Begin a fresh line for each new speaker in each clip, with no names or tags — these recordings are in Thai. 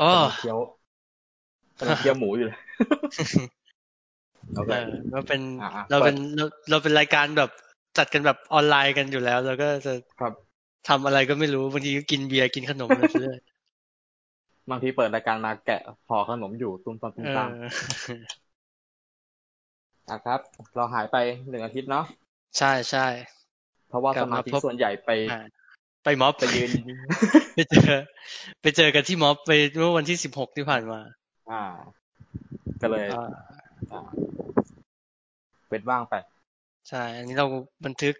อ๋อก
ำลังเคี้ยวกำลังเคี้ยวหมู อยู่เลยโอเค
เออเราเป็น
อ่ะๆ
เราเป็นเราเราเป็นรายการแบบจัดกันแบบออนไลน์กันอยู่แล้วเราก็จะ
ครับ
ทำอะไรก็ไม่รู้บางทีก็กินเบียร์กินขนมอะไรไปเรื่อย
บางทีเปิดรายการมาแกะห่อขนมอยู่ตุ้มตามตุ้ม
เอ
ตาม
อ
อ่ะครับ เราหายไปหนึ่งอาทิตย์เนาะ
ใช่ใช่
เพราะว่า
ลั
กส
บ
มา
มา
ธิ
พบ
ส่วนใหญ่ไป
อ่ะไปม็อบ
ไปยืน
ไปเจอ ไปเจอกันที่ม็อบไปเมื่อวันที่สิบหกที่ผ่านมา
อ่า ก็เลย
อ่า
อ่าเป็นว่างไป
ใช่ อันนี้เราบันทึก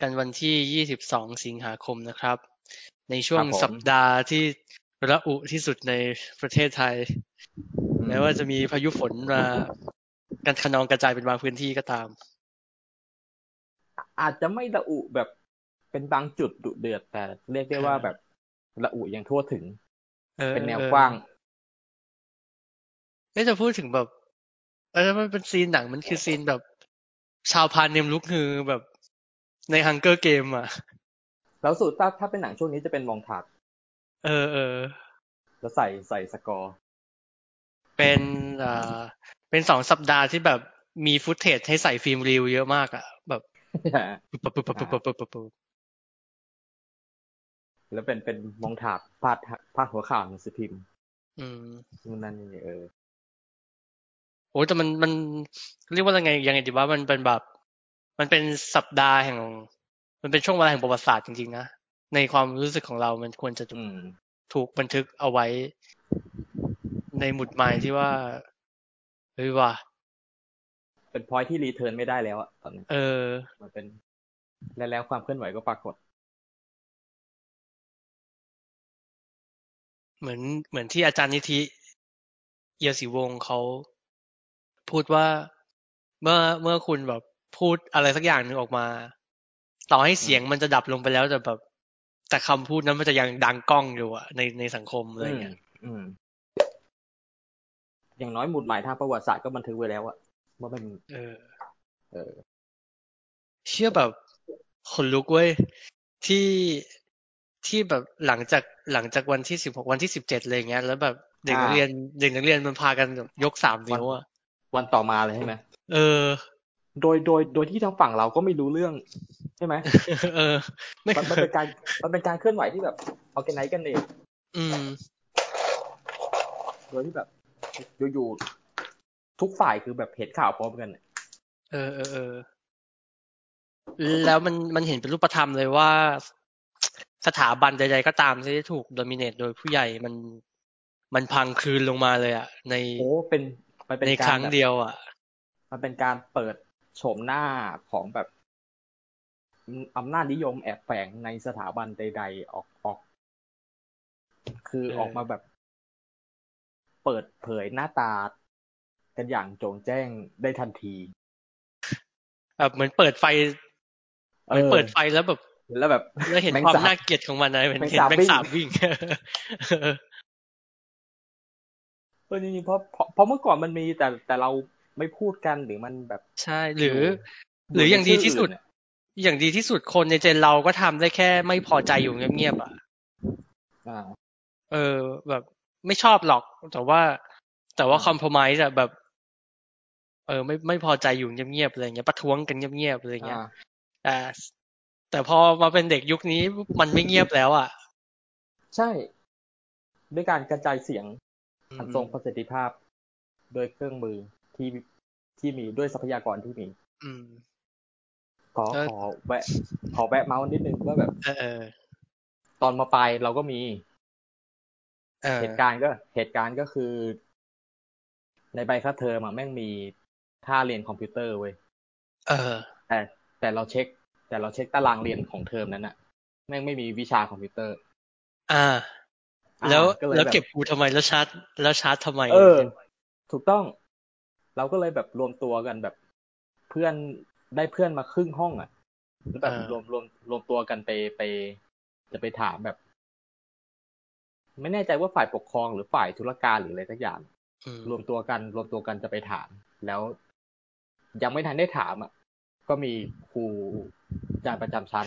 กันวันที่ยี่สิบสองสิงหาคมนะครับ ในช่วง
ครับผม
สัปดาห์ที่ระอุที่สุดในประเทศไทย แม้ว่าจะมีพายุฝนมากันขนองกระจายเป็นบางพื้นที่ก็ตาม
อาจจะไม่ระอุแบบเป็นบางจุดดุเดือด แต่เรียกได้ว่าแบบระอุอย่างทั่วถึง
ออ
เป็นแนว
ออก
ว้าง
เอ๊ะจะพูดถึงแบบเออมันเป็นซีนหนังมันคือซีนแบบ ชาวพานเนมลุกฮือแบบในฮังเกอร์เกมอ่ะ
แล้วสุดถ้าถ้าเป็นหนังช่วงนี้จะเป็นมองถาด
เออเออ
แล้วใส่ใส่สกอร์
เป็นอ่าเป็นสองสัปดาห์ที่แบบมีฟุตเทจให้ใส่ฟิล์มรีวิวเยอะมากอ่ะ แบบปุ๊บปุ๊บปุ๊บปุ๊บปุ๊บปุ๊บปุ๊บปุ๊บ
แล้วเป็นเป็นมองถาดพาดพาดหัวข่าวหนังสือพิมพ์
อืม
นู่นนั่นนี่เออ
โอ้ยแต่มันมันเรียกว่ายังไงยังไงดีว่ามันเป็นแบบ มันเป็นสัปดาห์แห่ง มันเป็นช่วงเวลาแห่งประวัติศาสตร์จริงๆนะในความรู้สึกของเรามันควรจะ
อืม
ถูกบันทึกเอาไว้ ในหมุดหมายที่ว่าเฮ้ยว่ะ
เป็นพอยที่รีเทิร์นไม่ได้แล้วอะตอนนี้
เออ
มันเป็น แล้วแล้วความเคลื่อนไหวก็ปรากฏ
เหมือนเหมือนที่อาจารย์นิธิเอียศิวงศ์เขาพูดว่าเมื่อเมื่อคุณแบบพูดอะไรสักอย่างหนึ่งออกมา ต่อให้เสียงมันจะดับลงไปแล้วแต่แบบแต่คำพูดนั้นมันจะยังดังก้องอยู่อะในในสังคมอะไรเงี้ย
อืม อย่างน้อยหมุดหมายทางประวัติศาสตร์ก็บันทึกไว้แล้วอะว่ามัน
เออ
เออ
เชื่อแบบขนลุกเว้ยที่ที่แบบหลังจากหลังจากวันที่สิบหกวันที่สิบเจ็ดอะไรเงี้ย แล้วแบบเด็กนักเรียนเด็กนักเรียนมันพากันแบบยกสามนิ้วอะ
วันต่อมาเลยใช่ไหม
เออ
โดยโดยโดยที่ทางฝั่งเราก็ไม่รู้เรื่องใช่ไหม
เออ ไม่
มัน
เค
มัน
ย
เป็นการมันเป็นการเคลื่อนไหวที่แบบออแกไนซ์กันเอง
อืม
โดยที่แบบอยู่ๆทุกฝ่ายคือแบบเห็นข่าวพร้อมกันอะ
เออเออเออ แล้วมันมันเห็นเป็นรูปธรรมเลยว่า สถาบันใดๆก็ตามที่ถูกโดมิเนตโดยผู้ใหญ่มันมันพังคลืนลงมาเลยอ่ะ ใน
โอ้เป็นมันเป็น
ใน
การ
ครั้ง
แบบ
เดียวอ่ะ
มันเป็นการเปิดโฉมหน้าของแบบอำนาจนิยมแอบแฝงในสถาบันใด ๆ ออกออก คือ
เออ
ออกมาแบบ เปิดเผยหน้าตา กันอย่างโจงแจ้งได้ทันที
แบบเหมือนเปิดไฟเหมือนเปิดไฟแล้วแบบ
เห็นแล้วแบบ
แล้วเห็น
แมง
ความ
สาบ
น่าเกลียดของมันนะเห็น
แมง
เห็น
สาบ
แมง
วิ่ง
สาบวิ่ง เออ
เออจริงๆเพราะเพราะเพราะเมื่อก่อนมันมีแต่แต่เราไม่พูดกันหรือมันแบบ
ใช่หรือ
ยู่
หรืออย่างดีที่สุด
ในชื่ออื่นอะ
อย่างดีที่สุดคนในเจนเราก็ทำได้แค่ไม่พอใจอยู่เงียบๆอ่ะ
อ่า
เออแบบไม่ชอบหรอกแต่ว่า แต่ว่าคอม p r o m i s e อะแบบ เออ ไม่ไม่พอใจอยู่เงียบๆอะไรเงี้ยประท้วงกันเงียบๆอะไรเงี้ย
อ่า
แต่แต่พอมาเป็นเด็กยุคนี้มันไม่เงียบแล้วอ่ะ
ใช่ ด้วยการกระจายเสียงอันทรงประสิทธิภาพ โดวยเครื่องมือที่ที่มีด้วยทรัพยากรที่มี
อืม
ขอ
เออ
ขอแวะ ขอแวะเมาส์นิดนึงว่าแบบ
เออเออ
ตอนมาปลายเราก็มี
เออ
เหตุการณ์ก็ เหตุการณ์ก็คือ ในใบค่าเทอมอะแม่งมีค่าเรียนคอมพิวเตอร์เว้ย
เออ
แต่แต่เราเช็ค แต่เราเช็คตารางเรียนของเทอมนั้นอะแม่งไม่มีวิชาคอมพิวเตอร์
อ่า
อ่า
แล้ว
ย
แล้ว
บบ
เก็บกูทำไมแล้วชาร์จ แล้วชาร์จทำไม
เออ ถูกต้อง เราก็เลยแบบรวมตัวกันแบบเพื่อนได้เพื่อนมาครึ่งห้องอะแล้วแบบรวมรวมรวมตัวกันไปไป จะไปถามแบบ ไม่แน่ใจว่าฝ่ายปกครองหรือฝ่ายธุรการหรืออะไรสักอย่าง
อืม
รวมตัวกัน รวมตัวกันจะไปถาม แล้ว ยังไม่ทันได้ถามอ่ะ ก็มีครูอาจารย์ประจำชั้น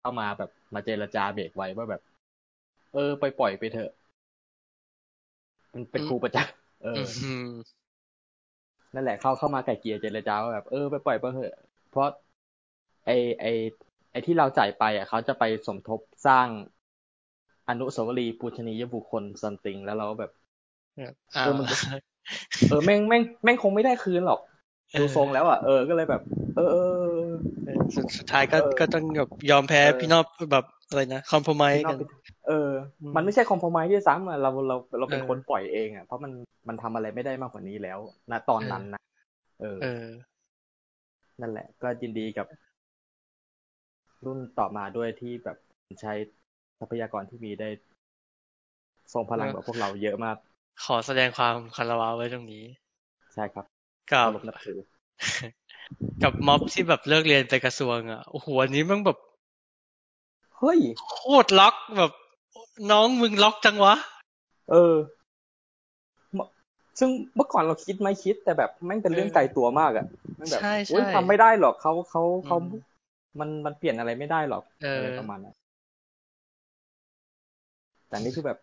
เข้ามาแบบมาเจรจาเบรกไว้ว่าแบบ เออ ไปปล่อยไปเถอะ มันเป็นครูประจำเอออ นั่นแหละเข้าเข้ามาไก่เกลียร์เจรจาว่าแบบเออไปปล่อยไปเถอะเพราะไอไอไอที่เราจ่ายไปอ่ะเขาจะไปสมทบสร้างอนุสาวรีย์ปูชนียบุคคลซัมติงแล้วเราก็แบบ
อ่า
เออมัน เออแม่งแม่งแม่งคงไม่ได้คืนหรอกดูทรงแล้วอ่ะเออก็เลยแบบ เออเออเออ
เออสุดสุดท้ายก็
เออ
ก็ต้องแบบยอมแพ้
เออ
พี่นอบแบบอะไรนะคอมโพมไ s
พี่น้
กั
อ
น
งไปเออ
อืม
มันไม่ใช่คอมโพมายที่ซ้ำอะเราเราเราเป็น
เออ
คนปล่อยเองอ่ะเพราะมันมันทำอะไรไม่ได้มากกว่านี้แล้วนะตอนนั้นนะเออ
เออ
นั่นแหละ ก็ยินดีกับ รุ่นต่อมาด้วยที่แบบใช้ทรัพยากรที่มีได้ทรงพลัง
เนอะ
กว่าพวกเราเยอะมาก
ขอแสดงความคารวะไว้ตรงนี้
ใช่ครับ
กับ
เคารพนับถือ
กับม็อบที่แบบเลิกเรียนไปกระทรวงอ่ะโอ้โหอันนี้มันแบบ
เฮ้ย
โคตรล็อกแบบ น้องมึงล็อกจังวะ
เออมซึ่งเมื่อก่อนเราคิดไหม่คิด แต่แบบแม่งเป็นเรื่อง
เออ
ไกลตัวมากอะแม่งแบบ
ใช่ใช่
โอ๊ยทำไม่ได้หรอกเขาเขาเขา
อืม
มันมันเปลี่ยนอะไรไม่ได้หรอก
เอออ
ไรประมาณนั้นแต่นี่คือแบบ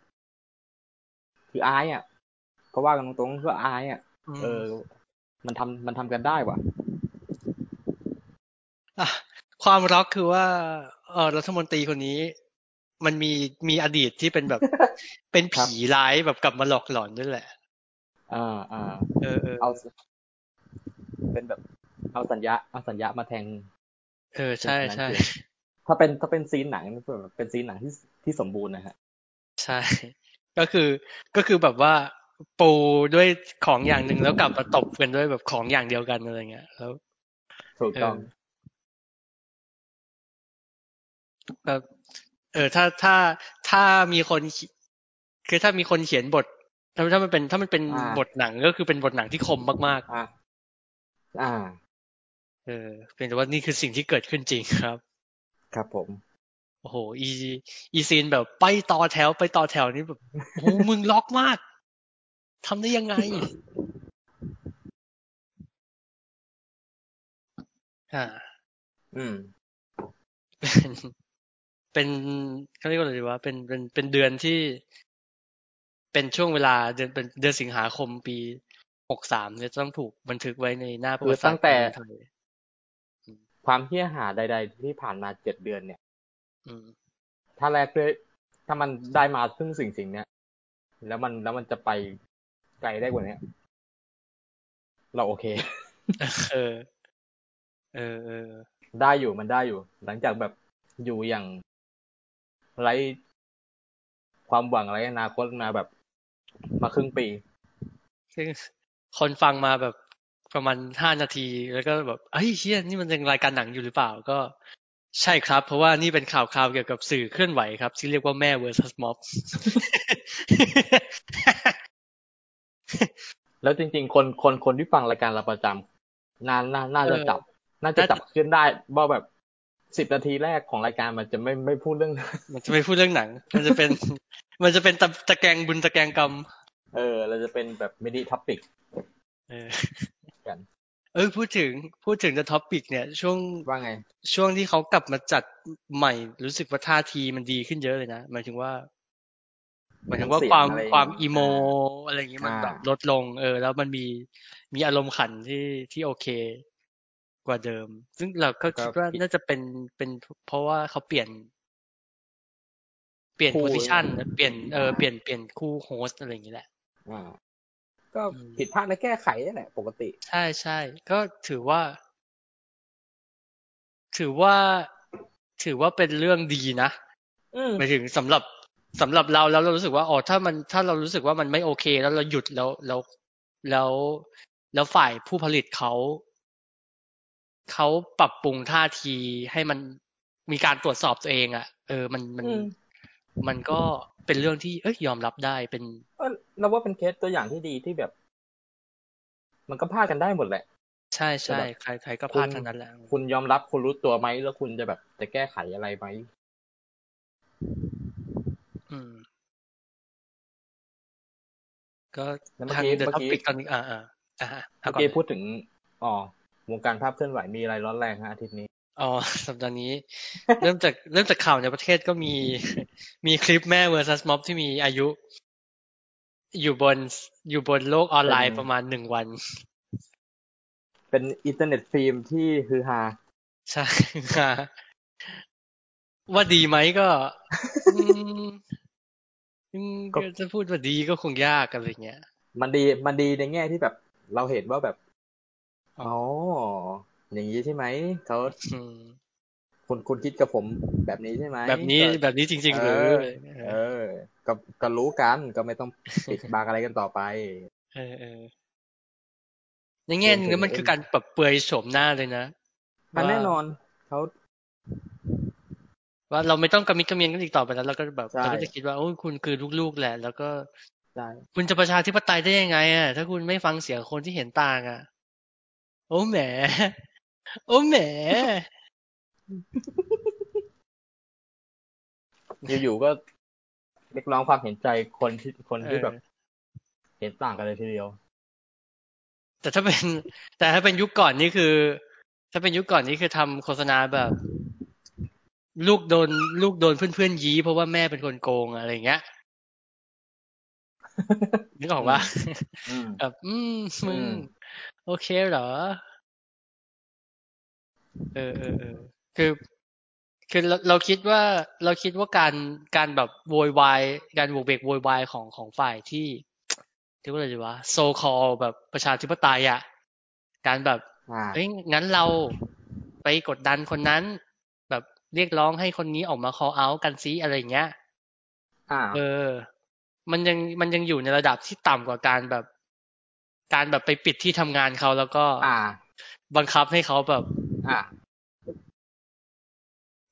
คืออายอ่ะก็ว่ากันตรงๆคืออายอ่ะ เออ มันทำมันทำกันได้ว่ะ
อ่ะความล็อกคือว่าเออรัฐมนตรีคนนี้ มันมีมีอดีตที่เป็นแบบ เป็น
ครับ
ผีร้ายแบบกลับมาหลอกหลอนด้วยแหละ
อ่าอ่า
เออเออ
เอา เป็นแบบ เอาสัญญาเอาสัญญามาแทง
เออใช่ใช่
ถ้าเป็นถ้าเป็นซีนหนังเป็นซีนหนังที่ที่สมบูรณ์นะฮะ
ใช่ ก็คือก็คือแบบว่าปูด้วยของอย่างหนึ่งแล้วกลับมาตบกันด้วยแบบของอย่างเดียวกันอะไรเงี้ยแล้ว
ถูกต้อง
เออเออถ้าถ้าถ้ามีคนเขีคือถ้ามีคนเขียนบทถ้าถ้ามันเป็นถ้ามันเป็น
อ่า
บทหนังก็คือเป็นบทหนังที่คมมาก
อ่า อ่า
ๆเออเพียงแต่ว่านี่คือสิ่งที่เกิดขึ้นจริงครับ
ครับผม
โอ้โห อีอีซีนแบบไปต่อแถวไปต่อแถวนี่แบบ โอ้โหมึงล็อกมากทำได้ยังไง อ่า
อืม
เป็นเป็นเขาเรียกว่าอะไรดีวะเป็นเป็นเป็นเดือนที่ เป็นช่วงเวลาเดือนเป็นเดือนสิงหาคมปีหกสามเนี่ยจะต้องถูกบันทึกไว้ในหน้าประวัติศาสตร์
คือตั้งแต่
ของไทย
ความเฮี้ยหาใด ๆ ที่ผ่านมาเจ็ดเดือนเนี่ย
อืม
ถ้าแรกด้วยถ้ามันได้มาซึ่งสิ่งสิ่งเนี้ยแล้วมันแล้วมันจะไปไกลได้กว่าเนี้ย เราโอเค
เออ เออเออ
ได้อยู่มันได้อยู่ หลังจากแบบอยู่อย่างไรความหวังไรอนาคตมาแบบ มาครึ่งปี
ซึ่งคนฟังมาแบบประมาณห้านาที แล้วก็แบบเฮ้ยเฮียนี่มันยังรายการหนังอยู่หรือเปล่า ก็ ใช่ครับ เพราะว่านี่เป็นข่าวคราวเกี่ยวกับสื่อเคลื่อนไหวครับที่เรียกว่าแม่ versus mob
แล้วจริง ๆ คนคนคนที่ฟังรายการเราประจำน่าน่าน่าจะ
เออ
จับ น่าจะ
น่าจะ
จับขึ้นได้ว่าแบบสิบนาทีแรกของรายการมันจะไม่ไม่พูดเรื่อง
มันจะไม่พูดเรื่องหนัง มันจะเป็น มันจะเป็นตะตะแกรงบุญตะแกรงกรรม
เออ เราจะเป็นแบบมินิทั p ปิก
เออ
กัน
เออพูดถึง พูดถึง The Topic เนี่ย ช่วง
ว่าไง
ช่วงที่เขากลับมาจัดใหม่ รู้สึกว่าท่าทีมันดีขึ้นเยอะเลยนะ หมายถึงว่า หมายถึงว่า
เสียง
ความ
อะไร
ความ
อ่า
อีโมอะไรอย่างงี้มัน
อ่า
แบบลดลง เออ แล้วมันมี มีอารมณ์ขันที่ที่โอเค กว่าเดิม ซึ่งเราก็คิดว่าน่าจะเป็น เป็นเพราะว่าเขาเปลี่ยน เปลี่ยน
คู่
โพซิชัน
นะ
เปลี่ยน เออ
อ่า
เปลี่ยน เปลี่ยนคู่โฮสอะไรอย่างงี้แหละ
อ่า ก็
อืม
ผิดพลาดและแก้ไขนั่นแหละ ปกติ
ใช่ใช่ ก็ถือว่า ถือว่า ถือว่าเป็นเรื่องดีนะ
อืม
หมายถึงสำหรับสำหรับเราแล้วเรารู้สึกว่าอ๋อถ้ามันถ้าเรารู้สึกว่ามันไม่โอเค แล้วเราหยุดแล้วแล้วแล้วแล้วฝ่ายผู้ผลิตเขาเขาปรับปรุงท่าทีให้มันมีการตรวจสอบตัวเองอะ่ะ เออมันมัน
อืม
มันก็เป็นเรื่องที่เอ้ยยอมรับได้เป็น
เออเราว่าเป็นเคสตัวอย่างที่ดีที่แบบ มันก็พลาดกันได้หมดแหละ
ใช่ใช่
แต่แบบ
ใครใครก็พลาด
คุณ
ทั้งนั้นแหละ
คุณยอมรับคุณรู้ตัวไหมแล้วคุณจะแบบจะแก้ไขอะไรไหม
อืม ก็
แล้วเมื่อ
ทาง
กี้
เดอะ
เมื่อ
ท็อ
กี้
ปิกตอนนี้อ่าอ่าอ่าก่
เมื่อ
อน
กี้
เลย
พูดถึงอ๋อวงการภาพเคลื่อนไหวมีอะไรร้อนแรงฮะอาทิตย์นี้
อ๋อ สัปดาห์นี้ เริ่มจากเริ่ม จากข่าวในประเทศก็มี มีคลิปแม่ versus mob ที่มีอายุ อยู่บนอยู่บนโลกออนไลน์ประมาณหนึ่งวัน
เป็นอินเทอร์เน็ตฟิล์มที่ฮือฮา
ใช่ ค่ะ ว่าดีไหมก็อืมอืม
ก็
จะพูดว่าดีก็คงยากอะไรเงี้ย
มันดีมันดีในแง่ที่แบบ เราเห็นว่าแบบ
อ๋อ
อ๋ออย่างนี้ใช่ไหมเขา
อืม
คุณคุณคิดกับผมแบบนี้ใช่ไหม
แบบนี้
ก็
แบบนี้จริง ๆ หรือ
เออ
อะไรเงี้ย
เออ ก็ก็รู้กันก็ไม่ต้องปิดบังอะไรกันต่อไป
เออเออในแง่หนึงแล้วมันคือการปรับเปลือยโฉมหน้าเลยนะ
มั น
ว่า
แน่นอนเขา
ว่าเราไม่ต้องกระมิดกระเมียนกันอีกต่อไปแล้วเราก็แบบ
ใช่
เราก็จะคิดว่าโอ้ยคุณคือลูกๆแหละ แล้วก็
ได้
คุณจะประชาธิปไตยได้ยังไงอ่ะ ถ้าคุณไม่ฟังเสียงคนที่เห็นต่างอ่ะ โอ้แหม โอ้แหม
อยู่ๆก็เรียกร้องความเห็นใจคนที่คนที่แบบ
เออ
เห็นต่างกันเลยทีเดียว
แต่ถ้าเป็น แต่ถ้าเป็นยุคก่อนนี่คือ ถ้าเป็นยุคก่อนนี่คือทำโฆษณาแบบ ลูกโดน ลูกโดนเพื่อนๆยี้เพราะว่าแม่เป็นคนโกงอะไรอย่างเงี้ยนึกออกปะ
อืม
แบบอืมมึง
อืม
โอเคเหรอ เออเออเออคือ คือเราเราคิดว่า เราคิดว่าการการแบบโวยวายการโบกเบกโวยวายของของฝ่ายที่ ที่ว่าอะไรดีวะโซคอแบบประชาธิปไตยอ่ะ การแบบ
อ่า
เอ้ยงั้นเราไปกดดันคนนั้น แบบเรียกร้องให้คนนี้ออกมา call out กันซิอะไรอย่างเงี้ย
อ่า
เออ มันยังมันยังอยู่ในระดับที่ต่ำกว่าการแบบ การแบบไปปิดที่ทำงานเขาแล้วก็
อ่า
บังคับให้เขาแบบ
อ่า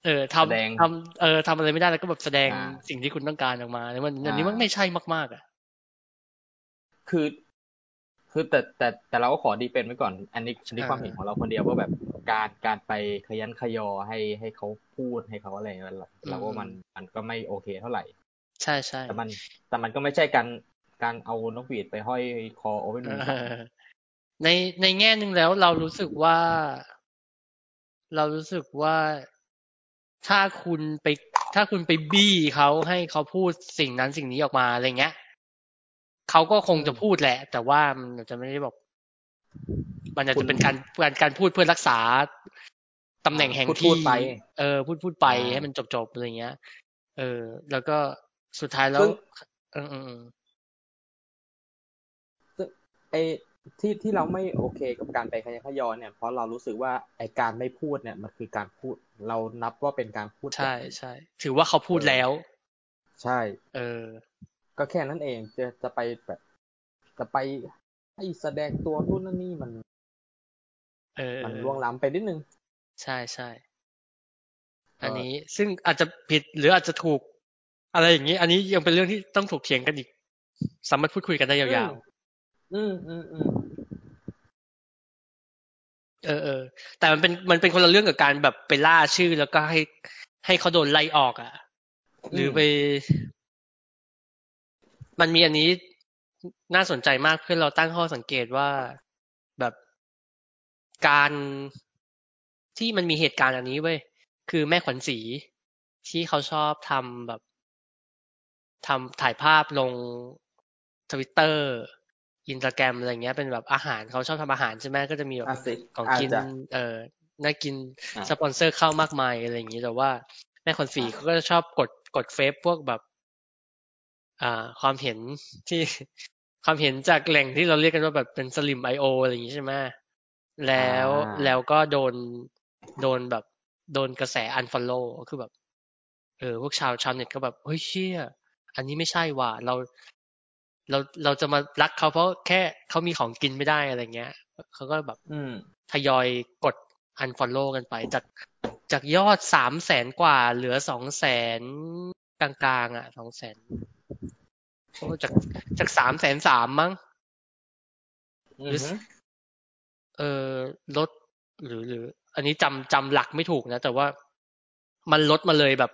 เออท
แสดง
ำทำเออทำอะไรไม่ได้แล้วก็แบบแสดง
อ่า
สิ่งที่คุณต้องการออกมาแล้วมันอันนี้
อ่ามั
มันไม่ใช่มากๆอ่ะ
คือ คือแต่แต่แต่เราก็ขอดีเป็นไว้ก่อน อันนี้อันนี้
อ่า
ความเห็นของเราคนเดียวว่าแบบการการไปขยันขยอให้ให้เขาพูดให้เขาอะไรเราเราว่ามันมันก็ไม่โอเคเท่าไหร่
ใช่ใช่
แต่มัน แต่มันก็ไม่ใช่การการเอานกหวีดไปห้อยคอโอเว่นวิง
เออในในแง่หนึ่งแล้วเรารู้สึกว่า เรารู้สึกว่าถ้าคุณไป ถ้าคุณไปบี้เขาให้เขาพูดสิ่งนั้นสิ่งนี้ออกมาอะไรเงี้ยเขาก็คงจะพูดแหละ แต่ว่ามันอาจจะไม่ได้บอก มันอาจจะเป็นการการการพูดเพื่อรักษาตำแหน่งแห่ง
พูด
ที่
พูดไป
เออ พูดพูดไป
อ่า
ให้มันจบจบอะไรเงี้ย เออ แล้วก็สุดท้ายแล้
ซึ่
ว
ง
เออเออเออ
ไอ้ที่ที่เราไม่โอเคกับการไปขยันขยอเนี่ย เพราะเรารู้สึกว่าไอ้การไม่พูดเนี่ย มันคือการพูด เรานับว่าเป็นการพูด
ใช่ใช่ถือว่าเขาพูดแล้ว
ใช่
เออ
ก็แค่นั้นเองจะจะไปแบบ จะไปให้แสดงตัวนู่นนั่นนี่มัน
เออเอ
มัน
อ
ล่วงล้ำไปนิดนึง
ใช่ใช่
ก็
อันนี้ซึ่งอาจจะผิดหรืออาจจะถูก อะไรอย่างนี้ อันนี้ยังเป็นเรื่องที่ต้องถกเถียงกันอีก สามารถพูดคุยกันได้ยาว
อืมอืมอืม
ๆ เออเออแต่มันเป็นมันเป็นคนละเรื่องกับการแบบไปล่าชื่อแล้วก็ให้ให้เขาโดนไล่ออกอ่ะ หรือไปมันมีอันนี้น่าสนใจมากเพื่อนเราตั้งข้อสังเกตว่าแบบการที่มันมีเหตุการณ์อันนี้เว้ยคือแม่ขวัญศรีที่เขาชอบทำแบบทำถ่ายภาพลงทวิตเตอร์อินสตาแกรมอะไรเงี้ย เป็นแบบอาหารเขาชอบทำอาหารใช่ไหมก็จะมีแบบ
อ่ะสิ
ของ
อาจ
กิน
จะ
เอ่อน่ากิน
อ่า
สปอนเซอร์เข้ามากมายอะไรอย่างนี้แต่ว่า แม่คนสี
อ่า
เขาก็จะชอบกดกดเฟซพวกแบบ อ่า ความเห็นที่ ความเห็นจากแหล่งที่เราเรียกกันว่าแบบเป็นสลิมไอโออะไรอย่างนี้ใช่ไหมแล้ว
อ่า
แล้วก็โดนโดนแบบ โดนกระแสอันฟ l ลโลคือแบบ เออ พวกชาวชาวเน็ตก็แบบ เฮ้ยเชี่ย อันนี้ไม่ใช่ว่ะเรา เราเราจะมารักเขาเพราะแค่เขามีของกินไม่ได้อะไรเงี้ยเขาก็แบบ
อืม
ทยอยกด unfollow กันไป จากจากยอดสามแสนกว่า เหลือสองแสนกลางๆ อ่ะสองแสนจากจากสามแสนสามมั้ง
อืม
เออลดหรือหรือ อันนี้จำจำหลักไม่ถูกนะ แต่ว่ามันลดมาเลยแบบ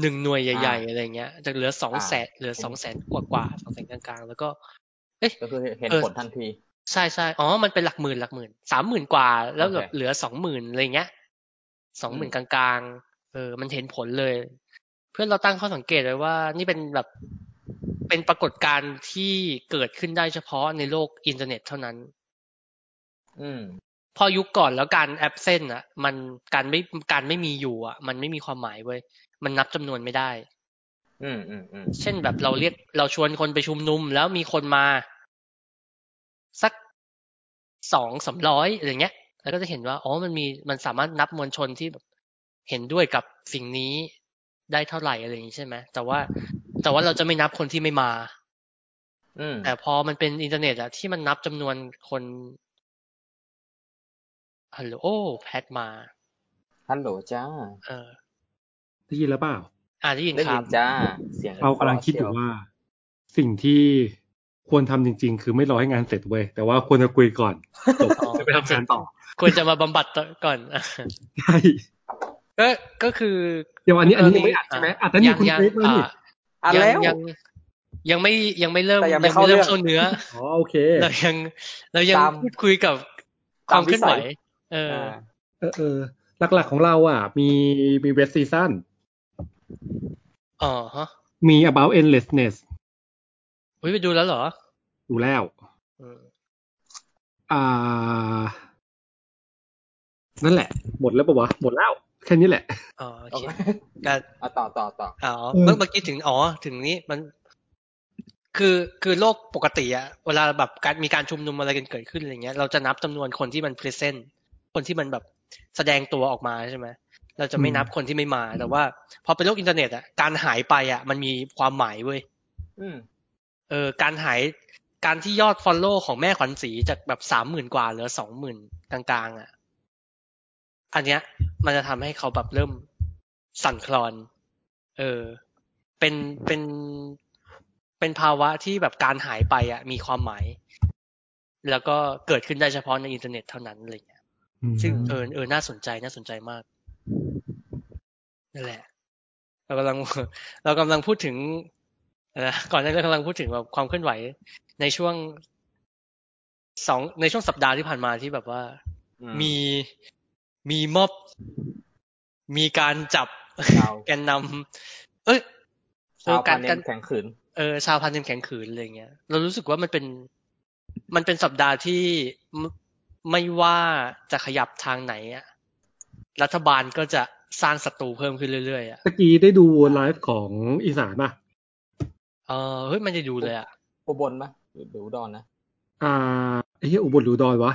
หนึ่งหน่วยใหญ่ๆอะไรเงี้ยจากเหลือสองแสนเหลือสองแสนกว่าๆสองแสนกลางๆ แล้วก็ เอ๊ะ
ก็คือเห็น
เออ
ผลทันที
ใช่ใช่อ๋อ มันเป็นหลักหมื่นหลักหมื่น สามหมื่นกว่า แล้วแบบ
โอเค
เหลือสองหมื่นอะไรเงี้ย สองหมื่นกลางๆ เออ มันเห็นผลเลย เพื่อนเราตั้งข้อสังเกตไว้ว่า นี่เป็นแบบ ไป เป็นปรากฏการณ์ที่เกิดขึ้นได้เฉพาะในโลกอินเทอร์เน็ตเท่านั้น
อืม
พอยุคก่อนแล้วการแอปเส้นอ่ะ มันการไม่การไม่มีอยู่อ่ะ มันไม่มีความหมายเว้ยมันนับจำนวนไม่ได้
อืมอืมอืม
เช่นแบบเราเรียกเราชวนคนไปชุมนุม แล้วมีคนมา สักสองสามร้อยอะไรเงี้ย แล้วก็จะเห็นว่าอ๋อมันมีมันสามารถนับมวลชนที่แบบเห็นด้วยกับสิ่งนี้ได้เท่าไหร่อะไรอย่างนี้ใช่ไหมแต่ว่า แต่ว่าเราจะไม่นับคนที่ไม่มา
อืม
แต่พอมันเป็นอินเทอร์เน็ตอะที่มันนับจำนวนคนฮัลโหลโอ้แพทมา
ฮัลโหลจ้า
เออ
ได้ยินแล้วเปล่า
อ่าได้ยิน
ได้
ค
ยิ
รับ
นจ้า เสียง
เรากำลังคิดอยู่ว่า สิ่งที่ควรทำจริง ๆ คือไม่รอให้งานเสร็จเว้ยแต่ว่าควรจะคุย ก่อนจบ
อ๋อ
จะไปทำงานต่อ
ควรจะมาบำบัดต่อก่อนอ่ะ
ใช่
ก็ก็คือ
เดี๋ยวอันนี้อันนี้ยังไม่อัดใช่ไหมอัดแต่นี่
ยัง
คุณ
ยัง
เฟซมานี่
อ่ะ
อ่ะ
ยัง
แล้ว
ยังยังไม่ยังไม่เริ่ม
แต่ยังไม่เข้า
เริ่ม
เรื่อง
เข้าเนื้อ
อ๋อโอเค
เรายังเรายัง
ตาม
พูดคุยกับความเคลื่อนไหวเออ
อ่า
เออเออหลักๆของเราอ่ะ มีมีเวสซีซั่น
อ๋อฮะ
มี about endlessness
อุ้ยไปดูแล้วเหรอ
อยู่แล้ว
อืม
อ่า นั่นแหละ หมดแล้วปะวะ หมดแล้ว แค่นี้แหละ
อ๋อโอ
โอ
เค
เค
การ
เอา ต่อต่อต่อ
อ๋อ
อืม
เมื่อเมื่อกี้ถึงอ๋อถึงนี้มัน คือคือโลกปกติอะเวลาแบบการมีการชุมนุมอะไรกันเกิดขึ้นอะไรเงี้ยเราจะนับจำนวนคนที่มัน present คนที่มันแบบแสดงตัวออกมาใช่ไหมเราจะไม่นับคนที่ไม่มา แต่ว่า พอเป็นโลกอินเทอร์เน็ตอะการหายไปอะมันมีความหมายเว้ย
อืม
เออการหายการที่ยอด follow ของแม่ขวัญศรีจากแบบสามหมื่นกว่าเหลือสองหมื่นกลางๆอะอันเนี้ย มันจะทำให้เขาแบบเริ่มสั่นคลอน เออ เป็น เป็น เป็นภาวะที่แบบการหายไปอ่ะ มีความหมาย แล้วก็เกิดขึ้นได้เฉพาะในอินเทอร์เน็ตเท่านั้นอะไรเงี้ย ซึ่งเออ เออ น่าสนใจ น่าสนใจมาก นั่นแหละ เรากำลัง เรากำลังพูดถึงอะไร นะก่อนหน้านี้เรากำลังพูดถึงแบบความเคลื่อนไหวในช่วงสอง ในช่วงสัปดาห์ที่ผ่านมาที่แบบว่า
อื
มีมีม็อบ มีการจับ
เรา
แกนนำเอ้ยเอ
ชา
อ
ว
การ
ปาเน้
การ
นแข็งขืน
เออชาวพันธุ์เต็มแข็งขืนอะไรเงี้ย เรารู้สึกว่ามันเป็น มันเป็นสัปดาห์ที่ไม่ไม่ว่าจะขยับทางไหนอะรัฐบาลก็จะสร้างศัตรูเพิ่มขึ้นเรื่อยๆอ่ะ
ตะกี้ได้ดูไลฟ์ของอีสานป่ะ
เออเฮ้ยมันจะดูเลยอ่ะ
อุบลมะหรือหรืออุดรนะ
อ่าไอ้เหี้ยอุบลหรืออุดอนวะ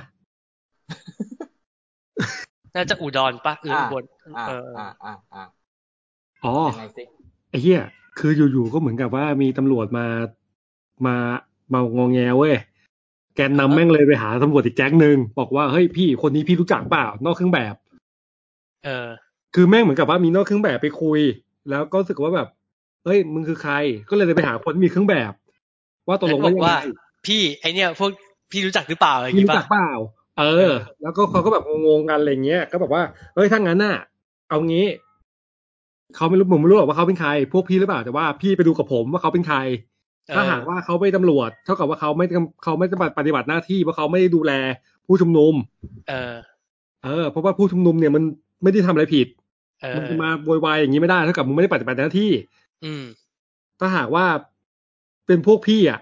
น่าจะอุดรปะหรืออุบล
อ่า
เออเอ
อ่า
อ
อ่าอ่า
อ๋อ
ยังไงสิ
ไอ้เหี้ย คืออยู่ๆ ก็เหมือนกับว่ามีตำรวจมา มา มางองแงเว้ย แกนนำแม่งเลยไปหาตำรวจอีกแก๊งหนึ่งบอกว่า เฮ้ยพี่คนนี้พี่รู้จักเปล่า นอกเครื่องแบบ
เออ
คือแม่งเหมือนกับว่ามีนอกเครื่องแบบไปคุย แล้วก็รู้สึกว่าแบบ เฮ้ยมึงคือใคร ก็เลยไปหาคนมีเครื่องแบบ ว่าตกลงว่ายัง
แล้วก็บอก
ไง
ว่า พี่ไอเนี้ยพวกพี่รู้จักหรือเปล่าอะไรอย่าง
พี่
งี้
รู้จั
ปะ
กเปล่า เออ แล้วก็เขาก็แบบงงๆกันอะไรเงี้ย ก็แบบว่า เฮ้ยถ้างั้นน่ะ เอางี้ เขาไม่รู้ผมไม่รู้หรอกว่าเขาเป็นใคร พวกพี่หรือเปล่า แต่ว่าพี่ไปดูกับผมว่าเขาเป็นใคร
เออ
ถ้าหากว่าเขาไม่ตำรวจ เท่ากับว่าเขาไม่เขาไม่ปฏิบัติหน้าที่เพราะเขาไม่ได้ดูแลผู้ชุมนุม
เออ
เออเพราะว่าผู้ชุมนุมเนี่ยมันไม่ได้ทำอะไรผิด
เออ
มันจะมาโวยวายอย่างนี้ไม่ได้เท่ากับมึงไม่ได้ปฏิบัติหน้าที่
อืม
ถ้าหากว่าเป็นพวกพี่อ่ะ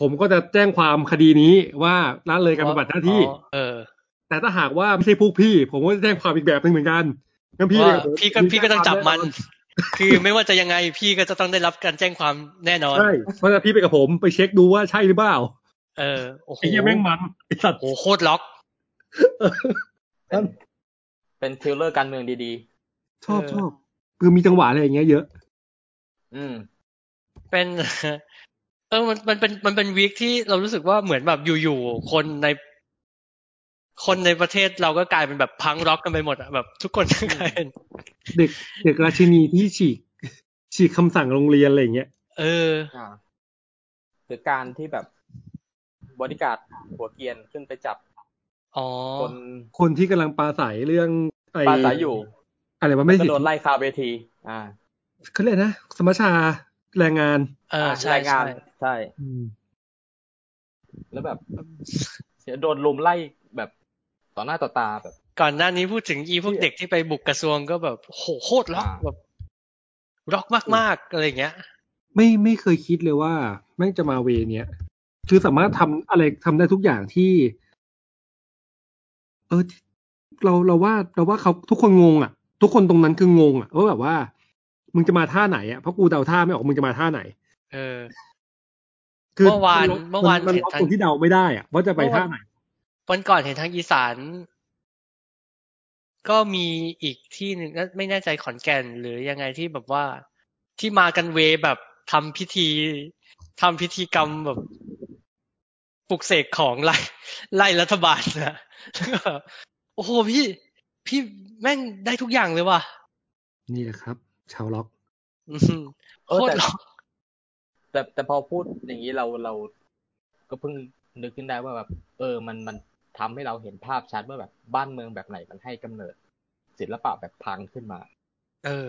ผมก็จะแจ้งความคดีนี้ว่าละเลยการปฏิบัติหน้าที่
อ๋อเออ
แต่ถ้าหากว่าไม่ใช่พวกพี่ ผมก็จะแจ้งความอีกแบบหนึ่งเหมือนกันงั้นพี่
ว่า
กับผม
พี่ก็พี่ก็ต้องจับมัน คือไม่ว่าจะยังไงพี่ก็จะต้องได้รับการแจ้งความแน่นอน
ใช่เพราะฉะนั้นพี่ไปกับผมไปเช็คดูว่าใช่หรือเปล่า
เออโอ้โห
ไอ้เหี้ยแม่งมันไอ้สัตว์
โอ้โหโคตรล็อก
เออ
เป็นทริลเลอร์การเมืองดี
ชอบ
เออ
ชอบคือมีจังหวะอะไรอย่างเงี้ยเยอะ
ๆ อืม
เป็น เออมันมันเป็นมันเป็นวีคที่เรารู้สึกว่าเหมือนแบบอยู่ๆคนใน คนในประเทศเราก็กลายเป็นแบบพังร็อกกันไปหมดอะแบบ ทุกคน ก็กลายเป็น
เด็กเด็กราชินีที่ฉีก ฉีกคำสั่งโรงเรียนอะไรอย่างเงี้ย
เออ
อ่าหรือการที่แบบบริการดหัวเกรียนขึ้นไปจับ
อ๋อ
คน
คนที่กำลังปราศัยเรื่องไอ้
ปลาสายอยู่
อะไรวะไม่
ก็
สิ
โดนไล่คาเวที อ่า
เขาเรียกนะสมัชชาแรงงาน
เออ ใช่
รายงาน
ใช่
ใช่
อืม
แล้วแบบเสียโดนลุมไล่แบบต่อหน้าต่อตาแบบ
ก่อนหน้านี้พูดถึงอีพวกเด็กที่ไปบุกกระทรวงก็แบบโหโคตรล็อก
อ่า
แบบล็อกมากๆอะไรอย่างเงี้ย
ไม่ไม่เคยคิดเลยว่า แม่งจะมาเวเนี้ยคือสามารถทำอะไรทำได้ทุกอย่างที่ เออที่เราเราว่าเราว่าเขาทุกคนงงอ่ะ ทุกคนตรงนั้นคืองงอ่ะว่าแบบว่า มึงจะมาท่าไหนอ่ะเพราะกูเดาท่าไม่ออกมึงจะมาท่าไหน
เออ
คือ
เมื่อวานเมื่อวาน
มัน
เห็น
ล็อก
ทาง
ตรงที่เดาไม่ได้อ่ะว่าจะไปท่าไหน
วันก่อนเห็นทางอีสาน ก็มีอีกที่หนึ่งนะไม่แน่ใจขอนแก่น หรือยังไงที่แบบว่าที่มากันเวแบบทำพิธีทำพิธีกรรมแบบปลุกเสกของไล่ ไล่รัฐบาลนะ แล้วก็แบบโอ้โหพี่ พี่แม่งได้ทุกอย่างเลยว่ะ
นี่แหละครับ ชาวล็อก
อือหือ
เออ
โคต
แต่
รหลอก
แต่แต่พอพูดอย่างนี้เราเราก็เพิ่งนึกขึ้นได้ว่าแบบ เออ มันมันทำให้เราเห็นภาพชัดว่าแบบบ้านเมืองแบบไหนมันให้กำเนิด ศิลปะแบบพังขึ้นมา
เออ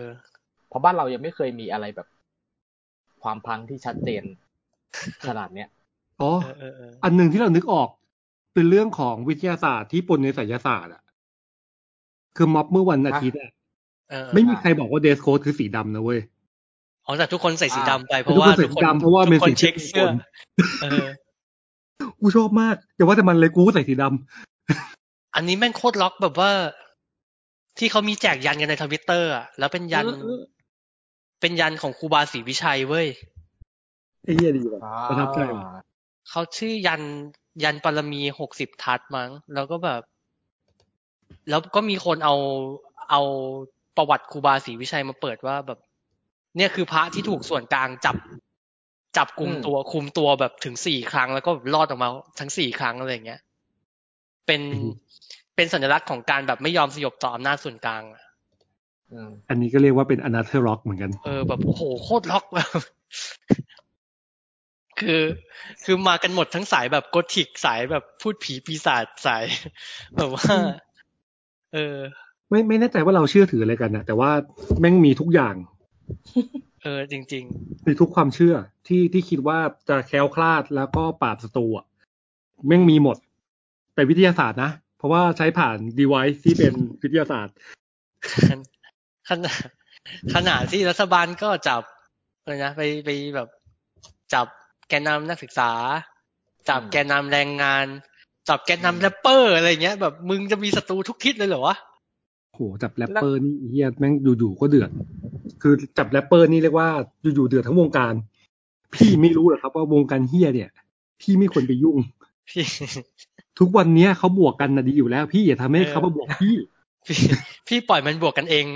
เพราะบ้านเรายังไม่เคยมีอะไรแบบ ความพังที่ชัดเจน ขนาดเนี้ย
อ๋อ
เออเออเออ
อันหนึ่งที่เรานึกออก เป็นเรื่องของวิทยาศาสตร์ที่ปนในไสยศาสตร์อ่ะ คือม็อบเมื่อวันอาทิตย์อะ
เออ
ไม่มีใครบอกว่าเดสโคดคือสีดำนะเว้ย
อ๋อแต่ทุกคนใส่สีดำไป เพ
ทุ
ราะว่า
กคนใส่สีดำเพราะว่า
ทุ
เป็น
กค
สิ่
น
งที่
เช็คเสื้อ
คน
เออ
กูชอบมากอย่าว่าแต่มันเลยกูก็ใส่สีดำ
อันนี้แม่งโคตรล็อกแบบว่า ที่เขามีแจกยันกันในทวิตเตอร์อะแล้วเป็นยัน
เออ
เป็นยันของครูบาศรีวิชัยเว้ย
ไอ้เหี้ยดีว่ะประทับใจว่ะ
อ่า
เขาชื่อยันยันปรมีหกสิบทัศน์มั้ง แล้วก็แบบ แล้วก็มีคนเอาเอาประวัติครูบาศรีวิชัยมาเปิดว่าแบบ เนี่ยคือพระที่ถูกส่วนกลางจับ จับกลุ่มตัวคุมตัวแบบถึงสี่ครั้งแล้วก็รอดออกมาทั้งสี่ครั้งอะไรอย่างเงี้ย เป็นเป็นสัญลักษณ์ของการแบบไม่ยอมสยบต่ออำนาจส่วนกลางอะ
อืม
อันนี้ก็เรียกว่าเป็นอนาเธอร์ล็อกเหมือนกัน
เออแบบโอ้โหโคตรล็อกแบบ คือ คือมากันหมดทั้งสายแบบโกธิกสายแบบพูดผีปีศาจสาย แบบว่า เออ
ไม่ไม่แน่ใจว่าเราเชื่อถืออะไรกันนะแต่ว่าแม่งมีทุกอย่าง
เออ จริง
มีทุกความเชื่อที่ที่คิดว่าจะแคล้วคลาดแล้วก็ปราบศัตรูอะแม่งมีหมด แต่วิทยาศาสตร์นะ เพราะว่าใช้ผ่าน device ที่เป็นวิทยาศาสตร์
ๆ ขนาดขนาดที่รัฐบาลก็จับเลยนะไปไปแบบ จับแกนนำนักศึกษา จับแกนนำแรงงาน จับแกนนำแรปเปอร์อะไรเงี้ยแบบมึงจะมีศัตรูทุกทิศเลยเหรอวะ
โหจับแรปเปอร์นี่เฮียแม่งอยู่ๆก็เดือด คือจับแรปเปอร์นี่เรียกว่าอยู่ๆเดือดทั้งวงการ พี่ไม่รู้เหรอครับว่าวงการเฮียเนี่ย พี่ไม่ควรไปยุ่ง
พี่
ทุกวันเนี้ยเขาบวกกันนะดีอยู่แล้ว พี่อย่าทำให้เขามาบวกพี่
พี่ พี่ปล่อยมันบวกกันเอง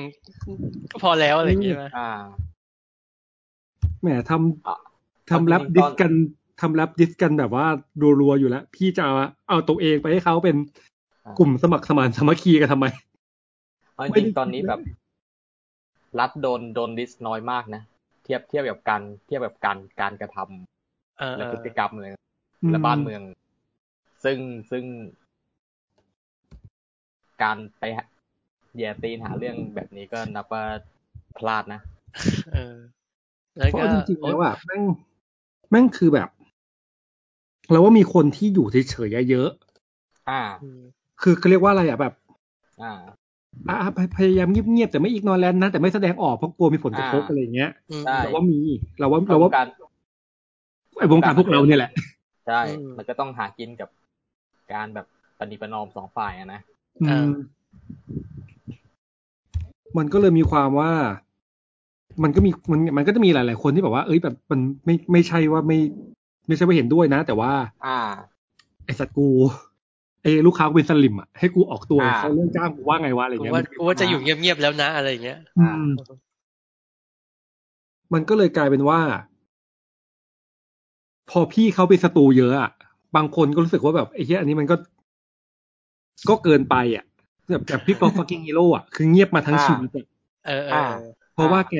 ก็พอแล้วอะไรอย่างเงี้ยนะ
อ่า
แหมทำ
อ่ะ
ทำแรป
ตอนนี้
ดิ
ต
ส
อน
กันทำแรปดิสกันแบบว่ารัวๆอยู่แล้ว พี่จะเอาเอาตัวเองไปให้เขาเป็นกลุ่มสมัครสมานสามัคคีกันทำไม
เอาจริงๆตอนนี้แบบ รัฐโดนโดนดิสน้อยมากนะ เทียบเทียบกับการเทียบกับการการกระทำ
เออ
และ
เออ
พฤติกรรมเลย และบ้านเมือง ซึ่งซึ่ง การไปแย่ตีนหาเรื่องแบบนี้ก็นับว่าพลาดนะ
เออ แล้ว
เพ
ก็
ราะจริงๆแล้วอะแม่งแม่งคือแบบเราว่ามีคนที่อยู่เฉยๆเยอะ
อ่า
อืม
คือเขาเรียกว่าอะไรอะแบบ
อ่า
อ่ะพยพยายามเงียบๆแต่ไม่อีกนอนแลนนะ แต่ไม่แสดงออกเพราะกลัวมีผลกระทบ
อ่า
อะไรอย่างเงี้ย
อืม
ใช่
เราว่ามี เราว่าเราว่า
การ
ไอ้วงการพวกเราเนี่ยแหละ
ใช่
อืม
มันก็ต้องหากินกับการแบบปฏิประนอมสองฝ่ายอะนะ
อ่า
อืมมันก็เลยมีความว่า มันก็มีมันมันก็จะมีหลาย ๆ คนที่แบบว่า เอ้ยแบบมันไม่ไม่ใช่ว่าไม่ ไม่ใช่ว่าเห็นด้วยนะ แต่ว่า
อ่า
ไอสัตว์กูไอลูกค้ากูเป็นสลิมอ่ะให้กูออกตัว
อ่า
เขาเรื่องจ้างกูว่าไงวะอะไร
กู
เงี้ย
ว่า
มัน
กูว่าจะอยู่เงียบๆแล้วนะอะไรอย่างเงี้ย
อืมมันก็เลยกลายเป็นว่า พอพี่เขาเป็นศัตรูเยอะอ่ะบางคนก็รู้สึกว่าแบบไอ้เหี้ยอันนี้มันก็ ก็เกินไปอ่ะแบบแบบพี่ป๊อปฟักกิ้งฮีโร่อ่ะคือเงียบมาทั้งชีวิตอะ
เออเออ
อ่า
เพราะว่าแก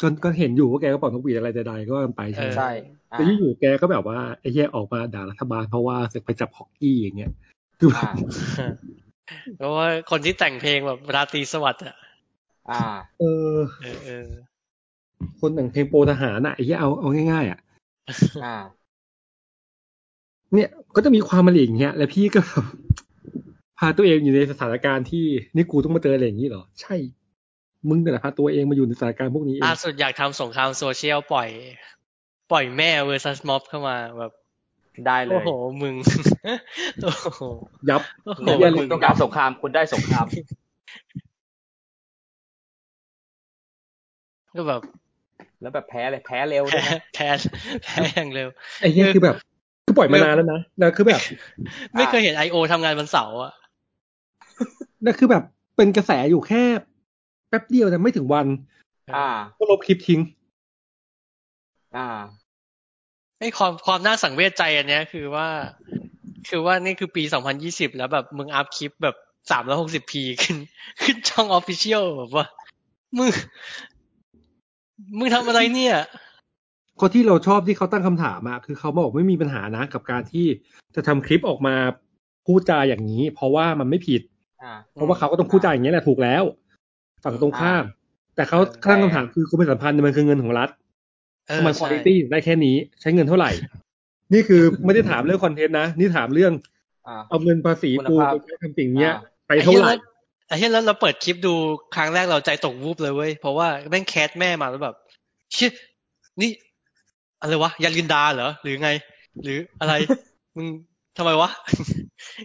จนก็เห็นอยู่ว่าแกก็เป่านกหวีดอะไรใดๆก็ไปใช่ไหม
เออ
ใช่อ่า
แต่อยู่ๆแกก็แบบว่าไอ้แย่ออกมาด่ารัฐบาลเพราะว่าเสกไปจับฮอกกี้อย่างเงี้ยคือ
อ่า
เพราะว่าคนที่แต่งเพลงแบบราตรีสวัสดิ์อ่ะ
อ่า
เออ
เออเออ
คนแต่งเพลงโปรทหารน่ะไอ้แย่เอาเอาง่ายๆอ่ะ
อ่า
เนี่ยก็จะมีความมันอย่างเงี้ย แล้วพี่ก็แบบ พาตัวเองอยู่ในสถานการณ์ที่นี่กูต้องมาเจออะไรอย่างนี้เหรอ ใช่ มึงแต่ละพาตัวเองมาอยู่ในสถานการณ์พวกนี้เอง
ล่าสุดอยากทำสงครามโซเชียลปล่อย ปล่อยแม่เวอร์ซัสม็อบเข้ามาแบบ
ได้เล
โอ้
ย
โห มึง โอ้โห
ยับ
โอ้โห
ในเมื่อคุณต้องการสงครามคุณได้สงคราม
ก็แบบ
แล้วแบบแพ้เลยแพ้เร็วด้วย
แพ้
นะ
แพ้แพ้อย่างเร็ว
ไอ้เนี้ยคือแบบคือปล่อยมานานแล้วนะแล้วคือแบบ
ไม่เคยเห็นไอโอทำงานวันเสาร์อะ
แล้วคือแบบเป็นกระแสอยู่แค่ แป๊บเดียวนะไม่ถึงวัน
อ่า
ก็ลบคลิปทิ้ง
อ่า
ไอความความน่าสังเวชใจอันเนี้ยคือว่า คือว่านี่คือปี 2020 แล้วแบบมึงอัพคลิปแบบ 360p ขึ้น ขึ้นช่องออฟฟิเชียลแบบว่า มึง มึงทำอะไรเนี่ย
คนที่เราชอบที่เขาตั้งคำถามอะคือเขาบอกไม่มีปัญหานะกับการที่จะทำคลิปออกมาพูดจาอย่างนี้ เพราะว่ามันไม่ผิด
อ่า
เพราะว่าเขาก็ต้องพูดจาอย่างนี้ยแหละถูกแล้ว ฝั่งตรงข้าม แต่เขาตั้งคำถามคือคุณเป็นสัมพันธ์มันคือเงินของรัฐ
เออ
มันคุณ
ใช่
ภาพได้แค่นี้ใช้เงินเท่าไหร่ นี่คือไม่ได้ถามเรื่องคอนเทนต์นะ นี่ถามเรื่อง
อ่า
เอาเงินภาษีกู
คุณภาพ
ไปใช้ทำสิ่งเนี้ย ไปเท่าไหร่
ไอ้เหี้ยแล้วเราเปิดคลิปดูครั้งแรกเราใจตกวูบเลยเว้ย เพราะว่าแม่งแคสแม่มาแล้วแบบเชี่ยนี่อะไรวะยาลินดาเหรอ หรือไง หรืออะไร มึงทำไมวะ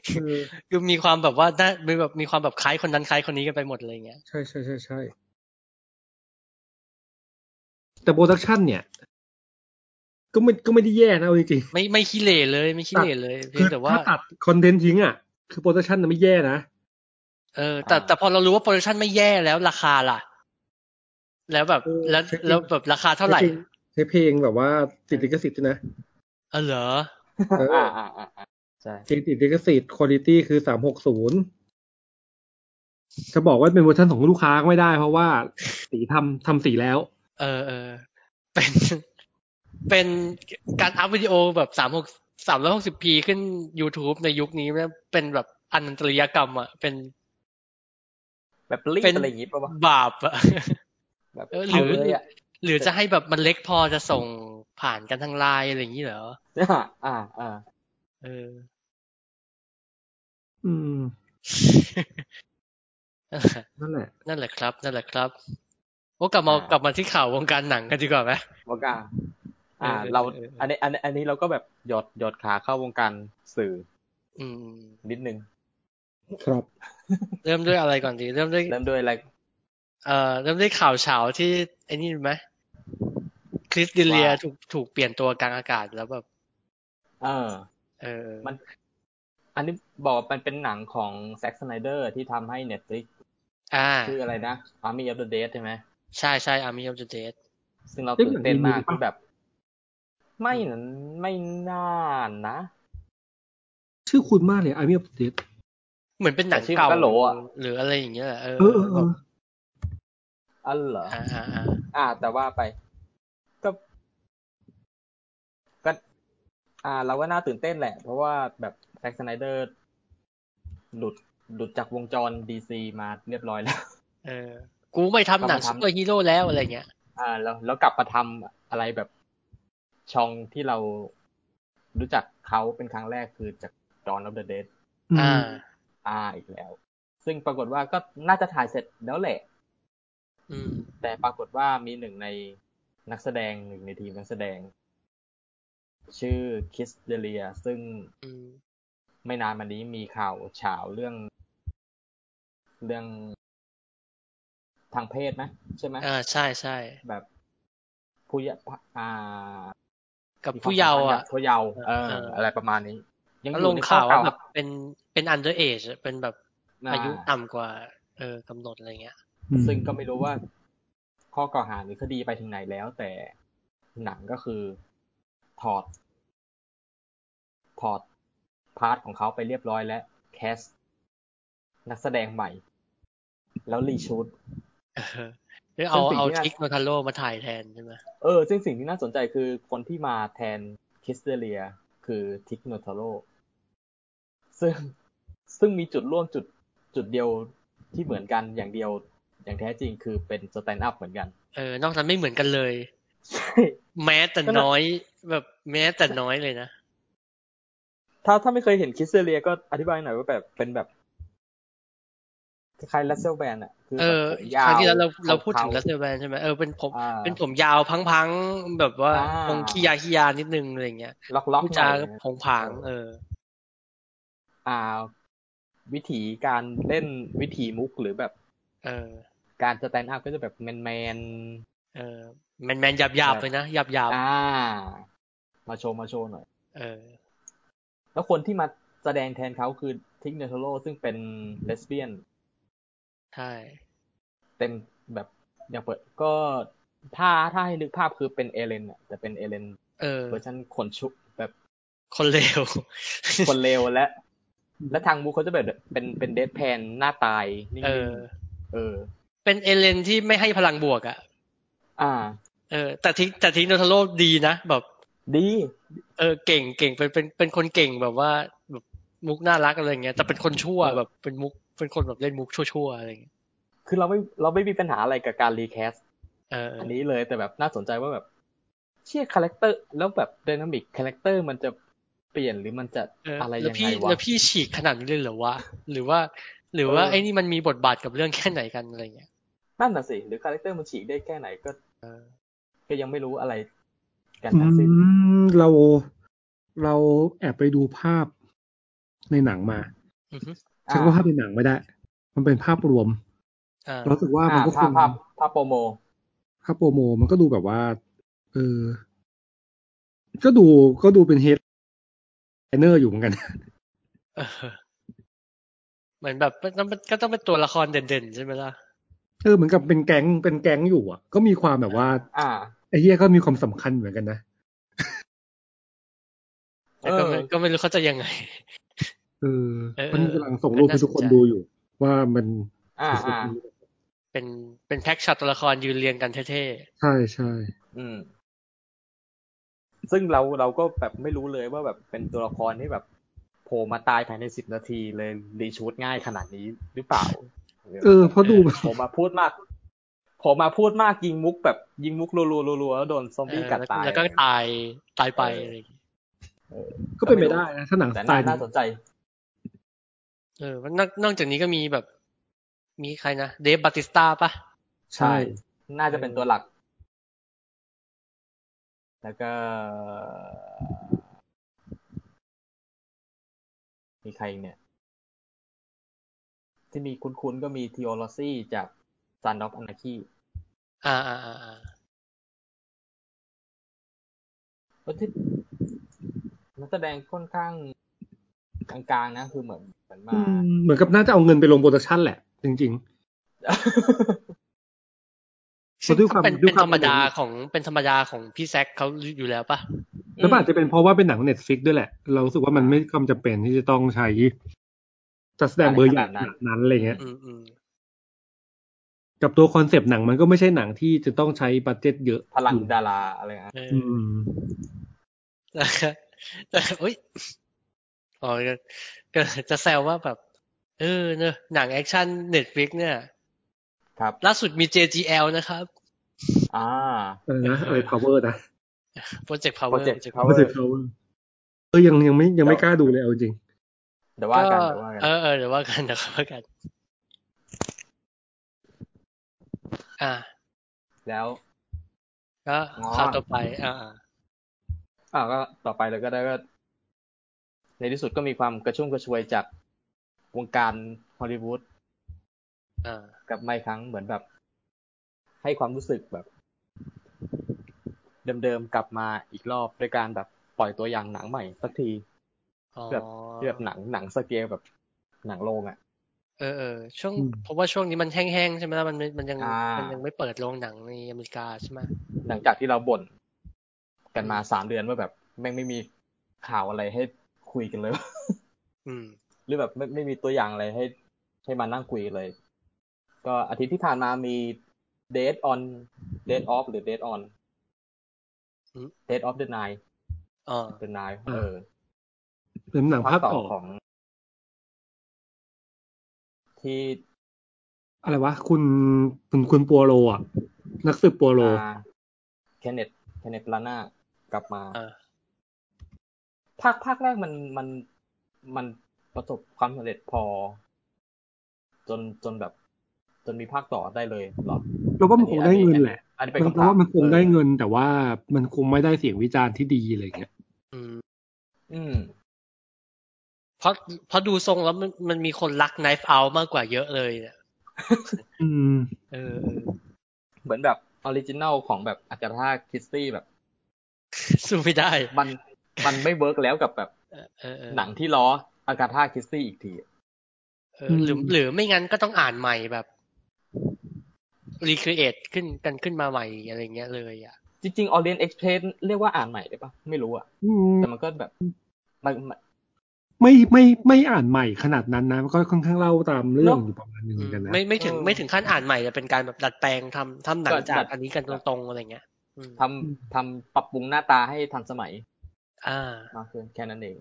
คือมีความแบบว่าน่ามีแบบมีความแบบคล้ายคนนั้นคล้ายคนนี้กันไปหมดอะไรเงี้ย
ใช่ใช่ใช่ใช่แต่โปรดักชันเนี่ย ก็ไม่ก็ไม่ได้แย่นะเอาจริง
ไม่ไม่ขี้เหร่เลยไม่ขี้เหร่เลย
ๆ
เพียงแต่ว่า
ถ้าตัดคอนเทนต์ทิ้งอ่ะ คือโปรดักชันน่ะไม่แย่นะ
เออแต่แต่พอเรารู้ว่าโปรดักชันไม่แย่แล้วราคาล่ะ แล้วแบบ
เออ
แล้ว
จริง
แล้วแบบราคาเท่าไหร่
ใช้เพลงแบบว่าติดลิขสิท ธิ์ด้วยนะ
เออเหรอ
เออ
อ่าอ่าอ่าอ่าใช่
ติดลิขสิทธิ์คุณภาพคือสามหกศูนย์จะบอกว่าเป็นเวอร์ชันของลูกค้าก็ไม่ได้ เพราะ ว่าสีทำทำสีแล้ว
เออเออเป็นเป็นการอัพวิดีโอแบบสามหกสามร้อยหกสิบพีขึ้น YouTube ในยุคนี้เนี่ยเป็นแบบอนันตริยกรรมอ่ะเป็น
แบบรี
เป็
บ
น
อะไรอย่างงี้ป่ะวะ
บาปอ่ะ
แบบ
เออหรือ
เอาเลยอ่ะ
หรือจะให้แบบมันเล็กพอจะส่งผ่านกันทางไลน์อะไรอย่างนี้เหรอ
อ่าอ่าอ่า
เออ
อืม นั่นแหละ
นั่นแหละครับ นั่นแหละครับโอ้กลับมา
อ่าก ก
ลับมาที่ข่าววงการหนังกันดีกว่าไหม
วงการอ่า
เออ
เรา
เออเอออั
อันนี้อันนี้อันนี้เราก็แบบหยอดหยอดขาเข้าวงการสื่อ
อืม
นิดนึง
ครับ
เริ่มด้วยอะไรก่อนดี เริ่มด้วย
เริ่มด้วยอะไร
เอ่อเริ่มด้วยข่าวเฉาที่ไอ้นี่ไหมคริสดิเลีย
ว่า
ถูกถูกเปลี่ยนตัวกลางอากาศแล้วแบบ
เออ
เออ
มัน อันนี้บอกว่ามันเป็นหนังของแซ็กสไนเดอร์ที่ทำให้ Netflix
อ่า
ชื่ออะไรนะ Army of the Dead ใช่ไหม
ใช่ใช่อาร์มี่ออฟเดอะเดด
ซึ่งเรา
เอ๊ะ
ตื่นเต้นมาก
มันมี
ที่แบบ ไม่นั้นไม่น่านนะ
ชื่อคุณมากเลยไอเมียปเดต
เหมือนเป็นหนัง
แต่ชื่อมัน
เก่า
ก็โหลอะ
หรืออะไรอย่างเงี้ยแหละเออ
เออเออเออ
อันเหรอ
อ่าอ่าอ่า
อ่า แต่ว่าไป ก็ ก็ อ่า เราก็น่าตื่นเต้นแหละ เพราะว่าแบบแซ็กสไนเดอร์ หลุดหลุดจากวงจรดีซีมาเรียบร้อยแล้ว
เออ กูไม่ทำหนัง
ก็มาทำ
ซุปเปอร์ฮีโร่แล้วอะไรเงี้ย
อ่า แล้วแล้วกลับมาทำอะไรแบบช่องที่เรารู้จักเขาเป็นครั้งแรกคือจากจอห์นออฟเดอะเดด
อ่า
อ่าอีกแล้ว ซึ่งปรากฏว่าก็น่าจะถ่ายเสร็จแล้วแหละ
อืม
แต่ปรากฏว่ามีหนึ่งในนักแสดงหนึ่งในทีมนักแสดง ชื่อคิสเดเลีย ซึ่ง
อืม
ไม่นานมานี้มีข่าวเฉาวเรื่อง เรื่องทางเพศไหมใช่ไหม
อ่าใช่ใช่
แบบผู้เยาอ่า
กับ
มีควม
ผู้เยาว์
สัมพันธ์
อ่ะ
กับผู้เยาว์เออ
เอออ
อะไรประมาณนี้
แล้วลงข่าวว่าแบบ
ห
เป็นเป็นอันเดอร์เอจเป็นแบบ
น้
อายุต่ำกว่า เออกำหนดอะไรเงี้ย
ซึ่งก็ไม่รู้ว่า ข้อกล่าวหาหรือคดีไปถึงไหนแล้ว แต่หนังก็คือถอด ถอดพาร์ทของเขาไปเรียบร้อยและแคสนักแสดงใหม่ แล้วรีชูต
เออหรือเอา
ซึ่งสิ่ง
เอา
ที่น่า
ทิกโนทัลโลมาถ่ายแทนใช่ไหม
เออซึ่งสิ่งที่น่าสนใจคือคนที่มาแทนคิสเตเลีย คือทิกโนทาโรซึ่งซึ่งมีจุดร่วมจุดจุดเดียวที่เหมือนกันอย่างเดียวอย่างแท้จริงคือเป็นสแตนด์อัพเหมือนกัน
เออนอกนั้นไม่เหมือนกันเลย แม้แต่
ก็น่ะ
น้อยแบบแม้แต่น้อยเลยนะ
ถ้าถ้าไม่เคยเห็นคิสเซเลียก็อธิบายหน่อยว่าแบบเป็นแบบ คล้ายรัสเซลแบนอะคือ
เอ
แบบ
อ
ผมยาว
ครั้งที่แล้วเราเราพูดถึง
ขวๆ
รัสเซลแบนใช่ไหมเออเป็นผม
อ่า
เป็นผมยาวพังๆแบบว่า
อ่า
คงขี้ยาขี้ยานิดนึงอะไรอย่างเงี้ย
ล็อกล็อก
พูด
หน่
จา
อย
ก็
นะ
ผงผาง เออ
อ่า วิธีการเล่นวิธีมุกหรือแบบ
เออ
การสแตนด์อัพก็จะแบบแมนแมน
เออแมนแมนหยาบหยาบๆเลยนะหยาบหยาบ
ๆอ่า มาโชว์มาโชว์หน่อย
เออ
แล้วคนที่มาแสดงแทนเขาคือทิกเนโทโรซึ่งเป็นเลสเบี้ยน
ใช่
เต็มแบบอย่างเปิดก็ถ้าถ้าให้นึกภาพคือเป็นเอเลนอ่ะแต่เป็นเอเลน
เออ
เวอร์ชันคนชุบแบบ
คนเลว
คนเลวและ และทางมูเขาจะแบบเป็นเป็นเด p แพนหน้าตายนิ่
เอง อ
ๆเออ
เป็นเอเลนที่ไม่ให้พลังบวกอ่ะ
อ่า
เออ แต่ทิ้งแต่ทิ้งโนทาโร่ดีนะแบบ
ดี
เออเก่งเก่งเป็นเป็นเป็นคนเก่งแบบว่าแบบมุกน่ารักอะไรเงี้ยแต่เป็นคนชั่ว
เออ
แบบเป็นมุกเป็นคนแบบเล่นมุกชั่วๆอะไรเงี้ย
คือเราไม่เราไม่มีปัญหาอะไรกับการรีแคส
เออเอ
อัน
อ
นี้เลยแต่แบบน่าสนใจว่าแบบ เชี่ยคาแรคเตอร์ แล้วแบบไดนามิกคาแรคเตอร์มันจะเปลี่ยนหรือมันจะ
เออ
อะไร
แล้
ยั
ว
งไง
พี่
วะ
แล้วพี่ฉีกขนาดนี้เลยเหรอวะหรือว่า หรือว่า
เออ
ไอ้นี่มันมีบทบาทกับเรื่องแค่ไหนกันอะไรเงี้ย
นั่นน่ะสิหรือคาแรคเตอร์มันฉีกได้แค่ไหนก็
เออ
ก็ยังไม่รู้อะไรกัน
อื
ทั้งสิ้น
มเราเราแอบไปดูภาพในหนังมา
อือฮึ
ใช้คำว่าภาพในหนังไม่ได้ มันเป็นภาพรวม
อ่า
เรารู้สึกว่ามัน
อ่า
ก็ค
ภาพ
ง
ภาพภาพโปรโม
ถ้าโปรโมมันก็ดูแบบว่า เออ ก็ดูก็ดูเป็นเฮดไลเนอร์อยู่เหมือนกัน
เออเหมือนแบบมันต้องก็ต้องเป็นตัวละครเด่นๆใช่ไหมล่ะ
เออเหมือนกับเป็นแก๊งเป็นแก๊งอยู่อ่ะ ก็มีความแบบว่า
อ่า
ไอ้เหี้ยก็มีความสำคัญเหมือนกันนะ
แต่ก็ไม่
เออ
ก็ไม่รู้เขาจะยังไง
เออ
เออ
มันกำลังส่งรูปให้ทุกคน
น่าสนใจ
ดูอยู่ ว่ามัน
อ่า
คือสุด
อ่า
นี้
เป็นเป็นแพ็กช็อตตัวละครยืนเรียงกันเท่
ใช่ใช่
อืม ซึ่งเราเราก็แบบไม่รู้เลยว่าแบบเป็นตัวละครที่แบบโผล่มาตายภายในสิบนาทีเลยรีชูดง่ายขนาดนี้หรือเปล่า
เออเพราะดูแบบ
ผมมาพูดมาก ผมมาพูดมากยิงมุกแบบยิงมุกรัวๆรัวๆแล้วโดนซอม
ๆเอ
บี้
อ
กัด
แล้ว
ตาย
แล้วก็ตายตายไปอะไรอย่างเงี้ย
ก็เป็นไปได้นะถ้าหนังส
แต่
ไต
น่า
ล์
น่าสนใจ
เออมันนอกนอกจากนี้ก็มีแบบ มีใครนะ เดฟบาติสตาปะ
ใช่
น่าจะเป็นตัวหลัก แล้วก็ มีใครอีกเนี่ย ที่มีคุ้นๆก็มีทีโอโลซี่จากซันด็อกอนาคี
อ่าอ่าอ่าอ่า
ที่นักแสดงค่อนข้างกลางๆนะ คือเหมือนเหมือนมา
อืมเหมือนกับน่าจะเอาเงินไปลงโปรดักชั่นแหละ จริง
ซึ่ง
ด้วยความ
เป็น
ด้วย
เป็น
ค
ธ
วาม
รรมดาของเป็นธรรมดาของพี่แซคเขาอยู่แล้วปะ
ๆแล้วมันอาจจะเป็นเพราะว่าเป็นหนังเน็ตฟิกด้วยแหละ เรารู้สึกว่ามันไม่ความจำเป็นที่จะต้องใช้จัดแสดงเบอร์ใหญ่ขนาดนั้นอะไรเงี้ย
อืมอืม
กับตัวคอนเซปต์หนังมันก็ไม่ใช่หนังที่จะต้องใช้บัตเจ็ตเยอะ
พลัง
อยู่
ดาราอะไรนะ
เออ
อืม
แล้วก็ แล้วก็อุ้ยอ๋อก็ก็จะแซวว่าแบบ เออเนอะหนังแอคชั่นเน็ตฟลิกเนี่ย
ครับ
ล่าสุดมี JGL นะครับ
อ่า
อะไร นะอะไร power นะ
โปรเจกต์พาวเวอร์
Project Power
Project power เออยังยังไม่ยังไม่กล้าดูเลยเอาจริง
เดี๋ยวว่ากันเดี๋ยวว่ากัน
เออเออเดี๋ยวว่ากันเดี๋ยวว่ากัน อ่า
แล้ว
ก็
อ๋อ
ข่าวต่อไป อ่า
อ่าก็ต่อไปเลยก็ได้ก็ในที่สุดก็มีความกระชุ่มกระชวยจากวงการฮอลลีวูด
อ่าก
ลับไมาอีกครั้งเหมือนแบบ ให้ความรู้สึกแบบ เดิมๆกลับมาอีกรอบด้วยการแบบปล่อยตัวอย่างหนังใหม่สักที
อ๋อ
แบบ ที่แบบหนังหนังสเกลแบบหนังโรงอ่ะ
เออเออช่วง
อืม
เพราะว่าช่วงนี้มันแห้งๆใช่ไหมล่ะมันไม่มันยัง
อ่ามั
มันยังไม่เปิดโรงหนังในอเมริกาใช่ไหม
หลังจากที่เราบ่นกันมาสามเดือนว่าแบบแม่งไม่มีข่าวอะไรให้คุยกันเลย
อืม
หรือแบบไม่ไม่มีตัวอย่างอะไรให้ให้มานั่งคุยเลย ก็อาทิตย์ที่ผ่านมามี date on date off หรือ date on
อืม
date off the nine
อ๋อ
the nine
อ่า
เออ
เป็นหนังภาค
ต่อ
ต่อ
ของ ที่
อะไรวะคุณคุณคุณปัวโรอ่ะ นักสืบปัวโร
เคนเนตเคนเนตลาน่ากลับมา
อ่า
ภาคภาคแรกมันมันมันประสบความสำเร็จพอ จนจนแบบ จนมีภาคต่อได้เลยเหรอ
เราว่ามันคงได้เงินแหละ
อันนี้เป็น
เรา
คำถาม
ว่ามันคงได้
เออ
เงิน แต่ว่ามันคงไม่ได้เสียงวิจารณ์ที่ดีอะไรเงี้ย
อืม
อืม
เพราะเพราะดูทรงแล้วมันมันมีคนรัก knife out มากกว่าเยอะเลยเนี่ย
อืม
เออเออ
เหมือนแบบออริจินัลของแบบอากาธาคริสตี้แบบ
สู้ไม่ได้
มันมันไม่เวิร์กแล้วกับแบบ
เออเออ
หนังที่ล้ออากาธาคริสตี้อีกที
เออหรือ
อืม
หรือไม่งั้นก็ต้องอ่านใหม่แบบ recreate ขึ้นกันขึ้นมาใหม่อะไรเงี้ยเลยอ่ะ
จริงๆออเรียนเอ็กเพรสเรียกว่าอ่านใหม่ได้ปะไม่รู้อะ
อืม
แต่มันก็แบบมันมัน
ไม่ไม่ไม่อ่านใหม่ขนาดนั้นนะมันก็ค่อนข้างเล่าตามเรื่องอยู่ประมาณนึงเหมือนกันนะ
ไม่ไม่ถึงไม่ถึงขั้นอ่านใหม่แต่เป็นการแบบดัดแปลงทำทำหนังจากอันนี้กันตรงๆอะไรเงี้ย อืม
ทำทำปรับปรุงหน้าตาให้ทันสมัย
อ่า
มากขึ้นแค่นั้นเอง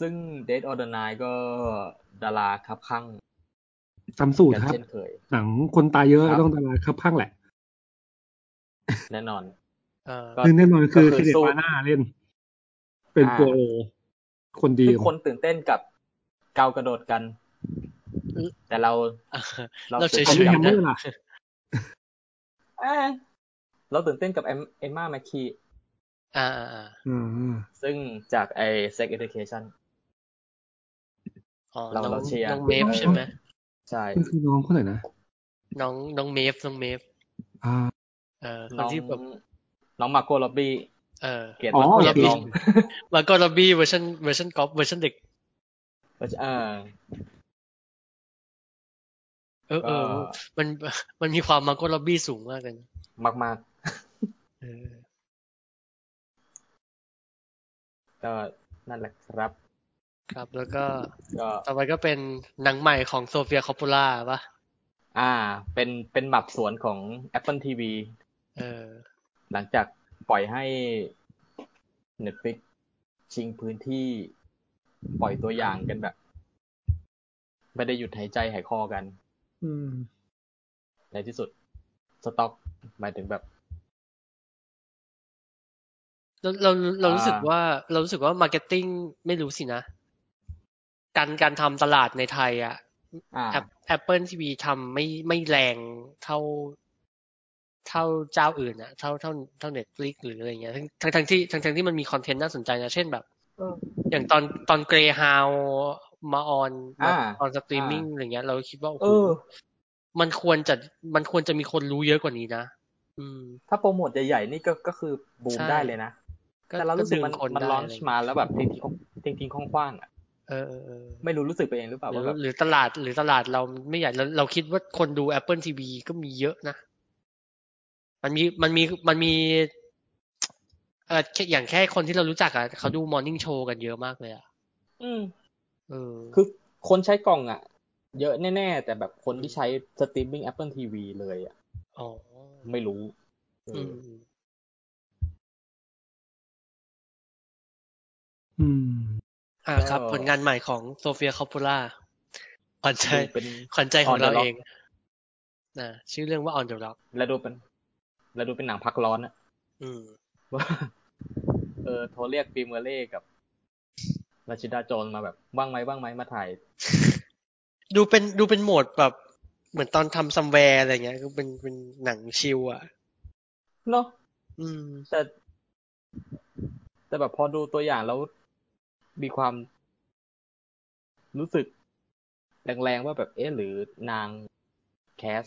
ซึ่ง Dead or the Night ก็ดาราครับข้าง
ทำสูตร
กัน
ครับ
เช่นเคย
หนังคนตายเยอะ
ครับ
ต้องดาราครับข้างแหละ
แน่นอน
เออ
ก็
หนึ่งแน่นอนคือ
ก็
เค
คือ
เด
สู้
ปาน่าเล่น เป็น
อ่า
ตัวโอคนดี
ที่คนตื่นเต้นกับเกาวกระโดดกัน แต่เรา เรา
เราเฉย
เฉยๆ
ๆนะ
ล่ะ
เอ้ยเราตื่นเต้นกับเอ็มม่าแมคคี
อ่าอ่าอ่า
อ่า
ซึ่งจากไอ Sex Education
อ๋อ
เรา
น้อง
เราเชียร์
น้องเมฟ
เออ
ใช่ไหม
ใช่
มันคือน้องคนไหนนะ
น้องน้องเมฟน้องเมฟ
อ่า
เออคน
น้อง
ที่แบบ
น้องมาโกล็อบบี้
เออ
เกียรติ
อ๋อ
มาโกล็อ
โอเค
บบี้
แล้วก็ล็อบบี้เวอร์ชันเวอร์ชันกอล์ฟเวอร์ชันเด็ก
เออ
เออเออ
ก็
มัน มันมีความมาโกล็อบบี้สูงมากเลยนะ
มากมาก
เออ
ๆก็นั่นแหละครับ
ครับแล้วก็
ก็
ต่อไปก็เป็นหนังใหม่ของโซเฟียคอป p ป l ่าป่ะ
อ่า เป็นเป็นหมับสวนของ Apple TV
เออ
หลังจากปล่อยให้ Netflix ชิงพื้นที่ปล่อยตัวอย่างกันแบบ ไม่ได้หยุดหายใจหายคอกัน
อืม
ในที่สุด สต็อกหมายถึงแบบ
เราเราเรา
อ่า
รู้สึกว่าเรารู้สึกว่ามาร์เก็ตติ้งไม่รู้สินะ การการทำตลาดในไทยอะ
อ่า
แอปแอปเปิลทีวีทำไม่ไม่แรงเท่า เท่าเจ้าอื่นอะเท่าเท่าเท่าเน็ตฟลิกหรืออะไรเงี้ยทั้งทั้งทั้งที่ทั้งทั้งที่มันมีคอนเทนต์น่าสนใจนะ เช่นแบบ
เออ
อย่างตอนตอนเกรฮาวมาออนมา
อ่า
ออนสตรีมมิ่ง
อ่า
อะไรเงี้ย เราคิดว่าโอ้
เอ
โห
อ
มันควรจะมันควรจะมีคนรู้เยอะกว่านี้นะอืม
ถ้าโปรโมทใหญ่ๆ นี่ก็ก็คือบูม
ใช่
ได้เลยนะ แต่เรารู้สึกมัน
ดึงคน
มัน
ได้
ลอน
อะไร
ช์
เงี้ย
มาแล้วแบบทิ้งทิ้งทิ้งๆคว้างๆอ่ะ
เออเออเออ
ไม่รู้รู้สึกไปเองหรือเปล่า
หรื
ว่า
อ
แบบ
หรือตลาดหรือตลาดเราไม่ใหญ่เราเราคิดว่าคนดู Apple TV ก็มีเยอะนะ มันมีมันมีมันมีเออแค่อย่างแค่คนที่เรารู้จักอะเขาดูมอร์นิ่งโชว์กันเยอะมากเลยอะ
อืม
เออ
คือคนใช้กล่องอ่ะ เยอะแน่ๆ แต่แบบคนที่ใช้สตรีมมิ่ง Apple TV เลยอ่ะ
อ๋อ
ไม่รู้เออ
อืม
อ
อืม
อ่าครับ ผลงานใหม่ของโซเฟียคอป p ป l ่าขวัญใจ
ดูเป็น
ขวัญใจของ
On the
เรา
Rock
เองนะชื่อเรื่องว่า On the Rock
แล้วดูเป็นแล้วดูเป็นหนังพักร้อนอ่ะ
อืม
ว่า เออโทรเรียกฟิล์มเมอร์เล่กับราชิดาโจนมาแบบว่างไหมว่างไหมมาถ่าย
ดูเป็นดูเป็นโหมดแบบเหมือนตอนทำซัมแวร์อะไรเงี้ยก็เป็นเป็นหนังชิลอะ
เนอะ
อืม
แต่ แต่แบบพอดูตัวอย่างแล้ว มีความ รู้สึก แรงๆว่าแบบเอ๊ะหรือนางแคส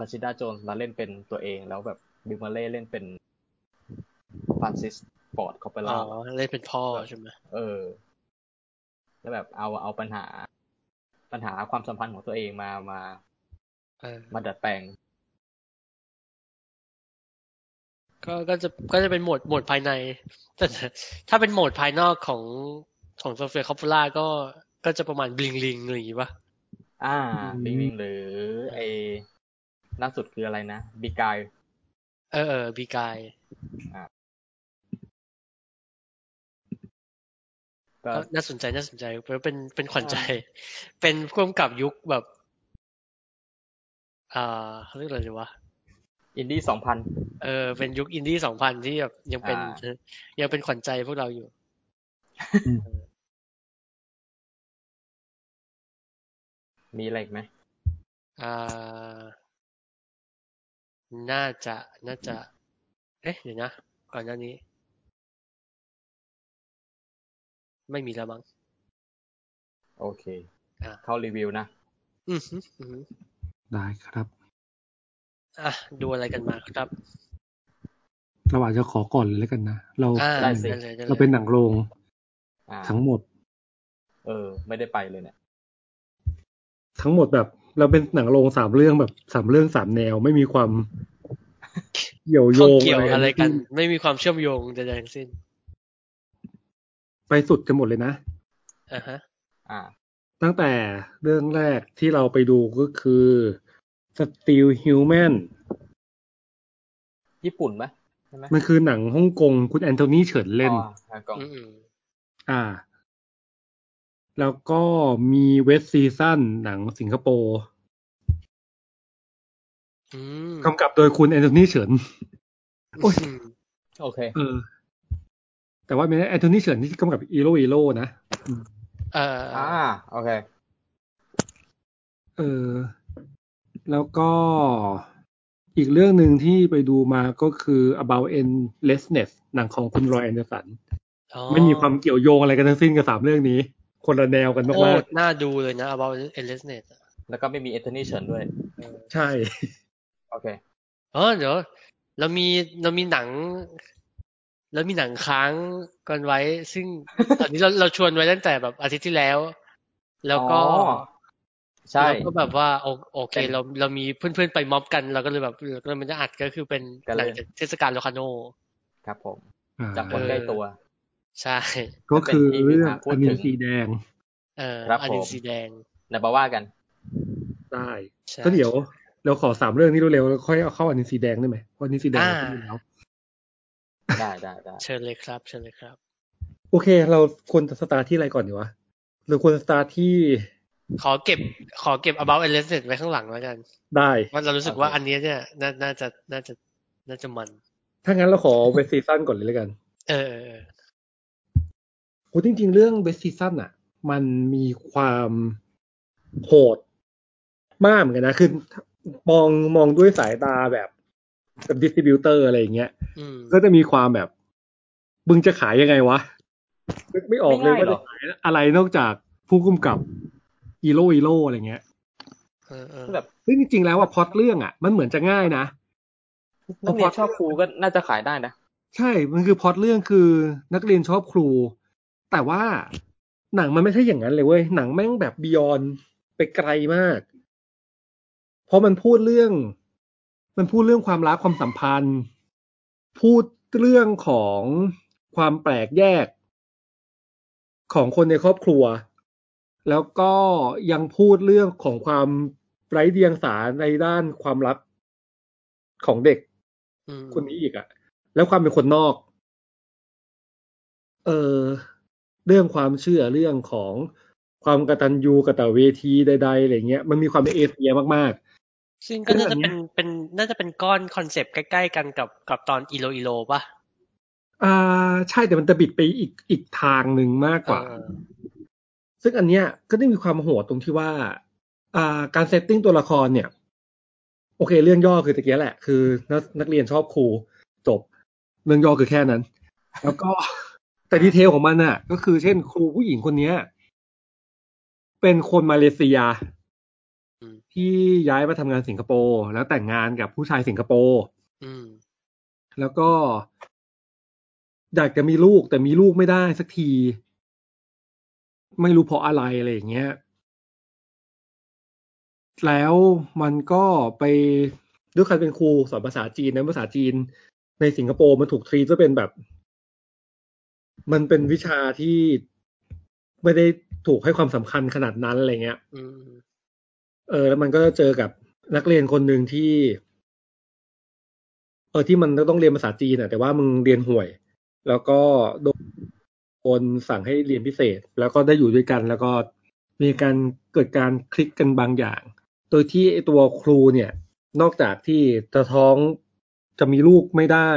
ราชิดาโจนส์มาเล่นเป็นตัวเอง แล้วแบบบิมเมอร์เล่เล่นเป็นฟรานซิสฟอร์ดคอปเป
อ๋
ล่า
อเล่นเป็นพ่อ
ครับ
ใช่ไหม
เออ แล้วแบบเอาเอาปัญหา ปัญหาความสัมพันธ์ของตัวเองมามา
เออ
มาดัดแปลง
ก็ก็จะก็จะเป็นโหมดโหมดภายใน แต่ ถ้าเป็นโหมดภายนอกของของโซเฟียคอปปูล่าก็ก็จะประมาณบลิงลิงอะไรอย่างงี้ป่ะ
อ่า
อืม
ลิงลิงหรือ ไอล่าสุดคืออะไรนะบีกาย
เออเออบีกาย
ก็
น่าสนใจน่าสนใจเพราะเป็นเป็นขวัญใจ เป็นพ่วงกับยุคแบบอ่าเขาเรียกอะไรดีวะ
อินดี้สองพัน
เออเป็นยุคอินดี้สองพันที่แบบยังเป็น
อ่
ยังเป็นขวัญใจพวกเราอยู่
อืม
มีอะไรอีกไหม
อ่า น่าจะ น่าจะ เอ๊ะ เดี๋ยวนะ ก่อนหน้านี้ ไม่มีแล้วมั้ง
โอเค
อ่ะ
เข้ารีวิวนะ
อือหืออือหือ
ได้ครับ
อ่ะ ดูอะไรกันมาครับ
เราอาจจะขอก่อนเลยแล้วกันนะ เรา
อ่า
ได้สิ
ได้เลยได้
เรา
เล
เป็น
ย
หนังโรง
อ่า
ทั้งหมด
เออ ไม่ได้ไปเลยเนี่ย
ทั้งหมดแบบ เราเป็นหนังโรงสามเรื่องแบบสามเรื่องสามแนวไม่มีความเกี่ยวโย
ข้อง เกี่ยวอะไรกัน
ทั้งสิ้
ไม่มีความเชื่อมโยงใดๆทั้งสิ้น
นไปสุดกันหมดเลยนะ
อ่าฮะ
อ่า
ตั้งแต่เรื่องแรกที่เราไปดูก็คือ Steel Human
ญี่ปุ่นไหมใช่ไหม
มันคือหนังฮ่องกงคุณแอนโทนีเฉินเล่น
อ๋อฮากอง
อืม
อ่า แล้วก็มีเวสซีซั่นหนังสิงคโปร์
อืม
กำกับโดยคุณแอนโทนีเฉิน โอ้ย
อืม
โอเค
เออ แต่ว่าไม่ใช่แอนโทนีเฉินที่กำกับอีโรอีโรนะ
เอ่ออ
อ่า โอเค
เออ แล้วก็อีกเรื่องหนึ่งที่ไปดูมาก็คือ about endlessness หนังของคุณรอยแอนเดอร์สัน
อ๋อ
ไม่มีความเกี่ยวโยงอะไรกันทั้งสิ้นกับสามเรื่องนี้ คนละแนวกัน
โค
มาก
ตรน่าดูเลยนะ about endlessness อะ
แล้วก็ไม่มีเอเทนี่เฉินด้วย
ๆใช่
โอเค
เออเดี๋ยว เรามีเรามีหนังเรามีหนังค้างกันไว้ ซึ่ง ตอนนี้เราเราชวนไว้ตั้งแต่แบบอาทิตย์ที่แล้ว แล้วก็
อ๋อใช่
แล้วก็แบบว่าโอโอเค
เป็น
เราเรามีเพื่อนๆไปม็อบกันเราก็เลยแบบเราก็เลยมันจะอัดก็คือเป็น
กัน
ห
เลย
นังจากเทศกาลโลคาโน
ครับผม
อ่า
จากคน
เออ
ใกล้ตัว
ใช่
ก็คือเรื่อง
พู
อั
ด
น
ถึ
นี้
ง
สีแดง
เออ
ครับ
อันนี้
ผม
สีแดง
เดี๋ยวมาว่ากัน
ได้
ใช่
ก็เดี๋ยวเราขอสามเรื่องนี้เร็วๆแล้วค่อยเอาเข้าอันนี้สีแดงได้ไหมเพราะอันนี้สีแดง
อ่า
เราก็ดูแล้ว
ได้ได้ได้
เชิญเลยครับ เชิญเลยครับ
โอเค เราควรจะสตาร์ทที่อะไรก่อนดีวะเราควรจะสตาร์ทที่
ขอเก็บขอเก็บ about endlessness ไว้ข้างหลังแล้วกัน
ได้
ว่าเรารู้สึกว่าอันเนี้ยเนี่ยน่าน่าจะน่าจะน่าจะมัน
ถ้างั้นเราขอเวสซีซั่นก่อนเลยแล้วกัน
เออเออเออ
โหจริง ๆ เรื่องเวสซีซั่นอ่ะ มันมีความโหดมากเหมือนกันนะคือมองมองด้วยสายตาแบบกับดิสติบิวเตอร์อะไรอย่างเงี้ย
อืม
ก็จะมีความแบบ มึงจะขายยังไงวะนึกไม่ออกเลยว่าจะขายอะไรนอกจากผู้กำกับอีโรอีโรอะไรเงี้ย
เออเออ
แบบ
ซึ่งจริงๆแล้วว่าพล็อตเรื่องอ่ะ มันเหมือนจะง่ายนะ
นักเรียนชอบครูก็น่าจะขายได้นะ
ใช่ มันคือพล็อตเรื่องคือนักเรียนชอบครู แต่ว่าหนังมันไม่ใช่อย่างนั้นเลยเว้ย หนังแม่งแบบบียอนไปไกลมาก เพราะมันพูดเรื่อง มันพูดเรื่องความรักความสัมพันธ์ พูดเรื่องของความแปลกแยก ของคนในครอบครัว แล้วก็ยังพูดเรื่องของความไร้เดียงสาในด้านความรักของเด็ก
อืม
คนนี้อีกอะแล้วความเป็นคนนอก เออเรื่องความเชื่อเรื่องของความกตัญญูกตเวทีใดๆอะไรเงี้ยมันมีความเป็นเอเชียมาก
ซึ่งก็น่าจะ
เรื่
เป็
อนงเนี้ย
เป็นน่าจะเป็นก้อนคอนเซปต์ใกล้ๆกันกับกับตอนอีโลอีโลป่ะ
ๆ อ่า ใช่แต่มันจะบิดไปอีกอีกทางหนึ่งมากกว่า
เออ
ซึ่งอันเนี้ยก็ได้มีความโหดตรงที่ว่า อ่า การเซตติ้งตัวละครเนี่ย โอเค เรื่องย่อคือตะเกียแหละ คือนักนักเรียนชอบครูจบ เรื่องย่อคือแค่นั้น แล้วก็ แต่ดีเทลของมันน่ะ ก็คือเช่น ครูผู้หญิงคนเนี้ย เป็นคนมาเลเซีย ที่ย้ายมาทำงานสิงคโปร์แล้วแต่งงานกับผู้ชายสิงคโปร์
อืม
แล้วก็อยากจะมีลูกแต่มีลูกไม่ได้สักที ไม่รู้เพราะอะไรอะไรอย่างเงี้ย แล้วมันก็ไปด้วยการเป็นครูสอนภาษาจีนนะภาษาจีนในสิงคโปร์มันถูกทรีจะเป็นแบบ มันเป็นวิชาที่ไม่ได้ถูกให้ความสำคัญขนาดนั้นอะไรเงี้ย
อืม
เออแล้วมันก็จะเจอกับนักเรียนคนหนึ่งที่ เออที่มันต้องเรียนภาษาจีนอ่ะ แต่ว่ามึงเรียนห่วย แล้วก็โดนคนสั่งให้เรียนพิเศษ แล้วก็ได้อยู่ด้วยกัน แล้วก็มีการเกิดการคลิกกันบางอย่าง โดยที่ไอ้ตัวครูเนี่ย นอกจากที่จะท้องจะมีลูกไม่ได้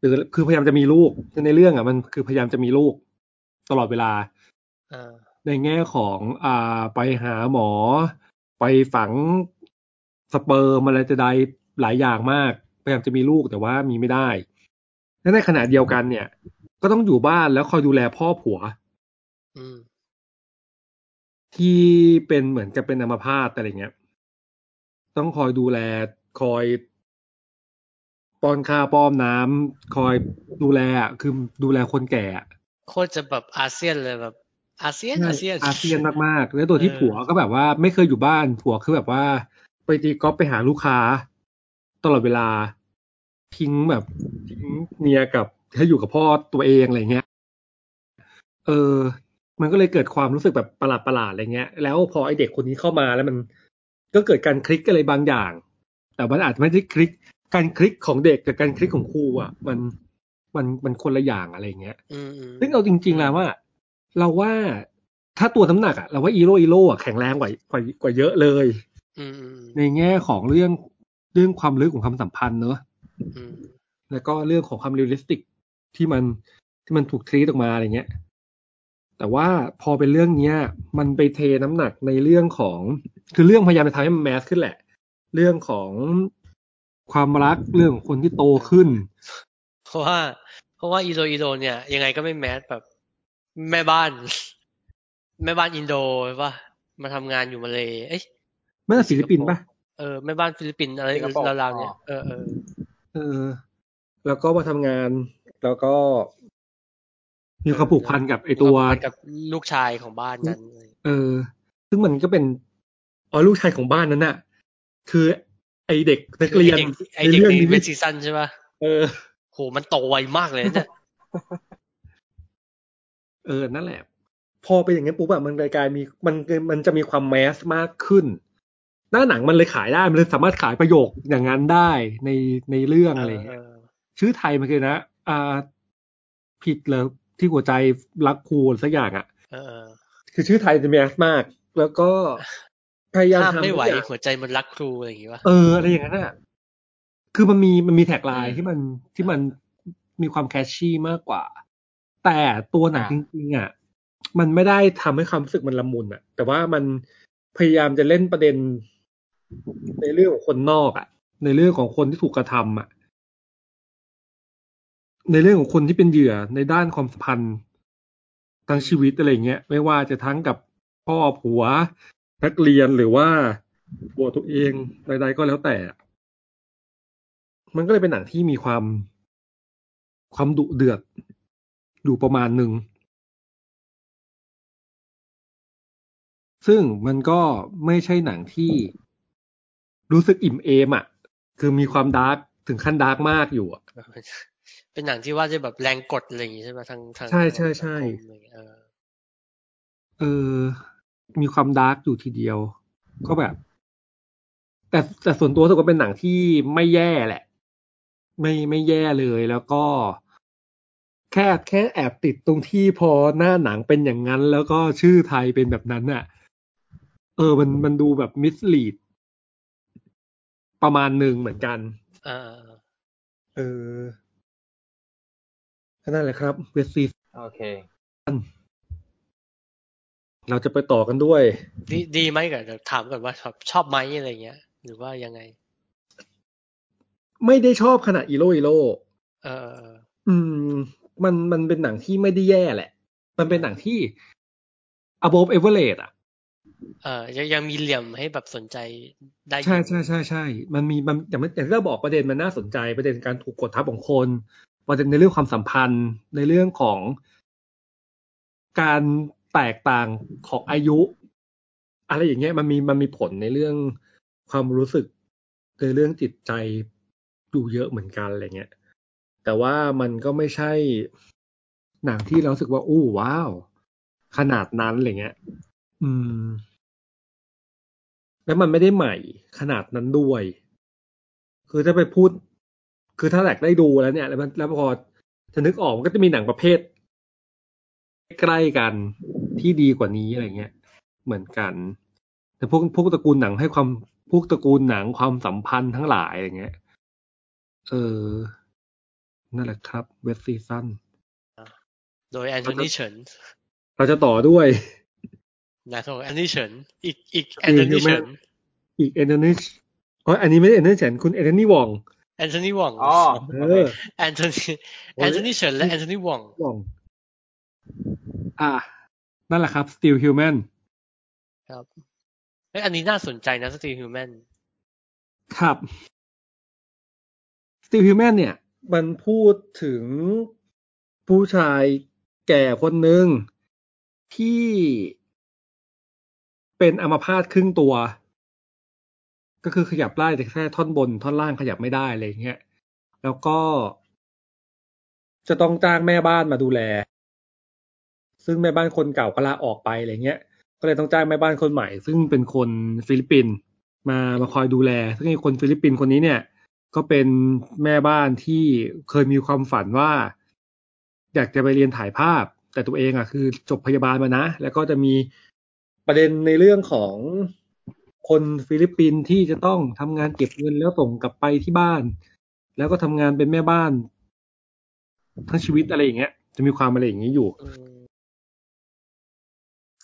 หรือคือพยายามจะมีลูกในเรื่องอ่ะ มันคือพยายามจะมีลูก ตลอดเวลา
อ่า
ในแง่ของอ่าไปหาหมอ ไปฝังสเปิร์มอะไรจะใดหลายอย่างมากพยายามจะมีลูกแต่ว่ามีไม่ได้ และในขณะเดียวกันเนี่ย ก็ต้องอยู่บ้านแล้วคอยดูแลพ่อผัว
อืม
ที่เป็นเหมือนกับเป็นอัมพาตอะไรเงี้ย ต้องคอยดูแลคอยป้อนข้าวป้อนน้ำคอยดูแลอะคือดูแลคนแก่อะ
โคตรจะแบบอาเซียนเลยแบบ อาเซียน
ใช่
อาเซียน
อาเซียนมากๆ แล้วตัวที่
เออ
ผัวก็แบบว่าไม่เคยอยู่บ้าน ผัวคือแบบว่า ไปตีกอล์ฟไปหาลูกค้า ตลอดเวลา ทิ้งแบบทิ้งเมียกับให้อยู่กับพ่อตัวเองอะไรเงี้ย เออ มันก็เลยเกิดความรู้สึกแบบประหลาดประหลาดๆอะไรเงี้ย แล้วพอไอเด็กคนนี้เข้ามาแล้วมันก็เกิดการคลิกอะไรบางอย่าง แต่มันอาจจะไม่ได้คลิก การคลิกของเด็กกับการคลิกของครูอ่ะ มันมันมันคนละอย่างอะไรเงี้ย
อืมอืม
ซึ่งเอาจริง ๆ แล้วว่า เราว่าถ้าตัวน้ำหนักอะเราว่าอีโรอีโร่อะแข็งแรงกว่ากว่ากว่าเยอะเลย
อืมอืม
ในแง่ของเรื่องเรื่องความลึกของความสัมพันธ์เนอะ
อืม
แล้วก็เรื่องของความเรียลลิสติกที่มันที่มันถูกทรีตออกมาอะไรเงี้ย แต่ว่าพอเป็นเรื่องเนี้ย มันไปเทน้ำหนักในเรื่องของคือเรื่องพยายามจะทำให้มันแมสขึ้นแหละ เรื่องของความรักเรื่องของคนที่โตขึ้น
เพราะว่า เพราะว่าอีโดอีโดเนี่ย ยังไงก็ไม่แมสแบบ แม่บ้าน แม่บ้านอินโดใช่ปะมาทำงานอยู่มาเลยเอ้ย
แม้แต่ศิลปินปะ
เออแม่บ้านฟิลิปปินส์อะไร
สิงคโปร์
ราวๆเนี่ยเออเออ
เออ แล้วก็มาทำงาน แล้วก็ มีความผูกพันกับไอตัว
กับลูกชายของบ้านนั้นเลย
เออ ซึ่งมันก็เป็นอ๋อลูกชายของบ้านนั้นน่ะ คือไอเด็กนักเรียน
ไอเด็ก
ใน
ใน
เรื่อง
เว
นี้
ทซีซั่นใช่ปะ
เออ
โหมันโตไวมากเลยเนี่ย
เออ นั่นแหละ พอเป็นอย่างนั้นปุ๊บอะมันกลายๆมีมันมันจะมีความแมสมากขึ้น หน้าหนังมันเลยขายได้ มันเลยสามารถขายประโยคอย่างนั้นได้ในในเรื่องอะไรอย่างเงี้ย
เออ
ชื่อไทยมันคือนะอ่าผิดเลยที่หัวใจรักครูสักอย่างอ่ะ
เออเออ
คือชื่อไทยจะมีแอสมาก แล้วก็พยายาม
ห้าม
ทำ
ไม่ไหว
ทุกอย่าง
หัวใจมันรักครูอะไรอย่างงี้ปะ
เอออะไรอย่างนั้นอ่ะ คือมันมีมันมีแท็กไลน์
เออ
ที่มันที่มันมีความแคชชี่มากกว่า แต่ตัวหนัง
อ่า
จริงๆอ่ะ มันไม่ได้ทำให้ความรู้สึกมันละมุนอ่ะ แต่ว่ามันพยายามจะเล่นประเด็น ในเรื่องของคนนอกอ่ะ ในเรื่องของคนที่ถูกกระทำอ่ะ ในเรื่องของคนที่เป็นเหยื่อในด้านความสัมพันธ์ทั้งชีวิตอะไรเงี้ย ไม่ว่าจะทั้งกับพ่อผัว นักเรียนหรือว่าบัวตัวเองใดๆก็แล้วแต่อะมันก็เลยเป็นหนังที่มีความ ความดุเดือด อยู่ประมาณหนึ่ง ซึ่งมันก็ไม่ใช่หนังที่รู้สึกอิ่มเอมอ่ะ คือมีความดาร์กถึงขั้นดาร์กมากอยู่อะ
เป็นหนังที่ว่าจะแบบแรงกดอะไรอย่างงี้ใช่ไหมทางทาง
ใช่ใช่ใช่
ทางสังคมอะไรอย่างเงี้ยเออ
เออ มีความดาร์กอยู่ทีเดียว ก็แบบ แต่แต่ส่วนตัวรู้สึกว่าเป็นหนังที่ไม่แย่แหละ ไม่ไม่แย่เลยแล้วก็ แค่แค่แอบติดตรงที่พอหน้าหนังเป็นอย่างนั้น แล้วก็ชื่อไทยเป็นแบบนั้นน่ะ เออ มันมันดูแบบมิสลีดประมาณหนึ่งเหมือนกัน
เออเออ
เออก็นั่นแหละครับเวสซี
โอเค
เราจะไปต่อกันด้วย
ดีดีไหมก่อนเดี๋ยวถามก่อนว่าชอบชอบไหมอะไรอย่างเงี้ย หรือว่ายังไง
ไม่ได้ชอบขนาดอีโรอีโร
เออเออ
อืมมันมันเป็นหนังที่ไม่ได้แย่แหละ มันเป็นหนังที่ above average อ่ะ
เออยังยังมีเหลี่ยมให้แบบสนใจได้อยู่
ใช่ใช่ใช่ใช่ มันมีมันอย่างอย่างที่เราบอกประเด็นมันน่าสนใจประเด็นการถูกกดทับของคน ประเด็นในเรื่องความสัมพันธ์ ในเรื่องของการแตกต่างของอายุ อะไรอย่างเงี้ยมันมีมันมีผลในเรื่องความรู้สึกในเรื่องจิตใจอยู่เยอะเหมือนกันอะไรเงี้ย แต่ว่ามันก็ไม่ใช่หนังที่เรารู้สึกว่าอู้ว้าว ขนาดนั้นอะไรเงี้ย อืม แล้วมันไม่ได้ใหม่ขนาดนั้นด้วย คือถ้าไปพูด คือถ้าแหลกได้ดูแล้วเนี่ย แล้วมันแล้วพอจะนึกออกมันก็จะมีหนังประเภท ใกล้ๆกันที่ดีกว่านี้อะไรเงี้ย เหมือนกัน แต่พวกพวกตระกูลหนังให้ความพวกตระกูลหนังความสัมพันธ์ทั้งหลายอะไรเงี้ย เออ นั่นแหละครับเวสซีซั่น
โดยแอนโทนีเฉิน
เราจะต่อด้วย
หนังของแอนโทนีเฉินอีกอีก
คือ
แอนโทนีเฉิน
อีกแอนโทนีอ๋ออันนี้ไม่ได้แอนโทนีเฉินคุณแอนโทนีวอง
แอนโทนีหว่อง
อ๋อ
เอ
โอเค
อ
แอนโทนีแอนโทนีเฉินและแอนโทนีหว่อง
วองอ่ะ นั่นแหละครับ Still Human
ครับเอ้ยอันนี้น่าสนใจนะสตีฮิวแมน
ครับ Still Human เนี่ย มันพูดถึงผู้ชายแก่คนหนึ่งที่เป็นอัมพาตครึ่งตัว ก็คือขยับได้แต่แค่ท่อนบน ท่อนล่างขยับไม่ได้อะไรอย่างเงี้ย แล้วก็จะต้องจ้างแม่บ้านมาดูแล ซึ่งแม่บ้านคนเก่าก็ลาออกไปอะไรเงี้ย ก็เลยต้องจ้างแม่บ้านคนใหม่ ซึ่งเป็นคนฟิลิปปินส์มามาคอยดูแล ซึ่งไอ้คนฟิลิปปินส์คนนี้เนี่ย ก็เป็นแม่บ้านที่เคยมีความฝันว่า อยากจะไปเรียนถ่ายภาพ แต่ตัวเองอ่ะคือจบพยาบาลมานะ แล้วก็จะมีประเด็นในเรื่องของคนฟิลิปปินส์ที่จะต้องทำงานเก็บเงินแล้วส่งกลับไปที่บ้าน แล้วก็ทำงานเป็นแม่บ้าน ทั้งชีวิตอะไรอย่างเงี้ย จะมีความอะไรอย่างนี้อยู่
อืม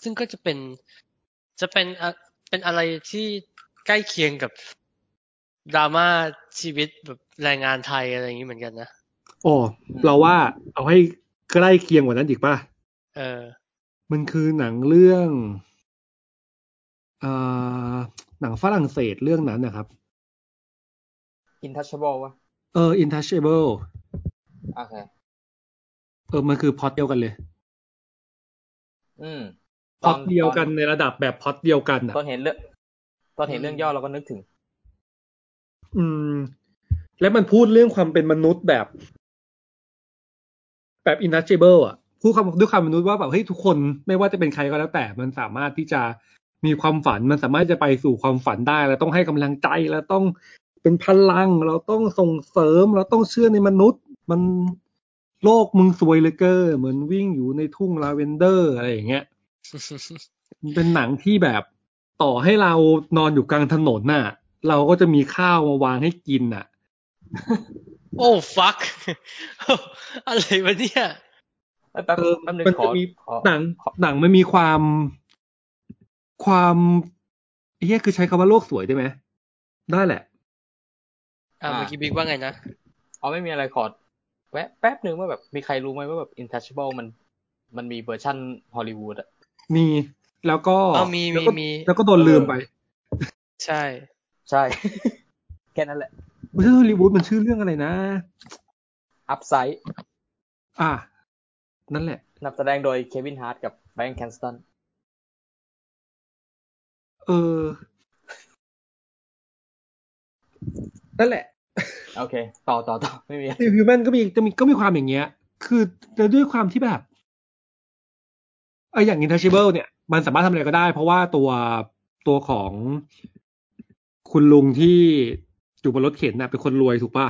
ซึ่งก็จะเป็นจะเป็นอะเป็นอะไรที่ใกล้เคียงกับดราม่าชีวิตแบบแรงงานไทยอะไรอย่างนี้เหมือนกันนะ
อ๋อเราว่าเอาให้ใกล้เคียงกว่านั้นอีกป่ะ
เอ อ
มันคือหนังเรื่องอ่าหนังฝรั่งเศสเรื่องนั้นนะครับ
อินทัชเบิลวะ
เออ Intouchable
โอเค
เออ มันคือพล็อตเดียวกันเลย
อืม
พล็อตเดียวกันในระดับแบบพล็อตเดียวกัน
ต
อ่ะ
อนตอนเห็นเรื่องตอนเห็นเรื่องย่อเราก็นึกถึง
อืม และมันพูดเรื่องความเป็นมนุษย์แบบ แบบ Intouchable อ่ะ พูดคำด้วยความมนุษย์ว่าแบบเฮ้ยทุกคนไม่ว่าจะเป็นใครก็แล้วแต่ มันสามารถที่จะมีความฝัน มันสามารถจะไปสู่ความฝันได้ แล้วต้องให้กำลังใจ แล้วต้องเป็นพลัง เราต้องส่งเสริม เราต้องเชื่อในมนุษย์ มันโลกมึงสวยเหลยเกินเหมือนวิ่งอยู่ในทุ่งลาเวนเดอร์อะไรอย่างเงี้ย มันเป็นหนังที่แบบต่อให้เรานอนอยู่กลางถนนน่ะ เราก็จะมีข้าวมาวางให้กินน่ะ
โอ้ฟัก อะไรวะเนี่ย
เอ้ยแป๊บ
เออ
แป๊บนึง
มัน
ขอ
จะมี
ขอ
หนังหนังมันมีความความเฮียคือใช้คำว่าโลกสวยได้ไหมได้แหละ
อ่าเมื่อกี้บิ๊กว่าไงนะ
อ๋อไม่มีอะไรขอแวะแป๊บนึงว่าแบบมีใครรู้ไหมว่าแบบ Intouchable มัน มันมีเวอร์ชั่นฮอลลีวูดอะ
มีแล้วก็
อ๋อมีมี
แล้วก็
มี
แล้วก็โดนลืมไป
ใช่
ใช่ แค่นั้นแหละ
ไม่ใช่ฮอลลีวูดมันชื่อเรื่องอะไรนะ
อัพไซด์
อ่ะ นั่นแหละ
นำแสดงโดยเควินฮาร์ดกับแบงค์แคนสตัน
เออ นั่นแหละ
โอเค ต่อต่อต่อไม่มี
ในฮิวแมนก็มีจะมีก็มีความอย่างเงี้ย คือแต่ด้วยความที่แบบเอออย่าง Intouchable เนี่ย มันสามารถทำอะไรก็ได้ เพราะว่าตัวตัวของคุณลุงที่อยู่บนรถเข็นน่ะ เป็นคนรวยถูกป่ะ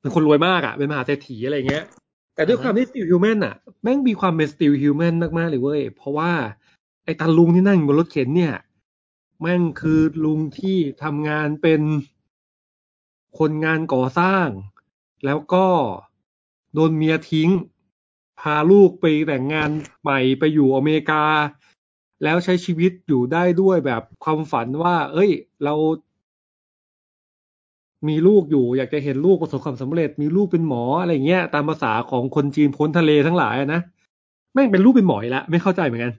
เป็นคนรวยมากอะ่ะ เป็นมหาเศรษฐีอะไรเงี้ย แต่ด้วย
อือ
ค
ฮึ
วามที่ Still Human อ่ะ แม่งมีความเป็น Still Human มาก ๆ เลยเว้ย เพราะว่าไอ้ตาลุงที่นั่งอยู่บนรถเข็นเนี่ย แม่งคือลุงที่ทำงานเป็นคนงานก่อสร้าง แล้วก็โดนเมียทิ้ง พาลูกไปแต่งงานใหม่ไปอยู่อเมริกา แล้วใช้ชีวิตอยู่ได้ด้วยแบบความฝันว่า เอ้ย เรา มีลูกอยู่อยากจะเห็นลูกประสบความสำเร็จ มีลูกเป็นหมออะไรเงี้ย ตามภาษาของคนจีนพ้นทะเลทั้งหลายอะนะแม่งเป็นลูกเป็นหมออีกละไม่เข้าใจเหมือนกัน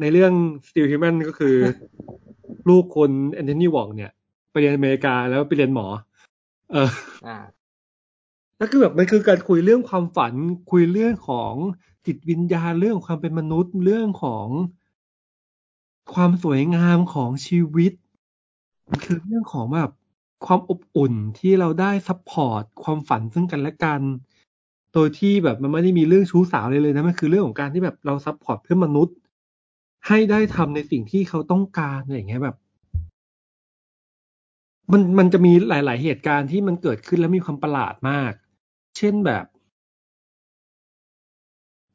ในเรื่อง Still Human ก็คือ ลูกคนแอนโทนีวองเนี่ย ไปเรียนอเมริกาแล้วไปเรียนหมอ เออ
อ่า
แล้วคือแบบมันคือการคุยเรื่องความฝัน คุยเรื่องของจิตวิญญาณเรื่องความเป็นมนุษย์เรื่องของความสวยงามของชีวิตมันคือเรื่องของแบบความอบอุ่นที่เราได้ซัพพอร์ตความฝันซึ่งกันและกัน โดยที่แบบมันไม่ได้มีเรื่องชู้สาวเลยเลยนะมันคือเรื่องของการที่แบบเราซัพพอร์ตเพื่อนมนุษย์ ให้ได้ทำในสิ่งที่เขาต้องการอะไรอย่างเงี้ยแบบ มันมันจะมีหลาย ๆ เหตุการณ์ที่มันเกิดขึ้นแล้วมีความประหลาดมาก เช่นแบบ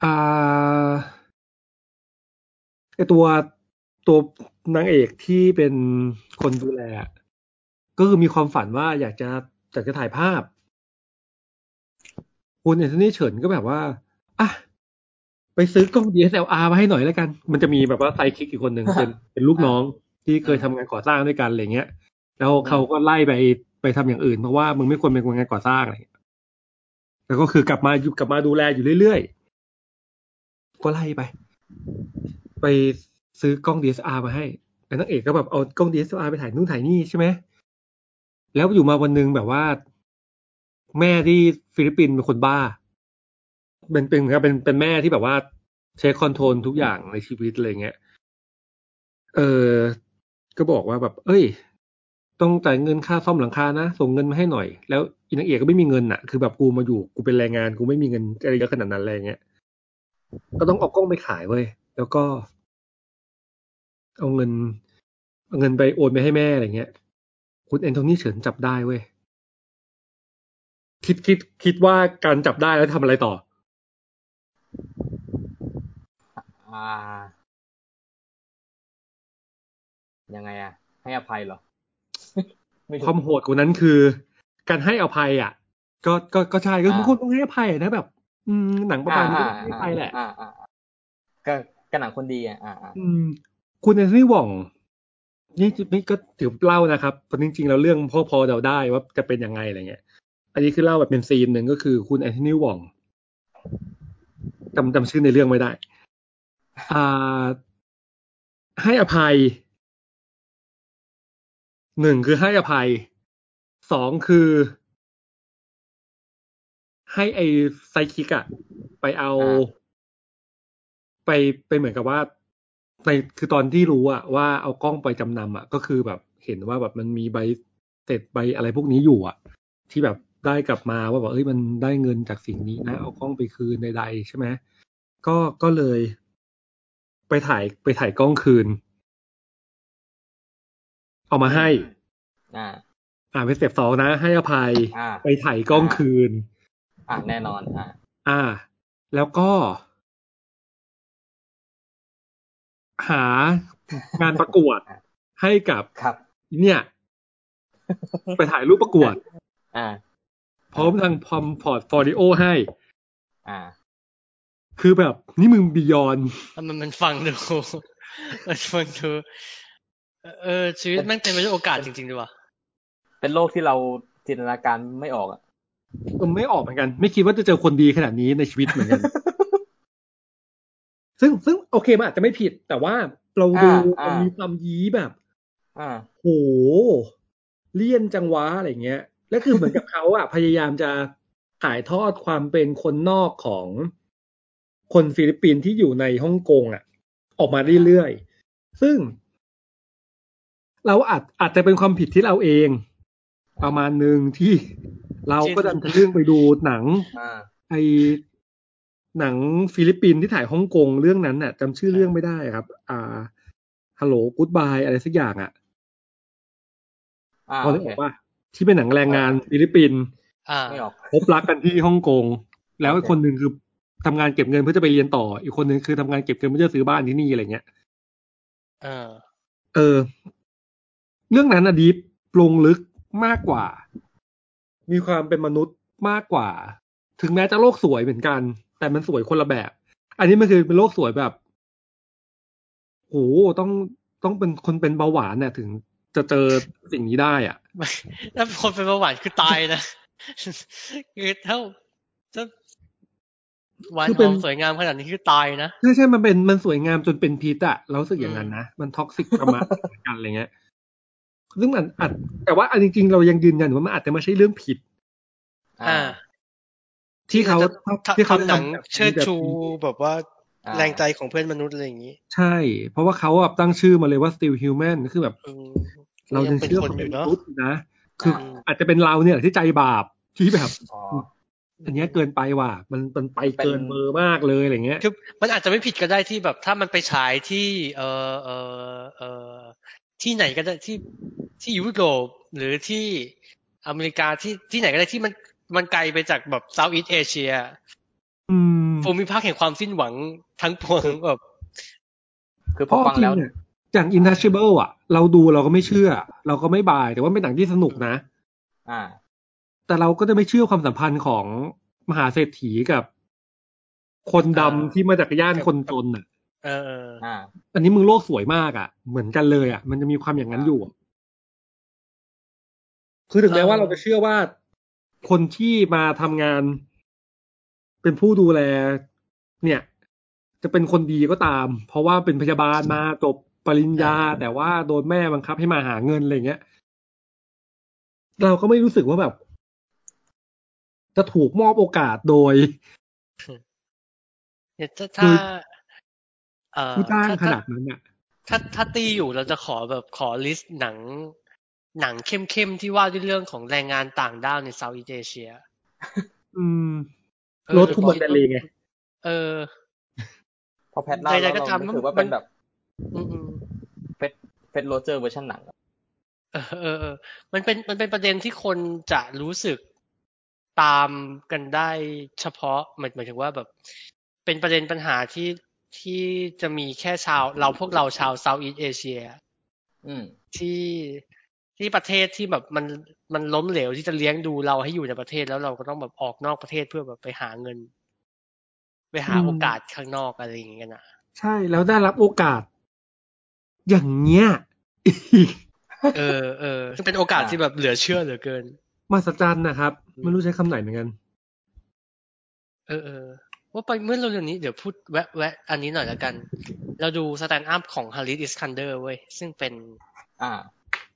อ่าไอตัวตัวนางเอกที่เป็นคนดูแล ก็คือมีความฝันว่าอยากจะอยากจะถ่ายภาพ คุณแอนโทนีเฉินก็แบบว่าอ่ะไปซื้อกล้อง DSLR มาให้หน่อยแล้วกัน มันจะมีแบบว่าไซด์คิกอีกคนหนึ่งเป็นเป็นลูกน้อง ที่เคยทำงานก่อสร้างด้วยกันอะไรเงี้ย แล้วเขาก็ไล่ไปไปทำอย่างอื่น เพราะว่ามึงไม่ควรเป็นคนงานก่อสร้างอะไรเงี้ยแล้วก็คือกลับมาอยู่กลับมาดูแลอยู่เรื่อยๆ ก็ไล่ไป ไปซื้อกล้อง DSLR มาให้ไอ้นักเอกก็แบบเอากล้อง DSLR ไปถ่ายนู่นถ่ายนี่ใช่ไหม แล้วอยู่มาวันหนึ่งแบบว่า แม่ที่ฟิลิปปินส์เป็นคนบ้า เป็นเป็นเหมือนกับเป็นเป็นแม่ที่แบบว่าเทคคอนโทรลทุกอย่างในชีวิตอะไรเงี้ย เออ ก็บอกว่าแบบ เอ้ย ต้องจ่ายเงินค่าซ่อมหลังคานะ ส่งเงินมาให้หน่อย แล้วอินักเอกก็ไม่มีเงินน่ะ คือแบบกูมาอยู่กูเป็นแรงงานกูไม่มีเงินอะไรเยอะขนาดนั้นอะไรเงี้ย ก็ต้องเอากล้องไปขายเว้ย แล้วก็ เอาเงินเอาเงินไปโอนไปให้แม่อะไรเงี้ย คุณแอนโทนีเฉินจับได้เว้ย คิดคิดคิดว่าการจับได้แล้วทำอะไรต่อ
อ่า ยังไงอ่ะ ให้อภัยเหรอ ไม่
ความ
รู้
โหดกว่านั้นคือ การให้อภัยอ่ะ ก็ก็ก็ใช่ก็
อ่า
ทุกคนต้องให้อภัยนะแบบ อืมหนังประมาณนี้
อ่า
ให้อภัยแหละ
อ่าอ่าอ่าก็กระหนังคนดีอ่ะอ่าอ่า
อืม คุณแอนโทนี่หว่อง นี่นี่ก็ถือเล่านะครับเพราะจริงๆแล้วเรื่องพ่อพอเดาได้ว่าจะเป็นยังไงอะไรเงี้ย อันนี้คือเล่าแบบเป็นซีนหนึ่งก็คือคุณแอนโทนี่หว่องจำจำชื่อในเรื่องไม่ได้ อ่า ให้อภัย หนึ่งคือให้อภัย สองคือ ให้ไอไซคิกอะไปเอา ไปไปเหมือนกับว่าในคือตอนที่รู้อะว่าเอากล้องไปจำนำอะก็คือแบบเห็นว่าแบบมันมีใบเสร็จใบอะไรพวกนี้อยู่อะที่แบบได้กลับมาว่าแบบเอ้ยมันได้เงินจากสิ่งนี้นะเอากล้องไปคืนใดๆใช่ไหมก็ก็เลย ไปถ่ายไปถ่ายกล้องคืน เอามาให้
อ่า
อ่าเป็นสเต็ปสองนะให้อภัย
อ่า
ไปถ่ายกล้องคืน
อ่าแน่นอนอ่า
อ่า แล้วก็ หางานประกวด ให้กับ
ครับ
เนี่ย ไปถ่ายรูปประกวด
อ่า
พร้อมทางพอมพอร์ตฟอริโอให้
อ่า
คือแบบ นี่มึงบียอน
มันมันฟังดู มันฟังดูเออชีวิตแม่งเต็มไปด้วยโอกาสจริงๆดีว่ะ
เป็นโลกที่เราจินตนาการไม่ออกอ่ะ
ผมไม่ออกเหมือนกัน ไม่คิดว่าจะเจอคนดีขนาดนี้ในชีวิตเหมือนกัน ซึ่งซึ่งโอเคมันอาจจะไม่ผิด แต่ว่าเราดู
อ่า
มัน
อ่ามี
มีความยี้แบบ
อ่า
โหเลี่ยนจังวะอะไรเงี้ย แล้วคือเหมือนกับ เขาอะพยายามจะถ่ายทอดความเป็นคนนอกของคนฟิลิปปินส์ที่อยู่ในฮ่องกงอะออกมาเรื่อยๆ ซึ่ง เราอาจอาจจะเป็นความผิดที่เราเอง ประมาณหนึ่งที่ เราก็ดันทะลึ่งไปดูหนัง
อ่า
ไอหนังฟิลิปปินส์ที่ถ่ายฮ่องกงเรื่องนั้นน่ะจำชื่อเรื่องไม่ได้ครับ อ่าฮัลโหลกู๊ดบายอะไรสักอย่างอ่ะ
อ่า
พอ
โอ
จะ
เค
บอกว่าที่เป็นหนังแรงงานฟิลิปปินส์
อ่า
ไม่ออก
พบรักกันที่ฮ่องกง แล้วอี
โอ
ก
เค
คนหนึ่งคือทำงานเก็บเงินเพื่อจะไปเรียนต่อ อีกคนหนึ่งคือทำงานเก็บเงินเพื่อจะซื้อบ้านที่นี่อะไรเงี้ย
เออ
เออ เรื่องนั้นอะดีฟลงลึกมากกว่า มีความเป็นมนุษย์มากกว่า ถึงแม้จะโลกสวยเหมือนกัน แต่มันสวยคนละแบบ อันนี้มันคือเป็นโลกสวยแบบโหต้องต้องเป็นคนเป็นเบาหวานเนี่ยถึงจะเจอสิ่งนี้ได้อ่ะ
ไม่ ถ้าคนเป็นเบาหวานคือตายนะ คือถ้าถ้าหวาน
คือ
ห
เป็น
อมสวยงามขนาดนี้คือตายนะ
ใช่ใช่มันเป็นมันสวยงามจนเป็นพิษอะเรารู้สึกอย่างนั้นนะ มันท็อกซิกประมาณเหมือนกันอะไรเงี้ย ซึ่งมันอาจแต่ว่าอันจริงๆ เรายังยืนยันว่ามันอาจจะไม่ใช่เรื่องผิด
อ่า
ที่เขา
ทำ
ที่เขา
ทำหนัง
แบบนี้
เชิดชู
แบบนี้
แบบว่า
อ่า
แรงใจของเพื่อนมนุษย์อะไรอย่างนี้
ใช่ เพราะว่าเขาแบบตั้งชื่อมาเลยว่า still human คือแบบ
อืม
เรายัง
เป็น
เชื่อ
คนอ
เขาเป็น
ยู่
ม
เนาะ
นุษย์นะคืออา อาจจะเป็นเราเนี่ยแหละที่ใจบาปที่แบบ
อ๋อ
อันเนี้ยเกินไปว่ะมันมันไป
เป็น
เกินเบอร์มากเลยอะไรเงี้ย
คือมันอาจจะไม่ผิดก็ได้ที่แบบ ถ้ามันไปฉายที่เออเออเออที่ไหนก็ได้ที่ที่ยุโรปหรือที่อเมริกาที่ที่ไหนก็ได้ที่มันมันไกลไปจากแบบเซาท์อีสเอเชีย
อืม
ภูมิภาคแห่งความสิ้นหวังทั้งป วงแบบ
คือพ
เพ
อ
ราะ
ฟัง
จริ
แล้ว
งอะอย่าง Intouchable อะเราดูเราก็ไม่เชื่อ เราก็ไม่บาย แต่ว่าเป็นหนังที่สนุกนะ
อ่า
แต่เราก็จะไม่เชื่อความสัมพันธ์ของมหาเศรษฐีกับ คนดำที่มาจากย่านคนจนน่ะ
เออเออ
อ่า
อันนี้มึงโลกสวยมากอ่ะ เหมือนกันเลยอ่ะ มันจะมีความอย่างนั้นอยู่อะคือถึงแม้ว่าเราจะเชื่อว่าคนที่มาทำงาน เป็นผู้ดูแล เนี่ย จะเป็นคนดีก็ตาม เพราะว่าเป็นพยาบาลมาจบปริญญา แต่ว่าโดนแม่บังคับให้มาหาเงินอะไรเงี้ย เราก็ไม่รู้สึกว่าแบบ จะถูกมอบโอกาสโดย
เนี่ยถ้า
คื
ถ้า
อ
เอ่อ
ผู้จ้าง
ถ้า
ข
ถ้า
นาดนั้นอ่ะ
ถ้าถ้าตีอยู่เราจะขอแบบขอลิสต์หนัง หนังเข้มๆที่ว่าด้วยเรื่องของแรงงานต่างด้าวในเซาท์อีสเอเชีย
อืม รถทุกบันไดเลยไง
เออ
พอแพทเล่า
ใดๆ
แล้ว
ก็ตาม
เรา
มัน
รู้สึกว่าเป็นแบบ
อืมอืม
เฟสโรเจอร์เวอร์ชันหนังอะ
เออเออเออ มันเป็นมันเป็นประเด็นที่คนจะรู้สึกตามกันได้เฉพาะหมายหมายถึงว่าแบบ เป็นประเด็นปัญหาที่ที่จะมีแค่ชาว เราพวกเราชาวเซาท์อีสเอเชีย
อืม
ที่ที่ประเทศที่แบบมันมันล้มเหลวที่จะเลี้ยงดูเราให้อยู่ในประเทศแล้วเราก็ต้องแบบออกนอกประเทศเพื่อแบบไปหาเงิน ไปหา
อืม
โอกาสข้างนอกอะไรอย่างเงี้ยนะ
ใช่แล้วได้รับโอกาส อย่างเงี้ย อีก
เออเออซึ่งเป็นโอกาสที่แบบเหลือเชื่อเหลือเกิน
มหัศจรรย์นะครับ ไม่รู้ใช้คำไหนเหมือน กัน
เออเออว่าไปเมื่อเร็วๆนี้เดี๋ยวพูดแวะแวะอันนี้หน่อยละกัน เราดูสแตนด์อัพของฮาริสอิสคันเดอร์เว้ย ซึ่งเป็น
อ่า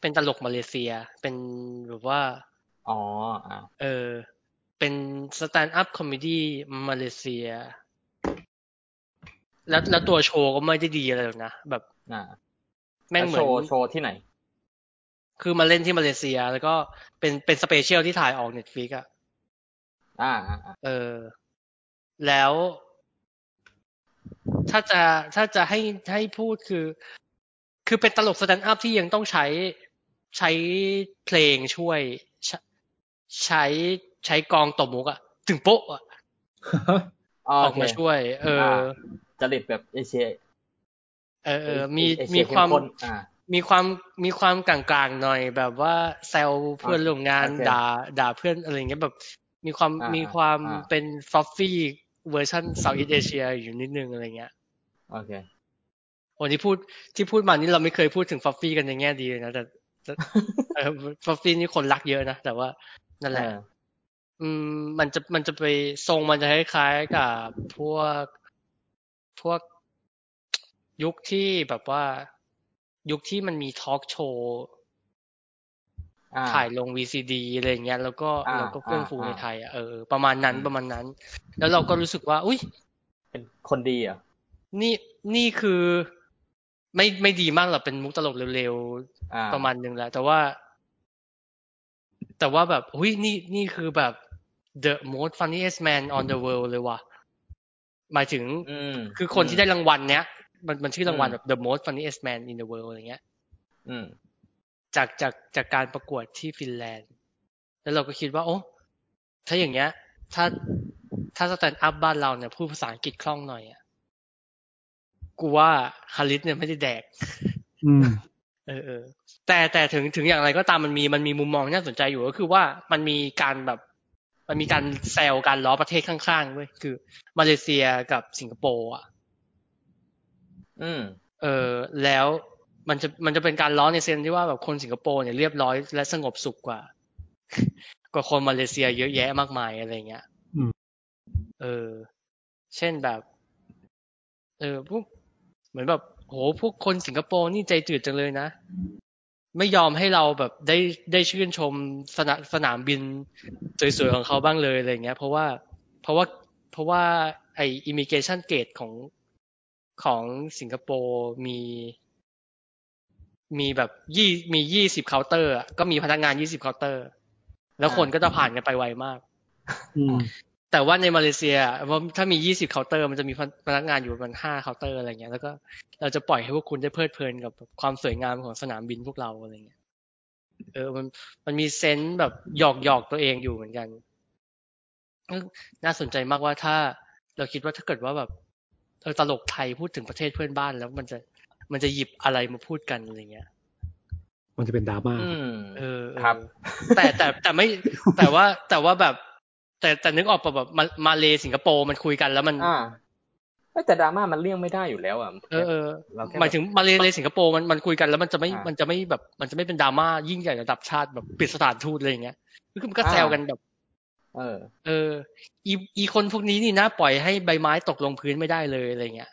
เป็นตลกมาเลเซีย เป็นแบบว่า
อ๋อ อ่า
เออ เป็นสแตนด์อัพคอมเมดี้มาเลเซีย แล้วแล้วตัวโชว์ก็ไม่ได้ดีอะไรหรอกนะ แบบ
อ่า
แม่งเหมื
โช
อน
ว์โชว์ที่ไหน
คือมาเล่นที่มาเลเซีย แล้วก็เป็นเป็นสเปเชียลที่ถ่ายออกเน็ตฟลิกอะ
อ่าอ่าอ่า
เออ แล้วถ้าจะถ้าจะให้ให้พูดคือ คือเป็นตลกสแตนด์อัพที่ยังต้องใช้ใช้เพลงช่วย ใช้ใช้ใช้กองตบมุกอะถึงโป๊ะอะ
อ๋อ
อ
โอ
อก
เค
มาช่วย เออ
อ่า จริตแบบเอเชีย
เออเออมี
เอเชีย
มีความ
เข้ข้นอ่า
มีความมีความกลางๆหน่อย แบบว่าแซวเพื่อนร่วมงาน
โอเค
ด่าด่าเพื่อนอะไรอย่างเงี้ยแบบ มีความ
อ่า
มีความ
อ่า
เป็นฟอฟฟี่เวอร์ชันเซาท์อีสเอเชียอยู่นิดนึงอะไรเงี้ย
โอเค
วันที่พูดที่พูดมานี่เราไม่เคยพูดถึงฟอฟฟี่กันในแง่ดีเลยนะแต่แต่เออฟอฟฟี่นี่คนรักเยอะนะ แต่ว่านั่นแหละ อืมมันจะมันจะไปทรงมันจะคล้ายๆกับพวกพวกยุคที่แบบว่า ยุคที่มันมีทอล์กโชว์
อ่า
ถ่ายลง VCD อะไรอย่างเงี้ยแล้วก็
อ่า
แล้วก็เพื่อนฟู
อ่า
ในไทยอ่ะเออประมาณนั้นประมาณนั้น แล้วเราก็รู้สึกว่า อุ้ย
เป็นคนดีเหรอ่ะ
นี่นี่คือไม่ไม่ดีมากหรอกเป็นมุกตลกเร็วๆ
อ่า
ประมาณหนึ่งแล้วแต่ว่า แต่ว่าแบบหุยนี่นี่คือแบบ the most funniest man on the world เลยว่ะหมายถึง
อืม
คือคนที่ได้
อืม
รางวัลเนี้ย มันมันชื่อรางวัล
อืม
แบบ the most funniest man in the world อะไรเงี้ย
อืม
จากจากจากการประกวดที่ฟินแลนด์ แล้วเราก็คิดว่า โอ้ถ้าอย่างเงี้ย ถ้าถ้าสแตนด์อัพบ้านเราเนี่ยพูดภาษาอังกฤษคล่องหน่อยอ่ะกูว่าฮาริสเนี่ยไม่ได้แดก
อืม
เออเออแต่แต่ถึงถึงอย่างไรก็ตามมันมีมันมีมุมมองที่น่าสนใจอยู่ก็คือว่ามันมีการแบบ มันมีการแซวการล้อประเทศข้างๆเว้ยคือ มาเลเซียกับสิงคโปร์อ่ะ
อืม
เออแล้วมันจะมันจะเป็นการล้อในเซนที่ว่าแบบคนสิงคโปร์เนี่ยเรียบร้อยและสงบสุขกว่า กว่าคนมาเลเซียเยอะแยะมากมายอะไรเงี้ย
อืม
เออ เช่นแบบ เออพวกเหมือนแบบโหพวกคนสิงคโปร์นี่ใจจืดจังเลยนะ ไม่ยอมให้เราแบบได้ได้ชื่นชมสนามสนามบินสวยๆของเขาบ้างเลยอะไรเงี้ย เพราะว่าเพราะว่าเพราะว่าไออิมิเกชันเกตของของสิงคโปร์มี มีแบบยี่มียี่สิบเคาน์เตอร์อะก็มีพนักงานยี่สิบเคาน์เตอร์ แล้วคนก็จะผ่านกันไปไวมาก
อืม
แต่ว่าในมาเลเซียว่าถ้ามี 20 เคาน์เตอร์ มันจะมีพนักงานอยู่ประมาณ 5 เคาน์เตอร์อะไรเงี้ย แล้วก็เราจะปล่อยให้พวกคุณได้เพลิดเพลินกับความสวยงามของสนามบินพวกเราอะไรเงี้ย เออ มัน มันมีเซนส์แบบหยอกหยอกตัวเองอยู่เหมือนกัน น่าสนใจมากว่าถ้าเราคิดว่าถ้าเกิดว่าแบบเออตลกไทยพูดถึงประเทศเพื่อนบ้านแล้วมันจะ มันจะหยิบอะไรมาพูดกันอะไรเงี้ย
มันจะเป็นดราม่า
อืม
เออเออ
ครับ
แต่แต่แต่ไม่แต่ว่าแต่ว่าแบบ แต่แต่นึกออกปะแบบมามาเลสิงคโปร์มันคุยกันแล้วมัน
อ่า เอ้ยแต่ดราม่ามันเลี่ยงไม่ได้อยู่แล้วอ่ะ
เออเออ
เราแค่
หมายถึง
แบบ
มาเลเซียสิงคโปร์มันมันคุยกันแล้วมันจะไม่
อ่ามั
มันจะไม่แบบ มันจะไม่เป็นดราม่ายิ่งใหญ่ระดับชาติแบบปิดสถานทูตอะไรอย่างเงี้ยคือมันก็
อ่า
แซวกันแบบ
เออ
เออ อีอีคนพวกนี้นี่นะปล่อยให้ใบไม้ตกลงพื้นไม่ได้เลยอะไรเงี้ย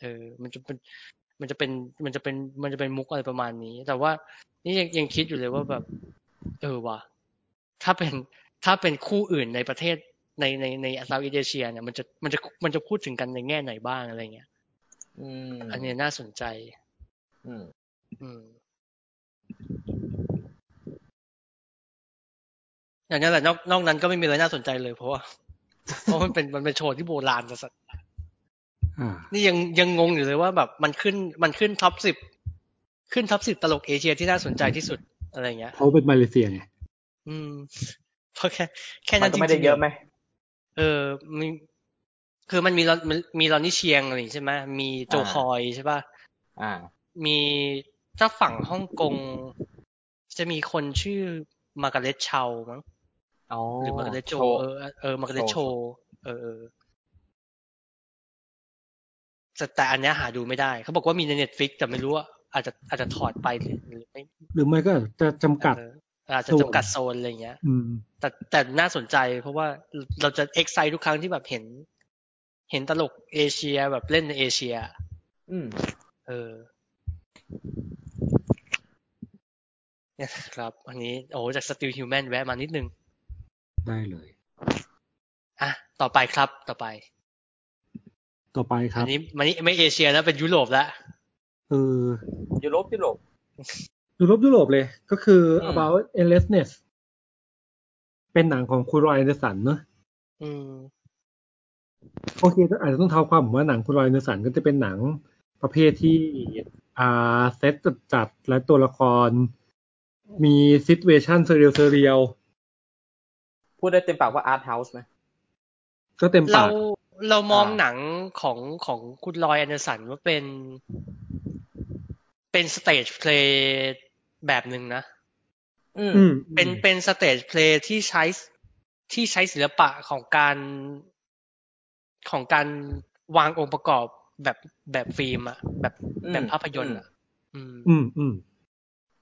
เออ มันจะเป็น มันจะเป็น มันจะเป็น มันจะเป็นมุกอะไรประมาณนี้ แต่ว่านี่ยังยังคิดอยู่เลยว่าแบบ เออว่ะถ้าเป็นถ้าเป็นคู่อื่นในประเทศในในในเซาท์อีเอเชียเนี่ยมันจะมันจะมันจะพูดถึงกันในแง่ไหนบ้างอะไรเงี้ย
อืม
อันเนี้ยน่าสนใจ
อืม
อืมอย่างนั้นแหละนอกนอกนั้นก็ไม่มีอะไรน่าสนใจเลยเพราะว่า เพราะมันเป็นมันเป็นโชว์ที่โบราณสัส
อ่า
ๆนี่ยังยังงงอยู่เลยว่าแบบมันขึ้นมันขึ้นท็อปสิบขึ้นท็อปสิบตลกเอเชียที่น่าสนใจที่สุดอะไรเงี้ย
เขาะเป็นมาเลเซียไง
อืมเพราะแค่แค่
มั
นั้น น
ก็
จ
ไม่
ริงๆ
ได้เยอะไหม
เออมีคือมันมีรอนมันมีรอนนี่เชียงอะไรอย่างงี้ใช่ไหมมีโจคอยใช่ป่ะ
อ่า
มีถ้าฝั่งฮ่องกงจะมีคนชื่อมาการ์เล็ตเชามั้ง
อ๋อ
หรือมาการ์เล็ตโจ
ว์
เออเออมาการ์เล็ต
โช
โช
ว์
เออเออแต่แต่อันเนี้ยหาดูไม่ได้ เขาบอกว่ามีในเน็ตฟิกแต่ไม่รู้ว่าอาจจะอาจจะถอดไปหรือหรือไม่
หรือไม่ก็จะจำกัด
เอออาจจะจำกัดโซนอะไรอย่างเงี้ย
อืม
แต่แต่น่าสนใจเพราะว่าเราจะเอ็กไซทุกครั้งที่แบบเห็น เห็นตลกเอเชียแบบเล่นในเอเชีย
อืม
เออเนี่ยครับอันนี้โอ้จาก Still Human แวะมานิดนึง
ได้เลย
อ่ะ ต่อไปครับต่อไป
ต่อไปค
อั
รับ
นนี้มันนี้ไม่เอเชียแล้วเป็นยุโรปแล้ว
เออ
ยุโรปยุโรป
ยุโรปยุโรปเลย ก็คือ
อืม
about endlessness เป็นหนังของคุณรอยเดสันเนอะ
อืม
โอเคอาจจะต้องเท้าความว่าหนังคุณรอยเดสันก็จะเป็นหนังประเภทที่ อ่าเซตจัดๆและตัวละคร มีซิทเวชันเซเรียลเซเรียล
พูดได้เต็มปากว่าอาร์ตเฮาส์ไหม
ก็เต็ม
เรา
ปาก
เรามอง
อ่า
หนังของของคุณลอยแอนเดอร์สันว่าเป็น เป็นสเตจเพลย์แบบหนึ่งนะ
อืม
อืม
เป็นเป็นสเตจเพลย์ที่ใช้ที่ใช้ศิลปะของการของการวางองค์ประกอบแบบแบบฟิล์มอะแบบ
อืม
แบบภาพยนตร์อะอืม
อืมอืม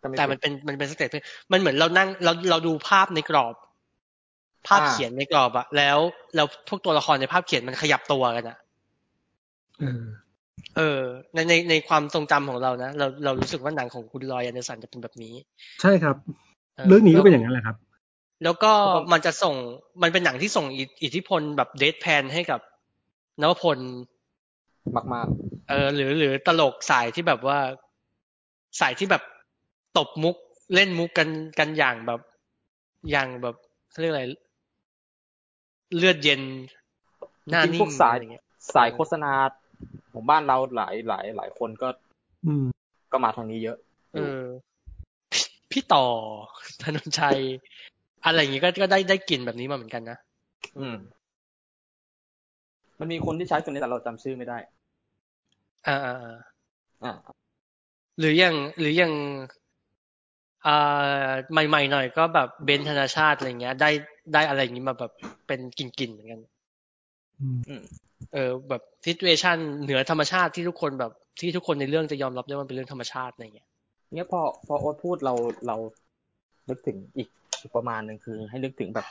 ก็ไ
แต่มันเป็นมันเป็นสเตจเพลย์มันเหมือนเรานั่งเราเราดูภาพในกรอบ ภาพ
อ่า
เขียนในกรอบอะแล้วแล้วพวกตัวละครในภาพเขียนมันขยับตัวกันอะ
เออ
เออในในในความทรงจำของเรานะเราเรารู้สึกว่าหนังของคุณลอยแอนเดอร์สันจะเป็นแบบนี้
ใช่ครับ เรื่องนี้ก็เป็นอย่างนั้นแหละครับ
แล้วก็
เพราะว่ามั
มันจะส่งมันเป็นหนังที่ส่งอิทอิทธิพลแบบเดทแพนให้กับนวพล
มากมาก
เออหรือหรือตลกสายที่แบบว่า สายที่แบบตบมุกเล่นมุกกันกันอย่างแบบอย่างแบบเขาเรียกอะไร เลือดเย็น หน้า
ๆจริง
นิ่
พว
ง
กสาย
อะไรเงี้ย
สายโฆษณาของบ้านเราหลายหลายหลายคนก็
อืม
ก็มาทางนี้เยอะ
เออ พี่พี่ต่อ ธนนชัย อะไรอย่างงี้ก็ก็ได้ได้กลิ่นแบบนี้มาเหมือนกันนะ
อืม มันมีคนที่ใช้ตัวนี้แต่เราจำชื่อไม่ได้
อ่าอ่าอ่า
อ่า
หรืออย่างหรืออย่างอ่าใหม่ๆหน่อยก็แบบเบนธนาชาติอะไรเงี้ย ได้ได้อะไรอย่างงี้มาแบบเป็นกลิ่นๆเหมือนกัน
อืม
เออแบบซิทูเอชันเหนือธรรมชาติที่ทุกคนแบบที่ทุกคนในเรื่องจะยอมรับได้ว่ามันเป็นเรื่องธรรมชาติอะไรเงี้ย
เนี่ยพอพอโอ๊ตพูดเราเรานึกถึงอีกอีกประมาณหนึ่งคือ ให้นึกถึงแบบ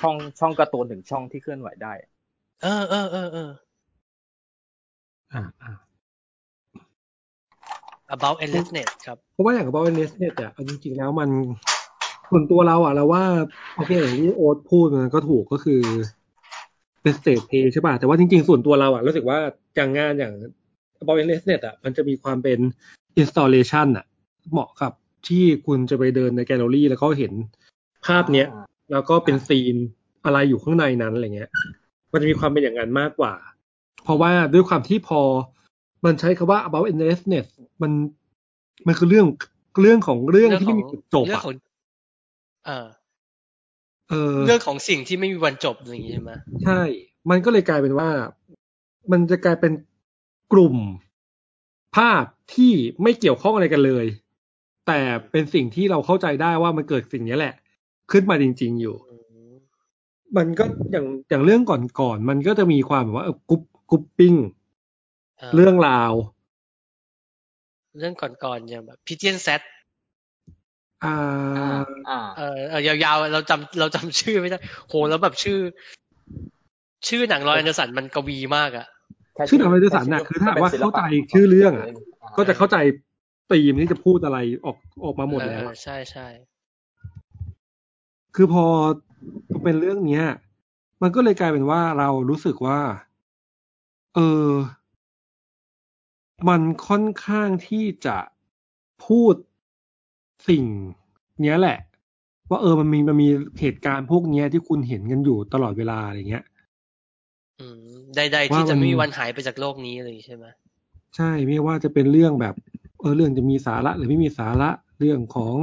ช่องช่องการ์ตูนหนึ่งช่องที่เคลื่อนไหวได้
เออเออเออเออ
อ่าอ่า
about endlessness ครับ
เพราะว่าอย่างกับบอลเนสเนี่ยแต่เอาจริงๆแล้วมันส่วนตัวเราอ่ะเราว่าโอเคอย่างที่โอ๊ตพูดมันก็ถูกก็คือเป็นสเตจเพย์ใช่ป่ะแต่ว่าจริงๆ ส่วนตัวเราอ่ะรู้สึกว่าอย่างงานอย่างบอลเนสเนี่ยอ่ะมันจะมีความเป็นอินสต l เลชันอ่ะ เหมาะกับที่คุณจะไปเดินในแกลเลอรี่ แล้วก็เห็นภาพเนี้ย
อ่า
แล้วก็เป็นซีนอะไรอยู่ข้างในนั้นอะไรเงี้ย มันจะมีความเป็นอย่างนั้นมากกว่า เพราะว่าด้วยความที่พอมันใช้คำว่า about endlessness มันมันคือเรื่องเรื่องของเรื่องที่ไม่มีจุดจบ
เรื่อง
อะ
ของเออ
เออ
เรื่องของสิ่งที่ไม่มีวันจบอะไรอย่างงี้ใช่ไหม
ใช่ มันก็เลยกลายเป็นว่า มันจะกลายเป็นกลุ่มภาพที่ไม่เกี่ยวข้องอะไรกันเลย แต่เป็นสิ่งที่เราเข้าใจได้ว่ามันเกิดสิ่งนี้แหละ ขึ้นมาจริง ๆ อยู่
อืม
มันก็อย่างอย่างเรื่องก่อนๆมันก็จะมีความแบบว่าเออกรุ๊ปกรุ๊ปปิ้ง เรื่องราว
เรื่องก่อนๆอย่างแบบพิจิเอนแซด
อ่า
อ่าอ่า
เออเออยาวๆ เราจำเราจำชื่อไม่ได้ โหแล้วแบบชื่อ ชื่อหนังรอยอันเดอร์สันมันกวีมากอะ
ชื่อหนังเลยเดอร์สันน่ะคือถ้าหากว่าเข้าใจชื่อเรื่องอะ ก็จะเข้าใจตีมที่จะพูดอะไรออกออกมาหมดแล้ว
เอ
อะ
อใช่ใช่
คือพอเป็นเรื่องเนี้ย มันก็เลยกลายเป็นว่าเรารู้สึกว่า เออ มันค่อนข้างที่จะพูดสิ่ง เนี้ยแหละ ว่าเออมันมีมันมีเหตุการณ์พวกเนี้ยที่คุณเห็นกันอยู่ตลอดเวลาอะไรเงี้ย
อืมใดๆที่
ว่ามัน
จะไม่มีวันหายไปจากโลกนี้เลยใช่ไหม
ใช่ไม่ว่าจะเป็นเรื่องแบบ เออเรื่องจะมีสาระหรือไม่มีสาระเรื่องของ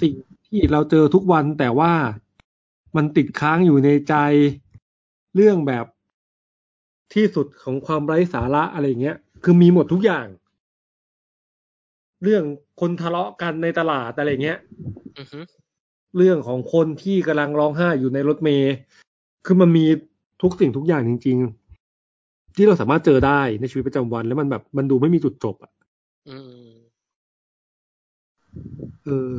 สิ่งที่เราเจอทุกวันแต่ว่ามันติดค้างอยู่ในใจเรื่องแบบที่สุดของความไร้สาระอะไรอย่างเงี้ย คือมีหมดทุกอย่าง เรื่องคนทะเลาะกันในตลาดอะไรอย่างเงี้ย
อือฮึ
เรื่องของคนที่กำลังร้องไห้อยู่ในรถเมย์คือมันมีทุกสิ่งทุกอย่างจริง ๆ ที่เราสามารถเจอได้ในชีวิตประจำวัน แล้วมันแบบมันดูไม่มีจุดจบอะ
อืม
เออ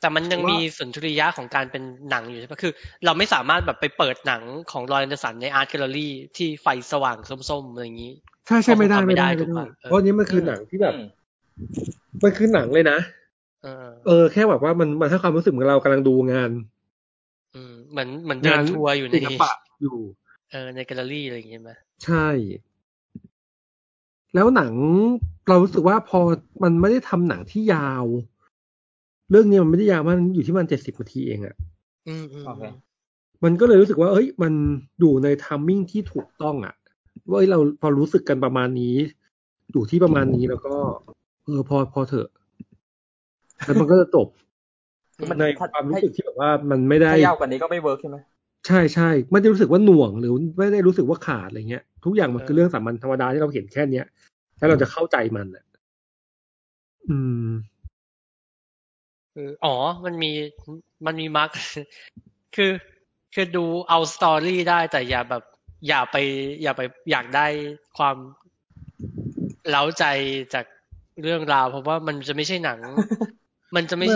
แต่มันยัง
ว่ามี
มีสุนทรียะของการเป็นหนังอยู่ใช่ปะคือ เราไม่สามารถแบบไปเปิดหนังของรอยอันเดอร์สันในอาร์ตแกลเลอรี่ที่ไฟสว่างส้มๆอะไรอย่างนี้
ใช่ใช่ไม่ได้
ก็คงทำไม่
ไม่ได้
ได้
ไม่
ถูกปะ
ได้
เออ
เพราะอันนี้มันคือหนังที่แบบ มันคือหนังเลยนะ
เออ
เออแค่แบบว่ามันมันให้ความรู้สึกเหมือนเรากำลังดูงาน
อืมเหมือนเหมือนเดินทัวร์อยู่ใน
ศิลปะอยู่
เออในแกลเลอรี่อะไรอย่างเงี้ยไหม
ใช่ แล้วหนังเรารู้สึกว่าพอมันไม่ได้ทำหนังที่ยาว เรื่องเนี้ยมันไม่ได้ยาวมากมันอยู่ที่มันเจ็ดสิบนาทีเองอะ
อืมอืม
โอเค
อืม
มันก็เลยรู้สึกว่า เอ้ย มันอยู่ในไทามมิ่งที่ถูกต้องอะ่ะว่าเอ้ยเราพอรู้สึกกันประมาณนี้ อยู่ที่ประมาณนี้แล้วก็ เออพอพอเถอะ แล้วมันก็จะจบ
คือมัน
ใน
ถ้า
ความรู้สึกที่แบบว่ามันไม่ได้
ถ้ายาวกว่านี้ก็ไม่เวิร์กใช่ไหม
ใช่ใช่ไม่ได้รู้สึกว่าหน่วง หรือไม่ได้รู้สึกว่าขาดอะไรเงี้ย ทุกอย่างมันคือเรื่องสามัญธรรมดาที่เราเห็นแค่เนี้ยแล้วเราจะเข้าใจมันอ่ะ อืม
เอออ๋อ มันมีมันมีมาร์ก คือ คือดูเอาสตอรี่ได้แต่อย่าแบบ อย่าไป อย่าไปอยากได้ความเล้าใจจากเรื่องราว เพราะว่ามันจะไม่ใช่ห นัง มันจะไม่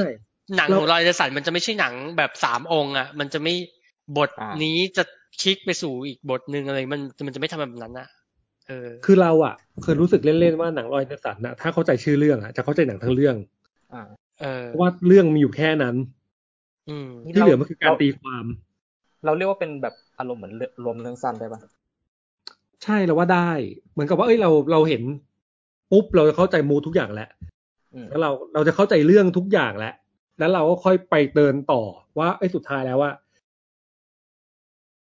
หนัง
เรา
ของรอยเดอร์สันมันจะไม่ใช่หนังแบบสามองค์อ่ะ มันจะไม่บทนี้จะคลิกไปสู่อีกบทหนึ่งอะไร มันมันจะไม่ทำแบบนั้นอ่ะ เออ
คือเราอ่ะ เคยรู้สึกเล่นๆว่าหนังรอยเดอร์สันนะถ้าเข้าใจชื่อเรื่องอ่ะจะเข้าใจหนังทั้งเรื่อง
อ่า
เออ
เพราะว่าเรื่องมีอยู่แค่นั้น
อืม
ที่เหลือมันคือการตีความ
เราเรียกว่าเป็นแบบอารมณ์เหมือนเรื่องรวมเรื่องสั้นได้ปะ
ใช่แล้วว่าได้ เหมือนกับว่าเอ้ยเราเราเห็นปุ๊บเราจะเข้าใจมูทุกอย่างแล้ว
อืม
แล้วเราเราจะเข้าใจเรื่องทุกอย่างแล้วแล้วเราก็ค่อยไปเดินต่อว่าไอ้ยสุดท้ายแล้วว่า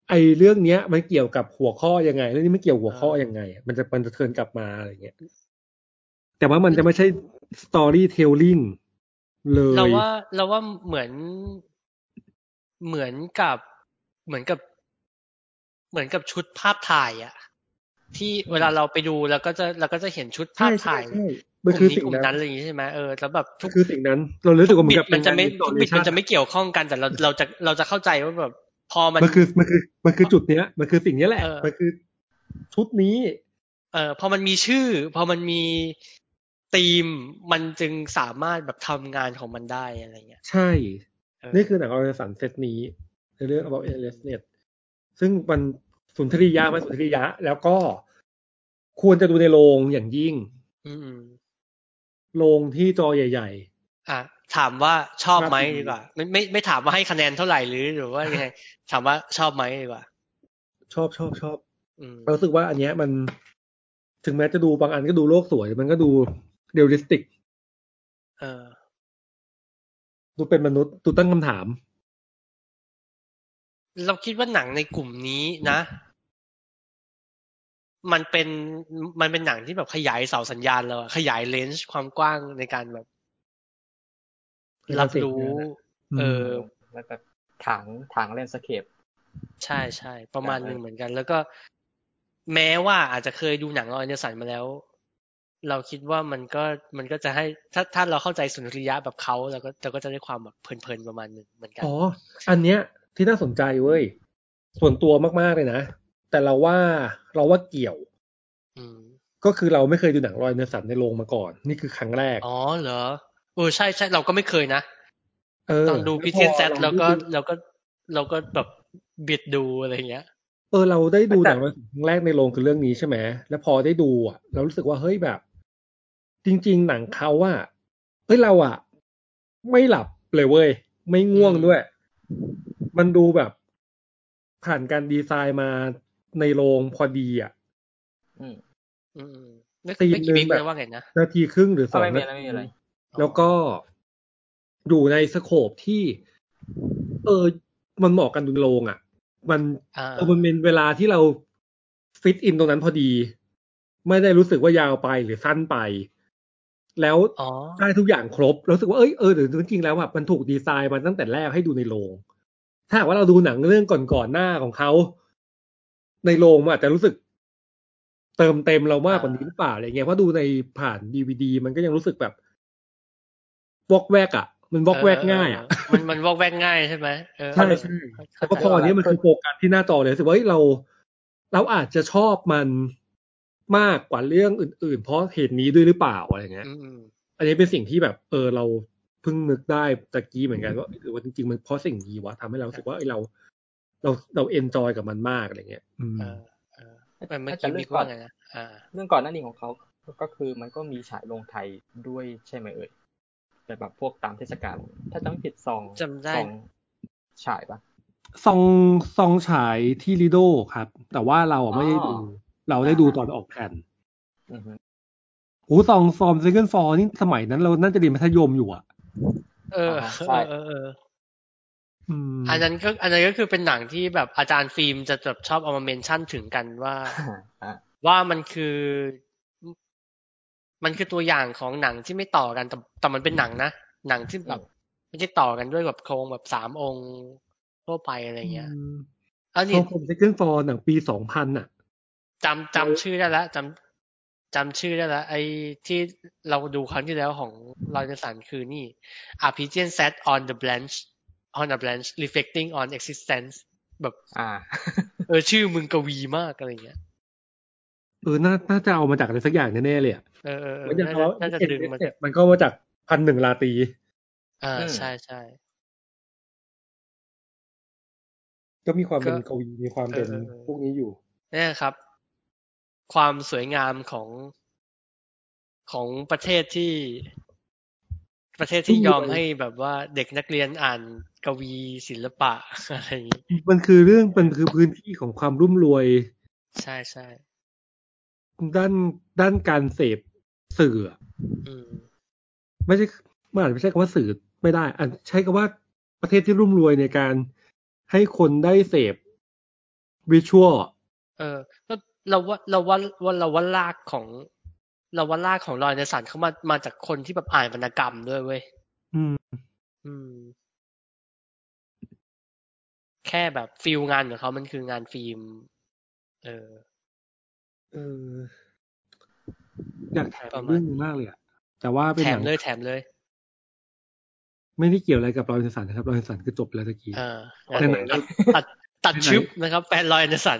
ไอ้เรื่องเนี้ย มันเกี่ยวกับหัวข้อยังไงเรื่องนี้มันเกี่ยวหัวข้อยังไง มันจะมันจะเทิร์นกลับมาอะไรเงี้ยแต่ว่ามันจะไม่ใช่สตอรี่เทลลิงเล
เรา
ย
ว่าเราว่าเหมือนเหมือนกับเหมือนกับเหมือนกับชุดภาพถ่ายอะที่เวลาเราไปดูเราก็จะเราก็จะเห็นชุดภาพ
ใช่ใช่
ถ่าย
ใช่
ก
มัน
ลุ่ม
คือ
นี้
สิ่ง
กลุ่มนั้
นั้น น
อะไรอย่างนี้ใช่ไหมเออแล้วแบบทุ
มัน
ก
คือสิ่งนั้น เรารู้สึกว่าเหมื
บิ
อ
ด
นกับ
มันจะไม่
เป็
ทุก
งา
บิดมันจะไม่เกี่ยวข้องกันแต่เราเราจะเราจะเข้าใจว่าแบบ พอมัน
มันคือมันคือมันคือจุดเนี้ย มันคือสิ่งเนี้ยแหละ
เออ
มันคือชุดนี้
เออพอมันมีชื่อ พอมันมีธีมมันจึงสามารถแบบทำงานของมันได้อะไรเงี้ย
ใช่
เออ
นี่คือหนังออริสันเซตนี้ในเรื่อง about endless net ซึ่งมันสุนทรียะมันสุนทรียะ แล้วก็ควรจะดูในโรงอย่างยิ่ง
อืมอืม
โรงที่จอใหญ่
อ่ะถามว่าชอบไหม
ชอบไหม
ดีกว่าไม่ไม่ไม่ถามว่าให้คะแนนเท่าไหร่หรือหรือว่ายังไง ถามว่าชอบไหมดีกว่า
ๆ ชอบชอบชอบ
อืม
เรารู้สึกว่าอันเนี้ยมัน ถึงแม้จะดูบางอันก็ดูโลกสวย มันก็ดูเรียลลิสติก
เออ
ดูเป็นมนุษย์ดูตั้งคำถาม
เราคิดว่าหนังในกลุ่มนี้นะ มันเป็นมันเป็นหนังที่แบบขยายเสาสัญญาณเราอะขยายเลนส์ความกว้างในการแบบ รับรู้ เออ
มันแบบถางถางเล่นสเคป
ใช่ใช่ประมาณ
เออ
หนึ่งเหมือนกัน แล้วก็แม้ว่าอาจจะเคยดูหนังรอยเดอร์สันมาแล้ว เราคิดว่ามันก็มันก็จะให้ถ้าถ้าเราเข้าใจสุนทรียะแบบเขาเราก็เราก็จะได้ความแบบเพลินๆประมาณหนึ่งเหมือนกัน
อ๋อ อันเนี้ยที่น่าสนใจเว้ย ส่วนตัวมาก ๆ เลยนะ แต่เราว่าเราว่าเกี่ยว
อืม
ก็คือเราไม่เคยดูหนังรอยเนื้อสัตว์ในโรงมาก่อน นี่คือครั้งแรก
อ๋อเหรอเออใช่ใช่เราก็ไม่เคยนะ
เออ
ตอนดูพิเทียนแซดแล้วก็แล้วก็เราก็แบบบิดดูอะไรอย่างเงี้ย
เออเราได้ดู
แต่
หนังรอยเนื้อสัตว์ครั้งแรกในโรงคือเรื่องนี้ใช่ไหมแล้วพอได้ดูอ่ะเรารู้สึกว่าเฮ้ยแบบ จริง ๆ หนังเขาอ่ะเฮ้ยเราอ่ะ ไม่หลับเลยเว้ยไม่ง่วง
อืม
ด้วย มันดูแบบผ่านการดีไซน์มาในโรงพอดีอ่ะ
อืม
อืมอืมไม่
ซีน
ไม่กี่วิ
หนึ่
ก
งแบบ
เลยว่าไงนะ
นาทีครึ่งหรือสอง
ไม่มีอะ
นา
ไรไม่
ที
มีอะไร
แล้วก็อยู่ในสโคปที่ เออ มันเหมาะกันดูโรงอะ่ะ มัน
อ่า
เออมันเป็นเวลาที่เราฟิตอินตรงนั้นพอดี ไม่ได้รู้สึกว่ายาวไปหรือสั้นไป แล้ว
อ๋อ
ได้ทุกอย่างครบแล้วรู้สึกว่าเอ้ยเออหรือจริงๆแล้วแบบมันถูกดีไซน์มาตั้งแต่แรกให้ดูในโรงถ้าหากว่าเราดูหนังเรื่องก่อนๆหน้าของเขาในโรงมันอาจจะรู้สึก เติมเต็มเรามากกว่านี้หรือเปล่าอะไรเงี้ยเพราะดูในผ่านดีวดีมันก็ยังรู้สึกแบบวอกแวกอ่ะ มันวอกแวกง่ายอ่ะ
เมันมันวอกแวกง่ายใช่ไหมเออ
ใช่ใช่
เข้า
แล้วก็
ใจ
พออันนี้มันคือโฟกัสที่หน้าจอเลยรู้สึกว่าเฮ้ยเรา เราอาจจะชอบมันมากกว่าเรื่องอื่น ๆ เพราะเหตุนี้ด้วยหรือเปล่าอะไรเงี้ย
อืมอืม
อันนี้เป็นสิ่งที่แบบ เออเราเพิ่งนึกได้ตะกี้เหมือนกันว่าหรือว่าจริงๆมันเพราะสิ่งนี้วะทำให้เรารู้สึกว่าเอ้ยเรา เราเราเอนจอยกับมันมากอะไรเงี้ยอืม
เออเออเออเมื่อกี้มีว่าไงนะอ่า
เรื่องก่อนหน้านี้ของเขาก็คือมันก็มีฉายลงไทยด้วยใช่ไหมเอ่ยแต่แบบพวกตามเทศกาลถ้าจำไม่ผิดสอง
จำได้
สองฉายปะ
ซองซองฉายที่ลิโดครับ แต่ว่าเราอะไม่ได้ดู
อ๋อ
เราได้ดูตอนออกแผ่น
อือฮึ
โอ้ซองซอมซิงเกิลฟอนี่สมัยนั้นเราน่าจะเรียนมัธยมอยู่อ่ะ
เออเออเออเออ
อืม
อันนั้นก็อันนั้นก็คือเป็นหนังที่แบบอาจารย์ฟิล์มจะแบบชอบเอามาเมนชั่นถึงกันว่า
อ่ะ
ว่ามันคือ มันคือตัวอย่างของหนังที่ไม่ต่อกันแต่แต่มันเป็นหนังนะหนังที่แบบไม่ได้ต่อกันด้วยแบบโครงแบบสามองค์ทั่วไปอะไรเงี้ยอัน
ซ
นี้
องซอมซิงเกิลฟอหนังปีสองพันอ่ะ
จำจำชื่อได้แล้วจำจำชื่อได้แล้วไอ้ที่เราดูครั้งที่แล้วของรอยเดสันคือนี่ a r p e g i a n set on the branch on the branch reflecting on existence แบบ
อ่า
เออชื่อมึงกวีมากอะไรเงี้ย
เออน่าน่าจะเอามาจากอะไรสักอย่างแน่ๆเลยอะ
เออเออเออ
มันจะ
น่าจะ
เพราะ
น่าจะดึงมา
เอ็นเอสเอสมันก็มาจากพันหนึ่งลาตรี
อ่า
อืม
ใช่ใช่
ก็มีความเป็น
ก็
กวีมีความเป็น
เออเออ
พวกนี้อยู่
เนี่ยครับ ความสวยงามของของประเทศที่ ประเทศที่
ที่
ยอม
อยู่
ให้แบบว่าเด็กนักเรียนอ่านกวีศิลปะ อะไรอย่างงี้
มันคือเรื่องมันคือพื้นที่ของความรุ่มรวย
ใช่ใช่
ด้านด้านการเสพสื่อ
อืม
ไม่ใช่มันอาจจะไม่ใช่คำว่าสื่อไม่ได้อาจใช้คำว่าประเทศที่รุ่มรวยในการให้คนได้เสพวิชวล
เออก็เราว่าเราว่าว่าเราว่ารากของ เราว่ารากของรอยในสารเขามามาจากคนที่แบบอ่านวรรณกรรมด้วยเว้ย
อืม
อืม แค่แบบฟิลงานของเขามันคืองานฟิล์ม เออ
เอออยากแถม
ประมาณ
เรื่องนึงมากเลยอะแต่ว่าเป็น
แถ
หนั
ม
ง
เลยแถมเลย
ไม่ได้เกี่ยวอะไรกับรอยสันนะครับรอยสันก็จบแล้วตะกี้
เออ
โอเค
งั้นตัดตัดตัด
ไหนๆ
ชิปนะครับแฟนลอยเดสัน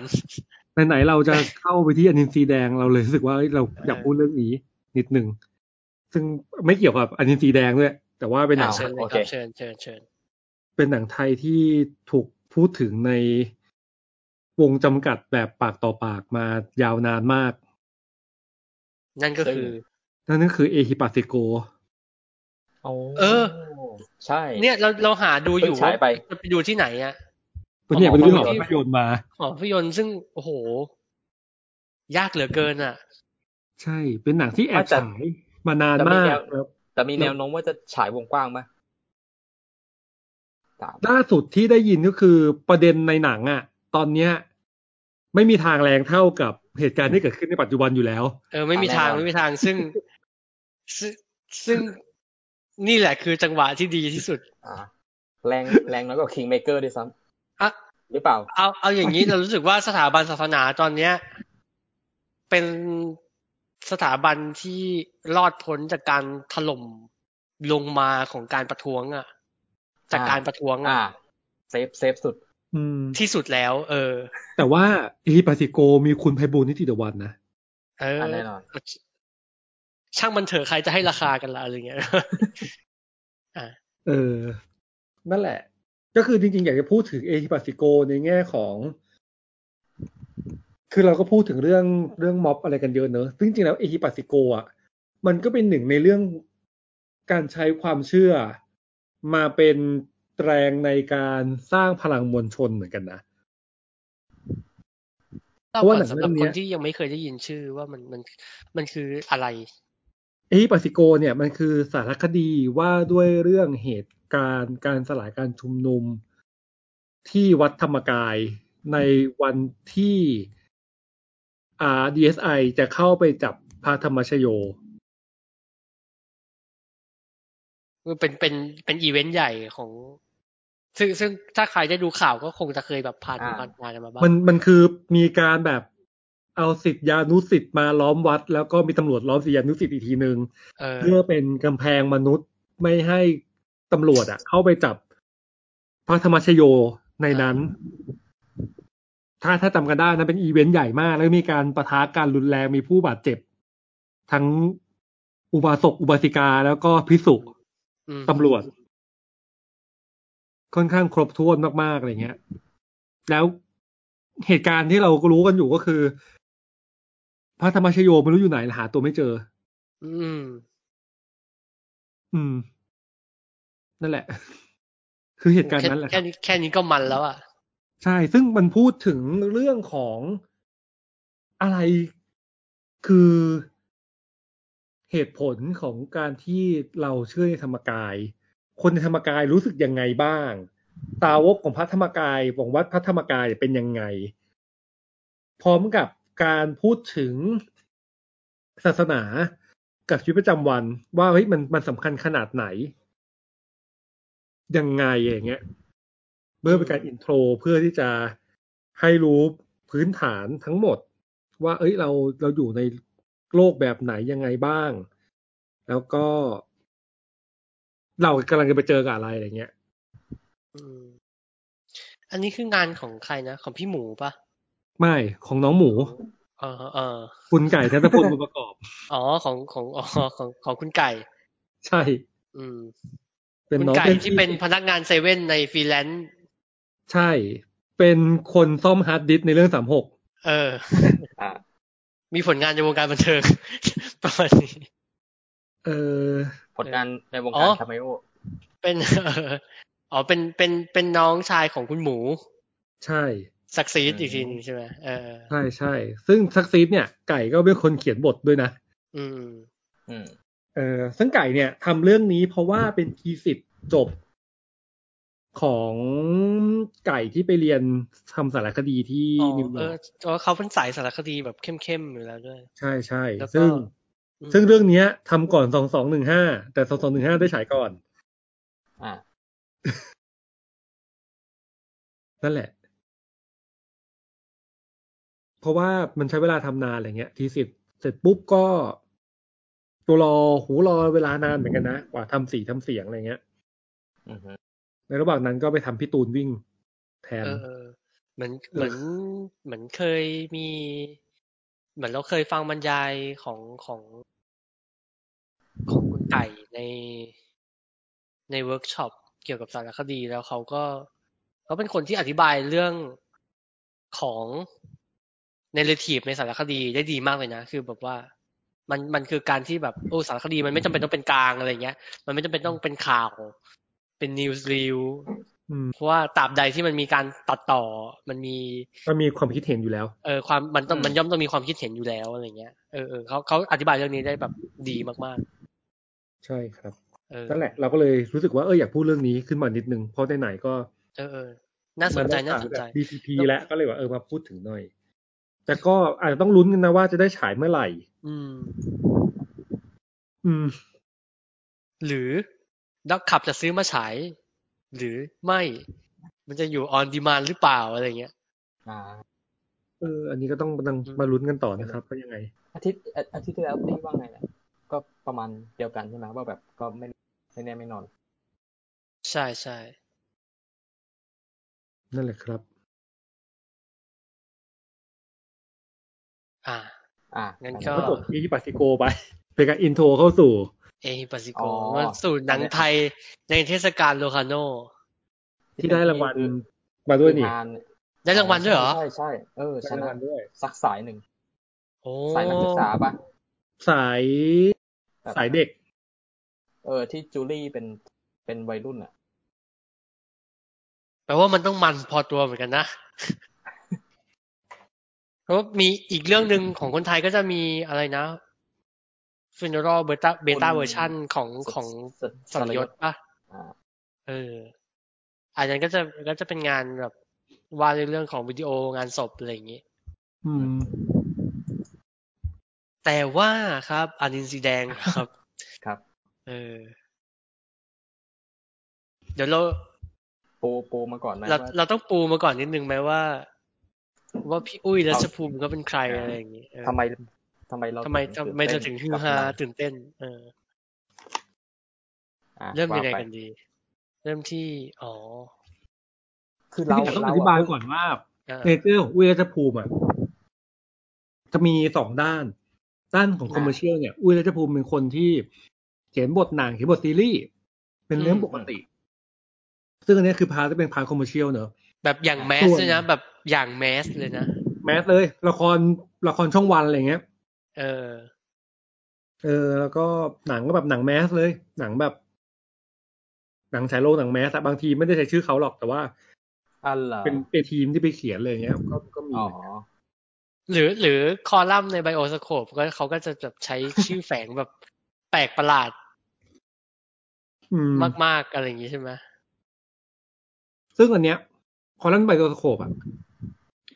ไหนๆเราจะเข้าไปที่อันินซีแดงเราเลยรู้สึกว่าเอ้ยเราอยาก
เออ
พูดเรื่องนี้ นิดหนึ่งซึ่งไม่เกี่ยวกับอันินซีแดงด้วย แต่ว่าเป็นหนัง
อ้าว
เชิญเลย
โเค
ครับเชิญเชิญเชิญ
เป็นหนังไทยที่ถูกพูดถึงในวงจำกัดแบบปากต่อปากมายาวนานมาก
นั่นก็คือ
นั่นก็คือเอฮิปาติโก
โอ้
เออ
ใช่
เนี่ยเราเราหาดูอ
เพิ่ง
ยู่
ฉา
ว่าย
ไป
จะไปดูที่ไหนอ่ะ
คนเนี่ย
ข
ไป
อง
ดูที่หอ
ภาพยนตร์
ภาพยนตร์มา
หอภาพยนตร์ซึ่งโอ้โห ยากเหลือเกินอ่ะ
ใช่ เป็นหนังที่แอบ
ว่าจะ
ฉายมานาน
แต่มี
มาก
แนว
ครับ
แต่มีแนวโน้มว่าจะฉายวงกว้างไหมสาม
ล่าสุดที่ได้ยินก็คือประเด็นในหนังอะตอนเนี้ย ไม่มีทางแรงเท่ากับเหตุการณ์ที่เกิดขึ้นในปัจจุบันอยู่แล้ว
เออไม่มีทางไม่มีทางซึ่งซึ่งซึ่งนี่แหละคือจังหวะที่ดีที่สุด
อ่า แรงแรงน้อยกว่าคิงเมเกอร์ด้วยซ้
อ่ะ
ำหรือเปล่า
เอาเอาอย่างนี้ เรารู้สึกว่าสถาบันศาสนาตอนเนี้ย เป็นสถาบันที่รอดพ้นจากการถล่มลงมาของการประท้วง อ่ะ จากการประท้วง
อ่า
อ่ะ
เซฟเซฟสุด
อืม
ที่สุดแล้ว เออ
แต่ว่าอิริปาติโกมีคุณไพบูลย์นิติตะวันนะ
เออ
อ่ะแน่นอน
ช่างมันเถอะใครจะให้ราคากันละอะไรเงี้ย
เออ นั่นแหละ ก็คือจริงๆ อยากจะพูดถึงเอธิปาติโกในแง่ของ คือเราก็พูดถึงเรื่องเรื่องม็อบอะไรกันเยอะเนอะซึ่งจริงๆแล้วเอธิปาติโกอ่ะ มันก็เป็นหนึ่งในเรื่องการใช้ความเชื่อมาเป็นแรงในการสร้างพลังมวลชนเหมือนกันนะ
เล่า
เพราะว่า
ก่อ
หนั
น
ง
สำห
เรื่
รั
อบ งเนี้
ค
ย
นที่ยังไม่เคยได้ยินชื่อว่ามันมันมันคืออะไร
เอฮิปาซิโกเนี่ยมันคือสารคดีว่าด้วยเรื่องเหตุการณ์การสลายการชุมนุมที่วัดธรรมกายในวันที่อ่า DSI จะเข้าไปจับพระธรรมชโย
เป็นเป็นเป็นอีเวนต์ใหญ่ของ ซึ่งซึ่งถ้าใครได้ดูข่าวก็คงจะเคยแบบผ่าน
อ่า
ผ่านผ่านมาบ้าง
มันมันคือมีการแบบเอาสิทธิยานุสิทธิ์มาล้อมวัด แล้วก็มีตำรวจล้อมสิทธิยานุสิทธิ์อีกทีหนึ่ง
เออ
เพื่อเป็นกำแพงมนุษย์ไม่ให้ตำรวจอะเข้าไปจับพระธรรมชโยในนั้น ถ้าถ้าจำกันได้นะเป็นอีเวนต์ใหญ่มาก แล้วมีการประทะการรุนแรงมีผู้บาดเจ็บ ทั้งอุบาสกอุบาสิกาแล้วก็พิสุ
อืม
ตำรวจ ค่อนข้างครบถ้วนมากๆอะไรเงี้ย แล้วเหตุการณ์ที่เราก็รู้กันอยู่ก็คือ พระธรรมชโยไม่รู้อยู่ไหนหาตัวไม่เจอ
อืม
อืม นั่นแหละ คือเหตุการณ์นั้นแหละค
แค่
รับ
นี้แค่นี้ก็มันแล้วอ่ะ
ใช่ ซึ่งมันพูดถึงเรื่องของอะไรคือเหตุผลของการที่เราเชื่อในธรรมกาย คนในธรรมกายรู้สึกยังไงบ้าง ตาวกของพระธรรมกายของวัดพระธรรมกายเป็นยังไง พร้อมกับการพูดถึงศาสนากับชีวิตประจำวัน ว่าเฮ้ยมันมันสำคัญขนาดไหน ยังไงอย่างเงี้ยเมื่อเป็นการอินโทรเพื่อที่จะให้รู้พื้นฐานทั้งหมด ว่า เอ้ยเราเราอยู่ในโลกแบบไหนยังไงบ้าง แล้วก็ เรากำลังจะไปเจอกับอะไรอะไรเงี้ย
อืม อันนี้คืองานของใครนะ ของพี่หมูปะ
ไม่ของน้องหมู
เออเออ
คุณไก่ทัศพลบุญประกอบ
อ๋อของของอ๋อของของคุณไก่
ใช่
อืม
เป็น
คุณ
น้อง
ไก่ที่เป็นพนักงานเซเว่นในฟรีแลนซ์
ใช่ เป็นคนซ่อมฮาร์ดดิสก์ในเรื่องสามหก
เออ
อ่า
มีผลงานในวงการบันเทิง ประมาณนี้
เออ
ผลงานในวง
อ๋
การ
อ
คาเมโอ
เป็น เอออ๋อเป็นเป็นเป็นน้องชายของคุณหมู
ใช่
สักซีดอีกทีหนึงใช่ไหมเออ
ใช่ใช่ ซึ่งซักซีดเนี่ย ไก่ก็เป็นคนเขียนบทด้วยนะ
อืม
อืม
เออซึ่งไก่เนี่ยทำเรื่องนี้เพราะว่าเป็นทีสิบจบของไก่ที่ไปเรียนทำสารคดีที่
อ๋อ
นิวย
เอ
อ
อ
ร์ก
เขาเป็นสายสารคดีแบบเข้มๆอยู่แล้วด้วย
ใช่ใช่
แล้วก็
ซึ่ง
อืม
ซึ่งเรื่องเนี้ยทำก่อนสองสองหนึ่งห้าแต่สองสองหนึ่งห้าได้ฉายก่อน
อ่า
นั่นแหละ เพราะว่ามันใช้เวลาทำนานอะไรเงี้ย ทีสิบเสร็จปุ๊บก็ ตัวรอหูรอเวลานานเหมือนกันนะกว่าทำสีทำเสียงอะไรเงี้ย
อือฮึ
ในระหว่างนั้นก็ไปทำพี่ตูนวิ่ง แทน
เออ เหมือนเหมือนเหมือนเคยมี เหมือนเราเคยฟังบรรยายของของของคุณไก่ในในเวิร์กช็อปเกี่ยวกับสารคดีแล้วเขาก็เขาเป็นคนที่อธิบายเรื่องของในเรทีฟในสารคดีได้ดีมากเลยนะ คือแบบว่า มันมันคือการที่แบบโอ้สารคดีมันไม่จำเป็นต้องเป็นกลางอะไรเงี้ย มันไม่จำเป็นต้องเป็นข่าว เป็นนิวส์รีว
อืม
เพราะว่าตราบใดที่มันมีการตัดต่อ มันมี
ก็มีความคิดเห็นอยู่แล้ว
เออความมันต้องมันย่อมต้องมีความคิดเห็นอยู่แล้วอะไรเงี้ยเออเออเขาเขาอธิบายเรื่องนี้ได้แบบดีมาก
ใช่ครับ
ๆ เออ
นั่นแหละเราก็เลยรู้สึกว่าเอออยากพูดเรื่องนี้ขึ้นมานิดนึง เพราะไหนๆก็
เออเออน่าสนใจน่าสนใจ
ดีพีแล้วก็เลยว่าเออมาพูดถึงหน่อย แต่ก็อาจจะต้องลุ้นกันนะว่าจะได้ฉายเมื่อไหร่
อืม
อืม
หรือนักขับจะซื้อมาฉาย หรือไม่ มันจะอยู่ออนดีมานหรือเปล่าอะไรเงี้ย
อ่า
เออ อันนี้ก็ต้องต้องมาลุ้นกันต่อนะครับว่ายังไง
อาทิตย์อาอาทิตย์ที่แล้วตี้ว่าไงนะก็ประมาณเดียวกันใช่ไหมว่าแบบก็ไม่ไม่แน่ไม่นอน
ใช่ใช่
นั่นแหละครับ
อ่า
อ่ะ
งั้น
ก็
ก็
จบอีปัสสิโกไป เป็นการอินโทรเข้าสู่
เอฮิปัสสิโกมาสู่หนังไทยในเทศกาลโลคาโน
ที่ได้รางวัลมาด้วยนี่
งาน
ได้รางวัลด้วยเหรอ
ใช่ใช่เออช
ได้ราง
นะ
วัลด้วย
สักสายหนึ่ง
โอ้
สายนักศึกษาปะ
สาย
แบบ
สายเด็ก
เออที่จูลี่เป็นเป็นวัยรุ่นอ่ะ
แปลว่ามันต้องมันพอตัวเหมือนกันนะ เพราะมีอีกเรื่องหนึ่งของคนไทยก็จะมีอะไรนะ Funeral Beta Beta
คุณ
Version ของของสรยศป่ะ
อ่า
เออ อันนั้นก็จะก็จะเป็นงานแบบว่าในเรื่องของวิดีโองานศพอะไรอย่างนี้
อืม
แต่ว่าครับ อันนินสีแดงครับ
ครับ
เออ เดี๋ยวเรา
ปูปูมาก่อนไหม
เรา
ว่า
เราต้องปูมาก่อนนิดนึงไหมว่า ว่าพี่อุ้ยรัชภูมิเขาเป็นใคร
อ่า
อะไรอย่างนี้เออ
ทำไมทำไมเรา
ทำไม
น
ทำไมจะถึงฮือฮา
กับ
ตื่นเต้น เออ
อ่ะ
เริ่มยังไง
ว่าป
กันดี เริ่มที่ อ๋อ
คือ
เรา
เรา
ต้อง
เรา
อธิบาย
เพิ่ง
ก่อนว่า
อ่า
เนเจอร์ของอุ้ยรัชภูมิอ่ะจะมีสองด้าน ด้านของ
อ่า
คอมเมอร์เชียลเนี่ยอุ้ยรัชภูมิเป็นคนที่เขียนบทหนังเขียนบทซีรีส์เป็นเรื่องปกติ ซึ่งอันเนี้ยคือพาร์ทที่เป็นพาร์ทคอมเมอร์เชียลเนอะ
แบบอย่างแมส
ส่วน
เลยนะ แบบอย่างแมสเลยนะ
แมสเลย ละครละครช่องวันอะไรเงี้ย
เออ
เออ แล้วก็หนังก็แบบหนังแมสเลย หนังแบบ หนังฉายโรงหนังแมสอะบางทีไม่ได้ใช้ชื่อเขาหรอกแต่ว่า
อันเหรอ
เป็นเป็นทีมที่ไปเขียนเลยเงี้ย ก็ก็มี
อ๋อ
หรือหรือคอลัมน์ในไบโอสโคปก็เขาก็จะแบบใช้ชื่อแฝงแบบแปลกประหลาด
อืม
มาก ๆ อะไรอย่างนี้ใช่ไหม
ซึ่งอันเนี้ยคอลัมน์ไบโอสโคปอ่ะ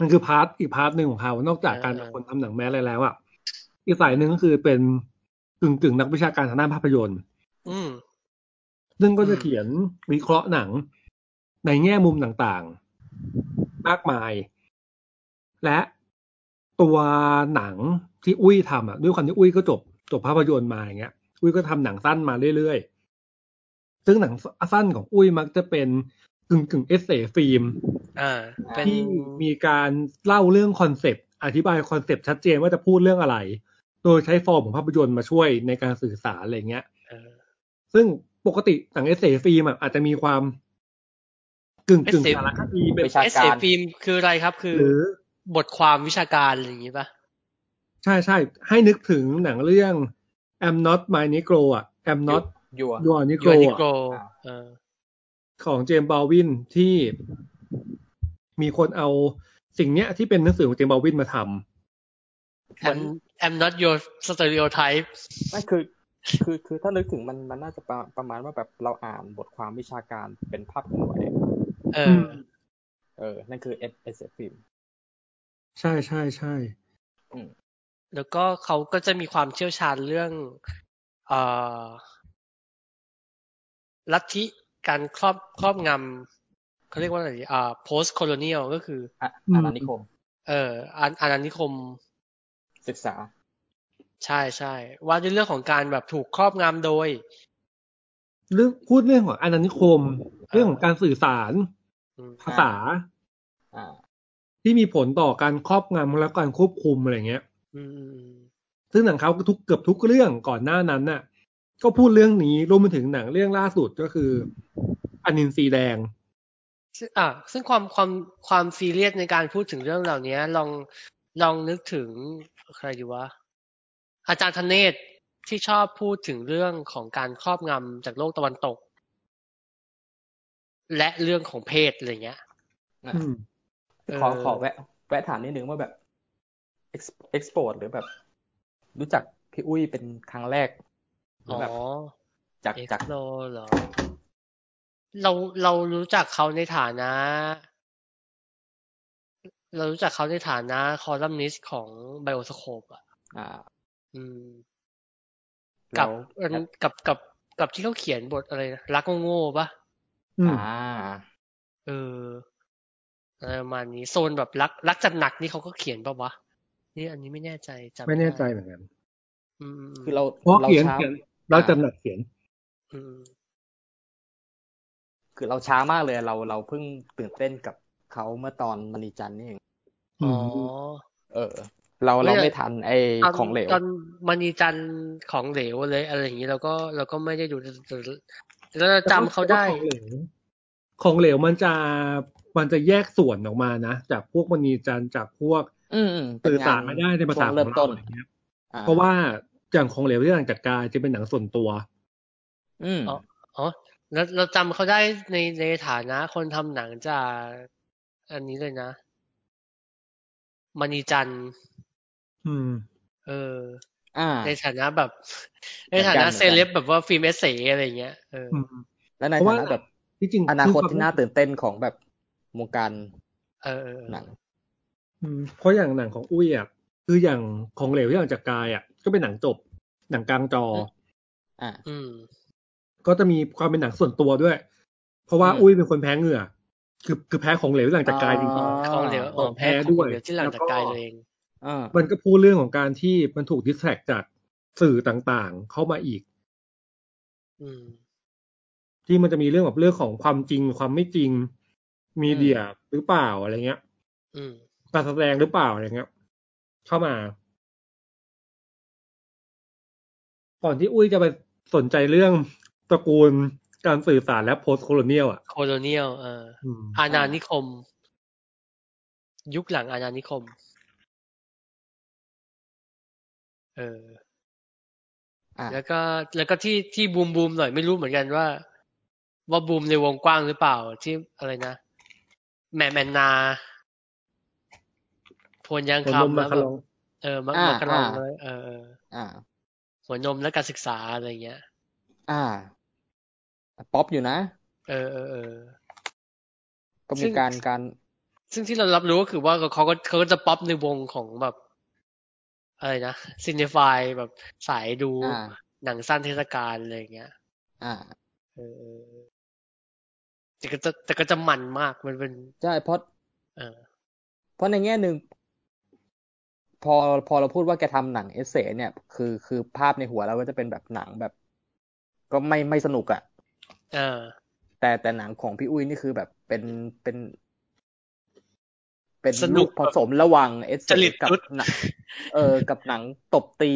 มันคือพาร์ทอีกพาร์ทหนึ่งของเขานอกจากการเป็นคนทำหนังแมสอะไรแล้วอ่ะอีกสายหนึ่งก็คือเป็นกึ่งกึ่งๆนักวิชาการทางด้านภาพยนตร์
อืม
ซึ่งก็
อื
จะ
ม
เขียนวิเคราะห์หนัง ในแง่มุมต่างๆ มากมาย และตัวหนังที่อุ้ยทำอ่ะด้วยความที่อุ้ยก็จบจบภาพยนตร์มาอย่างเงี้ย อุ้ยก็ทำหนังสั้นมาเรื่อยๆ ซึ่งหนังสั้นของอุ้ยมักจะเป็นกึ่งกึ่งเอเซฟิล์ม
อ่า เป็น
ที่มีการเล่าเรื่องคอนเซปต์อธิบายคอนเซปต์ชัดเจนว่าจะพูดเรื่องอะไร โดยใช้ฟอร์มของภาพยนตร์มาช่วยในการสื่อสารอะไรเงี้ย
เออ
ซึ่งปกติหนังเอสเซฟิล์มอะอาจจะมีความกึ่งกึ่ง
SF
สารคดีเป็น
วิชา
เอสเซ
การ
ฟิล์มคืออะไรครับ คือ
หรือ
บทความวิชาการอะไรอย่างนี้ป่ะ
ใช่ใช่ให้นึกถึงหนังเรื่อง I'm not my negro อ่ะ I'm not
ยัว
your
ยู
negro
นิ
อะ
โกเออ
ของเจมส์บาวินที่มีคนเอาสิ่งเนี้ยที่เป็นหนังสือของเจมส์บาวินมาท
I'm I'm not your stereotype
ไม่คือ คือคือถ้านึกถึงมันมันน่าจะประประมาณว่าแบบเราอ่านบทความวิชาการเป็นภาพเคลื่อนไหว
เอ
อื
อ
ม
เออ นั่นคือเอสเอสฟิล์ม
ำใช่ใช่ใช่
แล้วก็เขาก็จะมีความเชี่ยวชาญเรื่องเอ่อลัทธิการครอบครอบงำเขาเรียกว่าอะไรดีอ่า post colonial ก็คือ
อะอาณานิคม
เอ่ออาอาณานิคม
ศึกษา
ใช่ใช่ว่าด้วยเรื่องของการแบบถูกครอบงำโดย
เรื่องพูดเรื่องของอาณานิคม เรื่องของการสื่อสาร
อืม
ภาษา
อ่า
ที่มีผลต่อการครอบงำและการควบคุมอะไรเงี้ย
อืมอืมอืม
ซึ่งหนังเขาก็ทุกเกือบทุกเรื่องก่อนหน้านั้นน่ะ ก็พูดเรื่องนี้รวมไปถึงหนังเรื่องล่าสุดก็คืออันนินสีแดง
ซึ่งอ่ะซึ่งความความความซีเรียสในการพูดถึงเรื่องเหล่านี้ลองลองนึกถึงใครดีวะอาจารย์ธเนศที่ชอบพูดถึงเรื่องของการครอบงำจากโลกตะวันตก และเรื่องของเพศอะไรเงี้ย
อืม ขอขอแวะ แวะถามนิดนึงว่าแบบเอ็กซ์พอร์ตหรือแบบ รู้จักพี่อุ้ยเป็นครั้งแรกหรือ
อ๋อ
แบบ จาก
เอ็ก
จาก
โลเหรอ เราเรารู้จักเขาในฐานะ เรารู้จักเขาในฐานะคอลัมนิสต์ของไบโอสโคปอ่ะ
อ่า
อืม กั
แล้
บ
ว
เอิ่มกับกับกับที่เขาเขียนบทอะไรนะรักโง่ๆปะ
อืม
อ่า
เอออะไรประมาณนี้โซนแบบรักรักจัดหนักนี่เขาก็เขียนปะวะนี่อันนี้ไม่แน่ใจจำ
ไม่แน่ใจ
ด้
เหมือนกัน
อืมๆๆ
คือเรา
เพราะ
เรา
เขียน
ช้า
เขียนเราจำหนักเขียน
อืม
คือเราช้ามากเลยเราเราเพิ่งตื่นเต้นกับ
เขาเมื่อตอนมณีจันทร์นี่เอง
อ๋อ
เออ เราเรา
ไม่
ไม่ทันไอ
ตอน
ของเหลว
ตอนมณีจันทร์ของเหลวเลยอะไรอย่างนี้เราก็เราก็ไม่ได้ดูแต่แต่เราจำเขาได้
ของเหลวของเหลวมันจะมันจะแยกส่วนออกมานะจากพวกมณีจันทร์จากพวก
อืมอืม
สื่อสารไม่ได้ในภาษา
ช่วง
ข
เริ่
อง
มต้น
เราอะไรเงี้ย
อ่
เพราะว่าอย่างของเหลวที่ต่างจัดการจะเป็นหนังส่วนตัว
อืม
อ๋อ อ๋อแล้วเราจำเขาได้ในในฐานะคนทำหนังจากอันนี้เลยนะมณีจันทร์
อืม
เออ
อ่า
ในฐานะแบบ ในฐานะ
เหมือนกัน
เซเลบแบบว่าฟิล์มเอสเซอะไรอย่างเงี้ยเอออ
อืม
และใน
เพ
ฐา
ราะว่า
นะแบบ
ที่จริง
อนาคตที่น่าตื่นเต้นของแบบวงการ
เออเออเออ
หนัง
อืมเพราะอย่างหนังของอุ้ยอ่ะคืออย่างของเหลวที่ต่างจัดการอ่ะก็เป็นหนังจบ หนังกลางจอ
อืม อ่า
อืม
ก็จะมีความเป็นหนังส่วนตัวด้วย เพราะว่า
อืม
อุ้ยเป็นคนแพ้เหงื่อ คือคือแพ้ของเหลวที่ต่างจัดการจริง
ของเหลว
ข
อ๋
อ
อง แพ้
แพ้
ของ
ด้วย
เหลวที่หลัง
แล้ว
จาก
ก็
กายตัวเอง
อ่า
ๆมันก็พูดเรื่องของการที่มันถูกดิสแทรกจากสื่อต่างๆ เข้ามาอีก
อืม
ที่มันจะมีเรื่องแบบเรื่องของความจริงความไม่จริง มีเดียหรือเปล่าอะไรเงี้ย
อืม
การแสดงหรือเปล่าอะไรเงี้ย เข้ามา ก่อนที่อุ้ยจะไปสนใจเรื่องตระกูลการสื่อสารและโพสต์โคลเนียลอ่ะ
โคโลเนียลเออ
อืม
อาณานิคม ยุคหลังอาณานิคม เออ
อ่า
แล้วก็แล้วก็ที่ที่บูมบูมหน่อยไม่รู้เหมือนกันว่า ว่าบูมในวงกว้างหรือเปล่า ที่อะไรนะแมนแมนนาพวนยาง
ผลลม
คำ
มา
แล้ว
คา
แบ
ล
บ
อง
เออมา
อ่า
มาคลอง
อ่า
เลยเออเออ
อ่า
หัวนมและการศึกษาอะไรเงี้ย
อ่า ป๊อปอยู่นะ
เออเออเออ
ก็
ซึ่
มี
ง
การการ
ซึ่งที่เรารับรู้ก็คือว่าเขาก็เขาก็จะป๊อปในวงของแบบอะไรนะซินเนฟายแบบสายดู
อ่า
หนังสั้นเทศกาลอะไรอย่างเงี้ย
อ่า
เออเออแต่ก็จะแต่ก็จะมันมากมันเป็น
ใช่เพราะ
เออ
เพราะในแง่หนึ่งพอพอเราพูดว่าแกทำหนังเอเซเนี่ย คือคือภาพในหัวเราก็จะเป็นแบบหนังแบบ ก็ไม่ไม่สนุกอะ
เออ
แต่แต่หนังของพี่อุ้ยนี่คือแบบเป็นเป็น เป็น
สนุ
ลู
ก
กผสมระหว่างเอเซ
จริต
กับ
นุช
หนังเออ กับหนังตบตี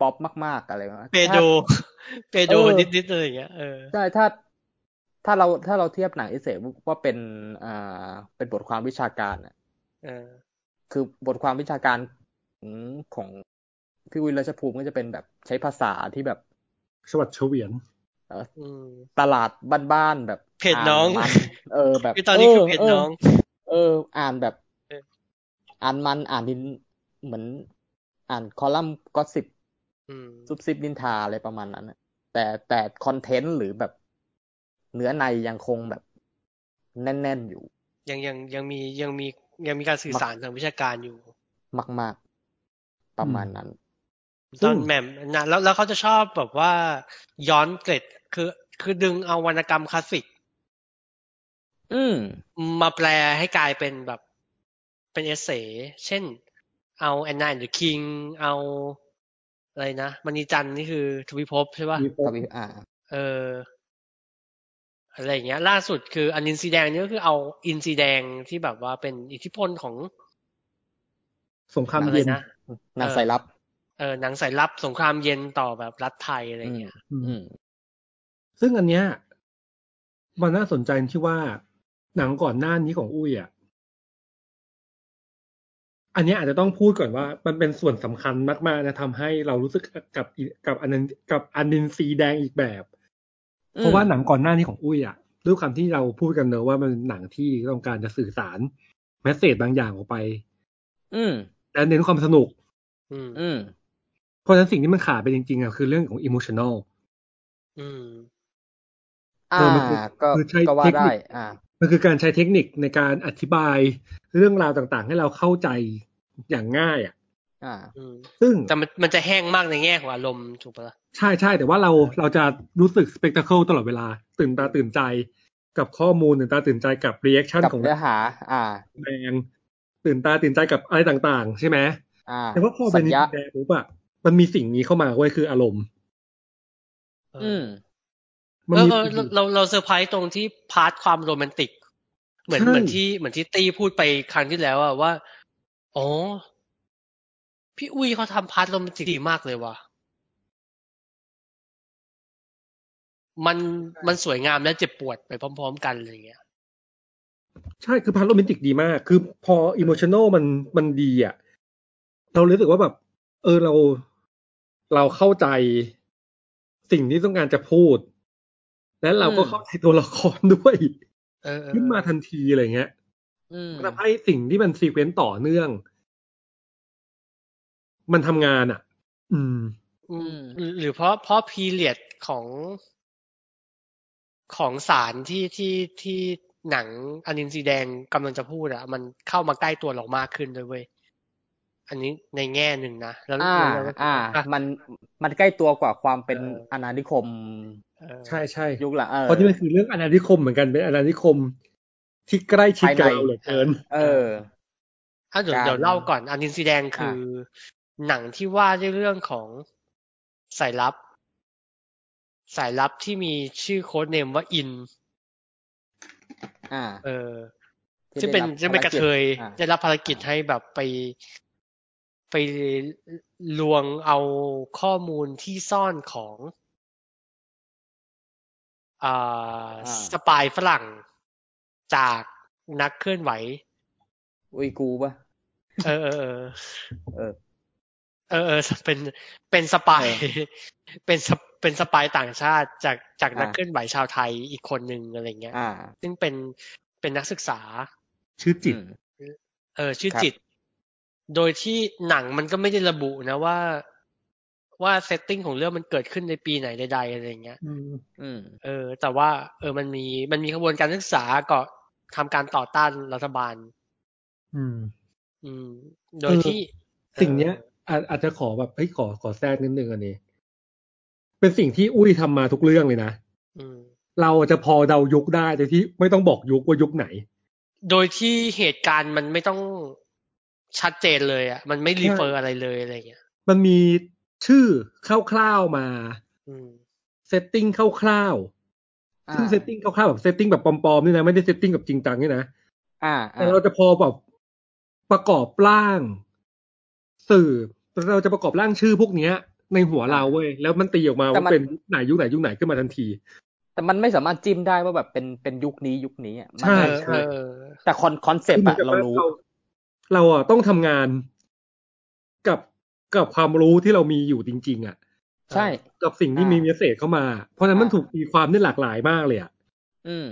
ป๊อปมาก ๆ อะไรแบบนั้น
เปโด
ถ้า
เปโด
เออ
นิดนิดๆอะไรอย่างเงี้ยเออ
ใช่ถ้าถ้าเราถ้าเราเทียบหนังเอเซว่าเป็นอ่าเป็นบทความวิชาการอะ
เออ
คือบทความวิชาการของของพี่วินรัชภูมิก็จะเป็นแบบใช้ภาษาที่แบบ
สวัสดิ์เฉวียน
อืม
ตลาดบ้านๆแบบ
เพจน้อง
ามัเออ แบบ
คือตอนนี้คือเพจน้อง
เออ อ่านแบบ
เออ
อ่านมันอ่านดินเหมือน อ่านคอลัมน์ก็สิบ
อืม
ซุบซิบนินทาอะไรประมาณนั้นน่ะแต่แต่คอนเทนต์หรือแบบเนื้อในยังคงแบบแน่นๆอยู่
ยังยังยังมียังมียังมีการสื่อสารทางวิชาการอยู่
มาก ๆ ประมาณนั้น
ตอน
ซึ่ง
แหม่มนะแล้วแล้วเขาจะชอบแบบว่า ย้อนเกร็ดคือ คือดึงเอาวรรณกรรมคลาสสิก
อืม
มาแปลให้กลายเป็นแบบเป็นเอเสเช่น เอาแอนนาหรือคิง เอาอะไรนะมณีจันทร์นี่คือทวิภพใช่ป่ะ
มีโพส
กั
ต์
บอีกอ่า
เออ อะไรอย่างเงี้ย ล่าสุดคืออันอินซีแดงนี่ก็คือเอาอินซีแดงที่แบบว่าเป็นอิทธิพลของ
สงคราม
อะไร
เย็น
นะ
หนัง
เออ
สายลับ
เออหนังสายลับสงครามเย็นต่อแบบรัฐไทยอะไรอย่างเงี้ย
อืม
อืม
ซึ่งอันเนี้ยมันน่าสนใจที่ว่าหนังก่อนหน้านี้ของอุ้ยอ่ะ อันเนี้ยอาจจะต้องพูดก่อนว่า มันเป็นส่วนสำคัญมากๆนะทำให้เรารู้สึกกับอีกับอันนั้นกับอันดินสีแดงอีกแบบ เพราะว่าหนังก่อนหน้านี้ของอุ้ยอ่ะด้วยความที่เราพูดกันเนอะว่ามันหนังที่ต้องการจะสื่อสารแมสเซจบางอย่างออกไป
อืม
และเน้นความสนุก
อืม
อืม
เพราะฉะนั้นสิ่งที่มันขาดไปจริงๆอ่ะคือเรื่องของอิม t ชัน a ล
อืม
อ่า
เออมันคือ
ก็
คือใช้
ก็ว่า
เทคนิค
ได้ อ่า
มันคือการใช้เทคนิคในการอธิบายเรื่องราวต่างๆ ให้เราเข้าใจอย่างง่ายอ่ะ
อ่า
อืม
ซึ่ง
แต่มันมันจะแห้งมากในแง่ของอารมณ์ถูกปะล่ะ
ใช่ใช่แต่ว่าเราเราจะรู้สึกสเปกต a เคิลตลอดเวลา ตื่นตาตื่นใจกับข้อมูลตื่นตาตื่นใจกับรีแอคชั่น
กับ
ของ
เนื้อหา อ่า
แมงตื่นตาตื่นใจกับอะไรต่างๆ ใช่ไหม
อ่า
แต่ว่าพอเป็
สั
น
ญ
นิ
ญา
แดงปุ๊บอ่ะมันมีสิ่งนี้เข้ามาเว้ยคืออารมณ์
เอออ
อืม
มัน
เออ
มี
เออเราเราเราเซอร์ไพรส์ตรงที่พาร์ทความโรแมนติก เหมือน
ใช่
เหมือนที่เหมือนที่ตี้พูดไปครั้งที่แล้วอะว่า อ๋อ พี่อุ้ยเขาทำพาร์ทโรแมนติกดีมากเลยว่ะ มันมันสวยงามและเจ็บปวดไปพร้อม ๆ กันอะไรอย่างเงี้ย
ใช่คือพาร์ทโรแมนติกดีมาก คือพออิโมชัน a ลมันมันดีอะเรารู้สึกว่าแบบ เออเราเราเข้าใจสิ่งที่ต้องการจะพูด และเราก็
อืม
เข้าใจตัวละครด้วย
เออเออ
ขึ้นมาทันทีอะไรเงี้ย
อืม
มันทำให้สิ่งที่มันซีเควนต์ต่อเนื่อง มันทำงานอะอืม
อืมหรือเพราะเพราะพีเรียดของของสารที่ที่ที่หนังอนินสีแดงกำลังจะพูดอะมันเข้ามาใกล้ตัวเรามากขึ้นด้วยเว้ยอันนี้ในแง่หนึ่งนะแล้ว
อ่า
แล้วก็
อ่า
อ่ะ
มัน มันใกล้ตัวกว่าความเป็น
เออ
อาณานิคม
เออ
ใช่ใช่
ยุคหละเออ
เพราะนี่มันคือเรื่องอาณานิคมเหมือนกันเป็นอาณานิคม ที่ใกล้ชิดกับ
ภายใน
เราเหลือเกิน
เออ
อ่ะเดี๋ยว
การ
เดี๋ยวเล่าก่อน อันดินสีแดงคืออหนังที่ว่าด้วยเรื่องของสายลับ สายลับที่มีชื่อโค้ดเนมว่าอิน
อ่า
เออ
ที่
ซึ่งเป็น
ได้รับ
ซึ่งเป็นกระเทย
ภารกิจ
ได้รับภารกิจให้แบบไปไปลวงเอาข้อมูลที่ซ่อนของอ่า
า
สปายฝรั่งจากนักเคลื่อนไหว
อุยกูปะ
เออเออเออ
เออ
เออเออเป็นเป็นสปายเป็นสปเป็นสปายต่างชาติจากจากนัก
อ่า
เคลื่อนไหวชาวไทยอีกคนหนึ่งอะไรเงี้ย
อ่า
ซึ่งเป็นเป็นนักศึกษา
ชื่อจิต
อืม
เออชื่อ
ครับ
จิต โดยที่หนังมันก็ไม่ได้ระบุนะว่าว่าเซตติ้งของเรื่องมันเกิดขึ้นในปีไหนใดๆอะไรเงี้ย
อืม
เออ แต่ว่า เออมันมีมันมีขบวนการนักศึกษาก็ทำการต่อต้านรัฐบาล
อืม
อืม โดย
เออ
ที่
สิ่งเนี้ย
ออ
อาจอาจจะขอแบบเฮ้ยขอขอแทรกนิดนึงอันนี้ เป็นสิ่งที่อุ้ยทำมาทุกเรื่องเลยนะ
อืม
เราจะพอเดายุคได้โดยที่ไม่ต้องบอกยุคว่ายุคไหน
โดยที่เหตุการณ์มันไม่ต้องชัดเจนเลยอ่ะ มันไม่รีเฟอร์อะไรเลยอะไรอย่างเงี้ย
มันมีชื่อคร่าวๆมา
อืม
เซตติ้งคร่าวๆ
อ่า
ซึ่งเซตติ้งคร่าวๆแบบเซตติ้งแบบปลอมๆนี่นะไม่ได้เซตติ้งแบบจริงจังนี่นะ
อ่า
แต่เราจะพอแบบประกอบร่าง สื่อเราจะประกอบร่างชื่อพวกเนี้ย ในหัวเราเว้ยแล้วมันตีออกมาว่าเป็นไหนยุคไหนยุคไหนขึ้นมาทันที
แต่มันไม่สามารถจิ้มได้ว่าแบบเป็น เป็นยุคนี้ยุคนี้อ่ะมัน
ใช่
เอ
ไม่
อเออ
แต่คอนคอนเซ็ปต์อะ
คือหมื
เรา
อนกับ
รู้
ว่เราอ่ะต้องทำงานกับกับความรู้ที่เรามีอยู่จริง ๆ อ่ะ
ใช่
กับสิ่งที่
อ่ามี
มีเมสเซจเข้ามา เพราะฉะนั้นมัน
อ่า
ถูกตีความได้หลากหลายมากเลยอ่ะ
อืม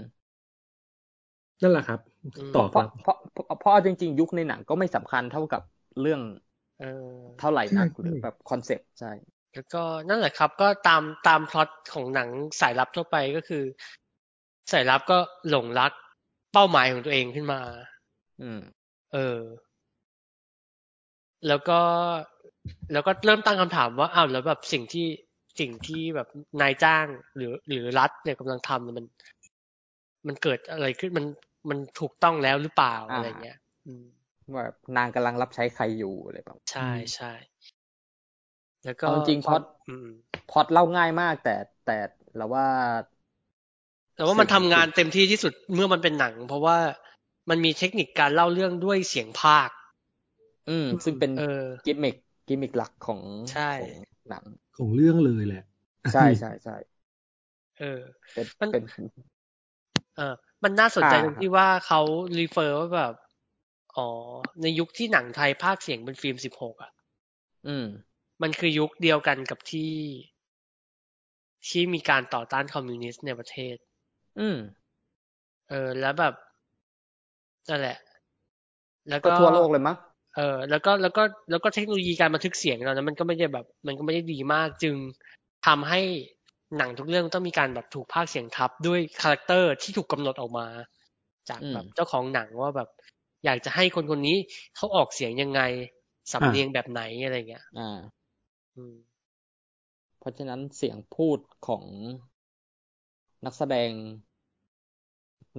นั่นแหละครับ
อืม
ต่อ
เพ
ค
ราะ
รับ
เพราะเพราะเพราะเอาจริง ๆ ยุคในหนังก็ไม่สำคัญเท่ากับเรื่อง
เออ
เท่าไหร่นัก
ใช่
หรือแบบคอนเซปต์ใช่
แล้วก็นั่นแหละครับ ก็ตามตามพล็อตของหนังสายลับทั่วไปก็คือ สายลับก็หลงรักเป้าหมายของตัวเองขึ้นมา
อืม
เออ แล้วก็แล้วก็เริ่มตั้งคำถามว่าอ้าวแล้วแบบสิ่งที่สิ่งที่แบบนายจ้างหรือหรือรัฐเนี่ยกำลังทำเนี่ยมัน มันเกิดอะไรขึ้นมันมันถูกต้องแล้วหรือเปล่า
อ่า
อะไรเงี้ย อืม
ว่าแบบนางกำลังรับใช้ใครอยู่อะไรประมาณ
ใช่ใช่แล้วก็
เอาจริงๆ
ความ
พล็อต
อืม
พล็อตเล่าง่ายมาก แต่แต่เราว่า
แต่ว่ามันทำงานเต็มที่ที่สุดเมื่อมันเป็นหนัง เพราะว่ามันมีเทคนิคการเล่าเรื่องด้วยเสียงภาค
อืม ซึ่งเป็น
เออ
กิมมิคกิมมิคหลักของ
ใช่
ของหนัง
ของเรื่องเลยแหละ
ใช่ใช่ใช่
เออ
เป็น
มัน
เป็น
เออมันน่าสนใจ
อ่า
ตรงที่ว่าเขารีเฟอร์ว่าแบบ อ๋อ ในยุคที่หนังไทยภาคเสียงเป็นฟิล์มสิบหกอ่ะ
อืม
มันคือยุคเดียวกันกับที่ ที่มีการต่อต้านคอมมิวนิสต์ในประเทศ
อืม
เออ แล้วแบบนั่นแหละ แล้ว
ก็
ก็
ทั่วโลกเลยมั้ง
เออ แล้วก็แล้วก็แล้วก็เทคโนโลยีการบันทึกเสียงตอนนั้นมันก็ไม่ได้แบบ มันก็ไม่ได้ดีมากจึงทำให้หนังทุกเรื่องต้องมีการแบบถูกภาคเสียงทับด้วยคาแรคเตอร์ที่ถูกกำหนดออกมา จากแบบเจ้าของหนังว่าแบบ อยากจะให้คนคนนี้เขาออกเสียงยังไงสำเนียงแบบไหนอะไรเงี้ย
อ่า
อืม
เพราะฉะนั้นเสียงพูดของนักแสดง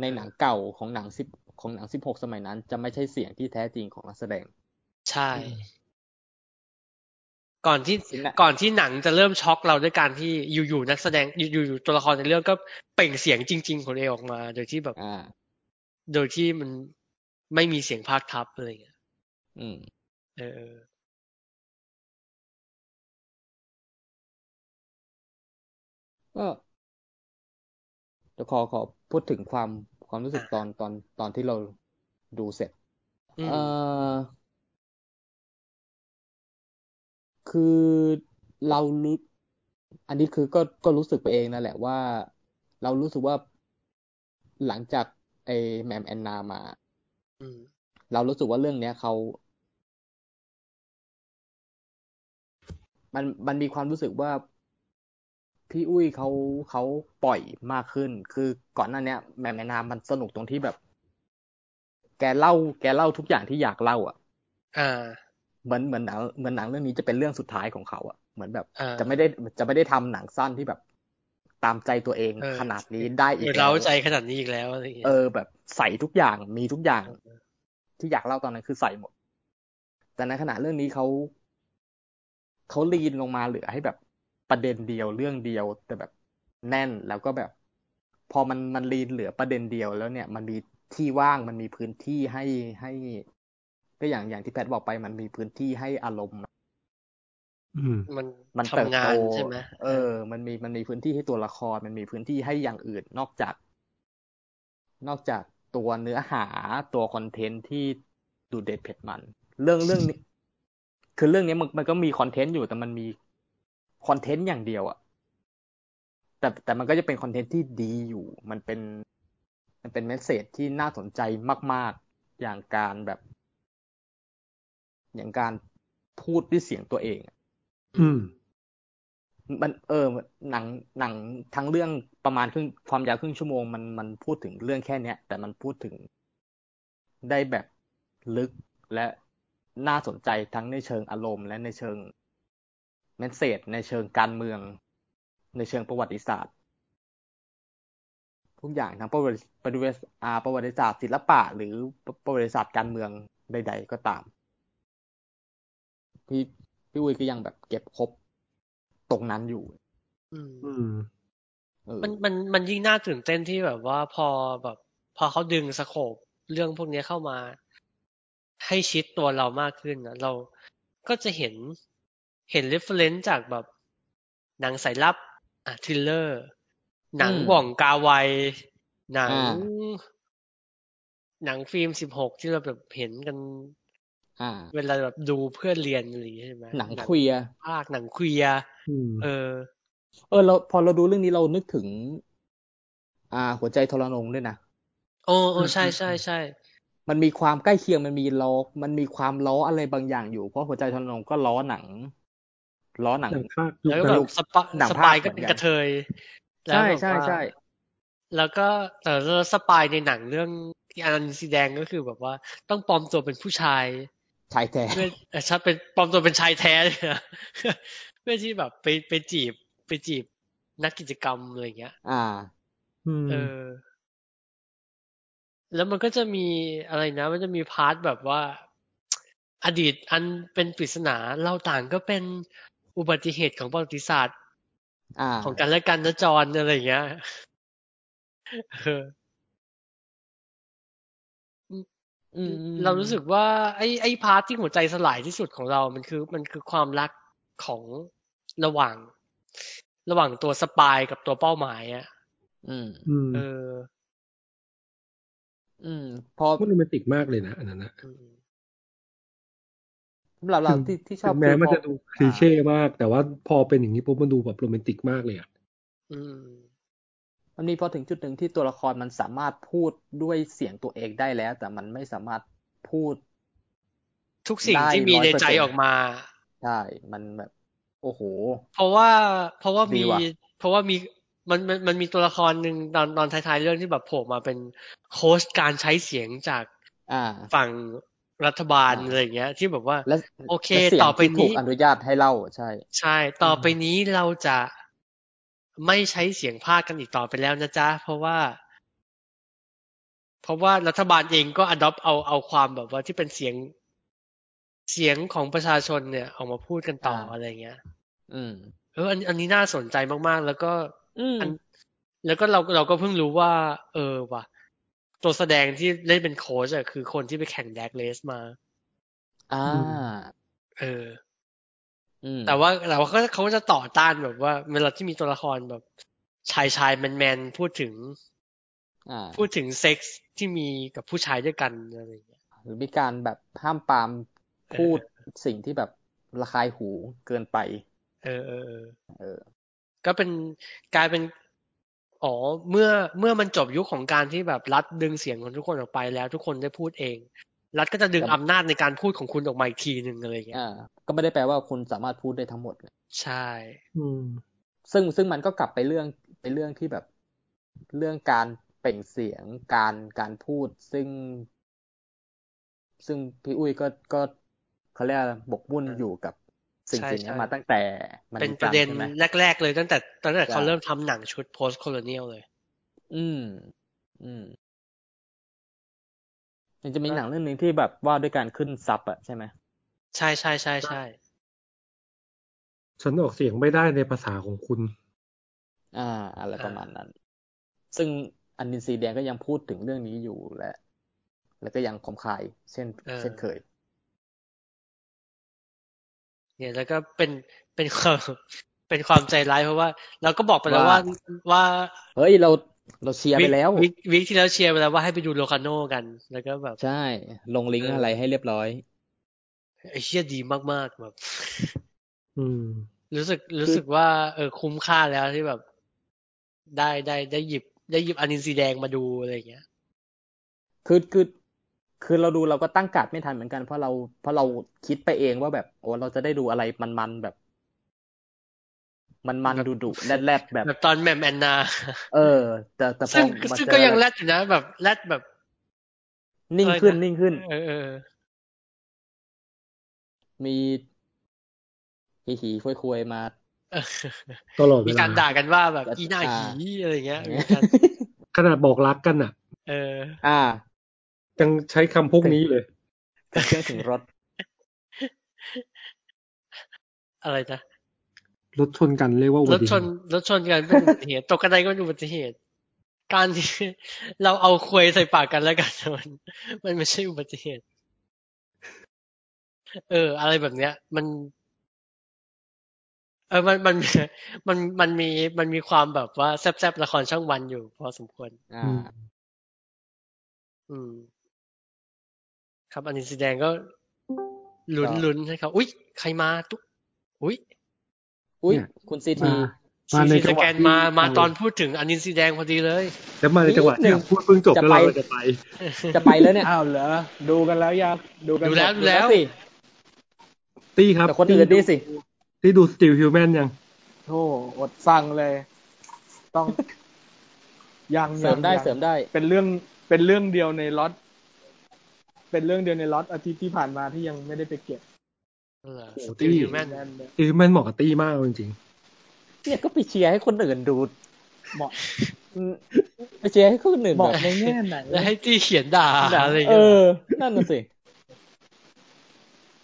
ในหนังเก่าของหนังสิบของหนังสิบหกสมัยนั้น จะไม่ใช่เสียงที่แท้จริงของนักแสดง
ใช่ ก่อนที่
ศิลปะ
ก่อนที่หนังจะเริ่มช็อกเราด้วยการที่อยู่ๆนักแสดงอยู่ๆตัวละครในเรื่องก็เปล่งเสียงจริง ๆ ของตัวเองออกมา โดยที่แบบ
อ่า
โดยที่มันไม่มีเสียงภาคทับอะไรเงี้ย
อืม
เออเออ
ก็เดี๋ยวขอขอพูดถึงความความรู้สึกตอนตอนตอนที่เราดูเสร็จ
อืม
เออคือเรารู้อันนี้คือก็ก็รู้สึกไปเองนั่นแหละว่า เรารู้สึกว่าหลังจากไอ้แหมมแอนนามา
อืม
เรารู้สึกว่าเรื่องเนี้ยเขา มัน มันมีความรู้สึกว่า พี่อุ้ยเขาเขาปล่อยมากขึ้น คือก่อนหน้าเนี้ยแหม่มแม่นามมันสนุกตรงที่แบบ แกเล่า แกเล่าทุกอย่างที่อยากเล่า อ่ะ
อ่า
เหมือน เหมือนหนัง เหมือนหนังเรื่องนี้จะเป็นเรื่องสุดท้ายของเขาอ่ะ เหมือนแบบ
อ่า
จะไม่ได้ จะไม่ได้ทำหนังสั้นที่แบบ ตามใจตัวเอง
เออ
ขนาดนี้ได้อีก
เดี๋ยว
แล้
เรา
ว
ใจขนาดนี้อีกแล้วอะไรเงี้ย
เออแบบใส่ทุกอย่างมีทุกอย่าง ที่อยากเล่าตอนนั้นคือใส่หมด แต่ในขณะเรื่องนี้เขาเขาลีนลงมาเหลือให้แบบประเด็นเดียวเรื่องเดียว แต่แบบแน่นแล้วก็แบบ พอมันมันลีนเหลือประเด็นเดียวแล้วเนี่ย มันมีที่ว่างมันมีพื้นที่ให้ให้ก็อย่างอย่างที่แพทบอกไปมันมีพื้นที่ให้อารมณ์
อืม
มัน
มัน
ทำ
เติบ
งา
โต
นใช่ไหม
เออ มันมี มันมีพื้นที่ให้ตัวละคร มันมีพื้นที่ให้อย่างอื่น นอกจาก นอกจากตัวเนื้อหา ตัวคอนเทนต์ที่ดูเด็ดเผ็ดมัน เรื่องเรื่องนี้ คือเรื่องนี้มันมันก็มีคอนเทนต์อยู่ แต่มันมีคอนเทนต์อย่างเดียวอะแต่แต่มันก็จะเป็นคอนเทนต์ที่ดีอยู่ มันเป็น มันเป็นเมสเซจที่น่าสนใจมาก ๆ อย่างการแบบ อย่างการพูดด้วยเสียงตัวเองอะ
อืม
มันเออหนังหนังทั้งเรื่องประมาณครึ่งความยาวครึ่งชั่วโมงมันมันพูดถึงเรื่องแค่เนี้ย แต่มันพูดถึงได้แบบลึกและน่าสนใจทั้งในเชิงอารมณ์ และในเชิงเมสเซจในเชิงการเมือง ในเชิงประวัติศาสตร์ ทุกอย่างทั้งประวัติประวัติอ่าประวัติศาสตร์ศิลปะ หรือประวัติศาสตร์การเมืองใด ๆ ก็ตาม พี่พี่อุ้ยก็ยังแบบเก็บครบตรงนั้นอยู่
อืม
อืม
เออ
มันมันมันยิ่งน่าตื่นเต้นที่แบบว่าพอแบบ พอเขาดึงสโคปเรื่องพวกนี้เข้ามา ให้ชิดตัวเรามากขึ้นนะเราก็จะเห็นเห็นเรฟเฟรนซ์จากแบบหนังสายลับ อ่ะทริลเลอร์ หนัง
อืม
บ่องกาไวหนัง
อ่า
หนังฟิล์มสิบหกที่เราแบบเห็นกัน
อ่า
เวลาแบบดูเพื่อนเรียนอะไรอย่างเงี้ยใช่ไหม
หนังเคลียร์
ภาคหนังเคลียร์
อืม
เออ
เออเราพอเราดูเรื่องนี้เรานึกถึง อ่า หัวใจทรนงด้วยนะ
โอ้โอ้ใช่ใช่ใช่
มันมีความใกล้เคียงมันมีล้อ มันมีความล้ออะไรบางอย่างอยู่ เพราะหัวใจทรนงก็ล้อหนัง ล้อหนัง
หนังภาคยุค
แล้วก็
นั้
แบ
น
บสปะ
หนัง
ส
ภาค
ปายก็
เหมื
เป็
อน
น
กัน
กระเทยแล้ว
ใช่
แบบ
ใช่
ว่า
ใช่
แล้วก็แต่แล้วสปายในหนังเรื่องอันสีแดงก็คือแบบว่าต้องปลอมตัวเป็นผู้ชาย
ชายแท้
เพื่อเอ่อใชัดเป็นปลอมตัวเป็นชายแท้เลยนะ เพื่อที่แบบไปไปจีบไปจีบนักกิจกรรมอะไรอย่างเงี้ย
อ่า
อืม
เออ แล้วมันก็จะมีอะไรนะ มันจะมีพาร์ทแบบว่า อดีตอันเป็นปริศนาเล่าต่างก็เป็นอุบัติเหตุของประวัติศาสตร์
อ่า
ของกันและกันนะจรอะไรอย่างเงี้ยเออ
อืมอืม
เรารู้สึกว่าไอ้ไอ้พาร์ทที่หัวใจสลายที่สุดของเรา มันคือมันคือความรักของระหว่าง ระหว่างตัวสปายกับตัวเป้าหมายอ่ะ
อืม
อืม
เออ
อืม พอ
โคตรโรแมนติกมากเลยนะอันนั้นนะ
อืม
สำหรับเราที่ที่ชอบ
ถึงแม้
คือ
มัน
พอ
จะดูคลีเช่มาก แต่ว่าพอเป็นอย่างนี้ปุ๊บมันดูแบบโรแมนติกมากเลยอ่ะ
อืม
มันมีพอถึงจุดหนึ่งที่ตัวละครมันสามารถพูดด้วยเสียงตัวเองได้แล้ว แต่มันไม่สามารถพูด
ทุกสิ่ง
ได้
ที่มีในใจ
100%
ออกมา
ได้ มันแบบ โอ้โห
เพราะว่าเพราะว่า
ดี
มี
ว่ะ
เพราะว่ามีมันมันมันมีตัวละครหนึ่งตอนตอนท้ายๆเรื่องที่แบบโผล่มาเป็นโค้ชการใช้เสียงจาก
อ่า
ฝั่งรัฐบาล
อ่า
อะไรอย่างเงี้ย ที่แบบว่า
และ
โอเค
และสียง
ต่อไป
ที่ถูก
นี้
อนุญาตให้เล่าใช่
ใช่ต่อไปนี้เราจะไม่ใช้เสียงภาคกันอีกต่อไปแล้วนะจ๊ะ เพราะว่า เพราะว่ารัฐบาลเองก็อดอปเอาเอาความแบบว่าที่เป็นเสียงเสียงของประชาชนเนี่ยออกมาพูดกันต่อ
อ่า
อะไรอย่างเงี้ย
อืม
เอออันอันนี้น่าสนใจมากๆ แล้วก็
อืม
อัน แล้วก็เราเราก็เพิ่งรู้ว่า เออว่ะ ตัวแสดงที่เล่นเป็นโค้ชอะคือคนที่ไปแข่งแดกเลสมา
อ่า
เออ
อืม
แต่ว่าแต่ว่าเขาเขาก็จะต่อต้านแบบว่าเวลาที่มีตัวละครแบบ ชายชายแมนแมนๆพูดถึง
อ่า
พูดถึงเซ็กส์ที่มีกับผู้ชายด้วยกันอะไรอย่างเงี้ย
หรือมีการแบบห้ามปรามพูดสิ่งที่แบบระคายหูเกินไป
เออเออเออ
เออ
ก็เป็นกลายเป็น อ๋อ เมื่อเมื่อมันจบยุคของการที่แบบรัฐดึงเสียงของทุกคนออกไปแล้ว ทุกคนได้พูดเอง รัฐก็จะดึงอำนาจในการพูดของคุณออกมาอีกทีหนึ่งอะไรอย่างเงี้ย
อ่า ก็ไม่ได้แปลว่าคุณสามารถพูดได้ทั้งหมดไง
ใช่
อืม
ซึ่งซึ่งมันก็กลับไปเรื่องไปเรื่องที่แบบเรื่องการเปล่งเสียงการการพูด ซึ่ง ซึ่งพี่อุ้ยก็ก็เขาเรียกอะไรบกมุ่น
เอออ
อยู่กับสิ่ง
ใช่
สิ่งนี้
ใช่
มาตั้งแต่มั
เป็นประเด็น
จำใช่ไหม
แรก ๆ เลยตั้งแต่ตั้งแต่เขา
ใช่
เริ่มทำหนังชุด post colonial เลย
อืม อืมมันจะมีหนังเรื่องหนึ่งที่แบบว่าด้วยการขึ้นซับอะใช่ไหม
ใช่ใช่ใช่ใช่
ฉันออกเสียงไม่ได้ในภาษาของคุณ
อ่า อะไรประมาณนั้น ซึ่งอันดินซีแดงก็ยังพูดถึงเรื่องนี้อยู่และ แล้วก็ยังคมคาย เช่น เช่นเคย
เนี่ยแล้วก็เป็นเป็นความ เป็นความใจร้ายเพราะว่า เราก็บอกไปแล้วว่า
ว่า
ว่า
เฮ้ย เราเราเชียร์ไปแล้ว
วิควิคที่แล้วเชียร์ไปแล้วว่าให้ไปดูโลคาโนกัน แล้วก็แบบ
ใช่ ลงลิงก์อะไรให้เรียบร้อย
ไอ้เชี่ยดีมาก ๆ แบบ
อืม
รู้สึกรู้สึกว่า เออคุ้มค่าแล้วที่แบบ ได้ได้ได้หยิบ ได้หยิบอันินสีแดงมาดูอะไรอย่างเงี้ย
คือคือคือเราดูเราก็ตั้งการ์ดไม่ทันเหมือนกันเพราะเราเพราะเราคิดไปเองว่าแบบโอ้เราจะได้ดูอะไรมันๆแบบ มันๆดุดุๆแรดแรดๆแบบ
แบบตอนแมมแอนนา
เออ แต่แต่พอ
ซึ่ง
มา
ซึ่ง
เจอ
ก็ยังแร
แล้ว
ดอยู่นะ แบบแรดแบบ
นิ่งขึ้นนิ่งขึ้น
เออเออ
มีหีหีคุยคุยๆมา
เออ
ตลอดเว
มี
ลา
การด่ากันว่าแบบ
อ่า
อีหน้าหีอะไรอย่างเงี้ยมีการ
ขนาดบอกรักกันอ่ะ
เออ
อ่า
ยังใช้คำพวกนี้เลย
เครื่องถึงรถ
อะไรนะ
รถชนกันเรียกว่าอุ
ร
บั
ถ
ติเห
ช
ตุ
นรถชนกันเป็นอุบัติเหตุตกกระไดก็เป็นอุบัติเหตุ การที่เราเอาควยใส่ปากกันแล้วกัน มันมันไม่ใช่อุบัติเหตุ เออ อะไรแบบเนี้ย มัน เออมันมันมันมันมีมันมีความแบบว่าแซบๆละครช่องวันอยู่ พอสมควร
อ่า
อืม
อืม ครับอันนี้สีแดงก็ลุ้น
ก็
ลุ้นให้เขาอุ้ยใครมาตุ๊กอุ้ย
อุ้ยคุณซีที
มามาใน
ซี
จั
ส
งห
แก
วะ
น
ที่
มามาตอนพูดถึงอันนี้สีแดงพอดีเลย
แล้วมาในจังหวะที่พูดเพิ่งจบแล้วเราก็จะไป
จะไปแล้วเนี่ย
อ้าวเหรอ ดูกันแล้วยังดูกัน
ดูแล้ว
หม
ดูแล้ว
สิ
ตี้ครับ
แต่คนอื่นดีสิ
ตี้ดูสติลฮิวแมนยัง
โอ้อดฟังเลย ต้อง ยัง
เสริมได้
ยัง
เสริมได้
เป็นเรื่องเป็นเรื่องเดียวในล็อตเป็นเรื่องเดียวในล็อตอาทิตย์ที่ผ่านมาที่ยังไม่ได้ไปเก็บ
โอ้โห
ส
ตี้
ติลฮิวแมน
แน่นเลย
สติลฮิวแมนเหมาะกับตี้มากจริง
เนี่ยก็ไปเชียร์ให้คนอื่นดู
เหมาะ
อืมไปเชียร์ให้คนอื่น
เหมาะ
แบบ
ในแง่ไหน
แล้วให้ตี้เขียนด่าอะไรอย่าง
เอ
เงี้ย
อ นั่นน่ะสิ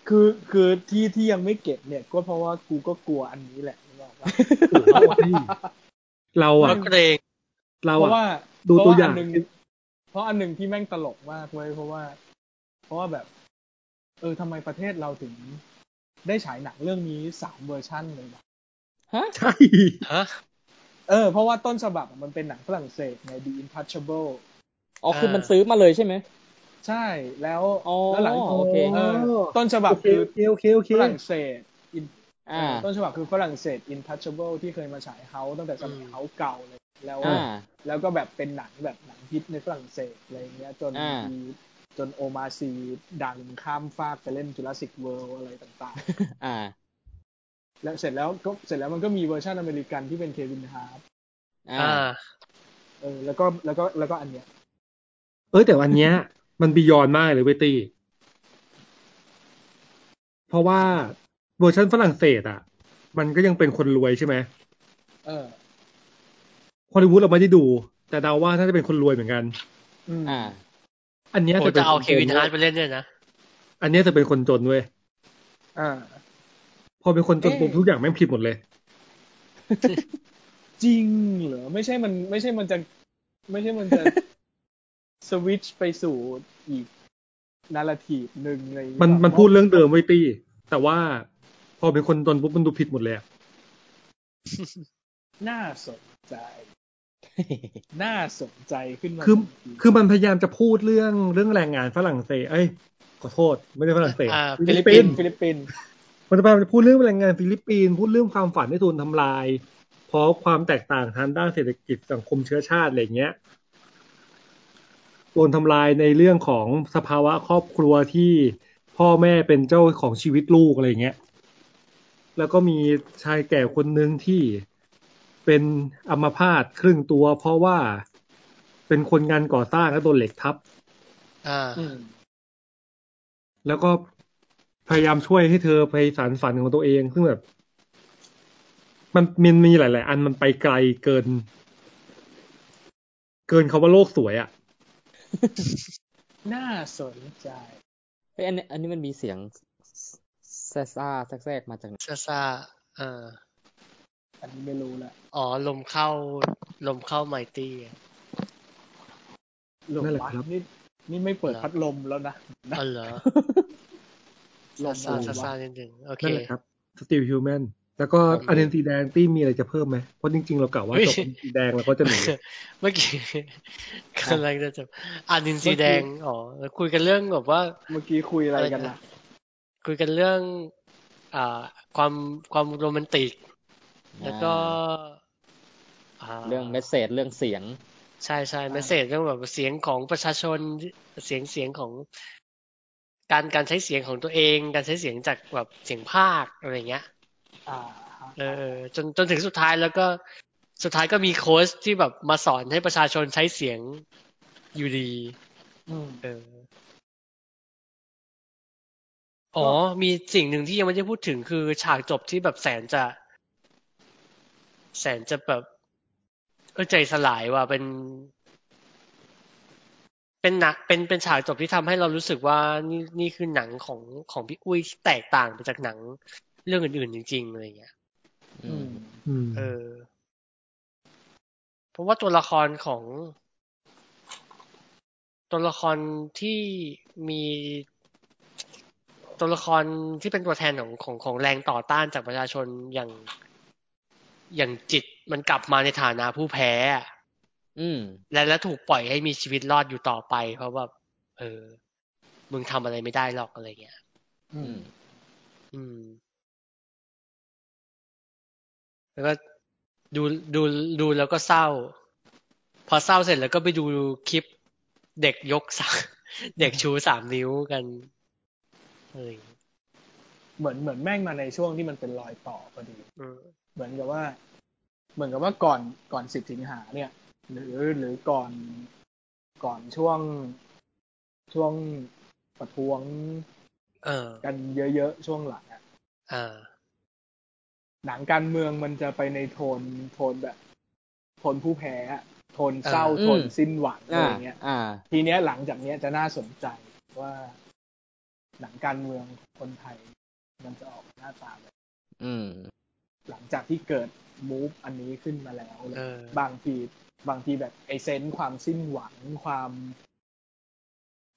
คือคือที่ที่ยังไม่เก็บเนี่ย ก็เพราะว่ากูก็กลัวอันนี้แหละนึกออกปะ
ๆโอ้โหตี้เรา
เพ
อ่ะ
ราะเกรง
เรา
เพราะว่า
อ่ะ ดูตัวอย่าง
เพระนหนึ่เพราะอันหนึ่งที่แม่งตลกมากเว้ยเพราะว่า เพราะว่าแบบ เออทำไมประเทศเราถึง ได้ฉายหนังเรื่องนี้สามเวอร์ชันเลยวะ
ฮะ
ใช่
ฮะ
เออ เพราะว่าต้นฉบับอะมันเป็นหนังฝรั่งเศสไง The Untouchable
อ๋อคือ
เออ
มันซื้อมาเลยใช่ไหม
ใช่แล้ว
อ๋อ
แล้วหลัง
โอเค
เออต้นฉบับ
โอเค
คือ
โอเคโอเคโอเค
ฝรั่งเศส In-
อ่า
เออต้นฉบับคือฝรั่งเศส Untouchable ที่เคยมาฉายเฮาตั้งแต่สมัย
อืม
เฮาเก่าเลยแล้ว
อ่า
แล้วก็แบบเป็นหนังแบบหนังฮิตในฝรั่งเศสอะไรอย่างเงี้ยจน
อ่า
มีจนโอมาซีดังข้ามฟากไปเล่นจูราสสิกเวิลด์อะไรต่าง
อ่า
ๆ แล้วเสร็จแล้วก็เสร็จแล้วมันก็มีเวอร์ชันอเมริกันที่เป็นเควินฮาร์ป
อ่า
อ่า
เออแล้วก็แล้วก็แล้วก็อันเนี้ย
เอ้ยแต่อันเนี้ย มันบียอนมากเลยเวยตี้เพราะว่าเวอร์ชันฝรั่งเศสอ่ะ มันก็ยังเป็นคนรวยใช่ไหม
เออ
ฮอลลีวูดเราไม่ได้ดู แต่เดาว่าน่าจะเป็นคนรวยเหมือนกัน
อืม
อ่า
อันเนี้ย
โอ้
จะเป็น
จะเอา
จ
เควินฮาร์ดไปเล่นด้วยนะ
อันเนี้ยจะเป็นคนจนเว้ย
อ่า
พอเป็นคนจน
เอ๊ะ
ปุ๊บทุกอย่างแม่งผิดหมดเลย
จริงเหรอไม่ใช่มันไม่ใช่มันจะ ไม่ใช่มันจะ สวิตช์ไปสู่อีกนาราทีฟหนึ่งอะไรอย่างเงี้ย
มันมันพูดเรื่องเดิมไว้ตี้ แต่ว่าพอเป็นคนตนปุ๊บมันดูผิดหมดเลยอะ
น่าสนใจ น่าสนใจขึ้นมา
คือ
ทันที
คือมันพยายามจะพูดเรื่องเรื่องแรงงานฝรั่งเศสเอ้ยขอโทษ ไม่ได้ฝรั่งเศส
อ่า
ฟิลิปปินส์
ฟิลิปปินส์
มันจะพยายามจะพูดเรื่องแรงงานฟิลิปปินส์พูดเรื่องความฝันที่ถูกทำลาย เพราะความแตกต่างทางด้านเศรษฐกิจสังคมเชื้อชาติอะไรอย่างเงี้ยโดนทำลายในเรื่องของสภาวะครอบครัวที่พ่อแม่เป็นเจ้าของชีวิตลูกอะไรอย่างเงี้ย แล้วก็มีชายแก่คนหนึ่งที่เป็นอัมพาตครึ่งตัว เพราะว่าเป็นคนงานก่อสร้างแล้วโดนเหล็กทับ
อ่า
อืม
แล้วก็พยายามช่วยให้เธอไปสารฝันของตัวเอง ซึ่งแบบ มันมันมีหลาย ๆ อันมันไปไกลเกิน เกินคาว่าโลกสวยอะ่ะ
น่าสนใจ
เอ้ยอันนี้อันนี้มันมีเสียงแซซ่าแทรกๆมาจากไหน
ซาซาเออ
อันนี้ไม่รู้ละ
อ๋อ ลมเข้า ลมเข้าไมตี้
ลม
นั่นแหละ
วัด
ครับ
นี่นี่ไม่เปิด
ครับ
พัดลมแล้ว นะ
อ๋อเหรอ
ล
ซาม ซา
อะ
ซาว
ไระ
ซานิดหนึ่งโอเค
นั่นแหละครับ Still Human แล้วก็
อืม
อันเดนสีแดงตี้มีอะไรจะเพิ่มไหมเพราะจริง ๆ เรากะว่าจบสีแดงแล้วก็จะหนี
เมื่อกี้กำลังจะจบอ่านดินสีแดง อ๋อแล้วคุยกันเรื่องแบบว่า
เมื่อกี้คุยอะไรกันล่ะ
คุยกันเรื่อง อ่า ความความโรแมนติก แล้วก็า
เรื่องเมสเซจเรื่องเสียง
ใช่ใช่เมสเซจเรื่องแบบเสียงของประชาชนเสียงเสียงของ การการใช้เสียงของตัวเอง การใช้เสียงจากแบบเสียงภาคอะไรเงี้ย
อ่าฮะ
เออจนจนถึงสุดท้ายแล้วก็สุดท้ายก็มีโค้ชที่แบบมาสอนให้ประชาชนใช้เสียงอยู่ดี
อืม
เอออ๋อ มีสิ่งหนึ่งที่ยังไม่ได้พูดถึงคือฉากจบที่แบบแสนจะ แสนจะแบบเออใจสลายว่ะเป็น เป็นหนักเป็นเป็นฉากจบที่ทำให้เรารู้สึกว่านี่นี่คือหนังของของพี่อุ้ยที่แตกต่างไปจากหนังเรื่องอื่นๆจริงๆอะไรอย่างเงี้ย
อืม
อืม
เออ เพราะว่าตัวละครของ ตัวละครที่มีตัวละครที่เป็นตัวแทนของของของแรงต่อต้านจากประชาชนอย่าง อย่างจิตมันกลับมาในฐานะผู้แพ้อะ
อืม
และและถูกปล่อยให้มีชีวิตรอดอยู่ต่อไป เพราะว่า เออ มึงทำอะไรไม่ได้หรอกอะไรเงี้ย
อืม
อืม แล้วก็ดูดูดูแล้วก็เศร้า พอเศร้าเสร็จแล้วก็ไปดูคลิปเด็กยก สาม เด็กชูสามนิ้วกันอะไรอย่างงี้
เหมือนเหมือนแม่งมาในช่วงที่มันเป็นรอยต่อพอดี
อืม
เหมือนกับว่า เหมือนกับว่าก่อนก่อนสิบสิงหาเนี่ย หรือหรือก่อนก่อนช่วงช่วงประท้วง
เออ
กันเยอะๆช่วงหลังอะ
อ่า
หนังการเมืองมันจะไปในโทนโทนแบบโทนผู้แพ้อะโทนเศร้า
อ่าอืม
โทนสิ้นหวังอะไร
อ่า
เงี้ย
อ่า
ทีเนี้ยหลังจากเนี้ยจะน่าสนใจว่า หนังการเมืองคนไทย มันจะออกหน้าตาแบบ
อืม
หลังจากที่เกิดมูฟอันนี้ขึ้นมาแล้ว
เออ
บางทีบางทีแบบไอเซนส์ความสิ้นหวังความ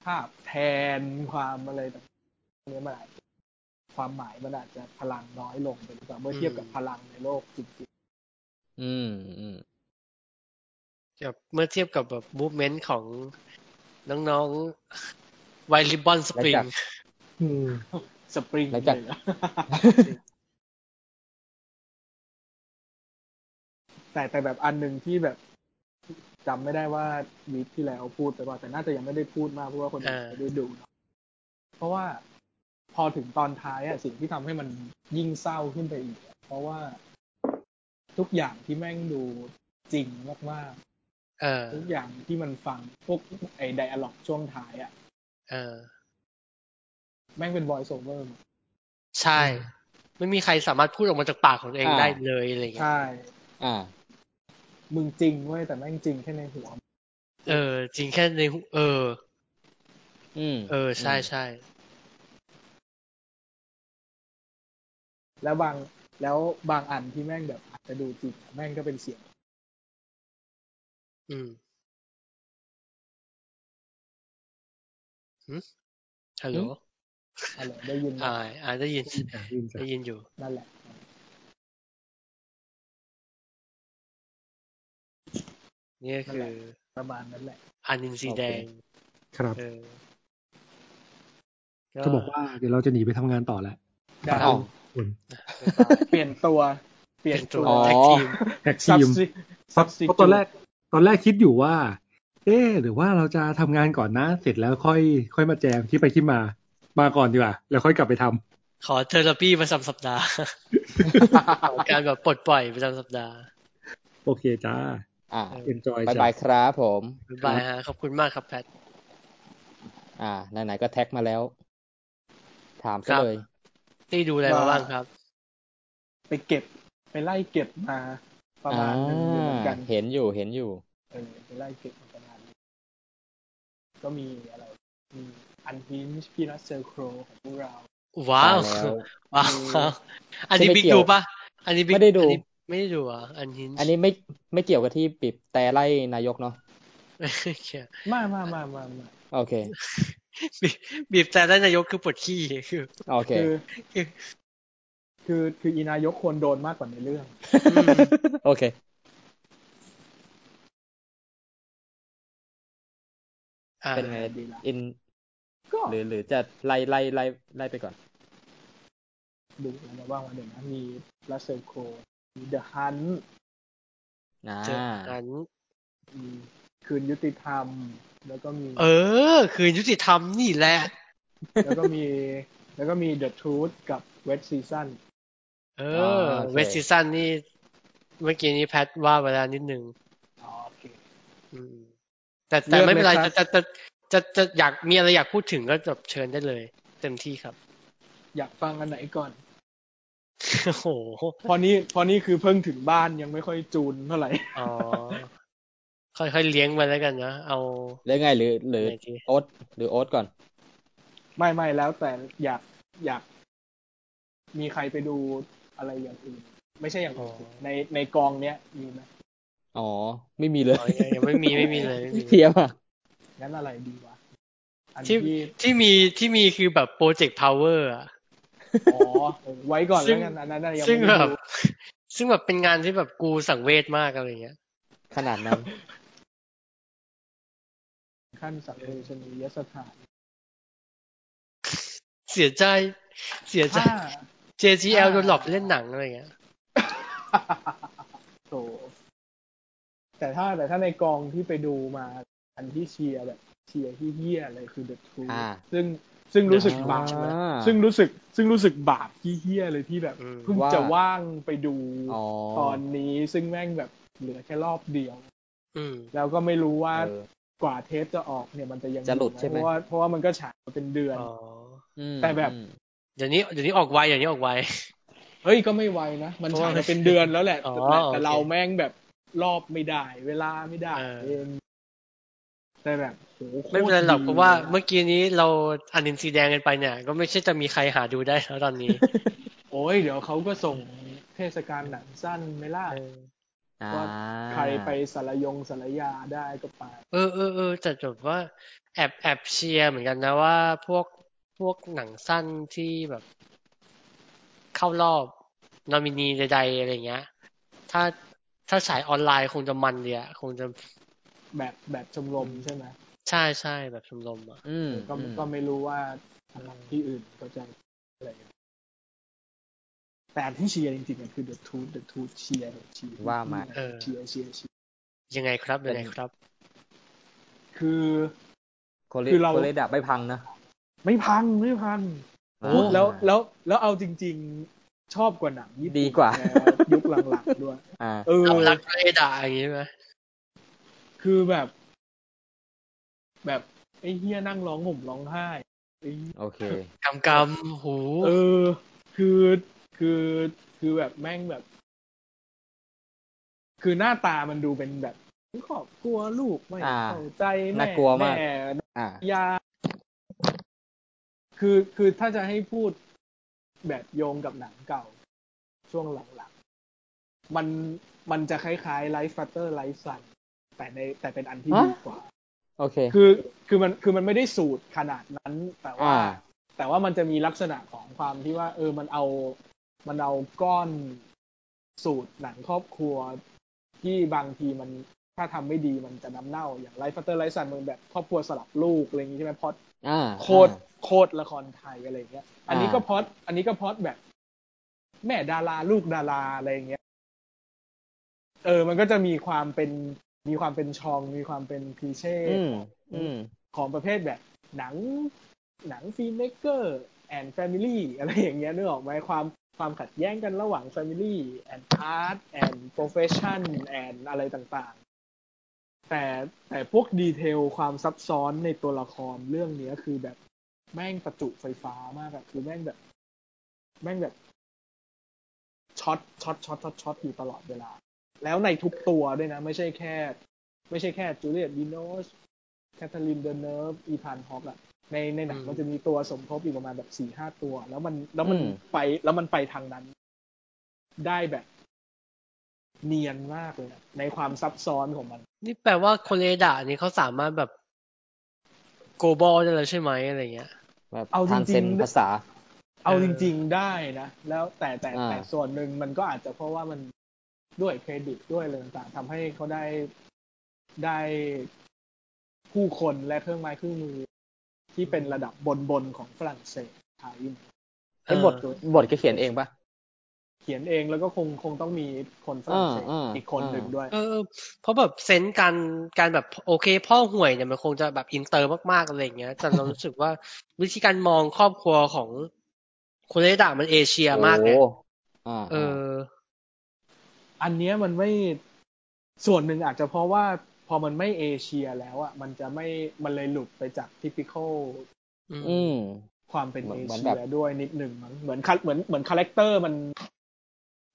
ภาพแทนความอะไรต่างๆเนี้ยมันอาจจะความหมายมันอาจจะพลังน้อยลงไปหรือเปล่าเมื่อเทียบกับพลังในโลกจริง
อืม อืม
แบบเมื่อเทียบกับแบบมูฟเมนต์ของน้องๆไวริบบอนสปริง
แล้วจาก
อืม
ๆสปริง
หลังจาก
เลยนะ แต่แต่แบบอันหนึ่งที่แบบจำไม่ได้ว่าวีคที่แล้วพูดไปว่าแต่น่าจะยังไม่ได้พูดมากเพราะว่าคนอื่น
เออ
ไม่ได้ดูเนอะเพราะว่าพอถึงตอนท้ายอะสิ่งที่ทำให้มันยิ่งเศร้าขึ้นไปอีกอะเพราะว่าทุกอย่างที่แม่งดูจริงมาก
เออ
ๆทุกอย่างที่มันฟังพวกไอ้ไดอะล็อกช่วงท้ายอะ
เออ
แม่งเป็น voice over หมด
ใช่ ไม่มีใครสามารถพูดออกมาจากปากของตัวเอง
อ่า
ได้เลยอะไรอย่างเงี้ย
ใช่
อ่า
มึงจริงเว้ยแต่แม่งจริงแค่ในหัว
เออ จริงแค่ในหูเออ
อืม
เออ ใช่ใช่
แล้วบางแล้วบางอันที่แม่งแบบอาจจะดูจริงแม่งก็เป็นเสียง
อืม ฮัลโหล
อะไรได้ยินไหม
อ่าอ่าได้ยิน
อ่ะได้ยินจ้ะ
ได้ยินอยู่
นั่นแหละ
นี่ก็คือ
ประมาณนั้นแหละ
อันินสีแดง
ครับ
เออ
จะบอกว่าเดี๋ยวเราจะหนีไปทำงานต่อแล้ว
ได้
อ้าว
เปลี่ยนตัว เปลี่ยน
เป็นตั
ตัวว
อ๋อ
แท็กทีม
แท็กทีม
Substitute
เพราะเพราะตอนแรกตอนแรกคิดอยู่ว่า เอ๊ะหรือว่าเราจะทำงานก่อนนะ เสร็จแล้วค่อย ค่อยมาแจมที่ไปที่มา มาก่อนดีกว่า แล้วค่อยกลับไปทำ
ขอเทอราปีประจำสัปดาห์ ขอการแบบปลดปล่อยประจำสัปดาห์
โอเคจ้า
อ่า
enjoy
บาย
จ้า
บายครับผม
บ๊ายบายฮะ ขอบคุณมากครับแพท
อ่า ไหนๆก็แท็กมาแล้ว ถาม
ค
ซะ
รับ
เลย
นี่ดูอะไรมา
ว่า
บ้างครับ
ไปเก็บ ไปไล่เก็บมา ประมาณหนึงอยู่เหมือนกัน
อ่าเห็นอยู่เห็นอยู่
เออไปไล่เก็บมาประมาณนึงก็มีอะไร มีอันพินพี่รัสเซลโครของพวกเรา
ว้าว
ตายแล้ว
ว้าว อันนี้
ไม่
บิ๊ก
เกี่ยว
ดูปะอันนี้บิ๊ก
ไม่ได้ดู
อันนี้ไม่ได้ดูอ่ะ อันหิน
อันนี้ไม่ไม่เกี่ยวกับที่ปิบแต่ไล่นายกเนาะ
ไม่ เกี่ยว
มามามามามา
โอเค
บีบบีบแต่ได้นายกคือปวดขี้ คือ
โอเค
คือ คือคืออีนายกควรโดนมากกว่าในเรื่อง
ม
โอเค
อ่า
เป็นไง
ดีละ
อิน
ก็
หรือหรือจะไล่ไล่ไล่ไล่ไปก่อน
ดูนะว่างวันเดี๋ยวนะ มีรัสเซลโครมีเดอะฮัน
อ่า
เจออัน
มีคืนยุติธรรม แล้วก็มี
เออ คือยุติธรรมนี่แหละ
แล้วก็มี แล้วก็มี The Truth กับ Wet Season
เอ
อ๋
อ
อโอเค
เวสซีซันนี่ เมื่อกี้นี้แพทว่าเวลานิดนึง
อ๋อโอเค
อืม แต่แต่
เลือก
ไม่เป็นไร
เลยครั
จะ
บ
จะจะจะจะอยากมีอะไรอยากพูดถึงก็แบบเชิญได้เลย เต็มที่ครับ
อยากฟังอันไหนก่อน
โอ้โห
พอนี้พอนี้คือเพิ่งถึงบ้านยังไม่ค่อยจูนเท่าไหร่
อ๋อ ค่อยๆเลี้ยงมันแล้วกันนะ เอา
แล้วไงหรือหรือ
ไหนดี
โอ๊ตหรือโอ๊ตก่อน
ไม่ไม่แล้วแต่อยากอยาก มีใครไปดูอะไรอย่างอื่น ไม่ใช่อย่าง
อ๋อ
อื่นในในกองเนี้ยมีไหม
อ๋อ ไม่มีเลย
อ๋อยังยังไม่มีไม่มีเลยไม่มี
เพียบอ่ะ
งั้นอะไรดีวะ อัน
ที่
ที่
ที่มีที่มีคือแบบโปรเจกต์พาวเวอร์อะ
อ๋อเออไว้ก่อน
ซึ่
แล้ว
ง
กันอันนั้นนะยัง
ซึ่งแบ
ไม่ได้
บ
ดู
ซึ่งแบบเป็นงานที่แบบกูสังเวชมากอะไรเงี้ย
ขนาดนั้น
ขั้นสังเวชนียสถาน
เสียใจ เสียใจ
ถ้า
JGL
อ่า
โดนหลอกไปเล่นหนังอะไรเงี้ย
โถแต่ถ้าแต่ถ้าในกองที่ไปดูมาอันที่เชียร์แบบเชียร์ที่เฮี้ยอะไรคือ The True
อ่า
ซึ่งซึ่งรู้สึกบาปเลย
อ่า
ซึ่งรู้สึกซึ่งรู้สึกบาปที่เฮี้ยเลยที่แบบ
อืม
เพิ่ง
ว่า
จะว่างไปดู
อ๋อ
ตอนนี้ซึ่งแม่งแบบเหลือแค่รอบเดียว
อืม
แล้วก็ไม่รู้ว่า
เออ
กว่าเทปจะออกเนี่ยมันจะยัง
จะหลุด
อยู่
ใช่ไหม
เพราะว่าเพราะว่ามันก็ฉายมาเป็นเดือน
อ๋อ
อืม
แต่แบบ
อืม
เดี๋ยวนี้เดี๋ยวนี้ออกไวเดี๋ยวนี้ออกไว
เฮ้ยก็ไม่ไวนะ มันฉายมาเป็นเดือนแล้วแหละ
อ๋อ
แต่แต่
โอเค
เราแม่งแบบรอบไม่ได้ เวลาไม่ได้
เออ
เองแต่แบบโหโคต
ไม่เป็นไรหรอก
ดี
เพราะว่าเมื่อกี้นี้เราอันดินสีแดงกันไปเนี่ย ก็ไม่ใช่จะมีใครหาดูได้แล้วตอนนี้
โอ้ยเดี๋ยวเขาก็ส่งเทศกาลหนังสั้นไหม่ล่ะ
เออ
อ่า
ว่า ใครไปสารยงสารยาได้ก็ไป
เออเออเออแต่แบบว่าแอบแอบเชียร์เหมือนกันนะว่าพวกพวกหนังสั้นที่แบบ เข้ารอบนอมินีใดๆอะไรเงี้ย ถ้าถ้าฉายออนไลน์คงจะมันเลยอะคงจะ
แบบแบบชมรมใช่ไหม
ใช่ใช่แบบชมรมอ่ะ
อืม
ก็
อืม
ก็ไม่รู้ว่าสำหรับที่อื่นเขาจะอะไรกันแต่ที่เชียร์จริงๆอะคือ The Truth The Truth เชียร์เชียร์
ว่ามา
เออ
เชียร์เชียร์เชียร์
ยังไงครับ
เป็
ยัง
น
ไงครับ
คือ
โคเร
คือเรา
โคเรดะไม่พังนะ
ไม่พังไม่พัง
โอ้
อ่า
แล้วแล้วแล้วเอาจริง ๆ ชอบกว่าหนังญี่ปุ่น
ดีกว่า
แล้วยุคหลัง ๆด้วย
อ่า
เออ
เรารักเรดาอย่างงี้ไหม
คือแบบ แบบไอ้เฮียนั่งร้องห่มร้องไห้ไอ้
โอเค
กำกำหู
เออ คือคือคือแบบแม่งแบบ คือหน้าตามันดูเป็นแบบครอบครัวลูกไม่
อ่า
เข้าใจแม่
น่ากลัวมาก
แม่
อ่า
ยา คือคือถ้าจะให้พูดแบบโยงกับหนังเก่า ช่วงหลังๆ มันมันจะคล้ายๆไลฟ์ฟัตเตอร์ไลฟ์สันแต่ในแต่เป็นอันที่
ฮะ
ดีกว่า
โอเค
คือคือมันคือมันไม่ได้สูตรขนาดนั้น แต่ว่า
อ่า
แต่ว่ามันจะมีลักษณะของความที่ว่า เออมันเอามันเอาก้อนสูตรหนังครอบครัว ที่บางทีมันถ้าทำไม่ดีมันจะน้ำเน่าอย่างไลฟ์ฟัตเตอร์ไลฟ์ซันมันแบบครอบครัวสลับลูกอะไรอย่างนี้ใช่ไหมพอด
อ่า
โคตร
อ่า
โคตรละครไทยอะไรอย่างเงี้ย อันนี้ก็
อ่า
พล็อดอันนี้ก็พล็อดแบบ แม่ดาราลูกดาราอะไรอย่างเงี้ย เออ มันก็จะมีความเป็นมีความเป็นชอง มีความเป็นคลีเช่
อืมอืม
ของประเภทแบบ หนังหนังฟิล์มเมกเกอร์แอนด์แฟมิลี่อะไรอย่างเงี้ยนึกออกไหมความความขัดแย้งกันระหว่างแฟมิลี่แอนด์อาร์ตแอนด์โปรเฟชชั่นแอนด์อะไรต่างๆ แต่แต่พวกดีเทลความซับซ้อนในตัวละครเรื่องเนี้ยคือแบบ แม่งประจุไฟฟ้ามากอะคือแม่งแบบ แม่งแบบช็อตช็อตช็อตช็อตช็อตอยู่ตลอดเวลา แล้วในทุกตัวด้วยนะ ไม่ใช่แค่ ไม่ใช่แค่จูเลียตดีโนสแคทเธอรีนเดอเนิร์ฟอีธานฮอกอะในในหนัง
อืม
มันจะมีตัวสมทบอีกประมาณแบบสี่ห้าตัว แล้วมันแล้วมัน
อืม
ไป แล้วมันไปทางนั้น ได้แบบเนียนมากเลยนะในความซับซ้อนของมัน
นี่แปลว่าโคเรดานี่เขาสามารถแบบ global ได้แล้วใช่ไหมอะไรเงี้ย
แบบ
เอาจริ
ทา
งๆ
งเซนภาษา
เอา
เออ
จริงๆได้นะ แล้วแต่แต่แต่
อ่า
ส่วนหนึ่งมันก็อาจจะเพราะว่ามันด้วยเครดิตด้วยอะไรต่างๆทำให้เขาได้ได้ผู้คนและเครื่องไม้เครื่องมือ ที่เป็นระดับบนๆของฝรั่งเศสไทย
ไอ้บทบทก็เขียนเองปะ
เขียนเองแล้วก็คงคงต้องมีคนฝรั่งเศส
อ่าอ่า
อีกคนหนึ่งด้วย
เออ เพราะแบบเซนส์การการแบบโอเค พ่อห่วยเนี่ยมันคงจะแบบอินเตอร์มากๆอะไรอย่างเงี้ยแต่เรารู้สึกว่า วิธีการมองครอบครัวของโคเรดามันเอเชียมากไง
โอ้อ่า
เออ
อันเนี้ยมันไม่ส่วนหนึ่งอาจจะเพราะว่าพอมันไม่เอเชียแล้วอ่ะมันจะไม่มันเลยหลุดไปจากทิพิคอล
อื
อื
ม
ม
ความเป็น
เหมื
เอ
อนเหมือน
เชี
แบ
ย
บ
ด้วยนิดหนึ่งมั้งเหมือนคัดเหมือนเหมือนคาแรคเตอร์มัน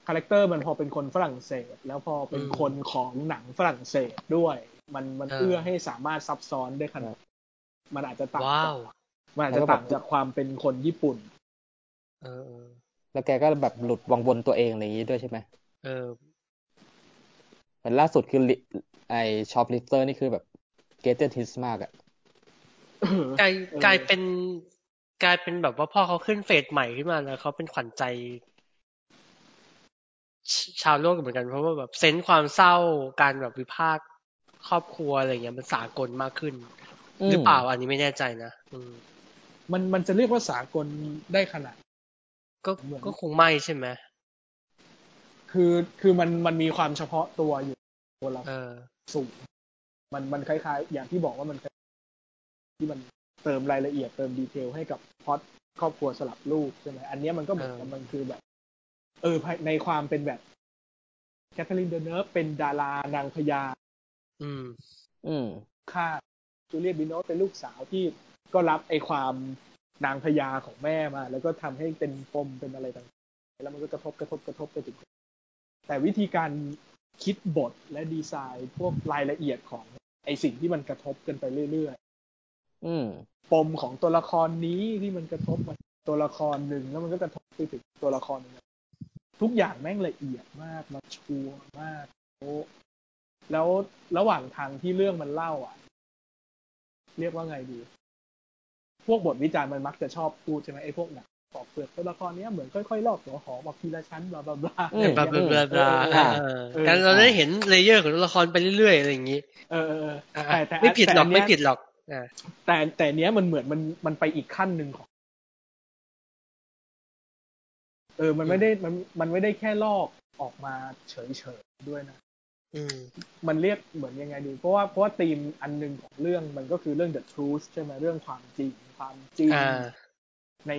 คาแรคเตอร์มันพอเป็นคนฝรั่งเศส แล้วพอเป็นคนของหนังฝรั่งเศสด้วย มันมันเอื้อให้สามารถซับซ้อนได้ขนาดมันอาจจะต่าง
ว้า
จาก
ว
มันอาจจะต่างจากความเป็นคนญี่ปุ่น
เออ
แล้วแกก็แบบหลุดวังวนตัวเองอะไรอย่างนี้ด้วยใช่ไหม
เออ
เหมือนล่าสุดคือลิไอชอปลิสเตอร์นี่คือแบบเกเตอร์ทิสมากอะ
กลายกลายเป็นกลายเป็นแบบว่าพ่อเขาขึ้นเฟสใหม่ขึ้นมาแล้วเขาเป็นขวัญใจชชาวโลกเหมือนกันเพราะว่าแบบเซนส์ความเศร้าการแบบวิพากษ์ครอบครัวอะไรอย่างเงี้ยมันสากลมากขึ้น หรือเปล่าอันนี้ไม่แน่ใจนะอืม
มันมันจะเรียกว่าสากลได้ขนาด
ก็
เหมือน
ก็คงไม่ใช่ไหม
คือคือมันมันมีความเฉพาะตัวอยู่คนละ
เออ
สูตรมันมันคล้ายๆ อย่างที่บอกว่ามันคล้ายที่มันเติมรายละเอียดเติมดีเทลให้กับพล็อดครอบครัวสลับลูกใช่ไหมอันเนี้ยมันก็เหมือนกัน
เออ
มันคือแบบ เออภายในความเป็นแบบแคทเธอรีนเดเนิร์ฟเป็นดารานางพญา
อืม
อืม
ค่าจูเลียตบิโนสเป็นลูกสาวที่ก็รับไอความนางพญาของแม่มา แล้วก็ทำให้เป็นปมเป็นอะไรต่างๆ แล้วมันก็กระทบกระทบกระทบไปถึงแต่วิธีการคิดบทและดีไซน์พวกรายละเอียดของไอสิ่งที่มันกระทบกันไปเรื่อยๆ
อืม
ปมของตัวละครนี้ที่มันกระทบมาตัวละครหนึ่งแล้วมันก็กระทบไปถึงตัวละครหนึ่งทุกอย่างแม่งละเอียดมากมาชัวร์มากโอ้แล้วระหว่างทางที่เรื่องมันเล่าอ่ะ เรียกว่าไงดี พวกบทวิจารณ์มันมักจะชอบพูดใช่ไหมไอ้พวกหนังปอกเปลือกตัวละครเนี้ยเหมือนค่อยๆลอกหัวหอมออกทีละชั้นบลาบลาบลา
อืม
บลาบลาบลาบลา
เออ
เออ
เออ
การเราได้เห็นเลเยอร์ของตัวละครไปเรื่อยๆอะไรอย่างงี้
เออเออเออ
อ่ะ
แต่แต่
ไม่ผิดหรอก
แต่น
ไม่
เนี้ย
ผิดหรอกอ่า
แต่แต่เนี้ยมันเหมือนมันมันไปอีกขั้นหนึ่งของ เออ มันไม่ได้มันมันไม่ได้แค่ลอกออกมาเฉยๆด้วยนะ
อืม
มันเรียกเหมือนยังไงดี เพราะว่าเพราะว่าธีมอันหนึ่งของเรื่องมันก็คือเรื่อง the truth ใช่ไหมเรื่องความจริง ความจริง
อ่า
ใน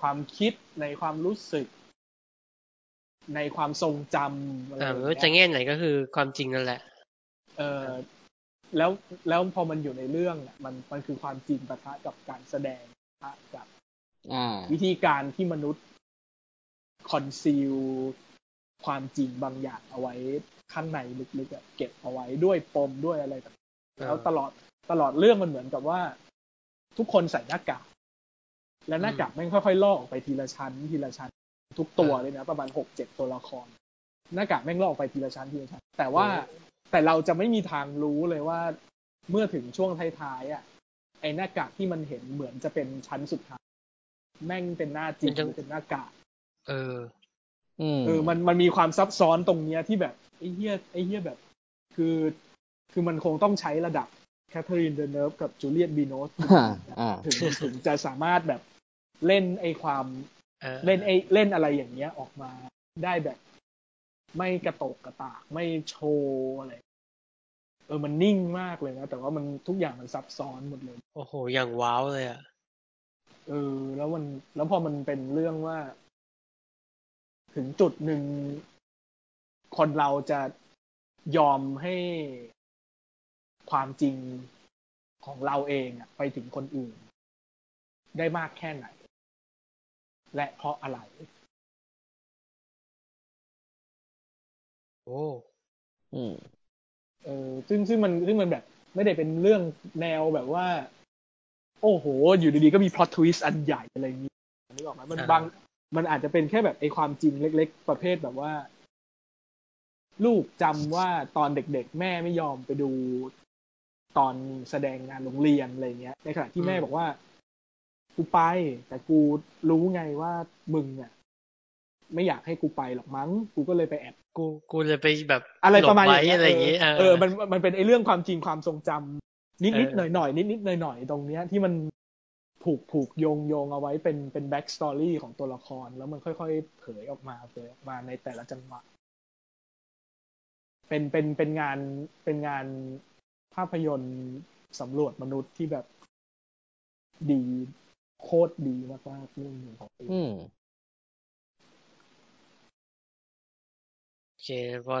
ความคิดในความรู้สึก ในความทรงจำอะไรอ
อ่า
ย่าง
ไม่
เงี้
ว่าย จะแง่ไหนก็คือความจริงนั่นแหละ
เออแล้วแล้วพอมันอยู่ในเรื่องเนี่ยมันมันคือความจริงปะทะกับการแสดงปะทะกับ
อ่า
วิธีการที่มนุษย์คอนซีลความจริงบางอย่างเอาไว้ข้างในลึกๆอะเก็บเอาไว้ด้วยปมด้วยอะไรต่างๆแล้วตลอดตลอดเรื่องมันเหมือนกับว่า ทุกคนใส่หน้ากากและหน้ากากแม่งค่อยๆลอกออกไปทีละชั้น ทีละชั้น ทุกตัว
เออ
เลยนะประมาณหกเจ็ดตัวละคร หน้ากากแม่งลอกออกไปทีละชั้นทีละชั้น แต่ว่าแต่เราจะไม่มีทางรู้เลยว่า เมื่อถึงช่วงท้ายๆอ่ะ ไอ้หน้ากากที่มันเห็นเหมือนจะเป็นชั้นสุดท้าย แม่งเป็นหน้าจริง
เป็นจัง
หรือเป็นหน้ากาก
เออ
อืม
เออ มัน มันมีความซับซ้อนตรงเนี้ยที่แบบไอ้เหี้ยไอ้เหี้ยแบบ คือ คือมันคงต้องใช้ระดับแคทเธอรีนเดเนิร์ฟกับจูเลียตบีโนส
อ่าอ่า
ถึงถึงจะสามารถแบบเล่นไอ้ความ
เออ
เล่นไอ้เล่นอะไรอย่างเงี้ยออกมาได้แบบ ไม่กระตกกระตาก ไม่โชว์อะไร เออ มันนิ่งมากเลยนะ แต่ว่ามันทุกอย่างมันซับซ้อนหมดเลย
โอ้โห อย่างว้าวเลยอ่ะ
เออ แล้วมันแล้วพอมันเป็นเรื่องว่า ถึงจุดหนึ่ง คนเราจะยอมให้ความจริงของเราเองอะไปถึงคนอื่น ได้มากแค่ไหน และเพราะอะไร
โอ้
อืม
เออซึ่งซึ่งมันซึ่งมันแบบ ไม่ได้เป็นเรื่องแนวแบบว่า โอ้โห อยู่ดีๆ ก็มีพล็อตทวิสต์อันใหญ่อะไรอย่างนี้นึกออกไหมมัน
อ่า
บางมันอาจจะเป็นแค่แบบไอ้ความจริงเล็ก ๆ ประเภทแบบว่า ลูกจำว่าตอนเด็กๆ แม่ไม่ยอมไปดูตอนแสดงงานโรงเรียนอะไรเงี้ย ในขณะที่แม่บอกว่า กูไป แต่กูรู้ไงว่ามึงอ่ะ ไม่อยากให้กูไปหรอกมั้ง กูก็เลยไปแอบ
กูกูเลยไปแบบ
อะไรประมาณ
หลบ
อย่า
ไว้อะ
งเงี้ย
ไรอย่างเงี้ย
เออเออมันมันมันเป็นไอ้เรื่องความจริงความทรงจำนิดนิดหน่อยหน่อยนิดนิดหน่อยหน่อยตรงเนี้ยที่มันผูกผูกโยงโยงเอาไว้เป็นเป็นแบ็กสตอรี่ของตัวละคร แล้วมันค่อยๆ เผยออกมาเผยออกมาในแต่ละจังหวะ เป็นเป็นเป็นงานเป็นงานภาพยนตร์สำรวจมนุษย์ที่แบบดีโคตรดีมากๆเรื่องหนึ่งของปี
อืม
โอเคพอ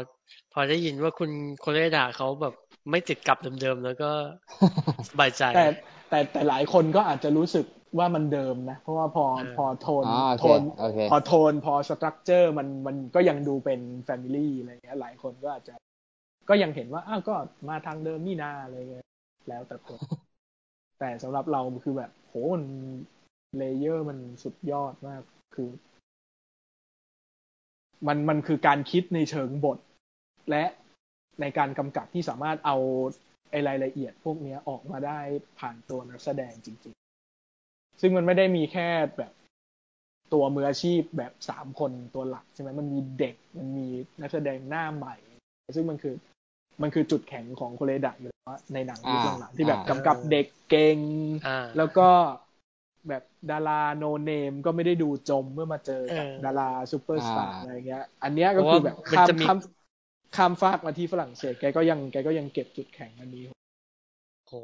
พอได้ยินว่าคุณโคเรดาเขาแบบไม่ติดกับเดิมๆ แล้วก็สบายใจ
แต่แต่แต่หลายคนก็อาจจะรู้สึกว่ามันเดิมนะ เพราะว่าพอ
เออ
พอโทน
อ่าโอ
โท
เคน โอเค
พอโทนพอสตรัคเจอร์มันมันก็ยังดูเป็นแฟมิลี่อะไรเงี้ยหลายคนก็อาจจะ ก็ยังเห็นว่า อ้าวก็มาทางเดิมนี่นาอะไรเงี้ยแล้วแต่คน แต่สำหรับเราคือแบบ โหมันเลเยอร์มันสุดยอดมากคือ มันมันคือการคิดในเชิงบท และในการกำกับที่สามารถเอาไอรายละเอียดพวกเนี้ยออกมาได้ผ่านตัวนักแสดงจริง ๆ ซึ่งมันไม่ได้มีแค่แบบ ตัวมืออาชีพแบบสามคนตัวหลักใช่ไหมมันมีเด็กมันมีนักแสดงหน้าใหม่ ซึ่งมันคือมันคือจุดแข็งของโคเรดะอยู่แล้วว่าในหนังยุค
อ่า
หลังๆที่แบบ
อ่า
กำกับเด็กเก่ง
อ่า
แล้วก็แบบดาราโนเนมก็ไม่ได้ดูจมเมื่อมาเจอกับ
เออ
ดาราซูเปอร์สตาร์
อ่า
อะไรเงี้ย อันเนี้ยก็คือแบบ
เพราะว่ามัน
ข้าม
จะมี
ข้ามข้ามฟากมาที่ฝรั่งเศสแกก็ยังแกก็ยังเก็บจุดแข็งอันนี้
โอ้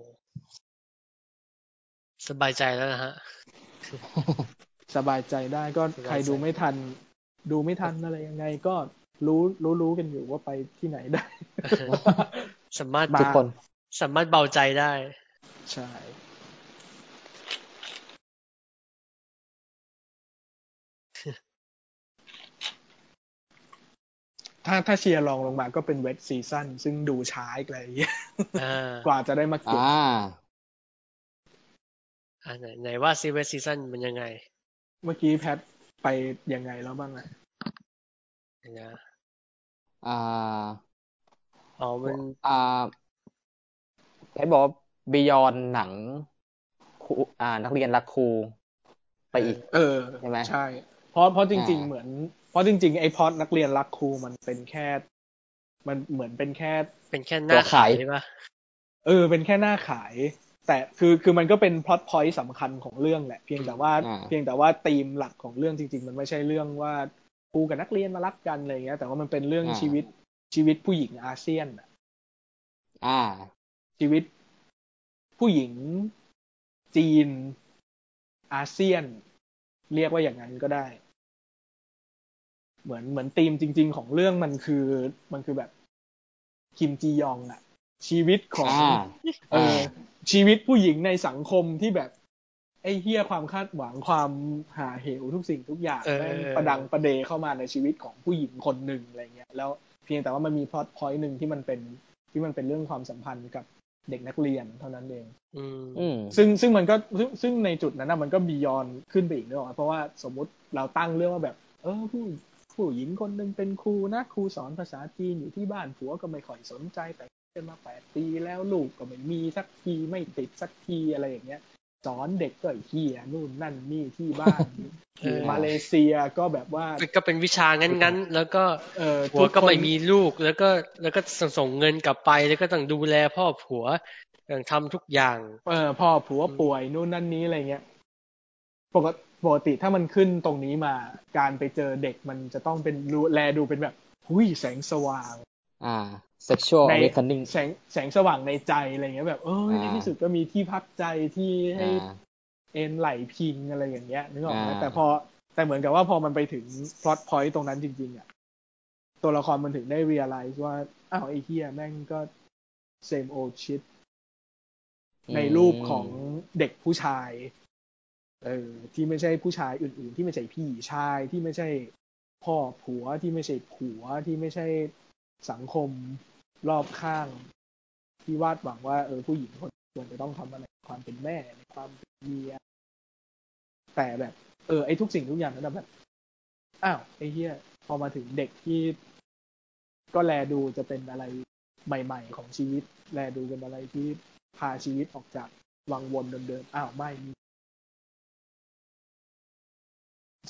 สบายใจแล้ว นะฮะ
สบายใจได้ก็
สบายใจ
ใครดูไม่ทัน ดูไม่ทันอะไรยังไงก็รู้รู้รู้กันอยู่ว่าไปที่ไหนได้
สามารถ
มา
ทุกคน
สามารถเบาใจได้
ใช่ถ้าถ้าเชียร์ลองลงมาก็เป็นเวทซีซั่นซึ่งดูช้าอีกเลย
อ่าก
ว่าจะได้มาเก็บ
อ่า
อ่าไหนไหนว่าซีเวสซีซั่นมันยังไง
เมื่อกี้แพทไปยังไงแล้วบ้างอะ
เดี๋ยวนะ
อ่า
อ๋อมัน
อ่าเพชรบอกบียอนหนังครูอ่า นักเรียนรักครูไปอีก
เออ
ใช่ไหม
ใช่ เพราะเพราะจริง ๆ
อ่า
เหมือน เพราะจริง ๆ ไอพอดนักเรียนรักครูมันเป็นแค่ มันเหมือนเป็นแค่
เป็นแค่ห
ตั
น้าว
ขาย
ใช่ปะ
เออ เป็นแค่หน้าขาย แต่คือคือมันก็เป็นพล็อตพอยต์สำคัญของเรื่องแหละ เพียงแต่ว่า
อ่า
เพียงแต่ว่าธีมหลักของเรื่องจริง ๆ มันไม่ใช่เรื่องว่าครูกับนักเรียนมารักกันอะไรอย่างเงี้ย แต่ว่ามันเป็นเรื่อง
อ่า
ชีวิตชีวิตผู้หญิงอาเซียนน่ะ
อ่า
ชีวิตผู้หญิงจีน อาเซียน เรียกว่าอย่างนั้นก็ได้ เหมือนเหมือนธีมจริง ๆ ของเรื่องมันคือมันคือแบบคิมจียองอะชีวิตของ
อ่า
เออชีวิตผู้หญิงในสังคมที่แบบ ไอ้เฮี้ยความคาดหวังความหาเหวทุกสิ่งทุกอย่างแม่งประดังประเดเข้ามาในชีวิตของผู้หญิงคนหนึ่งอะไรเงี้ยแล้วเพียงแต่ว่ามันมีพล็อตพอยต์หนึ่งที่มันเป็นที่มันเป็นเรื่องความสัมพันธ์กับเด็กนักเรียนเท่านั้นเอง
อืม
อืม
ซึ่งซึ่งมันก็ซึ่งซึ่งในจุดนั้นนะมันก็บียอนขึ้นไปอีกเนกอะเพราะว่าสมมุติเราตั้งเรื่องว่าแบบ เออผู้ผู้หญิงคนหนึ่งเป็นครูนะครูสอนภาษาจีนอยู่ที่บ้านผัวก็ไม่ค่อยสนใจแต่ไป กันมาแปดปีแล้วลูกก็ไม่มีสักทีไม่ติดสักทีอะไรอย่างเงี้ย สอนเด็กก็ไอ้เฮียนู่นนั่นนี่ที่บ้าน
เออ
มาเลเซียก็แบบว่า
ก็เป็นวิชางั้นๆ แล้วก็
เออ
ผัวก็
ทุคน
ไม่มีลูกแล้วก็แล้วก็ส่งเงินกลับไปแล้วก็ต้องดูแลพ่อผัวต้องทำทุกอย่าง
เออพ่อผัวป่วยนู่นนั่นนี้อะไรเงี้ยปกติปกติถ้ามันขึ้นตรงนี้มา การไปเจอเด็กมันจะต้องเป็นรู้แลดูเป็นแบบหุยแสงสว่าง
อ่า sexual
ใน
awakening
แสงแสงสว่างในใจอะไรเงี้ยแบบ เออใน
อ่า
ที่สุดก็มีที่พักใจที่ให้
อ่า
เอ็นไหลพิงอะไรอย่างเงี้ยนึกออกไหม
อ่า
แต่พอแต่เหมือนกับว่าพอมันไปถึง plot point ตรงนั้นจริง ๆอ่ะตัวละครมันถึงได้ realize ว่า อ้าวไอ้เฮียแม่งก็ same old shit ในรูปของเด็กผู้ชาย เออที่ไม่ใช่ผู้ชายอื่น ๆ ที่ไม่ใช่พี่ชายที่ไม่ใช่พ่อผัวที่ไม่ใช่ผัวที่ไม่ใช่สังคมรอบข้าง ที่วาดหวังว่า เออผู้หญิงคนควรจะต้องทำอะไรในความเป็นแม่ในความเป็นเมียแต่แบบ เออไอ้ทุกสิ่งทุกอย่างนั้นนะแบบอ้าวไอ้เหี้ยพอมาถึงเด็กที่ก็แลดูจะเป็นอะไรใหม่ ๆ ของชีวิต แลดูเป็นอะไรที่พาชีวิตออกจากวังวนเดิมๆอ้าวไม่มี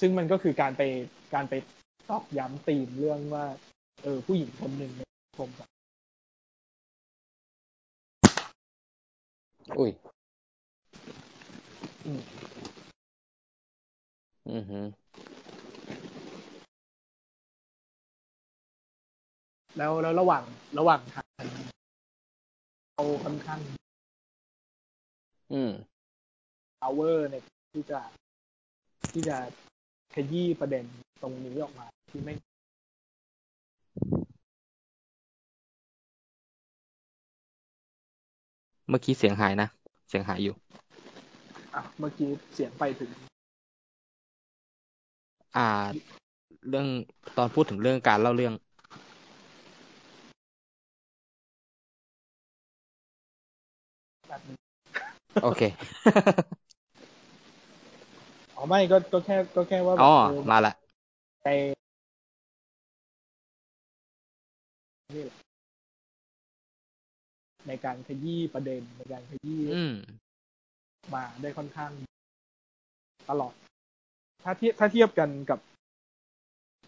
ซึ่งมันก็คือการไปการไปตอกย้ำตีมเรื่องว่า เออ ผู้หญิงคนหนึ่งในสังคมอะ
อุ้ย
อืม
อือหือ
แล้วแล้วระหว่างระหว่างทางเราค่อนข้าง
อืม
เอาเวอร์ในที่จะที่จะขยี้ประเด็นตรงนี้ออกมา ที่ไม่
เมื่อกี้เสียงหายนะ เสียงหายอยู่
อ่ะเมื่อกี้เสียงไปถึง
อ่า เรื่องตอนพูดถึงเรื่องการเล่าเรื่อง
แบบนี้
โอเค
อ๋อไม่ก็ก็แค่ก็แค่ว่าแบ บ
อ๋อ
เออ
มาละ
ในในการขยี้ประเด็นในการขยี้
อืม
มาได้ค่อนข้างตลอด ถ้าเทียบถ้าเทียบกันกับ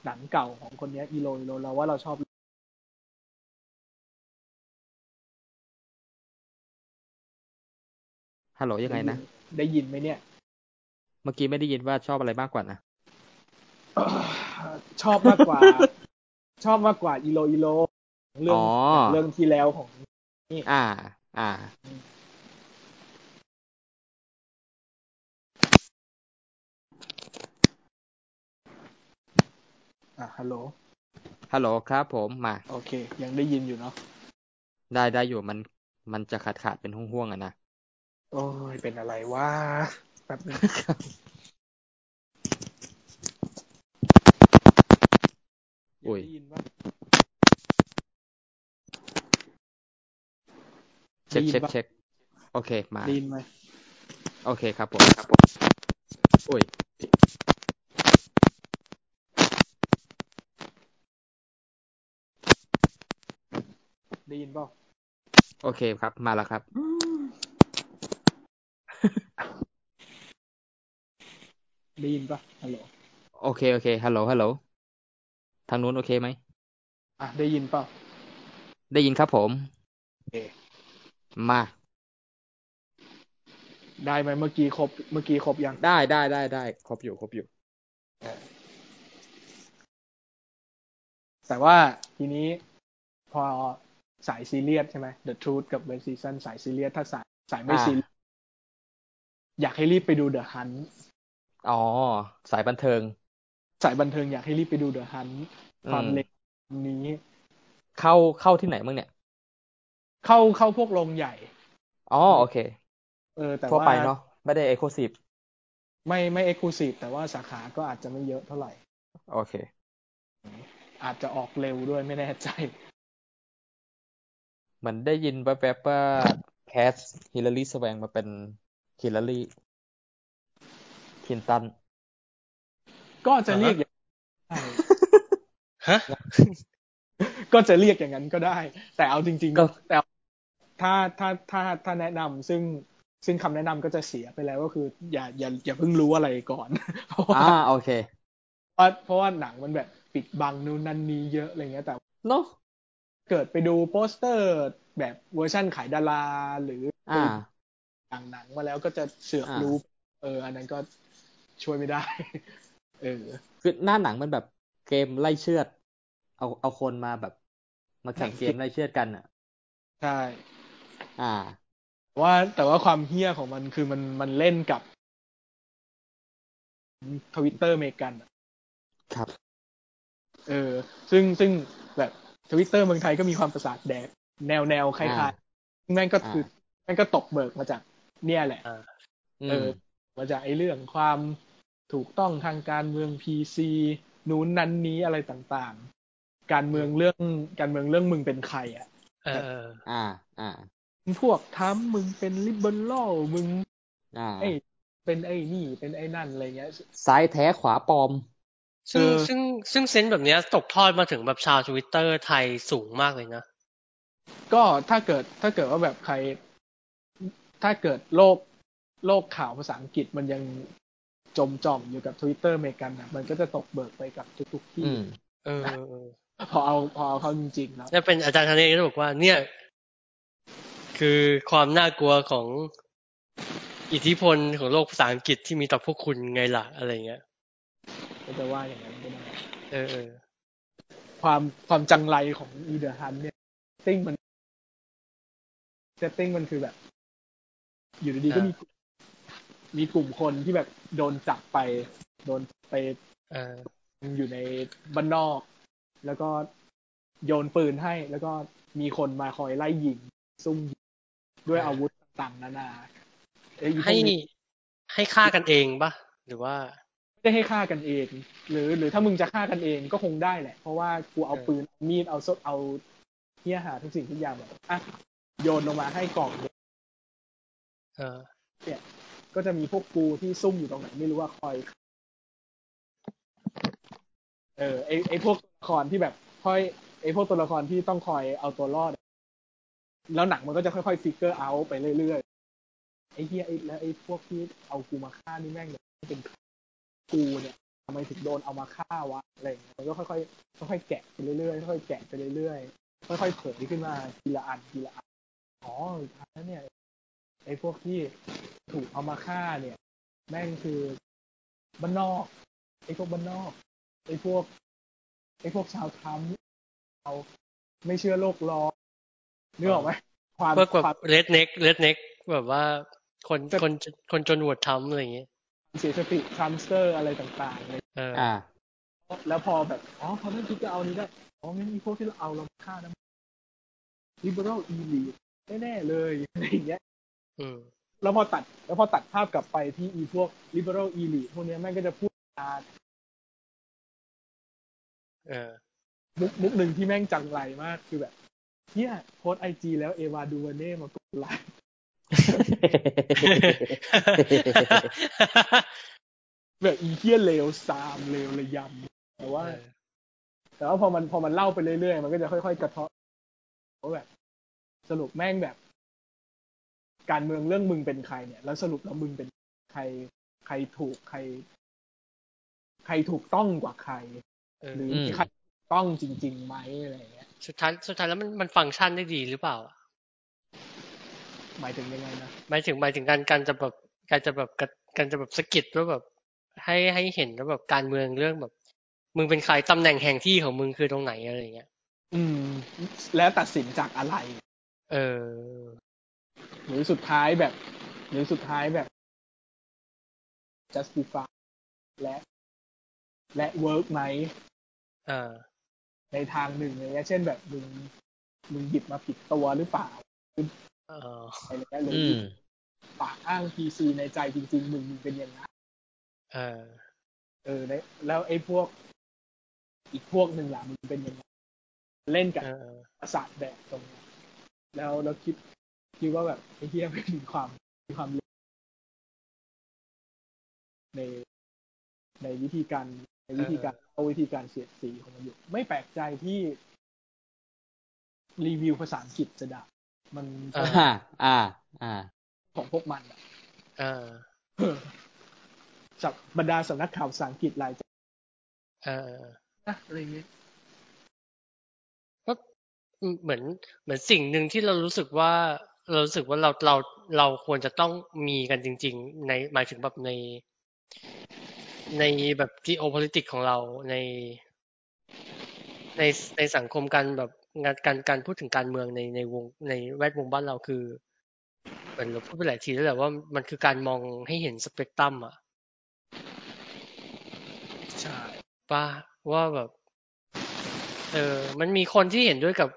หนังเก่าของคนเนี้ยอีโรอีโรเราว่าเราชอบ
ฮัลโหลยังไงนะ
ได้ยินไหมเนี่ย
เมื่อกี้ไม่ได้ยินว่าชอบอะไรมากกว่านะ
ชอบมาก กว่า ชอบมากกว่าอีโรอีโรเรื่
อ๋อ
เรื่องที่แล้วของ
อ่า อ่า
อ่ะฮัลโหล
ฮัลโหลครับผม มา
โอเค ยังได้ยินอยู่เนาะ
ได้ได้อยู่มัน มันจะขาดขาดเป็นห่วงๆอ่ะนะ
โอ้ยเป็นอะไรวะแบบนึง
อุ้ย
ได้ยินปะ
เช็ค
ได้ยิ
เช็คน
ปะ
เช็ค โอเค มา
ได้ยินไหม
โอเคครับผมครับผมอุ้ย
ได้ยิน เปล่า
โอเคครับ มาแล้วครับ
ได้ยินปะฮัลโหล
โอเค โอเค ฮัลโหล ฮัลโหล ทางนู้นโอเคไหม
อ่ะ ได้ยินเปล่า
ได้ยินครับผม
โอเค
มา
ได้ไหมเมื่อกี้ครบ เมื่อกี้ครบยัง
ได้ได้ได้ได้ ครบอยู่ ครบอยู่
แต่ว่าทีนี้พอสายซีเรียสใช่ไหม The Truth กับ West Season สายซีเรียสถ้าสายสายไม่
อ่า
ซีเรียสอยากให้รีบไปดู The Hunt
อ๋อ สายบันเทิง
สายบันเทิงอยากให้รีบไปดู The Hunt ความ
อืม
เล็กนี้
เข้าเข้าที่ไหนบ้างเนี่ย
เข้าเข้าพวกโรงใหญ่
อ๋อ โอเค
เออ แต่
ทั่ว
ว่า
ไปเนาะ ไม่ได้เอ็กซ์คลูซีฟ
ไม่ไม่เอ็กซ์คลูซีฟแต่ว่าสาขาก็อาจจะไม่เยอะเท่าไหร่
โอเค
อาจจะออกเร็วด้วยไม่แน่ใจ
เหมือนได้ยินแวบๆว่าแคสฮิลลารีสแวงมาเป็นฮิลลารีคลินตัน
ก็จะเรียกอย่างใช่
ฮะ
ก็จะเรียกอย่างนั้นก็ได้ แต่เอาจริง
ก็
ๆแต่ถ้าถ้าถ้าถ้าแนะนำซึ่งซึ่งคำแนะนำก็จะเสียไปแล้วก็คือ อย่าอย่าอย่าเพิ่งรู้อะไรก่อน เพราะว่า
อ่าโอเค
เพราะเพราะว่าหนังมันแบบปิดบังนู่นนั่นนี้เยอะอะไรเงี้ยแต่
เนาะ
เกิดไปดูโปสเตอร์แบบเวอร์ชั่นขายดาราหรืออ
อ่า
ต่างหนังมาแล้วก็จะเสือก
อ่ารู้
รู้ เออ อันนั้นก็ช่วยไม่ได้ เออ
คือหน้าหนังมันแบบเกมไล่เชือด เอาเอาคนมาแบบ มาแข่งเกมไล่เชือดกันอ่ะ
ใช่
อ่า
แต่ว่าแต่ว่าความเฮี้ยของมันคือมันมันเล่นกับทวิตเตอร์เมกันอะ
ครับ
เออ ซึ่งซึ่งแบบทวิตเตอร์เมืองไทยก็มีความประสาทแดกแนวแนวคล้ายๆแม่งก็คือแม่งก็ตกเบิกมาจาก เนี่ยแหละ
อื
เอ
ม
อมาจากไอ้เรื่องความถูกต้องทางการเมืองพีซีนู้นนั้นนี้อะไรต่างๆ การเมืองเรื่องการเมืองเรื่องมึงเป็นใครอ่ะ
เออเออ
อ่า อ่า
พวกทั้มป์มึงเป็นลิเบอรัลมึง
อ่า
ไอ้เป็นไอ้นี่เป็นไอ้นั่นอะไรเงี้ย
ซ้ายแท้ขวาปลอม
ซึ่ง
เออ
ซึ่งซึ่งเซนส์แบบเนี้ยตกทอดมาถึงแบบชาวทวิตเตอร์ไทยสูงมากเลยนะ
ก็ถ้าเกิดถ้าเกิดว่าแบบใคร ถ้าเกิดโลกโลกข่าวภาษาอังกฤษมันยังจมจ่อมอยู่กับทวิตเตอร์เมกันนะมันก็จะตกเบิกไปกับทุกๆที่
อืม
เออเออ
พอเอาพอเอาเข้าจริงๆแล้ว
แล้วเป็นอาจารย์ธเนศก็บอกว่า เนี่ย คือความน่ากลัวของอิทธิพลของโลกภาษาอังกฤษที่มีต่อพวกคุณไงล่ะอะไรเงี้ย
ก็จะว่าอย่างนั้นก็ได้
เออเออ
ความความจังไรของอีเดอร์ฮันเนี่ยติ้งมันเซตติ้งมันคือแบบ อยู่ดีๆก็มีกลุ่มมีกลุ่มคนที่แบบโดนจับไป โดนไป
เออ
อยู่ในบ้านนอก แล้วก็โยนปืนให้ แล้วก็มีคนมาคอยไล่ยิง ซุ่มยิงด้วยอาวุธต่างๆนานาไอ้พวก
ให้
นี้
ให้ฆ่ากันเองปะหรือว่า
ไม่ได้ให้ฆ่ากันเอง หรือ หรือถ้ามึงจะฆ่ากันเองก็คงได้แหละ เพราะว่ากูเอา
เออ
ปืนเอามีดเอาซดเอาเหี้ยหาทุกสิ่งทุกอย่างแบบอ่ะโยนลงมาให้กล่องเดียว
เออ
ก็จะมีพวกกูที่ซุ่มอยู่ตรงไหนไม่รู้ว่าคอย เออไอไอพวกตัวละครที่แบบคอยไอพวกตัวละครที่ต้องคอยเอาตัวรอด แล้วหนังมันก็จะค่อยๆฟิกเกอร์เอาไปเรื่อยๆไอเฮียไอแล้วไอพวกที่เอากูมาฆ่านี่แม่งเนี่ยเป็นกูเนี่ยทำไมถึงโดนเอามาฆ่าวะอะไรอย่างเงี้ยมันก็ค่อยๆค่อยๆแกะไปเรื่อยๆค่อยๆแกะไปเรื่อยๆค่อยๆเผยขึ้นมาทีละอันทีละอันอ๋อสุดท้ายแล้วเนี่ยไอพวกที่ถูกเอามาฆ่าเนี่ย แม่งคือบ้านนอกไอพวกบ้านนอก ไอ้พวกไอ้พวกชาวทรัมป์เราไม่เชื่อโลกร้อนนึกออกไหมความ
เพื่อกว่า
ความ
เลดเน็กเลดเน็กแบบว่าคน
แต่
คนคนจนหวดทำอะไรอย่างเงี้ย
เสียสติทรัมสเตอร์อะไรต่างๆเลย
เออ
อ่า
แล้วพอแบบ อ๋อเขาเริ่มคิดจะเอานี้ได้ อ๋อไม่มีพวกที่เราเอาเราฆ่านะ liberal elite แน่ๆเลยอะไรอย่างเงี้ย
อืม
แล้วพอตัด แล้วพอตัดภาพกลับไปที่อีพวก liberal elite พวกเนี้ยแม่งก็จะพูดจา
เอ อ
มุกมุกหนึ่งที่แม่งจังไรมากคือแบบเนี่ยโพสไอจีแล้วเอวาดูเวเน่มากดไลค์ แบบอีเทียเลวซามเลวระยำแต่ว่า แต่ว่าพอมันพอมันเล่าไปเรื่อยๆ มันก็จะค่อยๆกระเทาะว่าแบบสรุปแม่งแบบ การเมืองเรื่องมึงเป็นใครเนี่ย แล้วสรุปแล้วมึงเป็นใครใครถูกใคร ใครถูกต้องกว่าใคร
เออ
หรือ
อืม
ใครถูกต้องจริงๆไหมอะไรอย่างเงี้ย
สุดท้ายสุดท้ายแล้วมันมันฟังก์ชันได้ดีหรือเปล่าอะ
หมายถึงยังไงนะ
หมายถึงหมายถึงการการจะแบบการจะแบบการการจะแบบสะกิดว่าแบบ ให้ให้เห็นว่าแบบการเมืองเรื่องแบบ มึงเป็นใครตำแหน่งแห่งที่ของมึงคือตรงไหนอะไรอย่างเงี้ย
อืม แล้วตัดสินจากอะไร
เออ
หรือสุดท้ายแบบ หรือสุดท้ายแบบ justify และ และ work ไหม
เออ
ในทางหนึ่งอย่างเงี้ยเช่นแบบมึงมึงหยิบมาผิดตัวหรือเปล่า
เออ
อะไรอย่างเงี้ยหรือ
อื
อหยิ
ม
บปากอ้างพีซีในใจจริง ๆ มึงมึงเป็นยังไง
เออ
เออแล้วแล้วไอ้พวก อีกพวกหนึ่งล่ะมึงเป็นยังไงเล่นกับ
เออ
ประสาทแบบตรงเนี้ยแล้วแล้วคิดคิดว่าแบบไอ้เหี้ยไม่มีความมีความรู้ในในวิธีการในวิธีการเอาวิธีการเสียดสีของมันอยู่ ไม่แปลกใจที่ รีวิวภาษาอังกฤษจะด่ามัน
เอ
อ่า อ่า อ่า
ของพวกมันอะ
เออ
เออจากบรรดาสำนักข่าวภาษาอังกฤษรายเจ้า
เออ
นะอะไรเงี้ย
ก็เหมือนเหมือนสิ่งหนึ่งที่เรารู้สึกว่าเรารู้สึกว่าเราเราเราควรจะต้องมีกันจริง ๆ ในหมายถึงแบบใน ในแบบ geopolitics ของเราใน ในในสังคมการแบบงานการการพูดถึงการเมืองในในวงในแวดวงบ้านเราคือเหมือนเราพูดไปหลายทีแล้วแหละว่ามันคือการมองให้เห็นสเปกตรัมอะ
ใช่
ป่ะว่าแบบ เออ มันมีคนที่เห็นด้วยกับ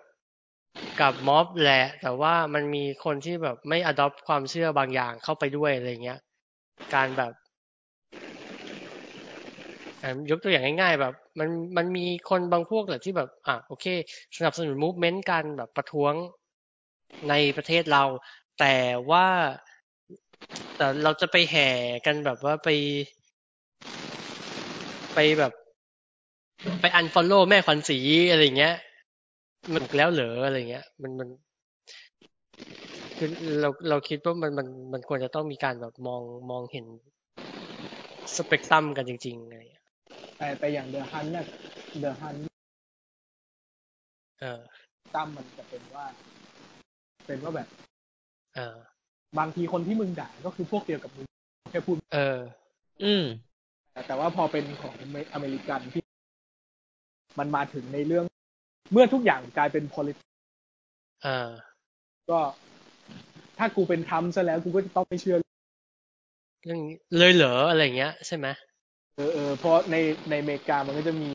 กับม็อบแหละ แต่ว่ามันมีคนที่แบบไม่ adopt ความเชื่อบางอย่างเข้าไปด้วยอะไรเงี้ย การแบบอ่ะยกตัวอย่างง่ายๆ แบบ มันมันมีคนบางพวกแหละที่แบบ อ่ะโอเค สนับสนุน movement การแบบประท้วงในประเทศเรา แต่ว่าแต่เราจะไปแห่กันแบบว่าไป ไปแบบ ไปอันฟอลโล่แม่ขวัญศรีอะไรอย่างเงี้ย มันถูกแล้วเหรออะไรอย่างเงี้ย มันมันคือเราเราคิดว่ามันมันมันควรจะต้องมีการแบบมองมองเห็นสเปกตรัมกันจริงๆอะไรอย่างเงี้ย
แต่แต่อย่างเดอะฮันน่ะเดอะฮัน
เออ
ตั้มมันจะเป็นว่า เป็นว่าแบบ
เออบ
างทีคนที่มึงด่าก็คือพวกเดียวกับมึงแค่พูด
เออ
อืม
แต่ว่าพอเป็นของอเมริกันที่ มันมาถึงในเรื่อง เมื่อทุกอย่างกลายเป็น politics
เออ
ก็ ถ้ากูเป็นทรัมป์ซะแล้วกูก็จะต้องไม่เชื่อ
เรื่องนี้เลยเหรออะไรอย่างเงี้ย ใช่ไหม
เออเออเพราะในในอเมริกามันก็จะมี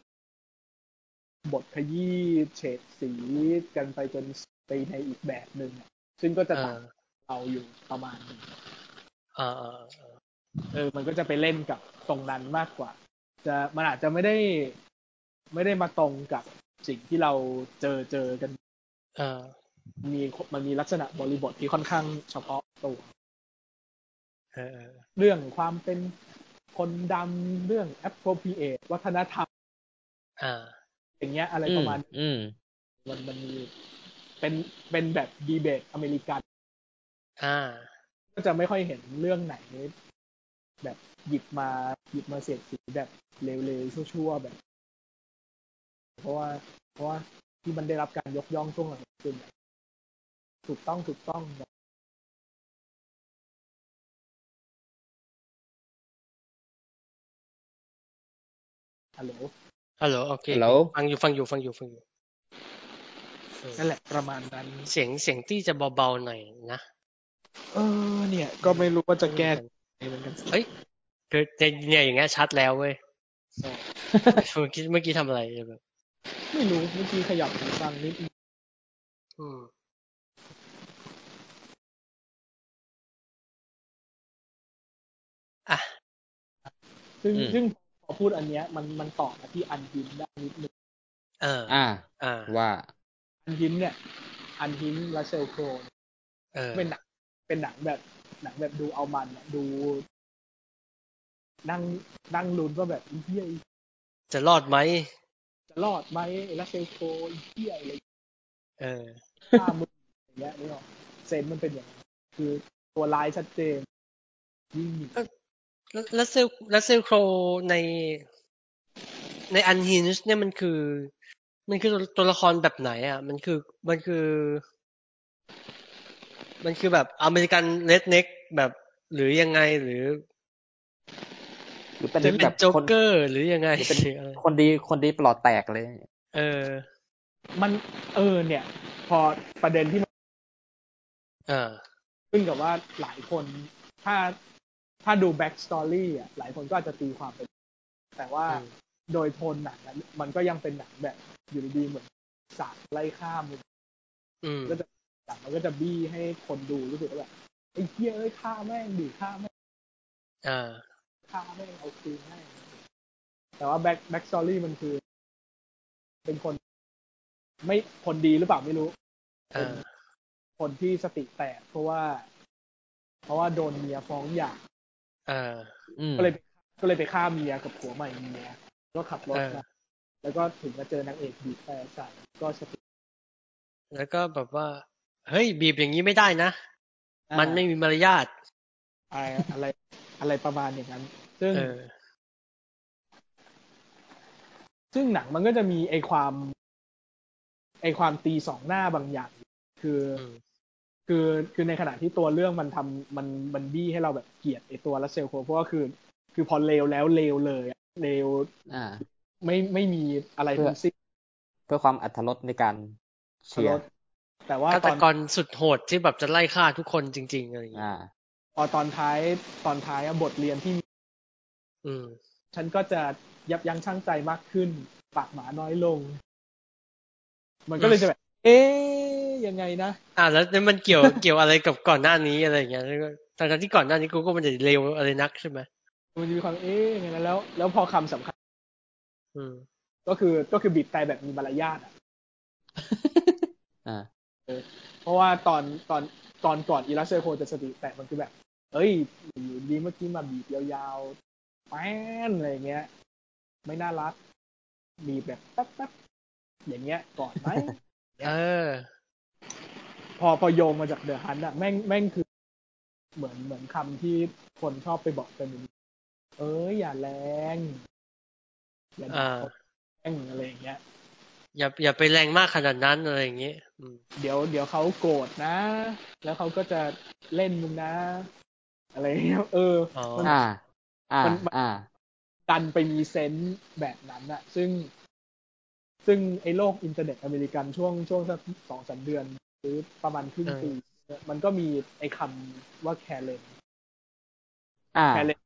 บทขยี้เฉดสีกันไปจนไปในอีกแบบหนึ่งอะซึ่งก็จะ
เอ
ต่าง
อ
เราอยู่ประมาณหนึง
เออเออเออ
เออ มันก็จะไปเล่นกับตรงนั้นมากกว่า จะมันอาจจะไม่ได้ ไม่ได้มาตรงกับสิ่งที่เราเจอเจอกัน
เออ
มีมันมีลักษณะบริบทที่ค่อนข้างเฉพาะตัว
เออเออ
เรื่องความเป็นคนดำเรื่อง appropriate วัฒนธรรม
อ่า
อย่างเงี้ยอะไร
อื
ป
ม
ระมาณ
อืม
มันมันมีเป็นเป็นแบบดีเบตอเมริกัน
อ่า
ก็จะไม่ค่อยเห็นเรื่องไหน แบบหยิบมาหยิบมาเสียดสีแบบเร็วๆชั่วๆแบบ เพราะว่า เพราะว่าที่มันได้รับการยกย่องช่วงหลังเป็นแบบถูกต้องถูกต้องแบบฮัลโหล
ฮัลโหลโอเค
ฮัลโหล
ฟังอยู่ฟังอยู่ฟังอยู่ฟังอยู่เออ
นั่นแหละประมาณนั้น
เสียงเสียงตี้จะเบาๆหน่อยนะ
เออ เนี่ย ก็ไม่รู้ว่าจะแก้ยังไงเหมือนกัน
เฮ้ยคือเนี่ยอย่างเงี้ยชัดแล้วเว้ย
ใช่
เมื่อกี้เมื่อกี้ทำอะไรแบบ
ไม่รู้เมื่อกี้ขยับหูฟังนิดนึง
อืมอ่ะ
ซึ่ง
อืม
ซึ่งพอพูดอันเนี้ยมันมันต่อมาที่อันยิ้มได้นิดนึง
เออ
อ่า
อ่า
ว่า
อันยิ้มเนี่ย อันยิ้มรัสเซลโครว์เนี่ย
เออ
เป็นหนังเป็นหนังแบบหนังแบบดูเอามันอะดูนั่งนั่งลุ้นว่าแบบไอ้เฮีย
จะรอดไหม
จะรอดไหมไอ้รัสเซลโครว์ไอ้เฮียอะไร
เออ
ฆ่ามึงอย่างเงี้ยนี่หรอกเซนมันเป็นอย่างนั้นคือตัวร้ายชัดเจนยิ่งหนี
เออ แล้วแล้วเซลแล้วเซลโครใน ในอันฮินช์เนี่ยมันคือ มันคือตัวตัวละครแบบไหน อ่ะ มันคือมันคือ มันคือแบบอเมริกันเลดเน็กแบบ หรือยังไงหรือ
หรือเป็น
จะเป็
แบ
น
บ
โจ๊ก
คน
เกอร์ หรือยังไง
หรือเป็น
หรืออะไร
คนดีคนดีปลอดแตกเลย
เออ
มันเออเนี่ย พอประเด็นที่
เออ
ขึ้นกับว่าหลายคนถ้าถ้าดูแบ็กสตอรี่อ่ะหลายคนก็อาจจะตีความไป แต่ว่า
อืม
โดยโทนหนังอะมันก็ยังเป็นหนังแบบอยู่ดีๆเหมือนสาดไล่ข้ามเลย
อืม
ก็จะหนังมันก็จะบี้ให้คนดูรู้สึกว่าแบบไอ้เหี้ยเอ้ยฆ่าแม่งดิฆ่าแม่ง
อ่า
ฆ่าแม่งเอาคืนให้แต่ว่าแบ็กแบ็กสตอรี่มันคือ เป็นคน ไม่คนดีหรือเปล่าไม่รู้
เออ
คนที่สติแตกเพราะว่า เพราะว่าโดนเมียฟ้องหย่า
เออ
อืม
ก็เลยก็เลยไปฆ่าเมียกับผัวใหม่เมียก็ขับรถ
เออ
มาแล้วก็ถึงมาเจอนางเอกบีบแต่ใส่ก็สติ
แล้วก็แบบว่า เฮ้ย บีบอย่างนี้ไม่ได้นะ มันไม่มีมารยาท
อะไรอะไรอะไรประมาณอย่างนั้น ซึ่ง
เออ
ซึ่งหนังมันก็จะมีไอความไอความตีสองหน้าบางอย่าง คืออ
ม
คือคือในขณะที่ตัวเรื่องมันทำมันมันบี้ให้เราแบบเกลียดไอตัวรัสเซลโครว์เพราะว่าคือ คือพอเลวแล้วเลวเลยอะเลว
อ่า
ไม่ไม่มีอะไร
เพื่อ
ทั้งสิ้น
เพื่อความอัตรสในการเชียร์
แต่ว่า
ฆา
ต
ต
อน
กรสุดโหดที่แบบจะไล่ฆ่าทุกคนจริง ๆอะไรอย่างเงี้ย
อ่า
พอตอนท้ายตอนท้ายอะบทเรียนที่
อืม
ฉันก็จะยับยั้งชั่งใจมากขึ้น ปากหมาน้อยลง มันก็เลยจะแบบ เอ๊ยยังไงนะ
อ่าแล้วนี่มันเกี่ยว เกี่ยวอะไรกับก่อนหน้านี้อะไรอย่างเงี้ยแล้วก็ทั้งๆที่ก่อนหน้านี้กูก็ไมันจะเร็วอะไรนักใช่ไหม
มันจะมีความเอ๊ยยังไงนะแล้ว แล้วพอคำสำคัญ
อืม
ก็คือก็คือบีบแต่แบบมีมารยาทอ่ะ
อ่า
เพราะว่าตอนตอนตอนก่อนอีรัสเซโคจะสติแตกมันคือแบบ เอ้ยอยู่ดีเมื่อกี้มาบีบยาวๆแป้นอะไรอย่างเงี้ย ไม่น่ารัก บีบแบบแป๊บแป๊บอย่างเงี้ย ก่อนไหม
เออ
พอพอโยงมาจากเดอะฮันอะแม่งแม่งคือ เหมือนเหมือนคำที่คนชอบไปบอกกันอยู่เอ้ยอย่าแรงอย่าด่า
อ่า
แรงอะไรอย่างเงี้ย
อย่าอย่าไปแรงมากขนาดนั้นอะไรอย่างเงี้ยอืม
เดี๋ยวเดี๋ยวเขาโกรธนะ แล้วเขาก็จะเล่นมึงนะ อะไรอย่างเงี้ยเออ
อ๋อ
มัน
อ่า อ่า
มันมัน
อ่า
ดันไปมีเซนส์แบบนั้นอะซึ่ง ซึ่งไอ้โลกอินเทอร์เน็ตอเมริกันช่วงช่วงสักสองสามเดือน หรือประมาณครึ่ง
เออ
ปีเนี่ยมันก็มีไอ้คำว่าแคเลน
อ่า
แคเลน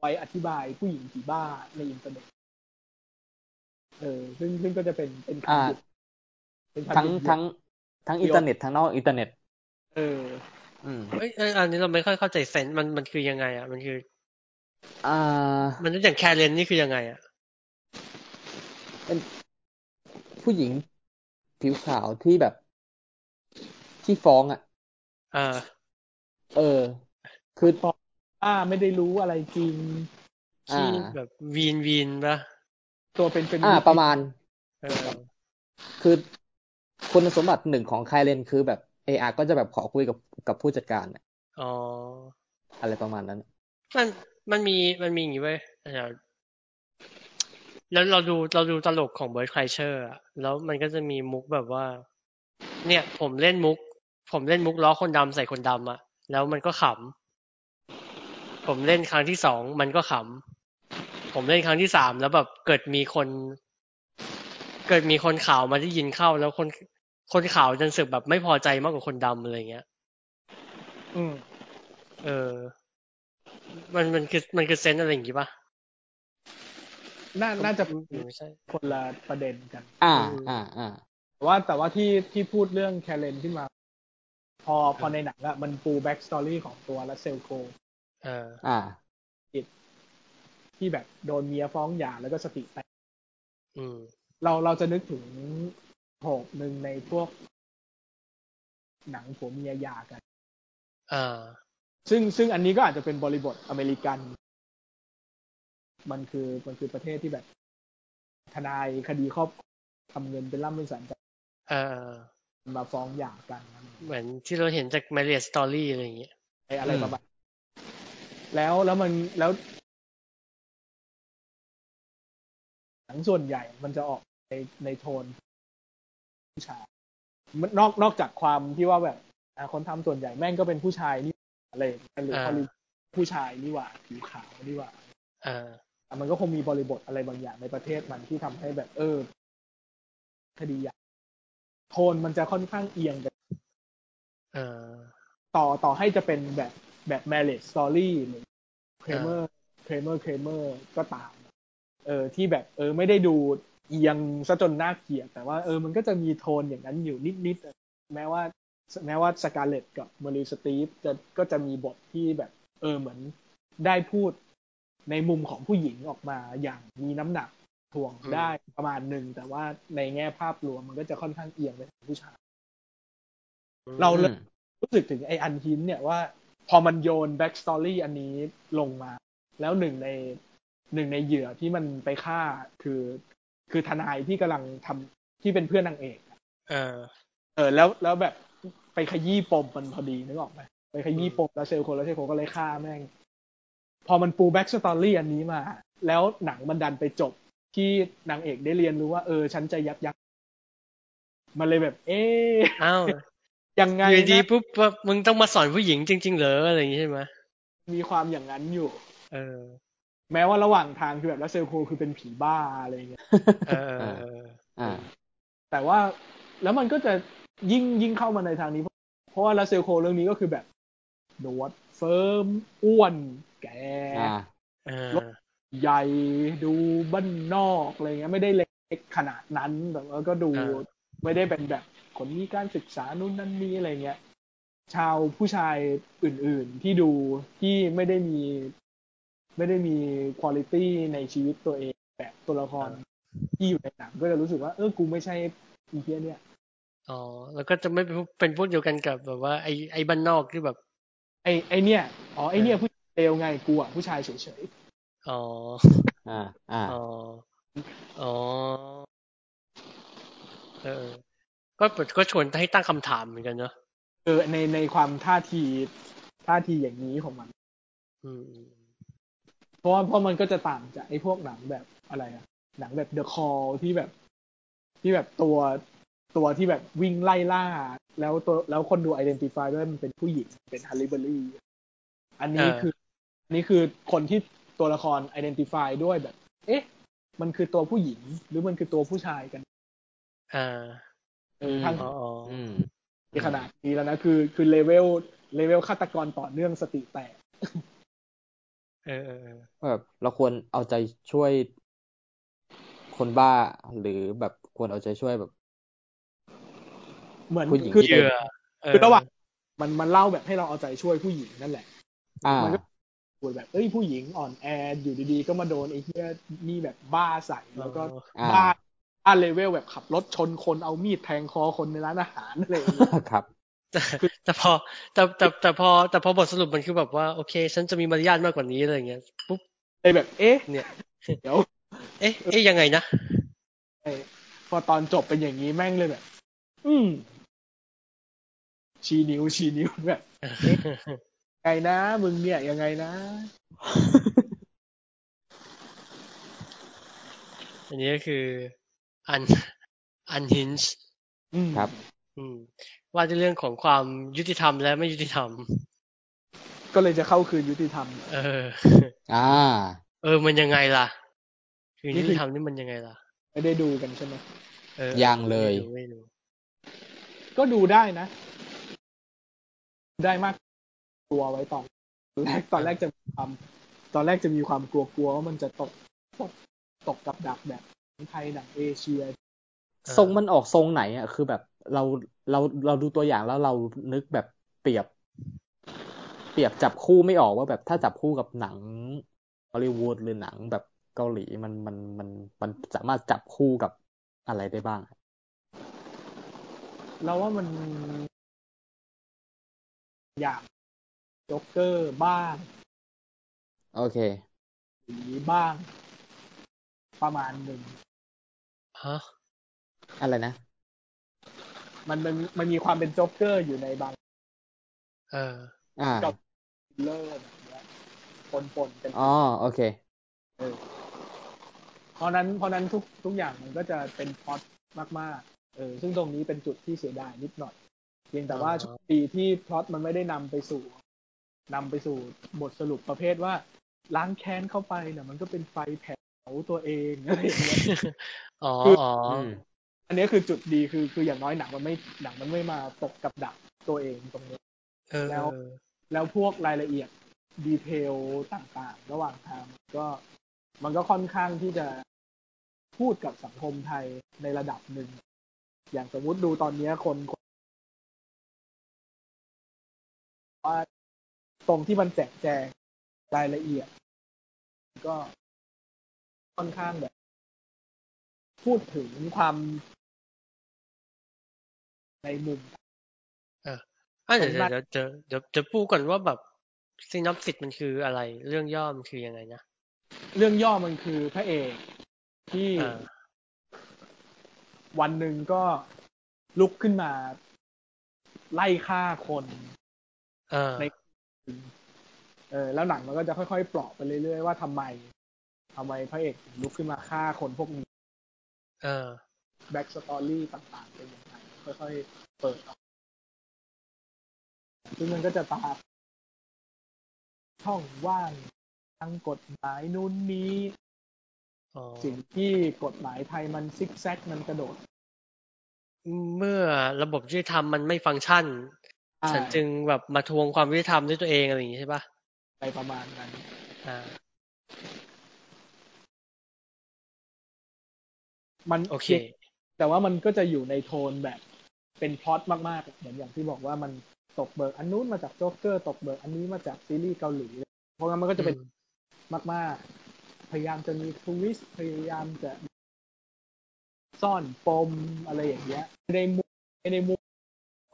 ไว้อธิบายผู้หญิงผีบ้าในอินเทอร์เน็ต เออ ซึ่งซึ่งก็จะเป็นเป็น
อ่า
คำหยุดเป็นคำ
ทั้ง
หยุด
ทั้งทั้งอินเทอร์เน็ตทั้งนอกอินเทอร์เน็ต
เออ
อืม
เอ้ยเอ้ยอันนี้เราไม่ค่อยเข้าใจเซนส์มันมันคือยังไงอ่ะมันคือ
อ่า
มันอย่างแคเรนนี่คือยังไงอ่ะ
เป็นผู้หญิงผิวขาวที่แบบ ที่ฟ้องอ่ะ
อ่า
เออ คือ
อ่า ไม่ได้รู้อะไรจริง
อ่า
ที่แบบวีนวีนปะ
ตัวเป็นเป็น
อ่า ประมาณ
เออ
คือคุณสมบัติหนึ่งของไคเลนคือแบบเออาก็จะแบบขอคุยกับกับผู้จัดการอะ
อ๋อ
อะไรประมาณนั้น
มันมันมีมันมีอย่างนี้เว้ยเดี๋ยวแล้วเราดูเราดูตลกของเบิร์ดไคเชอร์อะแล้วมันก็จะมีมุกแบบว่า เนี่ย ผมเล่นมุก ผมเล่นมุกล้อคนดำใส่คนดำอะแล้วมันก็ขำผมเล่นครั้งที่สองมันก็ขำผมเล่นครั้งที่สามแล้วแบบเกิดมีคน เกิดมีคนข่าวมาได้ยินเข้า แล้วคนคนข่าวจนสึกแบบไม่พอใจมากกว่าคนดำอะไรเงี้ย
อืม
เออ มันมันคือมันคือเซนส์อะไรอย่างงี้ปะ
น่าน่าจะเป็น
ไม่ใช่
คนละประเด็นกัน
อ่า
อืม
อ่า อ่า
แต่ว่าแต่ว่าที่ที่พูดเรื่องแคเลนขึ้นมา พอพอในหนังอะมันปูแบ็กสตอรี่ของตัวและเซลโค
เออ
อ่า
ที่แบบโดนเมียฟ้องหย่าแล้วก็สติแตก
อืม
เราเราจะนึกถึงโผกหนึ่งในพวก หนังผัวเมียหย่ากัน
อ่า
ซึ่งซึ่งอันนี้ก็อาจจะเป็นบริบทอเมริกัน มันคือมันคือประเทศที่แบบ ทนายคดีครอบครัวทำเงินเป็นล่ำเป็นสันกัน
เออ
มาฟ้องหย่ากันนะ
เหมือนที่เราเห็นจาก Marriage Story อะไรอย่างเงี้ย
ไอ้อะไร
อืม
ประมาณแล้วแล้วมันแล้ว หนังส่วนใหญ่มันจะออกในในโทนผู้ชายมันนอกนอกจากความที่ว่าแบบอ่ะคนทำส่วนใหญ่แม่งก็เป็นผู้ชายนี่อะไรอย่างเงี้ยหรือ
อ่า
ฮอลลีวูดผู้ชายนี่หว่าผิวขาวนี่หว่า
อ่า
อ่ะมันก็คงมีบริบทอะไรบางอย่างในประเทศมันที่ทำให้แบบเออ คดียาโทนมันจะค่อนข้างเอียงไป
เออ
ต่อต่อให้จะเป็นแบบแบบ marriage story หรือ Kramer Kramer Kramer ก็ตาม เออ ที่แบบ เออ ไม่ได้ดูเอียงซะจนน่าเกลียด แต่ว่าเออมันก็จะมีโทนอย่างนั้นอยู่นิดๆแม้ว่า แม้ว่าสกาเลตกับเมลิสตีฟจะก็จะมีบทที่แบบ เออเหมือนได้พูดในมุมของผู้หญิงออกมาอย่างมีน้ำหนักถ่วง
อืม
ได้ประมาณหนึ่ง แต่ว่าในแง่ภาพรวมมันก็จะค่อนข้างเอียงไปทางผู้ชาย เราเลยรู้สึกถึงไออันหินเนี่ยว่า พอมันโยนแบ็กสตอรี่อันนี้ลงมา แล้วหนึ่งในหนึ่งในเหยื่อที่มันไปฆ่าคือ คือทนายที่กำลังทำที่เป็นเพื่อนนางเอก
เออ
เออแล้วแล้วแบบไปขยี้ปมมันพอดีนึกออกไหมไปขยี้ปมแล้วเซลโคนแล้วเซลโคนก็เลยฆ่าแม่ง พอมันปูแบ็กสตอรี่อันนี้มา แล้วหนังมันดันไปจบที่นางเอกได้เรียนรู้ว่า เออ ฉันจะยับยั้งมันเลยแบบ เอ๊ะ
อ้าว
ยังไง
อยู่ดี
นะ
ปุ๊บแบบมึงต้องมาสอนผู้หญิงจริง ๆ เหรออะไรอย่างงี้ใช่ไหม
มีความอย่างนั้นอยู่
เออ
แม้ว่าระหว่างทางคือแบบแล้วเซลโคคือเป็นผีบ้าอะไรเงี้ย
เออเออเออ
อ่า
แต่ว่าแล้วมันก็จะยิ่งยิ่งเข้ามาในทางนี้ เพราะเพราะว่าลาเซลโคเรื่องนี้ก็คือแบบหนวดเฟิร์ม อ้วน แก่
อ่า
เออ
ใหญ่ดูบ้านนอกอะไรเงี้ยไม่ได้เล็กขนาดนั้นแต่ว่าก็ดูไม่ได้เป็นแบบคนมีการศึกษานู่นนั่นนี่อะไรเงี้ย ชาวผู้ชายอื่นๆที่ดูที่ไม่ได้มี ไม่ได้มีคุณลิตี้ในชีวิตตัวเองแบบตัวละครที่อยู่ในหนังก็จะรู้สึกว่าเออกูไม่ใช่อีเทียเนี่ย
อ๋อแล้วก็จะไม่เป็นพวกเป็นพวกเดียวกันกับแบบว่าไอ้ไอ้บ้านนอกที่แบบ
ไอไอเนี่ย อ๋อ ไอเนี่ยผู้เลวไงกูอ่ะผู้ชายเฉย
อ๋อ
อ่า อ่า
อ๋อ อ๋อ เออ ก็ก็ชวนให้ตั้งคำถามเหมือนกันเนอะ
ๆเออในในความท่าทีท่าทีอย่างนี้ของมัน
อืม
เพราะว่าเพราะมันก็จะต่างจากไอพวกหนังแบบอะไรอะหนังแบบเดอะคอ l ที่แบบ ที่แบบตัวตัวที่แบบวิ่งไล่ล่า แล้วตัวแล้วคนดูไอดีนติฟายด้วยมันเป็นผู้หญิงเป็นฮัลลิเบอรี่ อันนี้
เออ
คืออันนี้คือคนที่ตัวละครไอดีนติฟายด้วยแบบ เอ๊ะ มันคือตัวผู้หญิง หรือมันคือตัวผู้ชายกัน
อ่า
เออทั้ง
อ๋ออ๋อ
อืม
ในขนาดนี้แล้วนะคือคือเลเวลเลเวลฆาตกรต่อเนื่องสติแตก
เออเออเออ
แบบเราควรเอาใจช่วยคนบ้า หรือแบบควรเอาใจช่วยแบบ
เหมือน
ผู้หญิง
คือ
เหยื่อเ
คือระหว่างมันมันเล่าแบบให้เราเอาใจช่วยผู้หญิงนั่นแหละ
อ่า
มันก็ป่วยแบบเอ้ยผู้หญิงอ่อนแออยู่ดีๆ ก็มาโดนไอ้เหี้ยนี่แบบบ้าใส่แล้วก็
อ่า
บ้าบ้าเลเวลแบบขับรถชนคนเอามีดแทงคอคนในร้านอาหารอะไรอย่า งเงี้ย
ครับ
แต่แต่พอแต่แต่แต่พอแต่พอบทสรุปมันคือแบบว่า โอเค ฉันจะมีมารยาทมากกว่านี้อะไรอย่างเงี้ยปุ๊บ
เลยแบบเอ๊ะ
เนี่ย
เดี๋ยว
เอ๊ะเอ๊ะยังไงนะ
พอตอนจบเป็นอย่างนี้แม่งเลยแบบ อืมชี้นิ้วชี้นิ้วแบบ ไงนะมึงเนี่ยยังไงนะ
อันนี้ก็คืออันอันฮินช์
อืม
ครับ
ว่าด้วยเรื่องของความยุติธรรมและไม่ยุติธรรม
ก็เลยจะเข้าคืนยุติธรรม
เออ
อ่า
เออ มันยังไงล่ะ คือ
นี่
ยุ
คือ
ติธรรมนี่มันยังไงล่ะ
ไม่ได้ดูกันใช่ไหม
เออ
ยังเลย
ไม่รู้
ก็ดูได้นะ ได้มากตัวไว้ตอนแรกตอนแรกจะมีความ ตอนแรกจะมีความกลัวกลัวๆว่ามันจะตกตกตกกับดักแบบไทยหนังเอเชีย
ไม่รู้
ทรงมันออกทรงไหนอ่ะ คือแบบเราเราเราดูตัวอย่างแล้วเรานึกแบบเปรียบ เปรียบจับคู่ไม่ออกว่าแบบถ้าจับคู่กับหนังฮอลลีวูดหรือหนังแบบเกาหลีมันมันมันมันสามารถจับคู่กับอะไรได้บ้าง
เราว่ามันอย่างจ็อกเกอร์บ้าง
โอเค
หรือบ้าง ประมาณหนึ่ง
ฮะ
อะไรนะ
มันมันมันมีความเป็นจ็อกเกอร์อยู่ในบาง
เออ
อ่า
จบ เลอร์แบบเนี้ยปนๆกัน
อ๋อ โอเค
เออเพราะนั้นเพราะนั้นทุกทุกอย่างมันก็จะเป็นพล็อตมาก ๆ เออ ซึ่งตรงนี้เป็นจุดที่เสียดายนิดหน่อย เพียงแต่ว่า
อ่า
โชคดีที่พล็อตมันไม่ได้นำไปสู่นำไปสู่บทสรุปประเภทว่า ล้างแค้นเข้าไปเนี่ยมันก็เป็นไฟแผาตัวเอง อะไรอย่างเงี้ย
อ๋ออ๋อ
อืม
อันนี้คือจุดดีคือคืออย่างน้อยหนังมันไม่หนังมันไม่มาตกกับดักตัวเองตรงนี้
เออ
แล้ว แล้วพวกรายละเอียดดีเทลต่างๆ ระหว่างทางมันก็มันก็ค่อนข้างที่จะพูดกับสังคมไทยในระดับหนึ่ง อย่างสมมติดูตอนเนี้ยคนคนว่าตรงที่มันแจกแจงรายละเอียด ก็ค่อนข้างแบบ พูดถึงความในมุม
อ่ะเดี๋ยวเดี๋ยวเดี๋ยวเดี๋ยวเดี๋ยวปูก่อนว่าแบบซีนอปสิสมันคืออะไร เรื่องย่อมันคือยังไงนะ
เรื่องย่อมันคือพระเอกที่
อ่า
วันหนึ่งก็ ลุกขึ้นมา ไล่ฆ่าคน
เออ
ในเออแล้วหนังมันก็จะค่อยๆเปลาะไปเรื่อยๆว่าทำไมทำไมพระเอกถึงลุกขึ้นมาฆ่าคนพวกนี้
เออ
แบ็กสตอรี่ต่างๆเป็นยังไงค่อยๆเปิดออกซึ่งมันก็จะตามช่องว่างทางกฎหมายนู่นนี้
อ๋อ
สิ่งที่กฎหมายไทยมันซิกแซกมันกระโดด
เมื่อระบบยุติธรรมมันไม่ฟังก์ชัน ฉันจึงแบบมาทวงความยุติธรรมด้วยตัวเองอะไรอย่างนี้ใช่ปะ
อะไรประมาณนั้น
อ่า
มัน
โอเค
แต่ว่ามันก็จะอยู่ในโทนแบบเป็นพล็อตมากๆเหมือนอย่างที่บอกว่ามันตกเบิกอันนู้นมาจากโจ๊กเกอร์ตกเบิกอันนี้มาจากซีรีส์เกาหลี เพราะงั้นมันก็จะเป็นมากๆ พยายามจะมีทวิสต์พยายามจะซ่อนปมอะไรอย่างเงี้ยไม่ได้มุ่งไม่ได้มุ่ง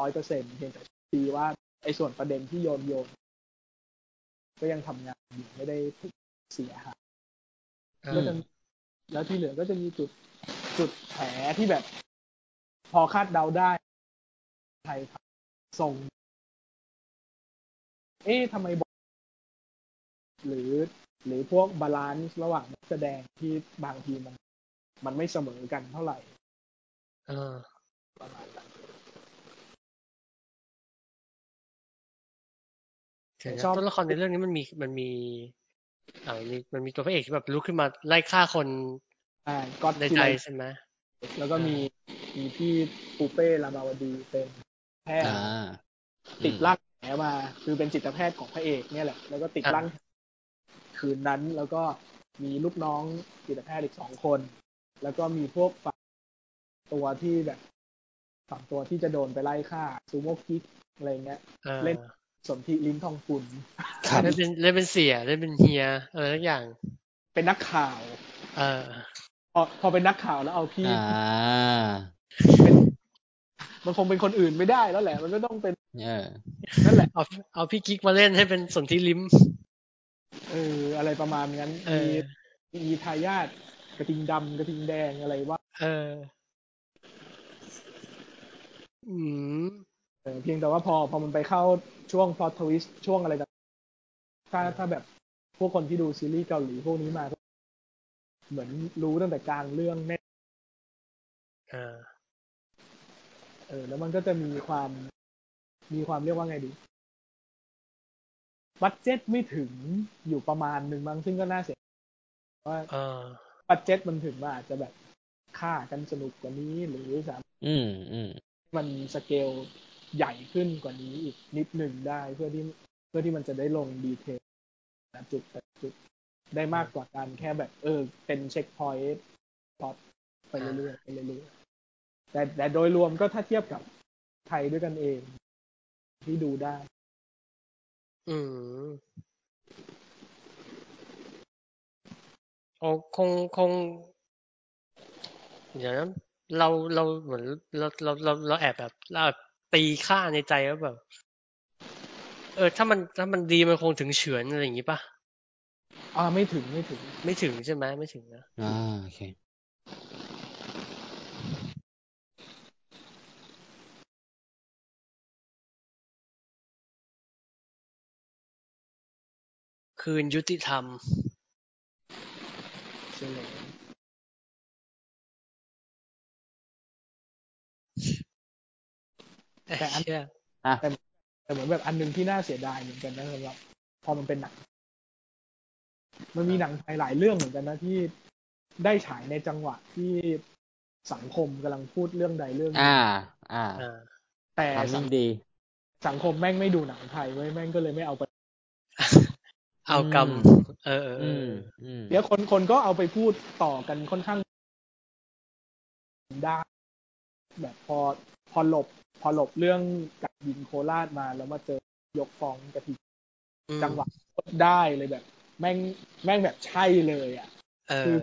ร้อยเปอร์เซ็นต์เพียงแต่ดีว่าไอ้ส่วนประเด็นที่โยนโยนก็ยังทำงานอยู่ไม่ได้เสียหาย
อื
ก็
ม
จะแล้วที่เหลือก็จะมีจุดจุดแผลที่แบบ พอคาดเดาได้ไทยส่ง เอ๊ะทำไมบอกหรือ หรือพวกบาลานซ์ระหว่างนักแสดงที่บางทีมัน มันไม่เสมอกันเท่าไหร่
เออ
ประมาณนั้น
เดี๋ยวนะตัวละครในเรื่องนี้มันมีมันมีอ่ามันมีมันมีตัวพระเอกที่แบบลุกขึ้นมาไล่ฆ่าคน
อ่าก็
ในใจใช่ไหม
แล้วก็มีมีพี่ปูเป้ลามาวดีเป็นแพทย์
อ่า
ติดร่างแหมา คือเป็นจิตแพทย์ของพระเอกเนี่ยแหละ แล้วก็ติด
อ่า
ร่างคืนนั้น แล้วก็มีลูกน้องจิตแพทย์อีกสองคน แล้วก็มีพวกฝั่งตัวที่แบบฝั่งตัวที่จะโดนไปไล่ฆ่าซูโม่คิกอะไรเงี้ย
เออ
เล่นสมทีลิ้นทองคุณ
ครับ
เล่นเป็นเล่นเป็นเสียเล่นเป็นเฮียอะไรทุกอย่าง
เป็นนักข่าว
เออ
พอพอเป็นนักข่าวแล้วเอาพี่
อ่า
เป็นมันคงเป็นคนอื่นไม่ได้แล้วแหละ มันก็ต้องเป็น
เออ
นั่นแหละ
เอาเอาพี่กิ๊กมาเล่นให้เป็นสนธิลิ้ม
เออ อะไรประมาณนั้น
เอ
มี
อ
มีทายาทกระทิงดำกระทิงแดงอะไรว่า
เออ อืม
เออเพียงแต่ว่าพอพอมันไปเข้าช่วง plot twist ช่วงอะไรต่างถ้าถ้าแบบพวกคนที่ดูซีรีส์เกาหลีพวกนี้มาก็เหมือนรู้ตั้งแต่กลางเรื่องแน่
เออ
เออแล้วมันก็จะมีความมีความเรียกว่าไงดี บัตเจ็ตไม่ถึงอยู่ประมาณหนึ่งมั้งซึ่งก็น่าเสียว่า
เออ
บัตเจ็ตมันถึงว่าอาจจะแบบฆ่ากันสนุกกว่านี้หรือสาม
อืมอืม
มันสเกลใหญ่ขึ้นกว่านี้อีกนิดหนึ่งได้เพื่อที่เพื่อที่มันจะได้ลงดีเทลนะจุดแต่จุดได้มากกว่าการแค่แบบ เออ เป็นเช็คพอยต์พอตไปเรื่อยๆไปเรื่อยๆแต่แต่โดยรวมก็ถ้าเทียบกับไทยด้วยกันเอง ที่ดูได้
อืมโอคงคง เดี๋ยวนะเราเราเหมือนเราเราเราเราแอบแบบเราแอบตีค่าในใจว่าแบบ เออ ถ้ามันถ้ามันดีมันคงถึงเฉือนอะไรอย่างงี้ป่ะ
อ่าไม่ถึงไม่ถึง
ไม่ถึงใช่ไหมไม่ถึงนะ
อ่าโอเค
คืนยุติธรรม
ใช่เลย
แต่อันเนี้ย
แต่เหมือนแบบอันหนึงที่น่าเสียดายเหมือนกันนะสำหรับพอมันเป็นหนัง มันมีหนังไทยหลายเรื่องเหมือนกันนะที่ได้ฉายในจังหวะที่สังคมกำลังพูดเรื่องใดเรื่องหนึ่
อ่า
ง
อ่า
อ่า
แต่
ทำ
สั
นิ่
ง
งดี
สังคมแม่งไม่ดูหนังไทยไว้ยแม่งก็เลยไม่เอาไป
เอากรรม เออเออเอ
อืม
อ
อืม
เดี๋ยวคนคนก็เอาไปพูดต่อกันค่อนข้างได้แบบพอพอหลบ พอหลบเรื่องกับยิงโคราชมาแล้วมาเจอยกฟ้องกะทิ
อืม
จังหวะได้เลยแบบ แม่งแม่งแบบใช่เลยอ่ะ
เออ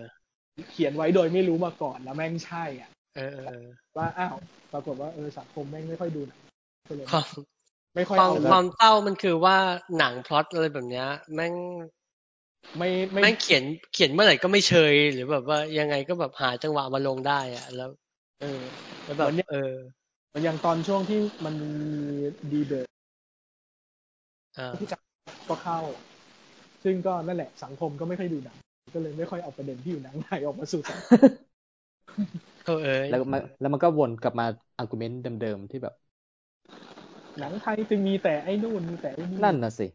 เขียนไว้โดยไม่รู้มาก่อนแล้วแม่งใช่อ่ะ
เออเออเออ
ว่าอ้าวปรากฏว่าเออสังคมแม่งไม่ค่อยดูหนังก็เลย
ความ
ไม่ค่อย
ความ
เอา
ความเศร้ามันคือว่าหนังพล็อตอะไรแบบเนี้ยแม่ง
ไม่ไม่
แม่งเขียนเขียนเมื่อไหร่ก็ไม่เชย หรือแบบว่ายังไงก็แบบหาจังหวะมาลงได้อะแล้ว
เออ
แล้วแบบเออ
มันยังตอนช่วงที่มันมีดีเบต
อ่า
ที่จะก็เข้า ซึ่งก็นั่นแหละสังคมก็ไม่ค่อยดูหนัง ก็เลยไม่ค่อยเอาประเด็นที่อยู่หนังไทยออกมาสู่สังคม
เออเอ้ย
แล้วมันแล้วมันก็วนกลับมาอาร์กิวเมนต์เดิมๆที่แบบ
หนังไทยจึงมีแต่ไอ้นู่นมีแต่ไอ้นี่
นั่นน่ะสิ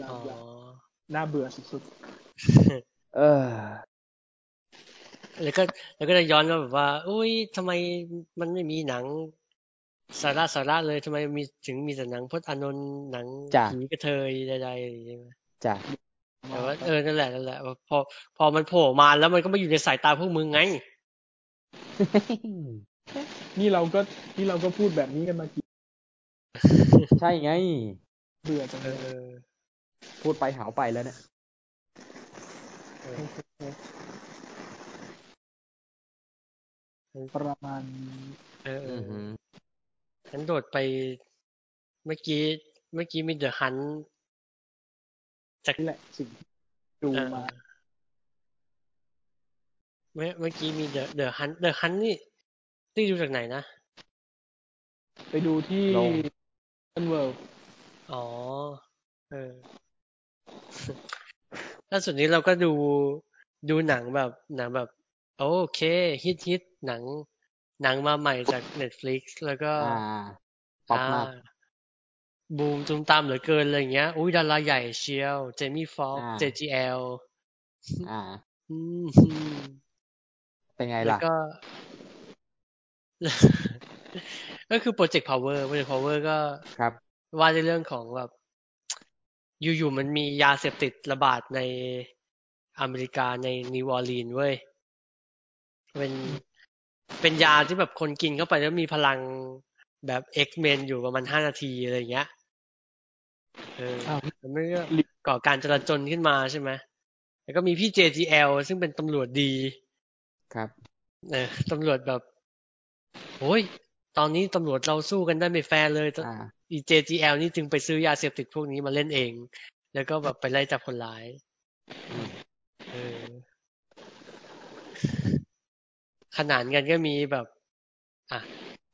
ยา
อ๋อ
วๆน่าเบื่อสุด
เออ
แล้วก็แล้วก็จะย้อนว่าแบบว่า อุ้ยทำไมมันไม่มีหนัง สาระสาระเลยทำไมมีถึงมีแต่หนังพจน์อานนท์หนัง
จ้ะ
ผีกระเทยใดๆอย่างเงี้ย
จ้ะ
ๆ
แต่ว่าเออนั่นแหละนั่นแหละพอพอมันโผล่มาแล้วมันก็ไม่อยู่ในสายตาพวกมึงไง
นี่เราก็นี่เราก็พูดแบบนี้กันมากี่
ใช่ไง
เบื่อจัง
เอ
เลย
อ
พูดไปหาวไปแล้วเนี่ย
ประมาณนี้
เออเอ
อ
อ
หือ
ฉันโดดไปเมื่อกี้ เมื่อกี้มีเดอะฮัน
นี่แหละสิ่งที่ดู
เออ
มา
เมื่อเมื่อกี้มีเดอะเดอะฮันเดอะฮันนี่นี่ดูจากไหนนะ
ไปดูที่
ลง
Open World
อ๋อ เออ ล่าสุดนี้เราก็ดูดูหนังแบบหนังแบบ โอเค ฮิตฮิตหนัง หนังมาใหม่จาก Netflix แล้วก็
อ่า ป๊อปมาก
บูมตุมตามเหลือเกินอะไรอย่างเงี้ย อุ้ยดาราใหญ่เชียว เจมี่ฟ็อก
อ่า
เจจีเอล
อ่า
อืม
เป็นไง
แล้
ล่ะ
วก็ ก็คือโปรเจกต์ power โปรเจกต์ power ก็
ครับ
ว่าในเรื่องของแบบ อยู่ๆมันมียาเสพติดระบาดในอเมริกาในนิวออร์ลีนเว้ย เป็นเป็นยาที่แบบคนกินเข้าไปแล้วมีพลังแบบ X-Men อยู่ประมาณห้านาทีอะไรอย่างเงี้ยเออ
อ้าว
มันไม่ก็ก่อการจลาจลขึ้นมาใช่ไหมแล้วก็มีพี่ JGL ซึ่งเป็นตำรวจดี
ครับ
เออตำรวจแบบโอ้ย ตอนนี้ตำรวจเราสู้กันได้ไม่แฟร์เลย
อ่า
อี JGL นี่จึงไปซื้อยาเสพติดพวกนี้มาเล่นเอง แล้วก็แบบไปไล่จับคนร้าย
อืม
เออขนานกันก็มีแบบ อ่ะ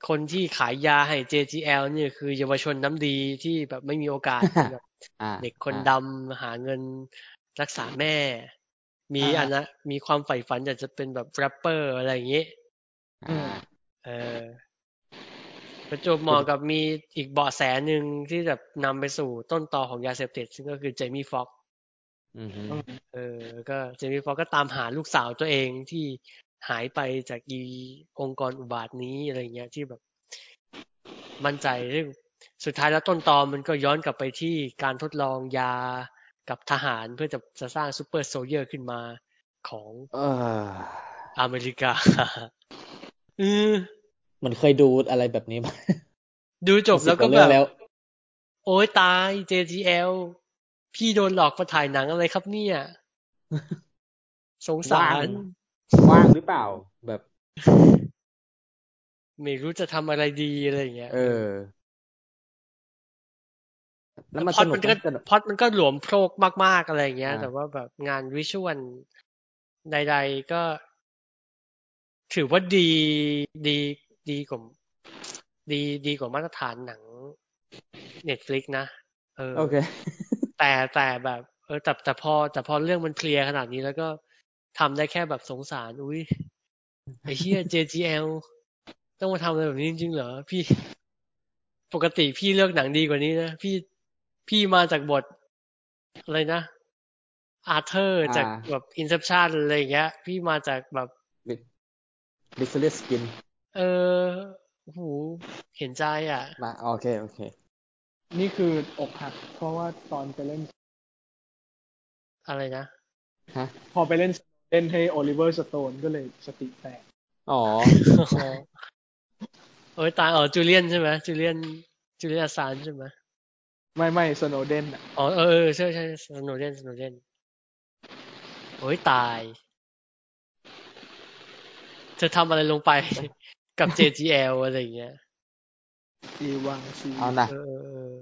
คนที่ขายยาให้ JGL เนี่ยคือเยาวชนน้ำดีที่แบบไม่มีโอกาส แบบ
อ่า
เด็กคน
อ่า
ดำหาเงินรักษาแม่ มี
อ่า
อันนะมีความใฝ่ฝันอยากจะเป็นแบบแรปเปอร์อะไรอย่างนี้
อ่า
เออประจวบเหมาะกับมีอีกเบาะแสหนึ่งที่แบบนำไปสู่ต้นตอของยาเสพติด ซึ่งก็คือเจมี่ฟ็อกซ์
อือหือ
เออ ก็เจมี่ฟ็อกซ์ก็ตามหาลูกสาวตัวเองที่หายไปจากอีองค์กรอุบาทนี้อะไรเงี้ยที่แบบ มั่นใจซึ่งสุดท้ายแล้วต้นตอมันก็ย้อนกลับไปที่การทดลองยากับทหารเพื่อจะจะสร้างซูเปอร์โซลเยอร์ขึ้นมาของ
เออ
อเมริกา เออ
มันเคยดูอะไรแบบนี้มา
ดูจบแล้วก็แบ
สิว่าเรื่อง
บ
แล้ว
โอ้ยตาย JGL พี่โดนหลอกมาถ่ายหนังอะไรครับเนี่ยส งสา
ว่าง
ร
ว่างหรือเปล่า แบบ
ไม่รู้จะทำอะไรดีอะไรอย่างเงี้ย
เออ แล้วมัน
พล็
ส
อด
นุก
มันก็
สนุก
พล็อดมันก็หลวมโพรกมาก ๆ อะไรอย่างเงี้ย
อ่า
แต่ว่าแบบงานวิชวลใด ๆ ก็ ถือว่าดีดีดีกว่าดีดีกว่ามาตรฐานหนัง Netflix นะ เออ
โอเค
แต่แต่แบบเออแต่แต่พอแต่พอเรื่องมันเคลียร์ขนาดนี้แล้วก็ทำได้แค่แบบสงสาร อุ้ยไอ้เหี้ย JGL ต้องมาทำอะไรแบบนี้จริงๆเหรอ พี่ ปกติพี่เลือกหนังดีกว่านี้นะ พี่พี่มาจากบท อะไรนะอาเธอร์
อ่า
จากแบบอินเ p พชันอะไรอย่างเงี้ย พี่มาจากแบบ
บิสเลสกิน
เออโอ้โหเห็นใจอ่ะ
มา โอเค โอเค
นี่คืออกหัก เพราะว่าตอนไปเล่น
อะไรนะ
ฮะ
พอไปเล่นเล่นให้โอลิเวอร์สโตนก็เลยสติแตก
อ๋อ
โอ้ยตายอ๋อจูเลียนใช่ไหมจูเลียนจูเลียนอาซานใช่ไหม
ไม่ไม่สโนเดนอ่ะ
อ๋อเออเออใช่ใช่สโนเดนสโนเดนโอ้ยตาย เธอทำอะไรลงไป กับ JGL อะไรอย่างเงี้ย
อีวังซี
เอานะ
เออเออเออ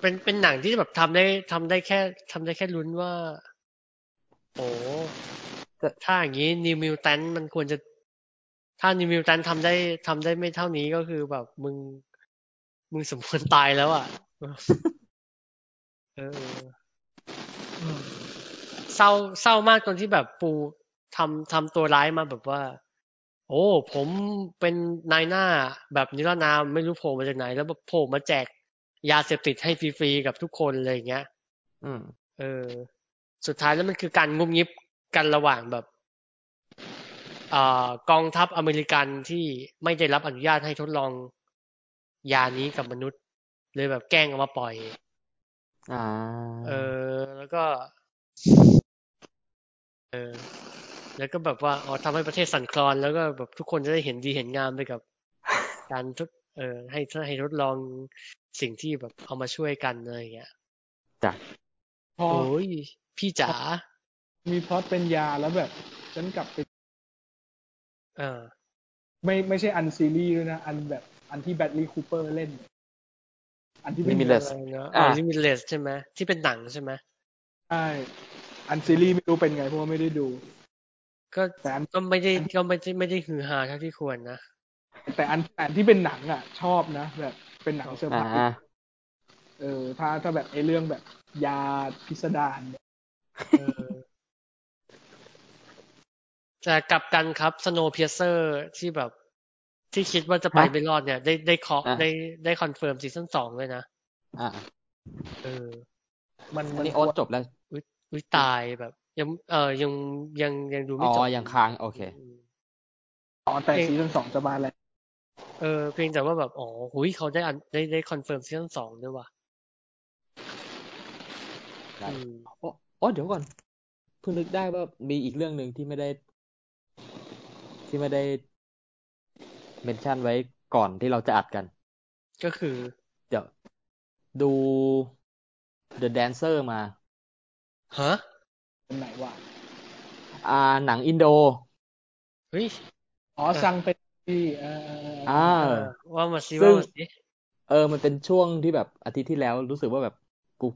เป็นเป็นหนังที่แบบทำได้ทำได้แค่ทำได้แค่ลุ้นว่า โอ้ถ้าอย่างนี้นิวมิวแตนมันควรจะ ถ้านิวมิวแทนทำได้ทำได้ไม่เท่านี้ก็คือแบบมึง มึงสมควรตายแล้วอ่ะ เออ
อืม
เศร้าเศร้ามากตอนที่แบบปูทำทำตัวร้ายมาแบบว่า โอ้ ผมเป็นนายหน้าแบบนิรนามไม่รู้โผล่มาจากไหน แล้วแบบโผล่มาแจกยาเสพติดให้ฟรีๆกับทุกคนเลยอย่างเงี้ย
อืม
เออ สุดท้ายแล้วมันคือการงุบงิบกันระหว่างแบบอ่ากองทัพอเมริกันที่ไม่ได้รับอนุญาตให้ทดลองยานี้กับมนุษย์ เลยแบบแกล้งเอามาปล่อย
อ่า
เออ แล้วก็ เออ แล้วก็แบบว่าอ๋อทำให้ประเทศสั่นคลอน แล้วก็แบบทุกคนจะได้เห็นดีเห็นงามไปกับ การทดเออ ให้ให้ทดลองสิ่งที่แบบเอามาช่วยกันอะไรอย่างเงี้ย
จ้ะ
พอ
โอ้ยพี่จ๋า
มีพล็อตเป็นยาแล้วแบบ ฉันกลับไป
เออ
ไม่ไม่ใช่อันซีรีส์ด้วยนะ อันแบบอันที่แบดลี่คูเปอร์เล่น อันที่
ลิ
ไม่
มิ
มี
เลส
อะ
อะ
ไร
ไรนะ
อ่า
อ๋อลิมิเลสใช่ไหมที่เป็นหนังใช่ไหม
ใช่อันซีรีส์ไม่รู้เป็นไงเพราะว่าไม่ได้ดู
ก็
แต่อัน
ก็ไม่ได้ก็ไม่ได้ไม่ได้ฮือฮาเท่าที่ควรนะ
แต่อันแต่อันที่เป็นหนังอ่ะ ชอบนะ แบบเป็นหนังเซอร์ไพร
อ่า
ส์เออถ้าถ้าแบบไอ้เรื่องแบบยาพิสดารเนี่ย
เออแต่กลับกันครับสโน w p เพียเซอร์ที่แบบ ที่คิดว่าจะไปไม่รอดเนี่ย ได้ได้เคาะ
อ่ะ
ได้ได้คอนเฟิร์มซีซั่นสองเลยนะ
อ่า
เออ
มัน
อั
มันน
นี้โอ๊ตจบแล้ว
วิตายแบบ ยังเออยังยังยังดู
อ๋
ไม่
อ
จบ
ยังค้าง โอเค
อืม
อ๋อแต่
เอง
ซีซั่นสองจะมาแล้ว
เออเพียงแต่ว่าแบบอ๋อหุยเขาได้อันได้ได้คอนเฟิร์มซีซั่นสองด้วยว่ะ
ได้
อืม
โอ้โอ้เดี๋ยวก่อน เพิ่งนึกได้ว่ามีอีกเรื่องหนึ่งที่ไม่ได้ ที่ไม่ได้ เมนชั่นไว้ก่อนที่เราจะอัดกัน
ก็คือ
เดี๋ยว ดู The Dancer มา
ฮะ
เป็นไหนวะ
อ่า หนังอินโด
เฮ้ย
อ๋อสั่งเป็นที่เออเออเออ
อ่า
เออว่ามาซิ
ซึ่
ว่าง มาซิ
เออ มันเป็นช่วงที่แบบอาทิตย์ที่แล้วรู้สึกว่าแบบ กู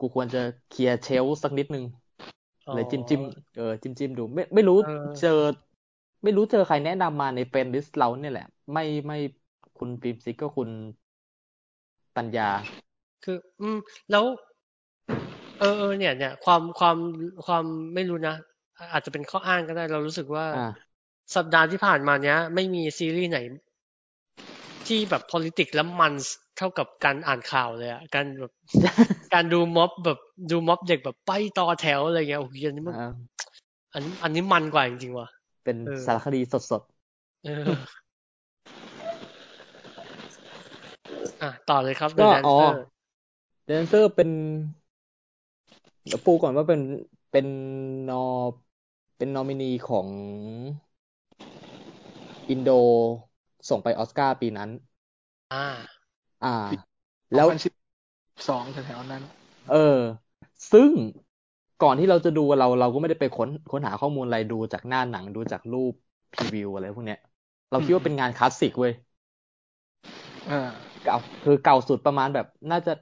กูควรจะเคลียร์เชลฟ์สักนิดนึง
อ๋อ
เลยจิ้มจิ้มเออจิ้มจิ้มดู ไม่ไม่รู้
เออ
เจอ ไม่รู้เจอใครแนะนำมาในเป็นลิสต์เราเนี่ยแหละ ไม่ไม่คุณฟิล์มซิกก็คุณปัญญา
คือ อืม แล้ว เออเออเนี่ยเนี่ยความความความไม่รู้นะอาจจะเป็นข้ออ้างก็ได้ เรารู้สึกว่า
อ่า
สัปดาห์ที่ผ่านมาเนี้ย ไม่มีซีรีส์ไหน ที่แบบ politics แล้วมันเท่ากับการอ่านข่าวเลยอะการแบบ การดูม็อบแบบดูม็อบเด็กแบบไปต่อแถวอะไรเงี้ยโอ้ยอันนี้มัน
อ่า
อันนี้อันนี้มันกว่าจริงๆว่ะ
เป็น
เออ
สารคดีสดสด
เออ อ่ะต่อเลยครับ
ๆ
The
ก็อ๋อ
Dancer
เดนเซอร์เป็นเดี๋ยวปูก่อนว่าเป็นเป็นนอเป็นนอมินีของอินโดส่งไปออสการ์ปีนั้น
อ่า
อ่า แล้ว
สองแถวๆนั้น
เออ ซึ่งก่อนที่เราจะดูเราเราก็ไม่ได้ไปค้นค้นหาข้อมูลอะไรดูจากหน้าหนังดูจากรูปพรีวิวอะไรพวกเนี้ย เราคิดว่าเป็นงานคลาสสิกเว้ย
อ่า
เก่าคือเก่าสุดประมาณแบบน่าจะ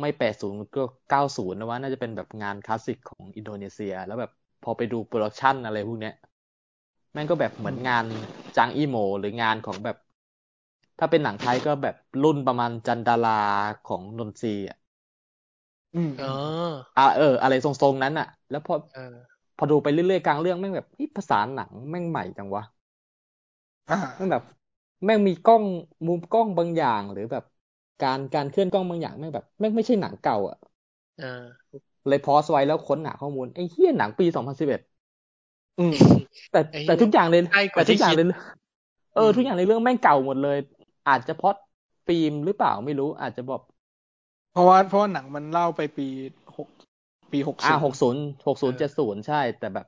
ไม่แปดศูนย์ก็เก้าศูนย์นะว่าน่าจะเป็นแบบงานคลาสสิกของอินโดนีเซีย แล้วแบบพอไปดูโปรดักชันอะไรพวกเนี้ยแม่งก็แบบเหมือนงานจางอีโหมหรืองานของแบบ ถ้าเป็นหนังไทยก็แบบรุ่นประมาณจันดาราของนนทรีอ่ะ
อืม
เออ
อ่าเออ อะไรทรงๆนั้นอ่ะ แล้วพอ
เออ
พอดูไปเรื่อยๆกลางเรื่องแม่งแบบนี่ภาษาหนังแม่งใหม่จังวะ
อ่า
แม่งแบบ แม่งมีกล้องมุมกล้องบางอย่างหรือแบบ การการเคลื่อนกล้องบางอย่างแม่งแบบแม่งไม่ใช่หนังเก่าอ่ะ
เออ
เลยพอสไว้แล้วค้นหาข้อมูลไอ้เหี้ยหนังปีสองพันสิบเอ็ด
อืม
แต่
ไอ้เหี้ย
แต่ทุกอย่างเลย
ใกล้กว่า
แต่ทุกอย่าง
ที่คิด
เลยเออทุกอย่างในเรื่องแม่งเก่าหมดเลย อาจจะเพราะฟิล์มหรือเปล่าไม่รู้ อาจจะบอก
เพราะว่าเพราะว่าหนังมันเล่าไปปีหกปีหกสิ
อ่า
บ
หกศูนย์หกศูนย์เจ็ดศูนย์ใช่ แต่แบบ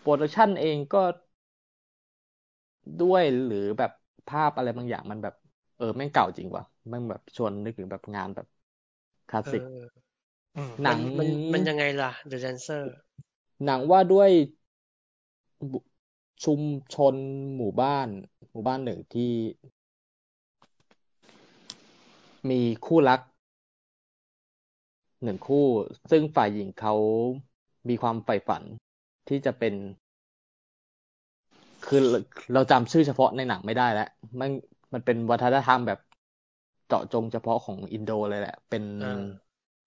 โปรดักชันเองก็ ด้วยหรือแบบภาพอะไรบางอย่างมันแบบ เออแม่งเก่าจริงว่ะแม่งแบบชวนนึกถึงแบบงานแบบคลาส
เอ
สิก
อ
หนัง
มันมันยังไงล่ะ The Dancer
หนังว่าด้วยบุชุมชนหมู่บ้าน หมู่บ้านหนึ่งที่ มีคู่รักหนึ่งคู่ ซึ่งฝ่ายหญิงเขามีความใฝ่ฝันที่จะเป็น ค คือเราเราจำชื่อเฉพาะในหนังไม่ได้แล้วมันมันเป็นวัฒนธรรมแบบเจาะจงเฉพาะของอินโดเลยแหละ เป็น
เออ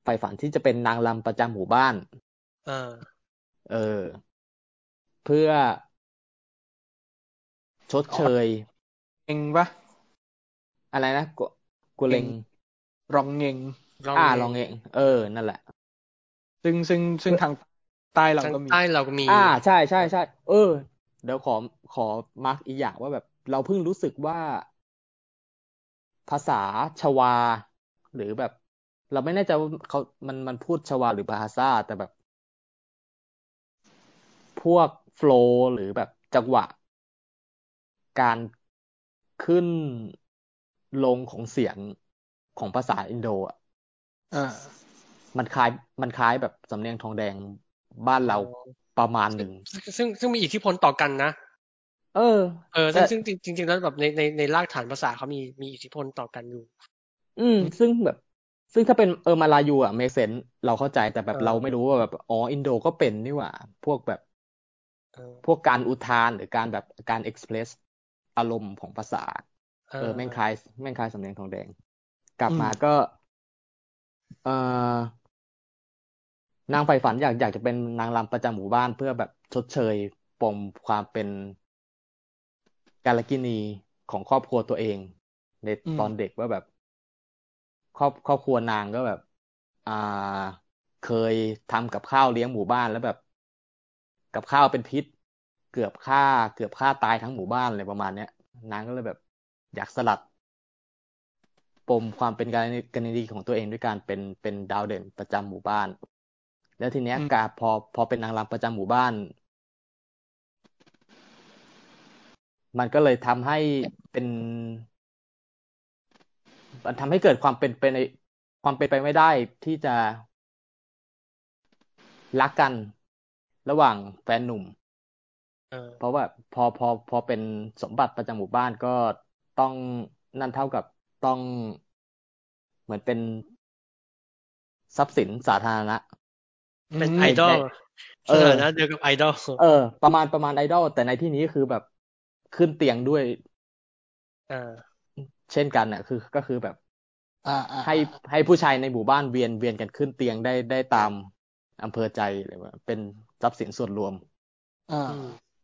ไฟฝันที่จะเป็นนางรำประจำหมู่บ้าน
เออ
เออ เพื่อชดเชย
เองปะ
อะไรนะกุกุเลง
รองเงง
อ่าลองเอง เออ นั่นแหละ
ซึ่งซึ่งซึ่งทางใต้เรา
ทาง
ก็มี
ใต้เราก็มี
อ่าใช่ใช่ใช่เออ เดี๋ยวขอขอมาร์กอีกอย่างว่าแบบ เราเพิ่งรู้สึกว่า ภาษาชวา หรือแบบ เราไม่แน่ใจว่าเขามันมันพูดชวาหรือบาฮาซาแต่แบบ พวกโฟลว์หรือแบบจังหวะ การขึ้นลงของเสียงของภาษาอินโดอ่ะ
อ่า
มันคล้ายมันคล้ายแบบสำเนียงทองแดงบ้านเราประมาณหนึ่ง
ซึ่งซึ่งมีอิทธิพลต่อกันนะ
เออ
เออซึ่ง
แต่
ซึ่งจริงๆแล้วแบบในในในรากฐานภาษาเขามีมีอิทธิพลต่อกันอยู่
อืม ซึ่งแบบ ซึ่งถ้าเป็นเออมาลายูอ่ะเมเซนเราเข้าใจแต่แบบ
เออ
เราไม่รู้ว่าแบบอ๋ออินโดก็เป็นนี่หว่า พวกแบบ
เออ
พวกการอุทานหรือการแบบการเอ็กซ์เพรสอารมณ์ของภาษา เออแม่งคล้ายแม่งคล้ายสำเนียงทองแดง กลับมาก็ เออนางใฝ่ฝันอยากอยากจะเป็นนางรำประจำหมู่บ้านเพื่อแบบชดเชยปมความเป็นกาลกินีของครอบครัวตัวเอง ในตอนเด็กว่าแบบ ครอบครอบครัวนางก็แบบ อ่า เคยทำกับข้าวเลี้ยงหมู่บ้านแล้วแบบ กับข้าวเป็นพิษ เกือบฆ่า เกือบฆ่าตายทั้งหมู่บ้านอะไรประมาณเนี้ย นางก็เลยแบบ อยากสลัด ปมความเป็นการกรณีของตัวเองด้วยการเป็นเป็นดาวเด่นประจำหมู่บ้าน แล้วทีเนี้ยการพอพอเป็นนางรำประจำหมู่บ้าน มันก็เลยทำให้เป็น มันทำให้เกิดความเป็นไปในความเป็นไปไม่ได้ที่จะรักกันระหว่างแฟนหนุ่ม
เออ
เพราะว่าพอพอพอเป็นสมบัติประจำหมู่บ้านก็ต้องนั่นเท่ากับต้องเหมือนเป็นทรัพย์สินสาธารณะ
เป็น
อืม
ไอดอล
เอ
ส
อ
ถานะเดียวกับไอดอล
เออ ประมาณประมาณไอดอลแต่ในที่นี้คือแบบขึ้นเตียงด้วย
เออ
เช่นกันน่ะ คือก็คือแบบ
อ่าอ่า
ให้ให้ผู้ชายในหมู่บ้านเวียนเวียนกันขึ้นเตียงได้ได้ตามอำเภอใจหรือว่าเป็นทรัพย์สินส่วนรวม
อ่า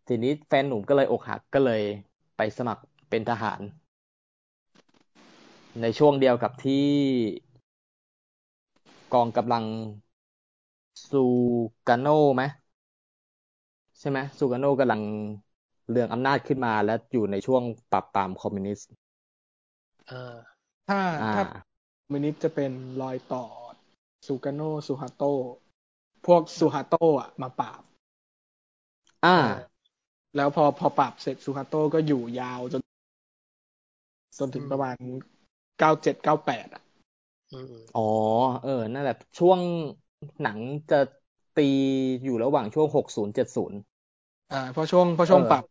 ทีนี้แฟนหนุ่มก็เลยอกหักก็เลยไปสมัครเป็นทหาร ในช่วงเดียวกับที่กองกำลังซูกาโน่ไหมใช่ไหมซูกาโน่กำลังเรืองอำนาจขึ้นมาและอยู่ในช่วงปราบปรามคอมมิวนิสต์
เออ
ถ้า
อ่า
ถ้า มินิปจะเป็นรอยต่อซูกาโนซูฮาโต พวกซูฮาโตอ่ะ มาปราบ
อ่า
แล้วพอพอปราบเสร็จซูฮาโตก็อยู่ยาวจน จนถึง
อืม
ประมาณเก้าเจ็ดเก้าแปดอ่ะ
อืม
อ๋อ เออ นั่นแหละ ช่วงหนังจะตีอยู่ระหว่างช่วงหกศูนย์เจ็ดศูนย์
อ่าเพอช่วงเพอช่วง
เออ
ปรับ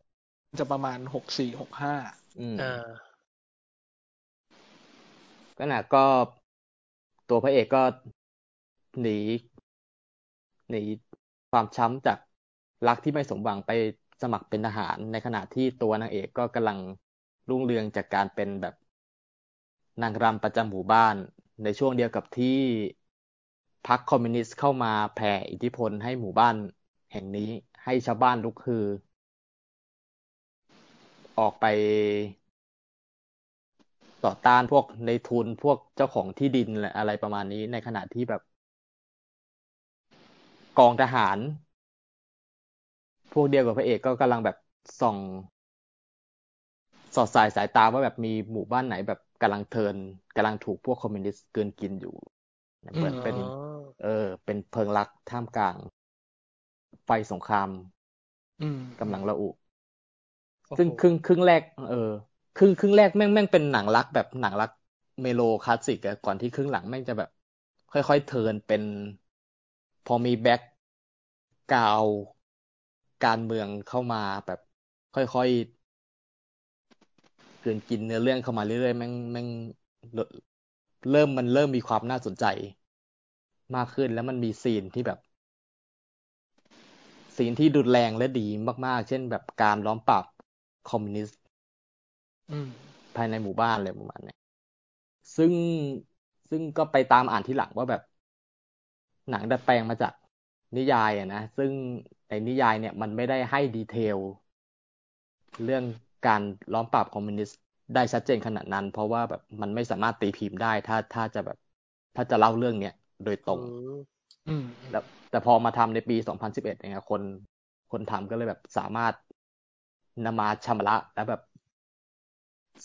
จะประมาณหกสี่หกห้า
อืม
เออ
ก็น่ะก็ตัวพระเอกก็หนีหนีความช้ำจากรักที่ไม่สมหวังไปสมัครเป็นทหาร ในขณะที่ตัวนางเอกก็กำลังรุ่งเรืองจากการเป็นแบบนางรำประจำหมู่บ้าน ในช่วงเดียวกับที่พรรคคอมมิวนิสต์เข้ามาแผ่อิทธิพลให้หมู่บ้านแห่งนี้ให้ชาวบ้านลุกฮือ ออกไป ต่อต้านพวกในทุนพวกเจ้าของที่ดินอะไรประมาณนี้ในขณะที่แบบ กองทหาร พวกเดียวกับพระเอกก็กำลังแบบส่อง สอดสายสายตาว่าแบบมีหมู่บ้านไหนแบบกำลังเทิร์นกำลังถูกพวกคอมมิวนิสต์กลืนกินอยู่เหมือนเป็น
อ๋อ
เออ เป็นเพลิงรักท่ามกลาง ไฟสงคราม
อืม
กำลังระอุ
โอ้โห
ซึ่งครึ่งครึ่งแรก เออ ครึ่งครึ่งแรกแม่งแม่งเป็นหนังรักแบบหนังรักเมโลคลาสสิกอะก่อนที่ครึ่งหลังแม่งจะแบบ ค่อยๆเทิร์นเป็น พอมีแบ็กกราวด์การเมืองเข้ามาแบบ ค่อยๆเกินกินเนื้อเรื่องเข้ามาเรื่อยๆแม่งแม่งเริ่มมันเริ่มมีความน่าสนใจ มากขึ้นแล้วมันมีซีนที่แบบ ซีนที่ดุนแรงและดีมากๆ เช่นแบบการล้อมปราบ คอมมิวนิสต์
อืม
ภายในหมู่บ้านอะไรประมาณเนี้ยซึ่งซึ่งก็ไปตามอ่านที่หลังว่าแบบ หนังดัดแปลงมาจากนิยายอะนะ ซึ่งในนิยายเนี่ยมันไม่ได้ให้ดีเทล เรื่องการล้อมปราบคอมมิวนิสต์ได้ชัดเจนขนาดนั้น เพราะว่าแบบมันไม่สามารถตีพิมพ์ได้ ถ้าถ้าจะแบบ ถ้าจะเล่าเรื่องเนี้ยโดยตรง
อืม
แล้วแต่พอมาทำในปี 2011เนี่ยคน คนทำก็เลยแบบสามารถนำมาชำระและแบบ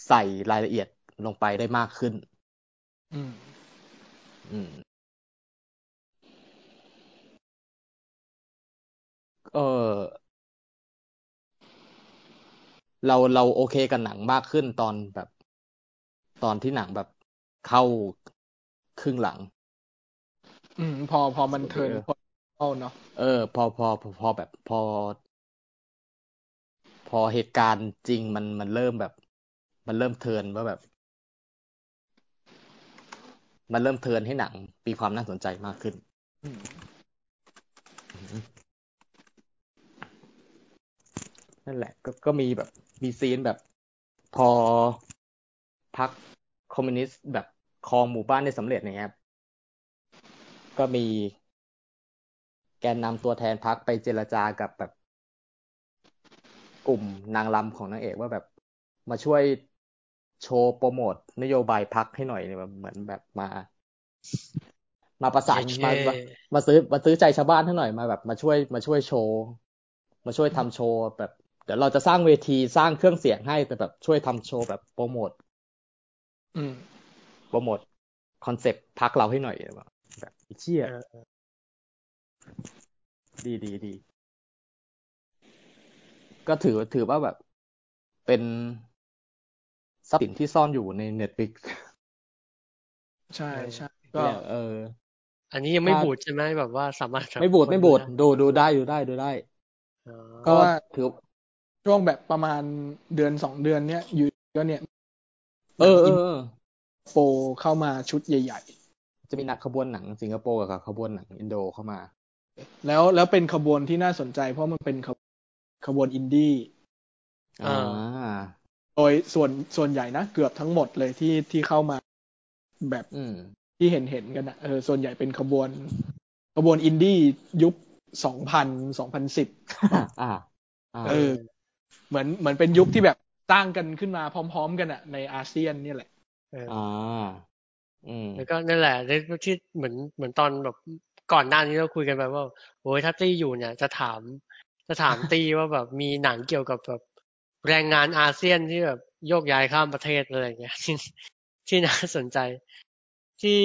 ใส่รายละเอียดลงไปได้มากขึ้น
อืม
อืม เออเราเราโอเคกับหนังมากขึ้นตอนแบบ ตอนที่หนังแบบเข้าครึ่งหลัง
อืม พอพอมันเทิร์นเอาเนาะ
เออ พอพอพอพอแบบพอ พอเหตุการณ์จริงมันมันเริ่มแบบ มันเริ่มเทิร์นว่าแบบ มันเริ่มเทิร์นให้หนังมีความน่าสนใจมากขึ้น
อืม
นั่นแหละก็ก็มีแบบมีซีนแบบ พอพรรคคอมมิวนิสต์แบบครองหมู่บ้านได้สำเร็จเนี่ยครับก็มีแกนนำตัวแทนพรรคไปเจรจากับแบบ กลุ่มนางรำของนางเอกว่าแบบมาช่วยโชว์โปรโมทนโยบายพรรคให้หน่อยเนี่ยแบบเหมือนแบบมา มาประสานมามา มาซื้อมาซื้อใจชาวบ้านให้หน่อยมาแบบมาช่วยมาช่วยโชว์ มาช่วยทำโชว์แบบ เดี๋ยวเราจะสร้างเวทีสร้างเครื่องเสียงให้แต่แบบช่วยทำโชว์แบบโปรโมท
อืม
โปรโมทคอนเซปต์พักเราให้หน่อยแบบแบบไอ้เชี่ย
เออ
ดีดีดี ก็ถือถือว่าแบบ เป็นทรัพย์สินที่ซ่อนอยู่ในเน็ตฟิก
ใช่ใช่ก็
เออ
อันนี้ยังไม่
ถ้า
บูดใช่ไหมแบบว่าสามารถ
ไม่บูดไม่บูดดูดูได้ดูได้ดูได้
เพ
ก็
ราะว่า
ถือ
ช่วงแบบประมาณเดือนสองเดือนเนี้ยอยู่ก็เนี่ย
เออเออเออ
โฟเข้ามาชุดใหญ่
จะมีหนักขบวนหนังสิงคโปร์กับขบวนหนังอินโดเข้ามา
ๆ แล้วแล้วเป็นขบวนที่น่าสนใจ เพราะมันเป็นขบขบวนอินดี้
อ่า
โดยส่วนส่วนใหญ่นะเกือบทั้งหมดเลยที่ที่เข้ามาแบบ
อืม
ที่เห็นเห็นกันนะเออส่วนใหญ่เป็นขบวนขบวนอินดี้ยุคสองพันสองพันสิบ
อ่า อ่า
เออ เหมือนเหมือนเป็นยุคที่แบบสร้างกันขึ้นมาพร้อม ๆ กันอะในอาเซียนเนี่ยแหละ
อ่า อืม
แล้วก็นั่นแหละในที่เหมือนเหมือนตอนแบบก่อนหน้านี้เราคุยกันไปว่าโอ้ยถ้าตี้อยู่เนี่ย จะถาม จะถาม ตี้ว่าแบบมีหนังเกี่ยวกับแบบแรงงานอาเซียนที่แบบโยกย้ายข้ามประเทศอะไรอย่างเงี้ ยที่ที่น่าสนใจ ที่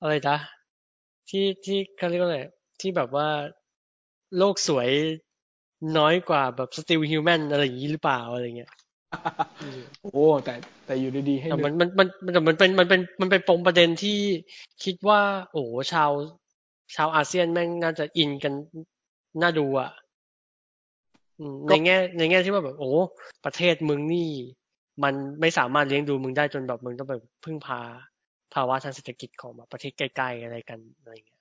อะไรนะที่ที่เขาเรียกว่าอะไรที่แบบว่าโลกสวยน้อยกว่าแบบสติลฮิวแมนอะไรอย่างนี้หรือเปล่าอะไรอย่างเงี้ย
โอ้แต่แต่อยู่ดีๆให้
แต่
นึ
มัน
ก
มันมันมันแต่มันเป็นมันเป็นมันเป็นปมประเด็นที่คิดว่า โอ้โหชาว ชาวอาเซียนแม่งน่าจะอินกันน่าดูอ่ะอืมในแง่ในแง่ที่ว่าแบบ โอ้โหประเทศมึงนี่ มันไม่สามารถเลี้ยงดูมึงได้จนแบบมึงต้องไปพึ่งพาภาวะทางเศรษฐกิจของแบบประเทศใกล้ๆอะไรกันอะไรอย่างเงี้ย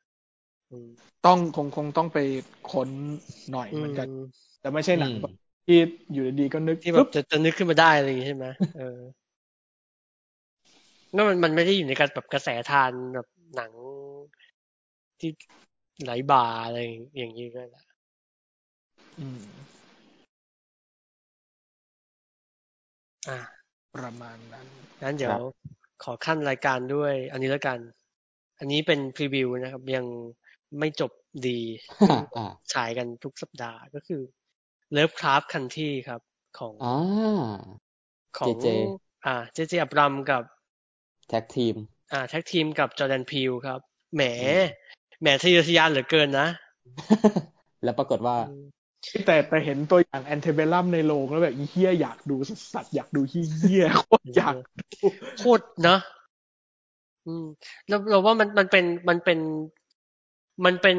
อืม
ต้องคงคงต้องไปค้นหน่อยเหมือนกัน แต่ไม่ใช่หนัง
อืม
ที่อยู่ดีๆก็นึก
ที่แบบ
ปึ๊
จะจะนึกขึ้นมาได้อะไรอย่างงี้ใช่ไหมเออนั่นมันมันไม่ได้อยู่ในการแบบกระแสทานแบบหนังที่ไหลบ่าอะไรอย่างนี้ด้วยแหละ
อืม
อ่ะ
ประมาณนั้น
งั้นเดี๋ย
คว รับ
ขอขั้นรายการด้วย อันนี้แล้วกัน อันนี้เป็นพรีวิวนะครับ ยังไม่จบดี
อ่า
ฉายกันทุกสัปดาห์ก็คือ Lovecraft Country ครับ ของ
อ่า
ของ
JJ
อ่าเจเจอับรัมกับ
แท็กทีม
อ่าแท็กทีมกับจอร์แดนพิวครับ แหม
อืม
แหมทะเยอทะยานเหลือเกิน นะ
แล้วปรากฏว่า
แต่แต่เห็นตัวอย่างแอนเทเบลัมในโรงแล้วแบบอีเฮียอยากดูสัตว์อยากดูเฮียๆโคตรอยากดู
โคตรนะ อืมเราเราว่ามันมันเป็นมันเป็น มันเป็น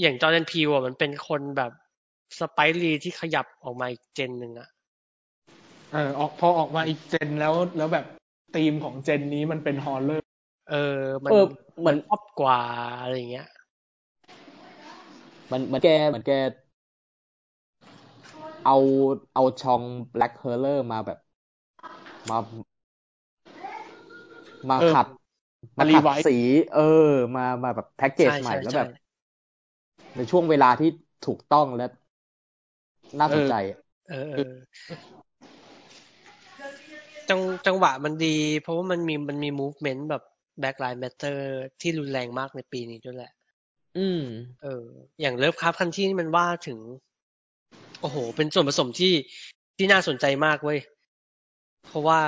อย่างจอร์แดนพิวอ่ะมันเป็นคนแบบสไปรีที่ขยับออกมาอีกเจนหนึ่งอ่ะ
เออออกพอออกมาอีกเจนแล้วแล้วแบบธีมของเจนนี้มันเป็นฮอลเลอร์
เออ มัน
เออเหมือน
ครอบกว่าอะไรอย่างเงี้ย
มันมันแกเหมือนแก เอาเอาชอง Black h e r l e r มาแบบมา มา
เออ
ขัด
มารี
ขัด
ไวซ์
สี เออ มามาแบบแพ็กเกจ
ใช่
ใหม่
ใช่
แล้ว
ใช่
แบบ ในช่วงเวลาที่ถูกต้องและน่าสนใจ
เออเออจังจังหวะมันดี เพราะว่ามันมีมันมี movement แบบ Black Lives Matter ที่รุนแรงมากในปีนี้ด้วยแหละ
อืม
เออ อย่างเลิฟคราฟคันที่นี่มันว่าถึง โอ้โห เป็นส่วนผสมที่ที่น่าสนใจมากเว้ย เพราะว่า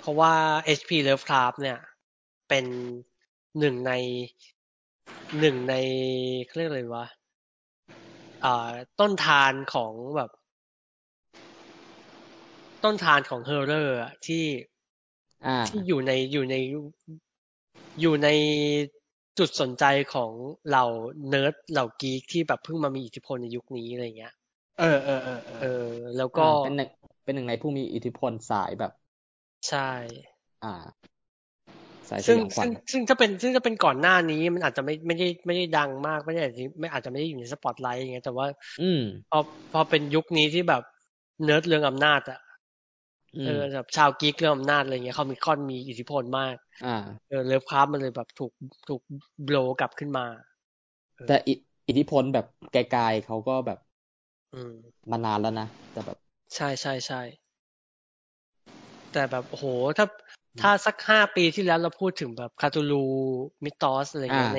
เพราะว่า HP Lovecraft เนี่ย เป็นหนึ่งในหนึ่งในเขาเรียกอะไรวะอ่าต้นทานของแบบ ต้นทานของเฮอร์เรอร์ที่
อ่า
ที่อยู่ในอยู่ในอยู่ในจุดสนใจของเหล่าเนิร์ดเหล่ากีกที่แบบเพิ่งมามีอิทธิพลในยุคนี้อะไรเงี้ย
เออเออเออเออ
เออ แล้วก็
เป็นหนึ่งเป็นหนึ่งในผู้มีอิทธิพลสายแบบ
ใช่
อ่า สายส
ซึ่ง
ยองขวั
ซึ่
ญ
งซึ่งถ้าเป็นซึ่งถ้าเป็นก่อนหน้านี้มันอาจจะไม่ไม่ได้ไม่ได้ดังมากไม่ได้ไม่อาจจะไม่ได้อยู่ในสปอตไลท์อย่างเงี้ยแต่ว่า
อืม
พอพอเป็นยุคนี้ที่แบบเนิร์ดเรื่องอำนาจอะ
อื
เอ
ม
อแบบชาวกีกเรื่องอำนาจอะไรเงี้ยเขามีคอนมีอิทธิพลมาก
อ่า
เออเลิฟคราฟมันเลยแบบถูกถูกโบลกลับขึ้นมา
แต่อิอิทธิพลแบบไกลๆเขาก็แบบ
อืม
มานานแล้วนะ แต่แบบ
ใช่ใช่ใช่ แต่แบบโอ้โห ถ้าถ้าสักห้าปีที่แล้วเราพูดถึงแบบคาตูลูมิตอสอะไรเงี้ย
อ่า
ใน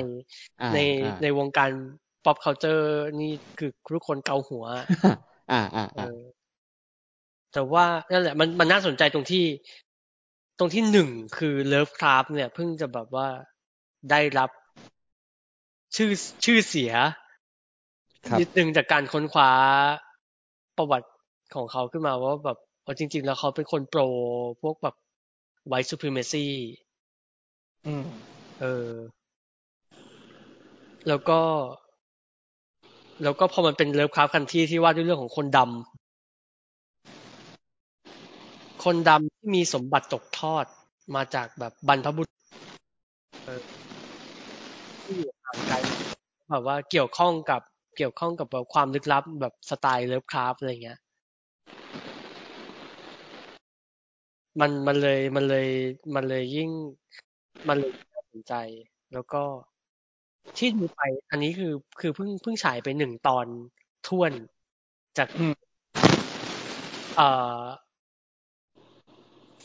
อ่า
ใน
อ่า
ในวงการ pop culture นี่คือทุกคนเกาหัว
อ่าอ่า
เอ
อ่า
อแต่ว่านั่นแหละมันมันน่าสนใจตรงที่ ตรงที่หนึ่งคือเลิฟคราฟเนี่ยเพิ่งจะแบบว่าได้รับชื่อชื่อเสีย
ครับ
นิดนึงจากการค้นคว้าประวัติของเขาขึ้นมาว่าแบบเออจริง ๆ แล้วเขาเป็นคนโปรพวกแบบ white supremacy
อืม
เออ แล้วก็ แล้วก็พอมันเป็นเลิฟคราฟคันที่ที่ว่าด้วยเรื่องของคนดำคนดำที่มีสมบัติตกทอดมาจากแบบบรรพบุรุษเออที่อยู่ห่างไกลแบบว่าเกี่ยวข้องกับเกี่ยวข้องกับแบบความลึกลับแบบสไตล์เลิฟคราฟอะไรเงี้ย มันมันเลยมันเลยมันเลยยิ่ง มันเลยน่าสนใจ แล้วก็ที่ดูไป อันนี้คือคือเพิ่งเพิ่งฉายไปหนึ่งตอนท่วนจากเอ่อ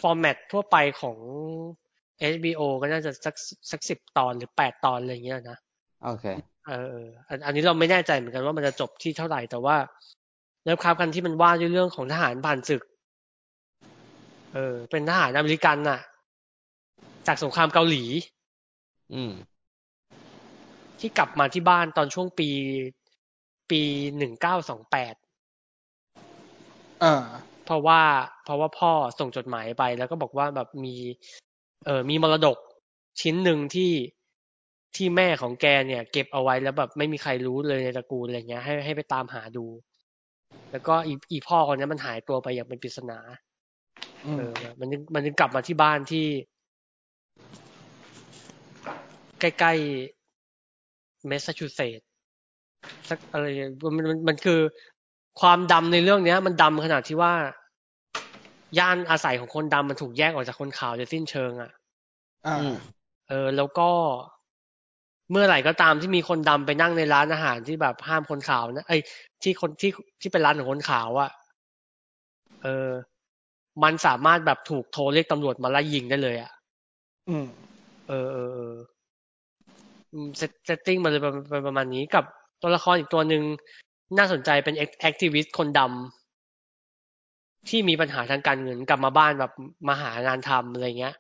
ฟอร์แมตทั่วไปของ HBO ก็น่าจะสักสักสิบตอนหรือแปดตอนอะไรอย่างเงี้ยนะ
โอเค
เออเอออันอันนี้เราไม่แน่ใจเหมือนกันว่ามันจะจบที่เท่าไหร่แต่ว่าเลิฟคราฟกันที่มันว่าด้วยเรื่องของทหารผ่านศึก เออ เป็นทหารอเมริกันน่ะ จากสงครามเกาหลี
อืม
ที่กลับมาที่บ้านตอนช่วงปี ปีหนึ่งเก้าสองแปด
อ่า
เพราะว่า เพราะว่าพ่อส่งจดหมายไป แล้วก็บอกว่าแบบมี เออมีมรดกชิ้นหนึ่งที่ที่แม่ของแกเนี่ย เก็บเอาไว้แล้วแบบไม่มีใครรู้เลยในตระกูลอะไรเงี้ยให้ให้ไปตามหาดู แล้วก็อีอีพ่อคนเนี้ยมันหายตัวไปอย่างเป็นปริศนา
อืม
เออมันนึงมันนึงกลับมาที่บ้านที่ ใกล้ๆแมสซาชูเซตส์สักอะไรมันมันมันคือความดำในเรื่องเนี้ย มันดำขนาดที่ว่า ย่านอาศัยของคนดำมันถูกแยกออกจากคนขาวโดยสิ้นเชิงอ่ะ
อ่า
อืม
เออ แล้วก็เมื่อไหร่ก็ตามที่มีคนดำไปนั่งในร้านอาหารที่แบบห้ามคนขาวนะไอ้ยที่คนที่ที่เป็นร้านของคนขาวอะ่ะ เออ มันสามารถแบบถูกโทรเรียกตำรวจมาไล่ยิงได้เลยอะ่ะ
อืม
เออเออเออเซตติ้งมันเลยประประประมาณนี้กับตัวละครอีกตัวหนึ่งน่าสนใจเป็นแอคทิวิสต์คนดำที่มีปัญหาทางการเงินกลับมาบ้านแบบมาหางานทำอะไรเงี้ย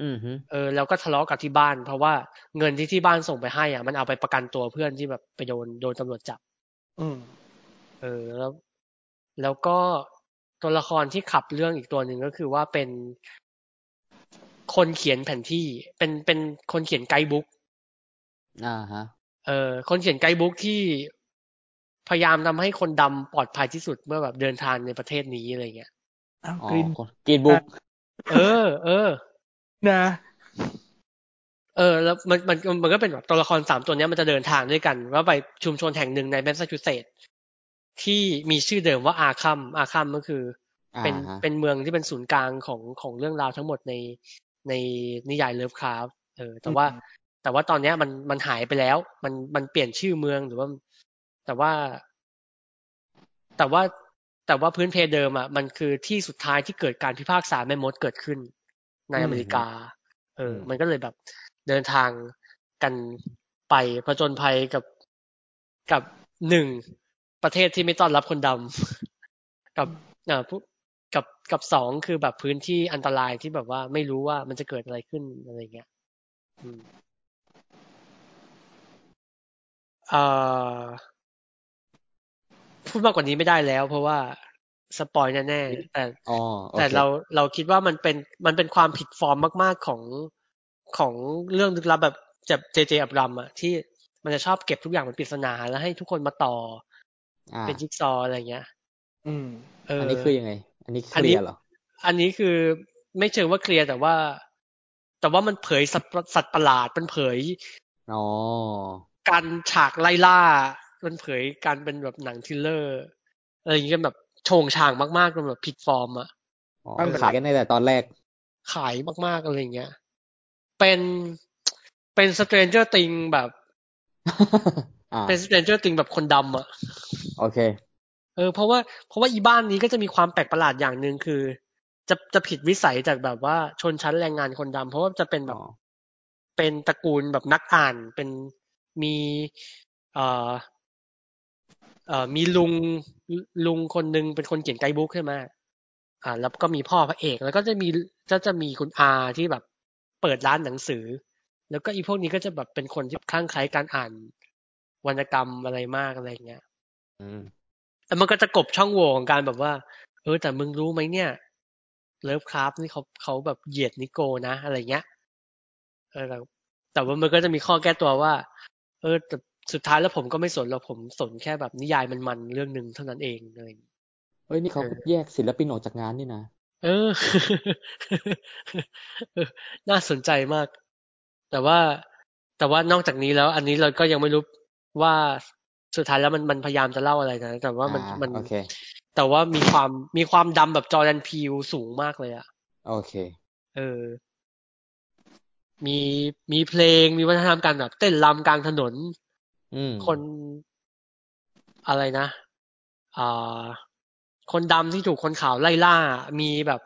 อืมฮึ
เออแล้วก็ทะเลาะกับที่บ้าน เพราะว่าเงินที่ที่บ้านส่งไปให้อ่ะมันเอาไปประกันตัวเพื่อนที่แบบไปโดนโดนตำรวจจับ
อืม
เออแล้ว แล้วก็ตัวละครที่ขับเรื่องอีกตัวหนึ่งก็คือว่าเป็นคนเขียนแผนที่ เป็นเป็นคนเขียนไกด์บุ๊ก
อ่าฮะ
เออคนเขียนไกด์บุ๊กที่พยายามทำให้คนดำปลอดภัยที่สุดเมื่อแบบเดินทางในประเทศนี้อะไรเงี้ย
อ้าว
อ๋อก
รีน
กรีนบุ๊ก
เออ เออ
นะ
เออแล้วมันมันมันก็เป็นแบบตัวละครสามตัวเนี้ยมันจะเดินทางด้วยกัน ว่าไปชุมชนแห่งหนึ่งในแมสซาชูเซตส์ ที่มีชื่อเดิมว่าอาคัมอาคัมก็คือ เป็น
อ่าฮะ
เป็นเมืองที่เป็นศูนย์กลางของของเรื่องราวทั้งหมดในในนิยายเลิฟคราฟเออ แต่ว่า แต่ว่าตอนเนี้ยมันมันหายไปแล้ว มันมันเปลี่ยนชื่อเมืองหรือว่า แต่ว่า แต่ว่าแต่ว่าพื้นเพเดิมอ่ะมันคือที่สุดท้ายที่เกิดการพิพากษาแม่มดเกิดขึ้น ในอเมริกา เออ มันก็เลยแบบเดินทางกันไปผจญภัยกับกับหนึ่งประเทศที่ไม่ต้อนรับคนดำ กับอ่าผู้กับกับสองคือแบบพื้นที่อันตรายที่แบบว่าไม่รู้ว่ามันจะเกิดอะไรขึ้นอะไรเงี้ย อืมเอ่อพูดมากกว่านี้ไม่ได้แล้ว เพราะว่าสปอยแน่ๆแต่
อ๋อโอค
แต่เราเราคิดว่ามันเป็นมันเป็นความผิดฟอร์มมาก ๆของของเรื่องลึกลับแบบจากเจเจอับรัมอะที่มันจะชอบเก็บทุกอย่างเป็นปริศนาแล้วให้ทุกคนมาต่อ
อ่า
อเป็นจิ๊กซอว์อะไรอย่างเงี้ย
อืม
เออ
อั
อั
น
น
นี้คือยังไง อันนี้เคลียร์เหรอ
อันนี้คือไม่เชิงว่าเคลียร์แต่ว่า แต่ว่ามันเผยสัตว์สัตว์ประหลาดมันเผย
อ๋อ
การฉากไล่ล่า มันเผยการเป็นแบบหนังทริลเลอร์อะไรอย่างเงี้ยกันแบบโชงช่างมากๆจนแบบผิดฟอร์มอะ
อ๋อ
ตั้งแต่
ขายกันในแต่ตอนแรก
ขายมาก ๆ อะไรอย่างเงี้ย เป็น เป็น Stranger Thing แบบ
อ่า
เป็น Stranger Thing แบบคนดำอ่ะ
โอเค
เออ เพราะว่า เพราะว่าอีบ้านนี้ก็จะมีความแปลกประหลาดอย่างหนึ่งคือ จะ จะผิดวิสัยจากแบบว่าชนชั้นแรงงานคนดำ เพราะว่าจะเป็นแบบ
อ๋อ
เป็นตระกูลแบบนักอ่าน เป็น มี เอ่อ เอ่อ มีลุง ลุงคนหนึ่งเป็นคนเขียนไกด์บุ๊กใช่ไหมอ่า แล้วก็มีพ่อพระเอก แล้วก็จะมี ก็จะมีคุณอาที่แบบเปิดร้านหนังสือ แล้วก็อีพวกนี้ก็จะแบบเป็นคนที่คลั่งไคล้การอ่านวรรณกรรมอะไรมากอะไรอย่างเงี้ย
อืม
แต่มันก็จะกลบช่องโหว่ของการแบบว่า เออแต่มึงรู้ไหมเนี่ยเลิฟคราฟนี่เขาเขาแบบเหยียดนิโกนะอะไรเงี้ยเออแต่แต่ว่ามันก็จะมีข้อแก้ตัวว่า เออ แต่สุดท้ายแล้วผมก็ไม่สนหรอกผมสนแค่แบบนิยายมันๆเรื่องหนึ่งเท่านั้นเองอะไรอย่างเงี้ย
เฮ้ย นี่เขาแยกศิลปินออกจากงานนี่นะ
เออ เออ น่าสนใจมาก แต่ว่าแต่ว่านอกจากนี้แล้ว อันนี้เราก็ยังไม่รู้ว่าสุดท้ายแล้วมันมันพยายามจะเล่าอะไรนะแต่ว่ามัน
อ่า
มัน
โอเค
แต่ว่ามีความมีความดำแบบจอร์แดนพีวสูงมากเลยอะ
โอเค
เออ มีมีเพลงมีวัฒนธรรมการแบบเต้นรำกลางถนน
อืม
คนอะไรนะอ่าคนดำที่ถูกคนขาวไล่ล่า มีแบบ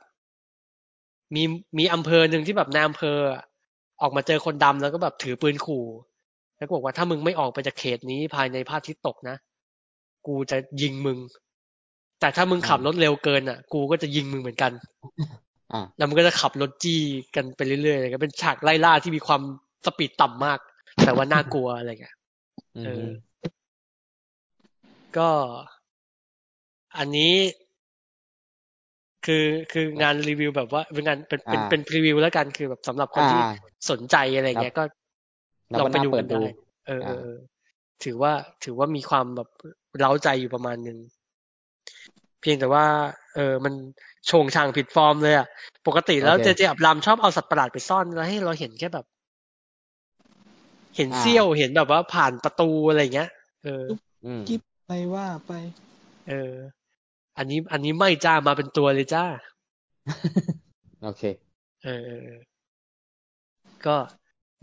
มีมีอำเภอหนึ่งที่แบบในอำเภออะออกมาเจอคนดำแล้วก็แบบถือปืนขู่แล้วก็บอกว่าถ้ามึงไม่ออกไปจากเขตนี้ภายในพระอาทิตย์ตกนะ กูจะยิงมึง แต่ถ้ามึงขับรถเร็วเกินอ่ะ กูก็จะยิงมึงเหมือนกัน
อ่า
แล้วมันก็จะขับรถจี้กันไปเรื่อยๆเลยก็เป็นฉากไล่ล่าที่มีความสปีดต่ำมาก แต่ว่าน่ากลัวอะไรอย่างเงี้ย
อื
เออ
ม
ก็อันนี้คือคืองานรีวิวแบบว่าเป็นงานเป็นเป็น
อ่า
เป็นพรีวิวแล้วกันคือแบบสำหรับคนที่
อ่า
สนใจอะไรเงี้ยก็
แล้ว
ลอ
ก็
งไปดู
น่าเปิ
กั
ด
น
ดู
ได้เออเออ
อ่า
เออถือว่าถือว่ามีความแบบเร้าใจอยู่ประมาณหนึ่งเพียงแต่ว่า เออ มันโชงชางผิดฟอร์มเลยอะปกติแล้ว
โอ
เจ
เค
เจอับรามชอบเอาสัตว์ประหลาดไปซ่อนแล้วให้เราเห็นแค่แบบ เห็น
อ่า
เสี้ยวเห็นแบบว่าผ่านประตูอะไรเงี้ย เออ
อืม
กิ๊บอะไรว่าไป
เออ อันนี้ อันนี้ไม่จ้ามาเป็นตัวเลยจ้า
โอเค
เออเออเออก็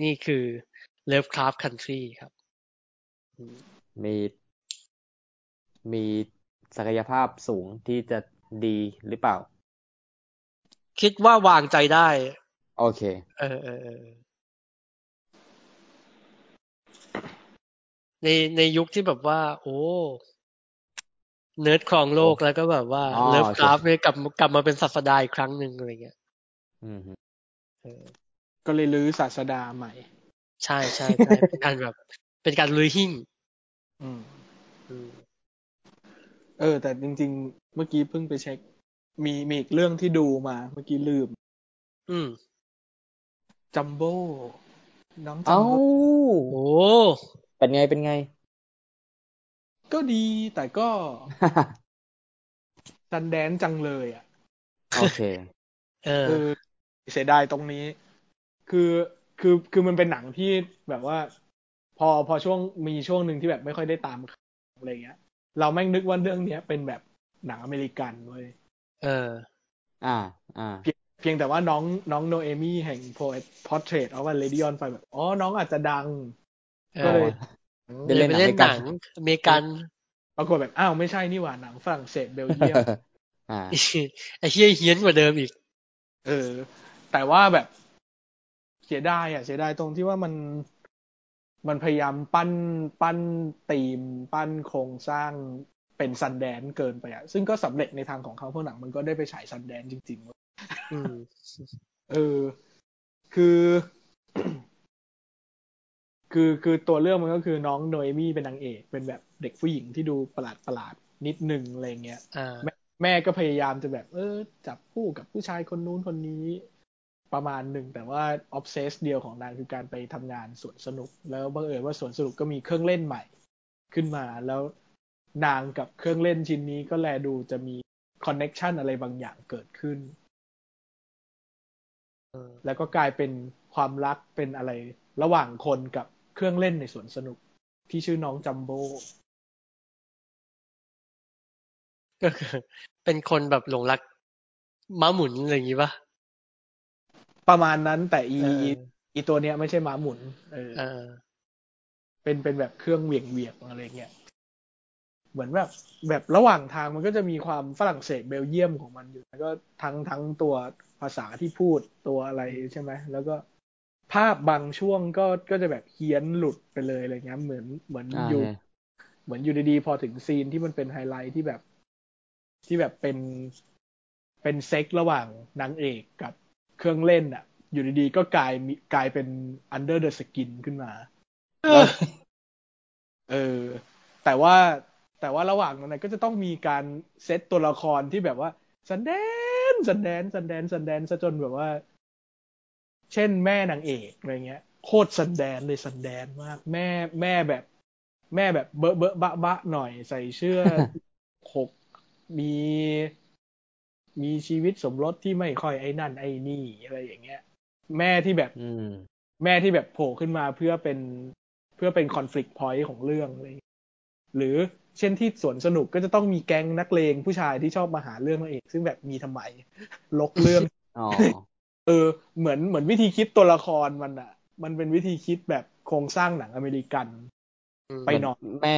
นี่คือ Lovecraft Country ครับ
มี มีศักยภาพสูงที่จะดีหรือเปล่า
คิดว่าวางใจได้
โอเค
เออเออเออในในยุคที่แบบว่า โอ้เนิร์ดครองโลกแล้วก็แบบว่า
อ๋อ
Lovecraft เนี่ยกลับกลับมาเป็นศาสดาอีกครั้งหนึ่งอะไรเงี้ย
อืม
เออ
ก็เลยรื้อศาสดาใหม่
ใช่ใช่ใช่เป็นการแบบ เป็นการลุยหิ่ง
อืม
อืม
เออ แต่จริง ๆ เมื่อกี้เพิ่งไปเช็ค มีมีอีกเรื่องที่ดูมา เมื่อกี้ลืม
อืม
จัมโบ้น้องจัม
เอ้า
โบ้
โอ้
เป็นไง เป็นไง
ก็ดีแต่ก็ดันแดนจังเลยอ่ะ
โอเค
เออ
คือเสียดายตรงนี้ คือคือคือมันเป็นหนังที่แบบว่า พอพอช่วงมีช่วงหนึ่งที่แบบไม่ค่อยได้ตามอะไรเงี้ย เราแม่งนึกว่าเรื่องเนี้ยเป็นแบบหนังอเมริกันเว้ย
เออ
อ่า อ่า
เพียงแต่ว่าน้องน้องโนเอมี่แห่ง Poet Portrait of a Lady on Fire แบบอ๋อ น้องอาจจะดัง
เอ
ก็
อ
เลย
เดี๋
เลยยว
เล่น
ไป
หนัง
เล่น
ด้
ห
วยกั
นัง
น
อเมริกัน
ปรากฏแบบ อ้าว ไม่ใช่นี่หว่าหนังฝรั่งเศสเบลเยียม
อ่า
ไอ้เฮี้ยเฮี้ยนกว่าเดิมอีก
เออ แต่ว่าแบบเสียดายอ่ะ เสียดายตรงที่ว่ามันมันพยายามปั้นปั้นธีม ปั้นโครงสร้างเป็นซันแดนเกินไปอ่ะ ซึ่งก็สำเร็จในทางของเขาเพราะหนังมันก็ได้ไปฉายซันแดนจริงๆ
อืม
เออ คือ คือ คือตัวเรื่องมันก็คือน้องโนเอมี่เป็นนางเอก เป็นแบบเด็กผู้หญิงที่ดูประหลาดประหลาดนิดนึงอะไรเงี้ย
อ่า
แม่ก็พยายามจะแบบ เออ จับคู่กับผู้ชายคนนู้นคนนี้ ประมาณหนึ่ง แต่ว่าออฟเซสเดียวของนางคือการไปทำงานสวนสนุก แล้วบังเอิญว่าสวนสนุกก็มีเครื่องเล่นใหม่ ขึ้นมาแล้วนางกับเครื่องเล่นชิ้นนี้ก็แลดูจะมีคอนเน็ชันอะไรบางอย่างเกิดขึ้น
เออ
แล้วก็กลายเป็นความรักเป็นอะไรระหว่างคนกับเครื่องเล่นในสวนสนุกที่ชื่อน้องจัมโบ้
ก็คือเป็นคนแบบหลงรักม้าหมุนอะไรอย่างงี้ป่ะ
ประมาณนั้นแต่อี
เออ
อีอีตัวเนี้ยไม่ใช่หมาหมุนเออ
เออ
เป็นเป็นแบบเครื่องเหวี่ยงเวียงๆอะไรเงี้ยเหมือนแบบแบบระหว่างทางมันก็จะมีความฝรั่งเศสเบลเยียมของมันอยู่ แล้วก็ทั้งทั้งตัวภาษาที่พูดตัวอะไรใช่ไหมแล้วก็ภาพบางช่วงก็ก็จะแบบเฮี้ยนหลุดไปเลยอะไรเงี้ยเหมือนเหมือน
อ่า
อยู่
เนี่ย
เหมือนอยู่ดีๆพอถึงซีนที่มันเป็นไฮไลท์ที่แบบที่แบบเป็นเป็นเซ็กระหว่างนางเอกกับเครื่องเล่นอ่ะ อยู่ดีๆก็กลายมีกลายเป็น under the skin ขึ้นมา
แล้ว
เออ แต่ว่าแต่ว่าระหว่างนั้นนะก็จะต้องมีการเซตตัวละครที่แบบว่าสันแดนสันแดนสันแดนสันแดนซะจนแบบว่า เช่นแม่นางเอกอะไรเงี้ย โคตรสันแดนเลยสันแดนมาก แม่แม่แบบ แม่แบบเบอะเบอะบะบะหน่อยใส่เสื้อ หกมีมีชีวิตสมรสที่ไม่ค่อยไอ้นั่นไอ้นี่อะไรอย่างเงี้ย แม่ที่แบบ
อืม
แม่ที่แบบโผล่ขึ้นมาเพื่อเป็นเพื่อเป็นคอน FLICT point ของเรื่องอะไรอย่างเงี้ยหรือเช่นที่สวนสนุกก็จะต้องมีแก๊งนักเลงผู้ชายที่ชอบมาหาเรื่องนางเอกซึ่งแบบมีทำไม ลกเรื่อง
อ๋อ
เออ เหมือนเหมือนวิธีคิดตัวละครมันอะมันเป็นวิธีคิดแบบโครงสร้างหนังอเมริกัน
อืม
ไปหนอน
แม่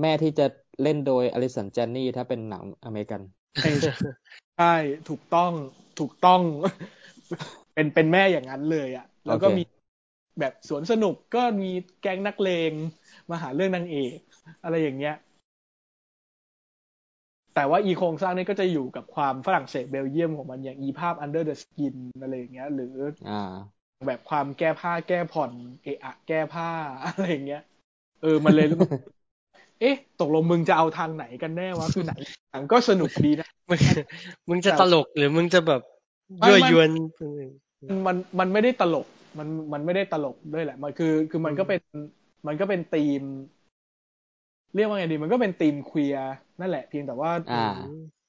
แม่ที่จะเล่นโดยอลิสันเจนนี่ถ้าเป็นหนังอเมริกัน
ใช่ใช่ถูกต้องถูกต้อง เป็นเป็นแม่อย่างนั้นเลยอะแล้วก็
โอเค
มีแบบสวนสนุกก็มีแก๊งนักเลงมาหาเรื่องนางเอกอะไรอย่างเงี้ย แต่ว่าอีโครงสร้างนี่ก็จะอยู่กับความฝรั่งเศสเบลเยียมของมันอย่างอีภาพ under the skin อะไรอย่างเงี้ย หรือ
อ่า
แบบความแก้ผ้าแก้ผ่อนเอะอะแก้ผ้า อะไรอย่างเงี้ย เออ มันเลย เอ๊ะ ตกลงมึงจะเอาทางไหนกันแน่วะคือหนังหนังก็สนุกดีนะ
มึง มึงจะตลกหรือมึงจะแบบยั่วยวน
มันมันไม่ได้ตลก มันมันไม่ได้ตลกด้วยแหละ มันคือคือมันก็เป็นมันก็เป็นธีม เรียกว่าไงดี มันก็เป็นธีมเคลียร์นั่นแหละ เพียงแต่ว่า
อ่า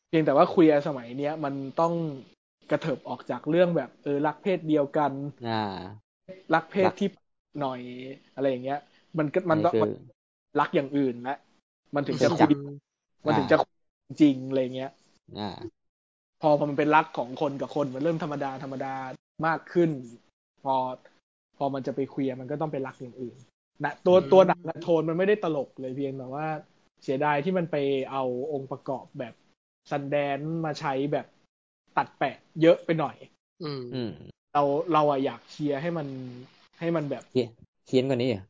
เพียงแต่ว่าเคลียร์สมัยเนี้ย มันต้องกระเถิบออกจากเรื่องแบบเออรักเพศเดียวกัน
อ่า
รักเพศที่หน่อยอะไรอย่างเงี้ย มันก็มัน
นี่
ต้อง
คือ
รักอย่างอื่นและมันถึง
เป็
จะ
น
คุ
จั
ย
บ
มันถึงจะคุยจริงอะไรเงี้ย
อ่า
พอพอมันเป็นรักของคนกับคนมันเริ่มธรรมดาธรรมดามากขึ้น พอ พอมันจะไปเคลียร์มันก็ต้องไปรักอย่างอื่นนะตัว
อืม
ตัวหนังนะโทนมันไม่ได้ตลกเลยเพียงแต่ว่าเสียดายที่มันไปเอาองค์ประกอบแบบซันแดนมาใช้แบบตัดแปะเยอะไปหน่อย
อืม
อืม
เราเราอะอยากเคลียร์ให้มันให้มันแบบ
เขียนเขียนกว่านี้เหรอ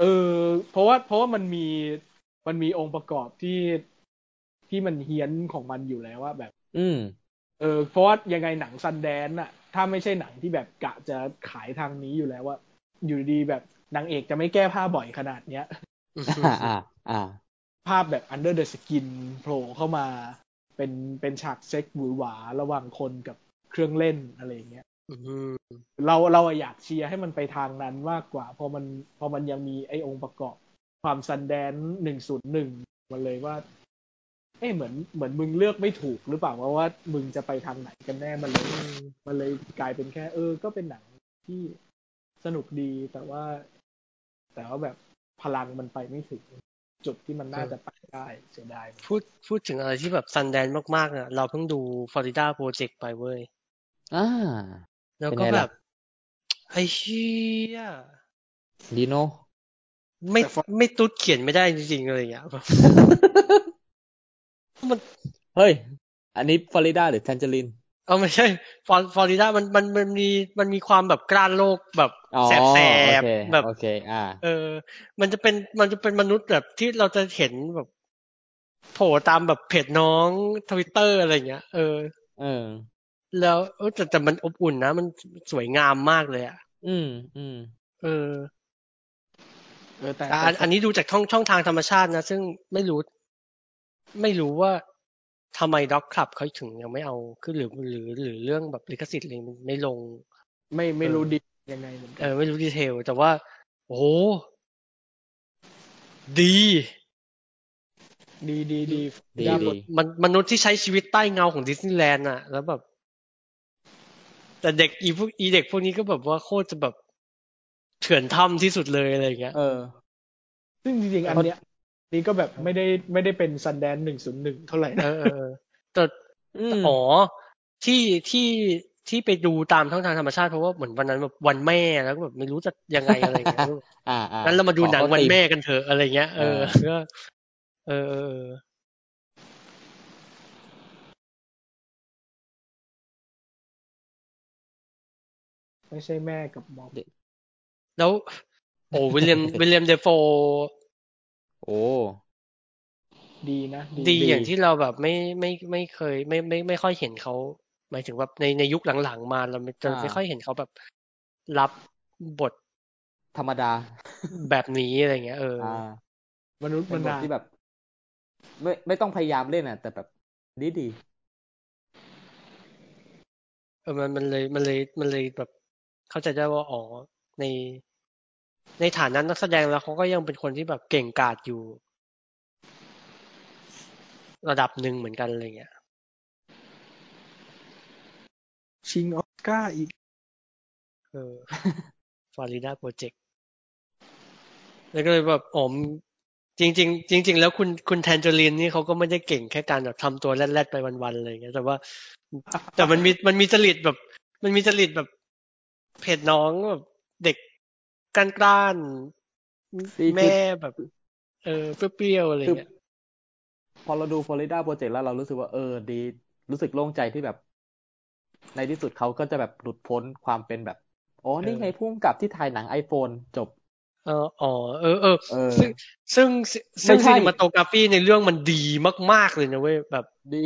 เออ เพราะว่าเพราะว่ามันมีมันมีองค์ประกอบที่ที่มันเฮี้ยนของมันอยู่แล้วว่าแบบ
อืม
เออเพราะว่ายังไงหนังซันแดนน่ะ ถ้าไม่ใช่หนังที่แบบกะจะขายทางนี้อยู่แล้วว่า อยู่ดีๆแบบนางเอกจะไม่แก้ผ้าบ่อยขนาดเนี้ย
อ่า อ่า อ่า
ภาพแบบ Under the Skin โผล่เข้ามา เป็นเป็นฉากเซ็กหวือหวาระหว่างคนกับเครื่องเล่นอะไรอย่างเงี้ย
อืม
เราเราอะอยากเชียร์ให้มันไปทางนั้นมากกว่า เพอมันเพอมันยังมีไอ้องค์ประกอบ ความซันแดนหนึ่งศูนย์หนึ่งมันเลยว่า เอ้เหมือนเหมือนมึงเลือกไม่ถูกหรือเปล่าว่าว่ามึงจะไปทางไหนกันแน่มันเลยมันเลยกลายเป็นแค่ เออ ก็เป็นหนังที่สนุกดีแต่ว่า แต่ว่าแบบพลังมันไปไม่ถึง จุดที่มันน่าจะไปได้เสียดาย
พูดพูดถึงอะไรที่แบบซันแดนมากๆเนี่ยเราเพิ่งดูฟลอริดาโปรเจกต์ไปเว้ย
อ่า
แล้วก็
เป็นไง
แบ
ล่ะ
บไอ้เชี่ย
ดีโน
ไม่ไม่ตุ๊ดเขียนไม่ได้จริงๆเลย อ่ะแบบ
เฮ้ย อันนี้ฟลอริดาหรือแทนเจอริน
เอาไม่ใช่ฟลอฟลอริดามันมันมันมีมันมีความแบบกล้านโลกแบบ
อ๋อ
แสบแสบ
โอเค
แบบ
โอเค อ่า
เออ มันจะเป็นมันจะเป็นมนุษย์แบบที่เราจะเห็นแบบโผล่ตามแบบเพจน้องทวิตเตอร์อะไรอย่างเงี้ย เออ
เออ
แล้วเออแต่แต่มันอบอุ่นนะ มันสวยงามมากเลยอ่ะ
อืม อืม
เออ
เออแต่
แต่อันอันนี้ดูจากช่องช่องทางธรรมชาตินะ ซึ่งไม่รู้ ไม่รู้ว่าทำไมด็อกคลับเขาถึงยังไม่เอาขึ้นหรือหรือหรือเรื่องแบบลิขสิทธิ์อะไรมันไม่ลง
ไม่ไม่รู้ดียังไงเหมือน
เอ
กัน
อไม่รู้ดีเทล แต่ว่า โอ้โหดี
ดีดีดี
ดี
ได้หม
ดี
มันมนุษย์ที่ใช้ชีวิตใต้เงาของดิสนีย์แลนด์อะแล้วแบบ แต่เด็กอีพวกอีเด็กพวกนี้ก็แบบว่าโคตรจะแบบเถื่อนถ้ำที่สุดเลยอะไรอย่างเงี้ย
เออ ซึ่งจริงๆอันเนี้ยนี่ก็แบบไม่ได้ไม่ได้เป็นซันแดนหนึ่งศูนย์หนึ่งเท่าไหร่
เอ
นะ
อเออแต่
อืม
อ๋อที่ที่ที่ไปดูตามช่องทางธรรมชาติเพราะว่าเหมือนวันนั้นแบบวันแม่แล้วก็แบบไม่รู้จะยังไงอะไรอย่างเงี้ ย
อ่าอ่
งั้นเรามาดูหนัง
ขอเข้
วัน
ธี
แม่กันเถอะอะไรเงี้ย เออ
อ่า
ก็เออเออเออ
ไม่ใช่แม่กับหมอ
แล้ว โอ้วิลเลียมวิลเลียมเดฟโฟ
โอ้
ดีนะ
ดี
ดี
อย่างที่เราแบบไม่ไม่ไม่เคยไม่ไม่ไม่ค่อยเห็นเขาหมายถึงแบบในในยุคหลังๆมาเราไม่จะ
อ่า
ไม่ค่อยเห็นเขาแบบรับบท
ธรรมดา
แบบนี้อะไรเงี้ยเอออ
อ่า
มนุษย์
เป็
มัน น
บท
นา
ที่แบบ ไม่ไม่ต้องพยายามเล่นอ่ะ แต่แบบดีดี
เออมันมันเลยมันเลยมันเลยแบบ เข้าใจได้ว่าอ๋อใน ในฐานะนักแสดงแล้วเขาก็ยังเป็นคนที่แบบเก่งกาจอยู่ ระดับหนึ่งเหมือนกันอะไรเงี้ย
ชิงออสการ์อีก
เออ ฟลอริดาโปรเจกต์แล้วก็เลยแบบอ๋อมจริง ๆ จริง ๆ แล้วคุณคุณแทนเจอรินนี่เขาก็ไม่ได้เก่งแค่การแบบทำตัวแรดๆไปวันๆอะไรอย่างเงี้ยแต่ว่า แต่มันมีมันมีจริตแบบ มันมีจริตแบบเพจน้องแบบเด็กกล้าน
นี่คือ
ๆแม่แบบ เออเปรี้ยวๆอะไร
คือ
เงี้ย
พอเราดูฟลอริดาโปรเจกต์แล้วเรารู้สึกว่าเออดี รู้สึกโล่งใจที่แบบ ในที่สุดเขาก็จะแบบหลุดพ้นความเป็นแบบอ๋อนี่ไงพุ่มกับที่ถ่ายหนัง iPhone จบ
เอออ๋อเออเออ
เออ
ซึ่งซึ่งซึ่ง
ไม่ใช่
ซินิมาโตกราฟีในเรื่องมันดีมาก ๆเลยนะเว้ยแบบ
ดี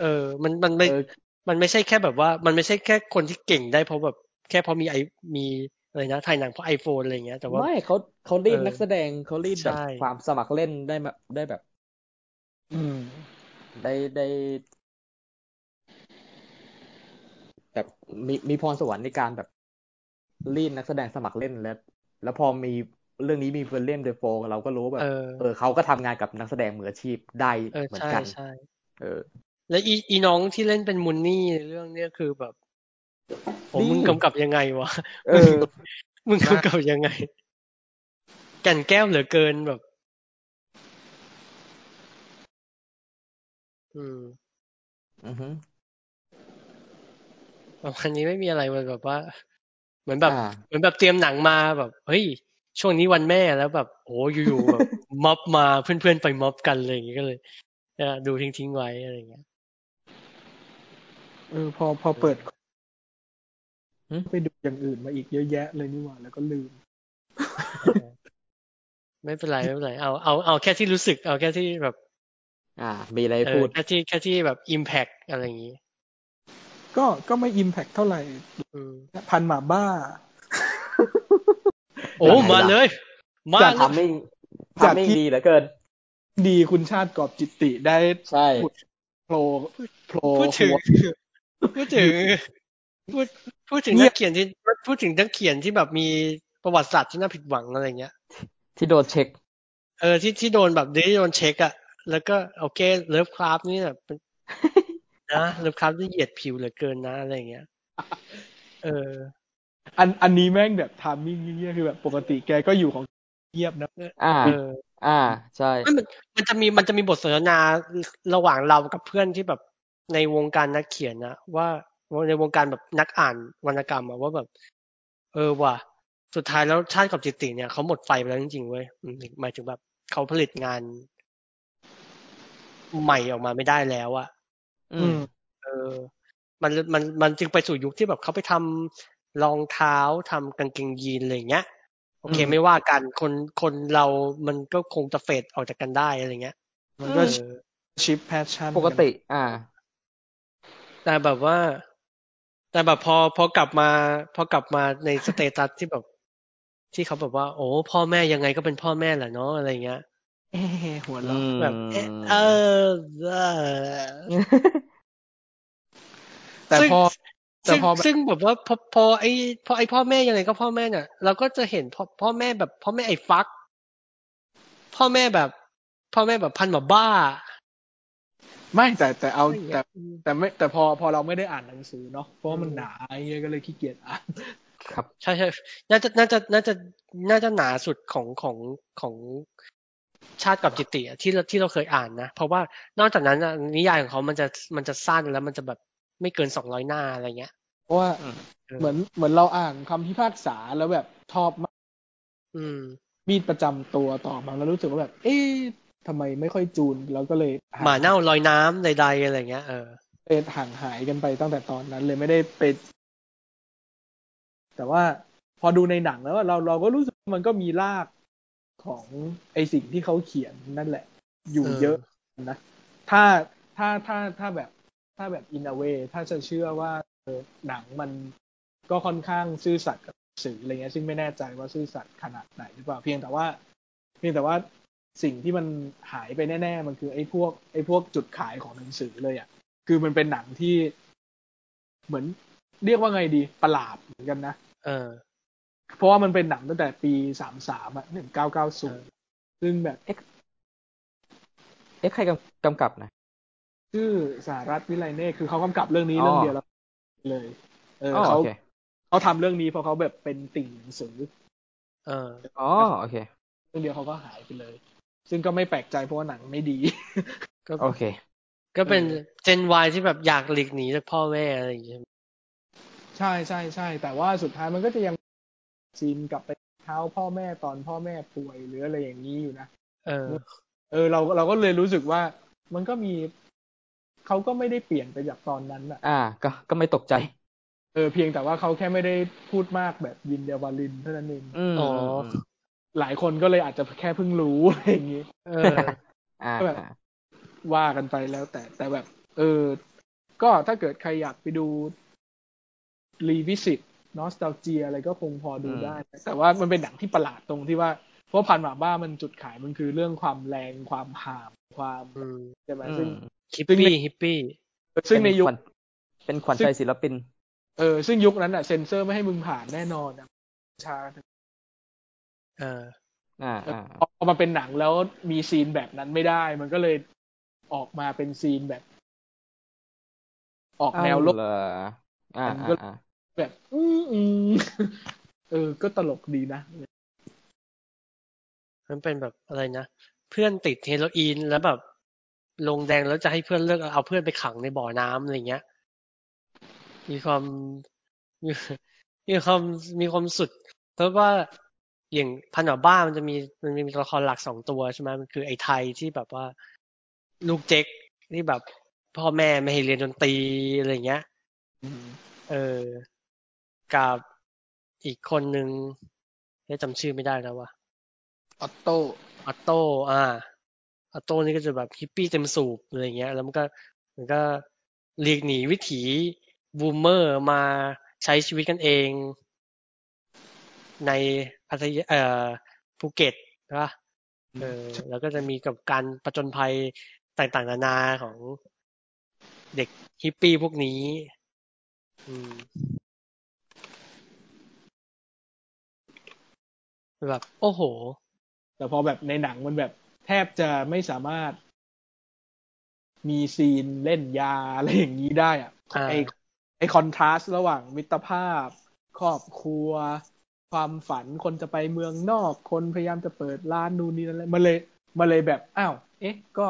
เออ มันมันไม่
เออ
มันไม่ใช่แค่แบบว่า มันไม่ใช่แค่คนที่เก่งได้เพราะแบบแค่เพราะมีไอมีอะไรนะถ่ายหนังเพราะไอโฟนอะไรอย่างเงี้ย แต่ว่า
ไม่เขาเขารีด
เออ
นักแสดงเขารีดแบบ
ใช่
ความสมัครเล่นได้แบบได้แบบ
อืม
ได้ได้ แบบมีมีพรสวรรค์ในการแบบรีดนักแสดงสมัครเล่นแล้ว แล้วพอมีเรื่องนี้มีเฟรนเล่มเดฟโฟเราก็รู้ว่าแบ
เอบ อ
เออเขาก็ทำงานกับนักแสดงมืออาชีพได้
เออ
เหมือน
ใช่
กัน
ใช่
เออ
แล้วอีอีน้องที่เล่นเป็นมุนนี่ในเรื่องเนี้ยคือแบบผม
ดี
มึงกำกับยังไงวะ
เออ
มึงกำกับยังไง แก่นแก้วเหลือเกินแบบ อืม
อือฮึ
ประมาณนี้ไม่มีอะไรมันแบบว่า เหมือนแบบ
อ่า
เหมือนแบบเตรียมหนังมาแบบเฮ้ยช่วงนี้วันแม่แล้วแบบโอ้อยู่ๆแบบ ม็อบมาเพื่อนๆไปม็อบกันอะไรอย่างเงี้ยก็เลยเอ่อดูทิ้งๆไว้อะไรอย่างเงี้ย
เออพอพอเปิด
หึ
ไปดูอย่างอื่นมาอีกเยอะแยะเลยนี่หว่า แล้วก็ลืม
ไม่เป็นไรไม่เป็นไรเอาเอาเอาแค่ที่รู้สึก เอาแค่ที่แบบ
อ่า มีอะไร
เอ
พู
อ
ด
แค่ที่แค่ที่แบบอิมแพกอะไรอย่างงี้
ก็ก็ไม่อิมแพคเท่าไหร่
อืม
พันหมาบ้า
โอ้มาเลย มา
จาก
เลย
ทำไม่
จา
ทำ
ก
ไม่
ที่
ดีเหลือเกิน
ดีคุณชาติกอบจิตติได้
ใช่
โผล่โผล่
พูดถึง
หัว
พูดถึงพูดพูดถึงนักเขียนที่พูดถึงนักเขียนที่แบบมีประวัติศาสตร์ที่น่าผิดหวังอะไรเงี้ย
ที่โดนเช็ค
เออที่ที่โดนแบบได้โดนเช็คอะแล้วก็โอเคเลิฟคราฟนี่แบบ เป็น นะเลิฟคราฟที่เหยียดผิวเหลือเกินนะอะไรอย่างเงี้ย เออ
อันอันนี้แม่งแบบทามมิ่งเงี้ยๆคือแบบปกติแกก็อยู่ของเงียบนะ
อ่า
เออ
อ่า ใช่
มันมันจะมีมันจะมีบทสนทนาระหว่างเรากับเพื่อนที่แบบในวงการนักเขียนนะว่าในวงการแบบนักอ่านวรรณกรรมอะว่าแบบ เออว่ะสุดท้ายแล้วชาติกับจิตติเนี่ยเขาหมดไฟไปแล้วจริงๆเว้ยอืมหมายถึงแบบเขาผลิตงาน ใหม่ออกมาไม่ได้แล้วอะ
อืม
เออ มันมันมันจึงไปสู่ยุคที่แบบเขาไปทำรองเท้าทำกางเกงยีนอะไรอย่างเงี้ย โอเค
อืม
ไม่ว่ากันคนคนเรามันก็คงจะเฟดออกจากกันได้อะไรเงี้ย
มัน
เอ
ก็
อ
ชิปแพชชั่น
ปกติ อ่า
แต่แบบว่า แต่แบบพอพอกลับมา พอกลับมาในสเตตัสที่แบบ ที่เขาแบบว่า โอ้พ่อแม่ยังไงก็เป็นพ่อแม่แหละเนาะอะไรเงี้ย
เอ๊ะหัว
อื
เราะ
ม
แบบเอ๊ะเออเออ
แต่
ซึ่ง
พอ แต่
ซึ่ง
พอแบบ
ซึ่งแบบว่าพอพอไอ้พอไอ้พ่อแม่ยังไงก็พ่อแม่เนี่ยเราก็จะเห็นพ่อพ่อแม่แบบ พ่อแม่ไอ้ฟัก พ่อแม่แบบ พ่อแม่แบบพันหมาบ้า
ไม่แต่แต่เอา
อะไรอย่างเงี้
แต่
ยอืม
แต่ไม่แต่พอพอเราไม่ได้อ่านหนังสือเนาะเพราะว่ามันหนาไอ้เหี้ยก็เลยขี้เกียจอ่าน
ครับ
ใช่ใช่น่าจะน่าจะน่าจะน่าจะหนาสุดของของของชาติกับจิตติอะที่เราที่เราเคยอ่านนะ เพราะว่านอกจากนั้นอะนิยายของเขามันจะมันจะสั้นแล้วมันจะแบบไม่เกินสองร้อยหน้าอะไรเงี้ย
เพราะว่า
อืม
เหมือนเหมือนเราอ่านคำพิพากษาแล้วแบบชอบมาก
อืม
มีดประจำตัวต่อมาแล้วรู้สึกว่าแบบ เอ๊ะทำไมไม่ค่อยจูนแล้วก็เลย
หมาเน่าลอยน้ำใดๆอะไรเงี้ยเออ
เป็นห่างหายกันไปตั้งแต่ตอนนั้นเลยไม่ได้ไปแต่ว่าพอดูในหนังแล้วอะเราเราก็รู้สึกว่ามันก็มีรากของไอสิ่งที่เขาเขียนนั่นแหละ อยู่
เออ
เยอะนะถ้าถ้าถ้าถ้าแบบถ้าแบบอินเวถ้าจะเชื่อว่าเออหนังมันก็ค่อนข้างซื่อสัตย์กับสื่ออะไรเงี้ยซึ่งไม่แน่ใจว่าซื่อสัตย์ขนาดไหนหรือเปล่าเพียงแต่ว่า เพียงแต่ว่าสิ่งที่มันหายไปแน่ ๆ มันคือไอ้พวกไอ้พวกจุดขายของหนังสือเลยอะ่ะ คือมันเป็นหนังที่เหมือนเรียกว่าไงดีประหลาดเหมือนกันนะ
เออ
เพราะว่ามันเป็นหนังตั้งแต่ปีสามสามอ่ะหนึ่งเก้าเก้าศูนย์ซึ่งแบบ
เอ๊ะใครกำกำกับนะ
ชื่อสารัตน์วิไลเนตรคือเขากำกับเรื่องนี้เรื่อง
อ๋อ
เดียวแล้วเลย เออ
อ๋อ
เขา
โอเค
เขาทำเรื่องนี้เพราะเขาแบบเป็นติ่งหนังสือ
เออ
อ๋อโอเค
เรื่องเดียวเขาก็หายไปเลย ซึ่งก็ไม่แปลกใจเพราะว่าหนังไม่ดี
ก็
โอเค
ก็เป็น
เออ
เจนวที่แบบอยากหลีกหนีจากพ่อแม่อะไรอย่างเงี้ย
ใช่ใช่ใช่แต่ว่าสุดท้ายมันก็จะยังซีนกลับไปเท้าพ่อแม่ตอนพ่อแม่ป่วยหรืออะไรอย่างนี้อยู่นะ
เออ
เออเราเราก็เลยรู้สึกว่ามันก็มีเขาก็ไม่ได้เปลี่ยนไปจากตอนนั้นอ่ะ
อ่า ก็ก็ไม่ตกใจ
เออเพียงแต่ว่าเขาแค่ไม่ได้พูดมากแบบยินเดียวาลินเท่านั้นเอง
อืม
อ๋อ
ม
หลายคนก็เลยอาจจะแค่เพิ่งรู้ อะไรอย่างนี้
เออ
อ่า
แบบ
อ่า
ว่ากันไปแล้วแต่แต่แบบ เออ ก็ถ้าเกิดใครอยากไปดูรีวิสิตนอสตาเจียอะไรก็คงพอดูได้ แต่ว่ามันเป็นหนังที่ประหลาดตรงที่ว่า เพราะพันหมาบ้ามันจุดขายมันคือเรื่องความแรงความหามความ
อืม
ใช่ไหม
อื
ซึ่ง
ม
ฮิป
ซึ่งใน
ปี้ฮิปปี้
ซึ่งในยุค
เป็ขวัญเป็นขวัญใจศิลปิน
เออซึ่งยุคนั้นอ่ะเซ็นเซอร์ไม่ให้มึงผ่านแน่นอนอะชา
เออ
อ่าอ่า
พอมาเป็นหนังแล้วมีซีนแบบนั้นไม่ได้ มันก็เลยออกมาเป็นซีนแบบ ออกแนวลบ
เหรออ่า
มัน
อ่า
ก็
อ่า
แบบ อืมอืม เออ ก็ตลกดีนะ
มันเป็นแบบอะไรนะ เพื่อนติดเฮโรอีนแล้วแบบ ลงแดงแล้วจะให้เพื่อนเลิกเอาเพื่อนไปขังในบ่อน้ำอะไรเงี้ย มีความ มีมีความมีความสุด เพราะว่าอย่างพันหมาบ้ามันจะมีมันมีตัวละครหลักสองตัวใช่ไหมมันคือไอ้ไทยที่แบบว่า ลูกเจ๊กที่แบบ พ่อแม่ไม่ให้เรียนดนตรีอะไรเงี้ย เออ กับอีกคนนึงเนี่ยจำชื่อไม่ได้แล้วว่ะ
ออตโต้
ออโต้อ่าออโต้นี่ก็จะแบบฮิปปี้เต็มสูบอะไรเงี้ย แล้วมันก็มันก็หลีกหนีวิถีบูมเมอร์มาใช้ชีวิตกันเอง ในพัทยาเอ่อภูเก็ตใช่ปะเออ แล้วก็จะมีกับการประจนภัยต่างๆนานาของเด็กฮิปปี้พวกนี้ อืม แบบโอ้โห
แต่พอแบบในหนังมันแบบ แทบจะไม่สามารถ มีซีนเล่นยาอะไรอย่างนี้ได้อ่ะ
อ่า
ไอไอคอนทราสต์ระหว่างมิตรภาพ ครอบครัว ความฝันคนจะไปเมืองนอกคนพยายามจะเปิดร้านนู่นนี่นั่นแหละมันเลยมันเลยแบบอ้าว เอ๊ะ ก็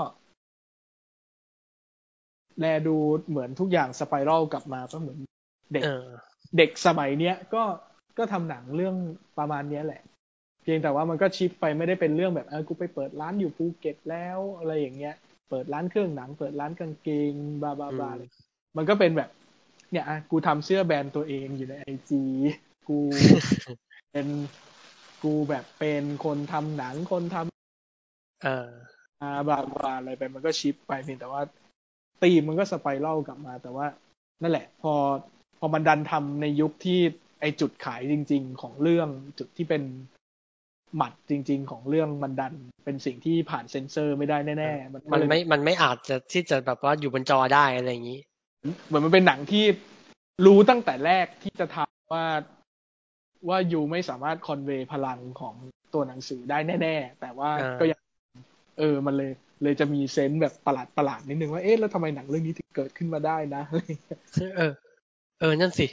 แลดูเหมือนทุกอย่างสไปรัลกลับมาก็เหมือน
เออ
เด็กสมัยเนี้ยก็ก็ทำหนังเรื่องประมาณเนี้ยแหละ เพียงแต่ว่ามันก็ชิปไปไม่ได้เป็นเรื่องแบบเออกูไปเปิดร้านอยู่ภูเก็ตแล้วอะไรอย่างเงี้ย เปิดร้านเครื่องหนัง เปิดร้านกางเกงบาบาบา
อืม
เลยมันก็เป็นแบบ เนี่ยอ่ะกูทำเสื้อแบรนด์ตัวเองอยู่ในไอจีกู เป็น กูแบบเป็นคนทำหนังคนทำ
เออ
อาบาบาอะไรไปมันก็ชิปไปเพียงแต่ว่าตีมมันก็สไปรัลกลับมา แต่ว่า นั่นแหละ พอพอมันดันทำในยุคที่ไอจุดขายจริง ๆ ของเรื่องจุดที่เป็นหมัดจริง ๆ ของเรื่องมันดันเป็นสิ่งที่ผ่านเซ็นเซอร์ไม่ได้แน่ๆก็
มัน
เลย
ไม่ มันไม่อาจจะที่จะแบบว่าอยู่บนจอได้อะไรอย่างนี้
เหมือนมันเป็นหนังที่รู้ตั้งแต่แรกที่จะทำว่าว่ายูไม่สามารถคอนเวย์พลังของตัวหนังสือได้แน่ ๆ แต่ว่า
อ่า
ก็ยังเออมันเลยเลยจะมีเซนส์แบบประหลาดประหลาดๆนิดนึงว่าเอ๊ะแล้วทำไมหนังเรื่องนี้ถึงเกิดขึ้นมาได้นะ
เออ เออ นั่นสิ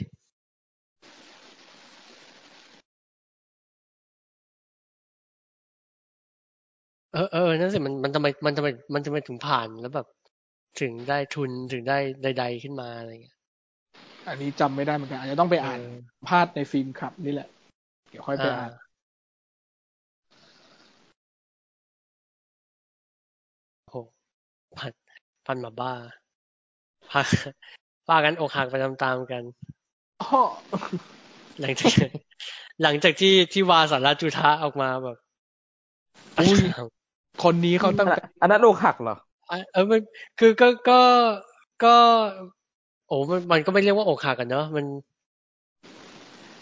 เออ เออ นั่นสิ มัน มันทำไม มันทำไม มันทำไมถึงผ่านแล้วแบบ ถึงได้ทุน ถึงได้ใด ๆ ขึ้นมาอะไรอย่างเงี้ย
อันนี้จำไม่ได้เหมือนกันอาจจะต้องไปอ่าน
เออ
พาดในฟิล์มคลับนี่แหละ เดี๋ยวค่อยไปอ่าน
โอ้พันพันมาบ้าพาพากันอกหักไปตามๆกัน
อ้อ
หลังจาก หลังจากที่ที่วาสาราจุธาออกมาแบบ
อุ้ย คนนี้เขาตั้งแต่
อันนั้นอกหักเหรอ
อ่ะ เออมันคือก็ก็ก็ โอ้มันมันก็ไม่เรียกว่าอกหักกันเนอะมัน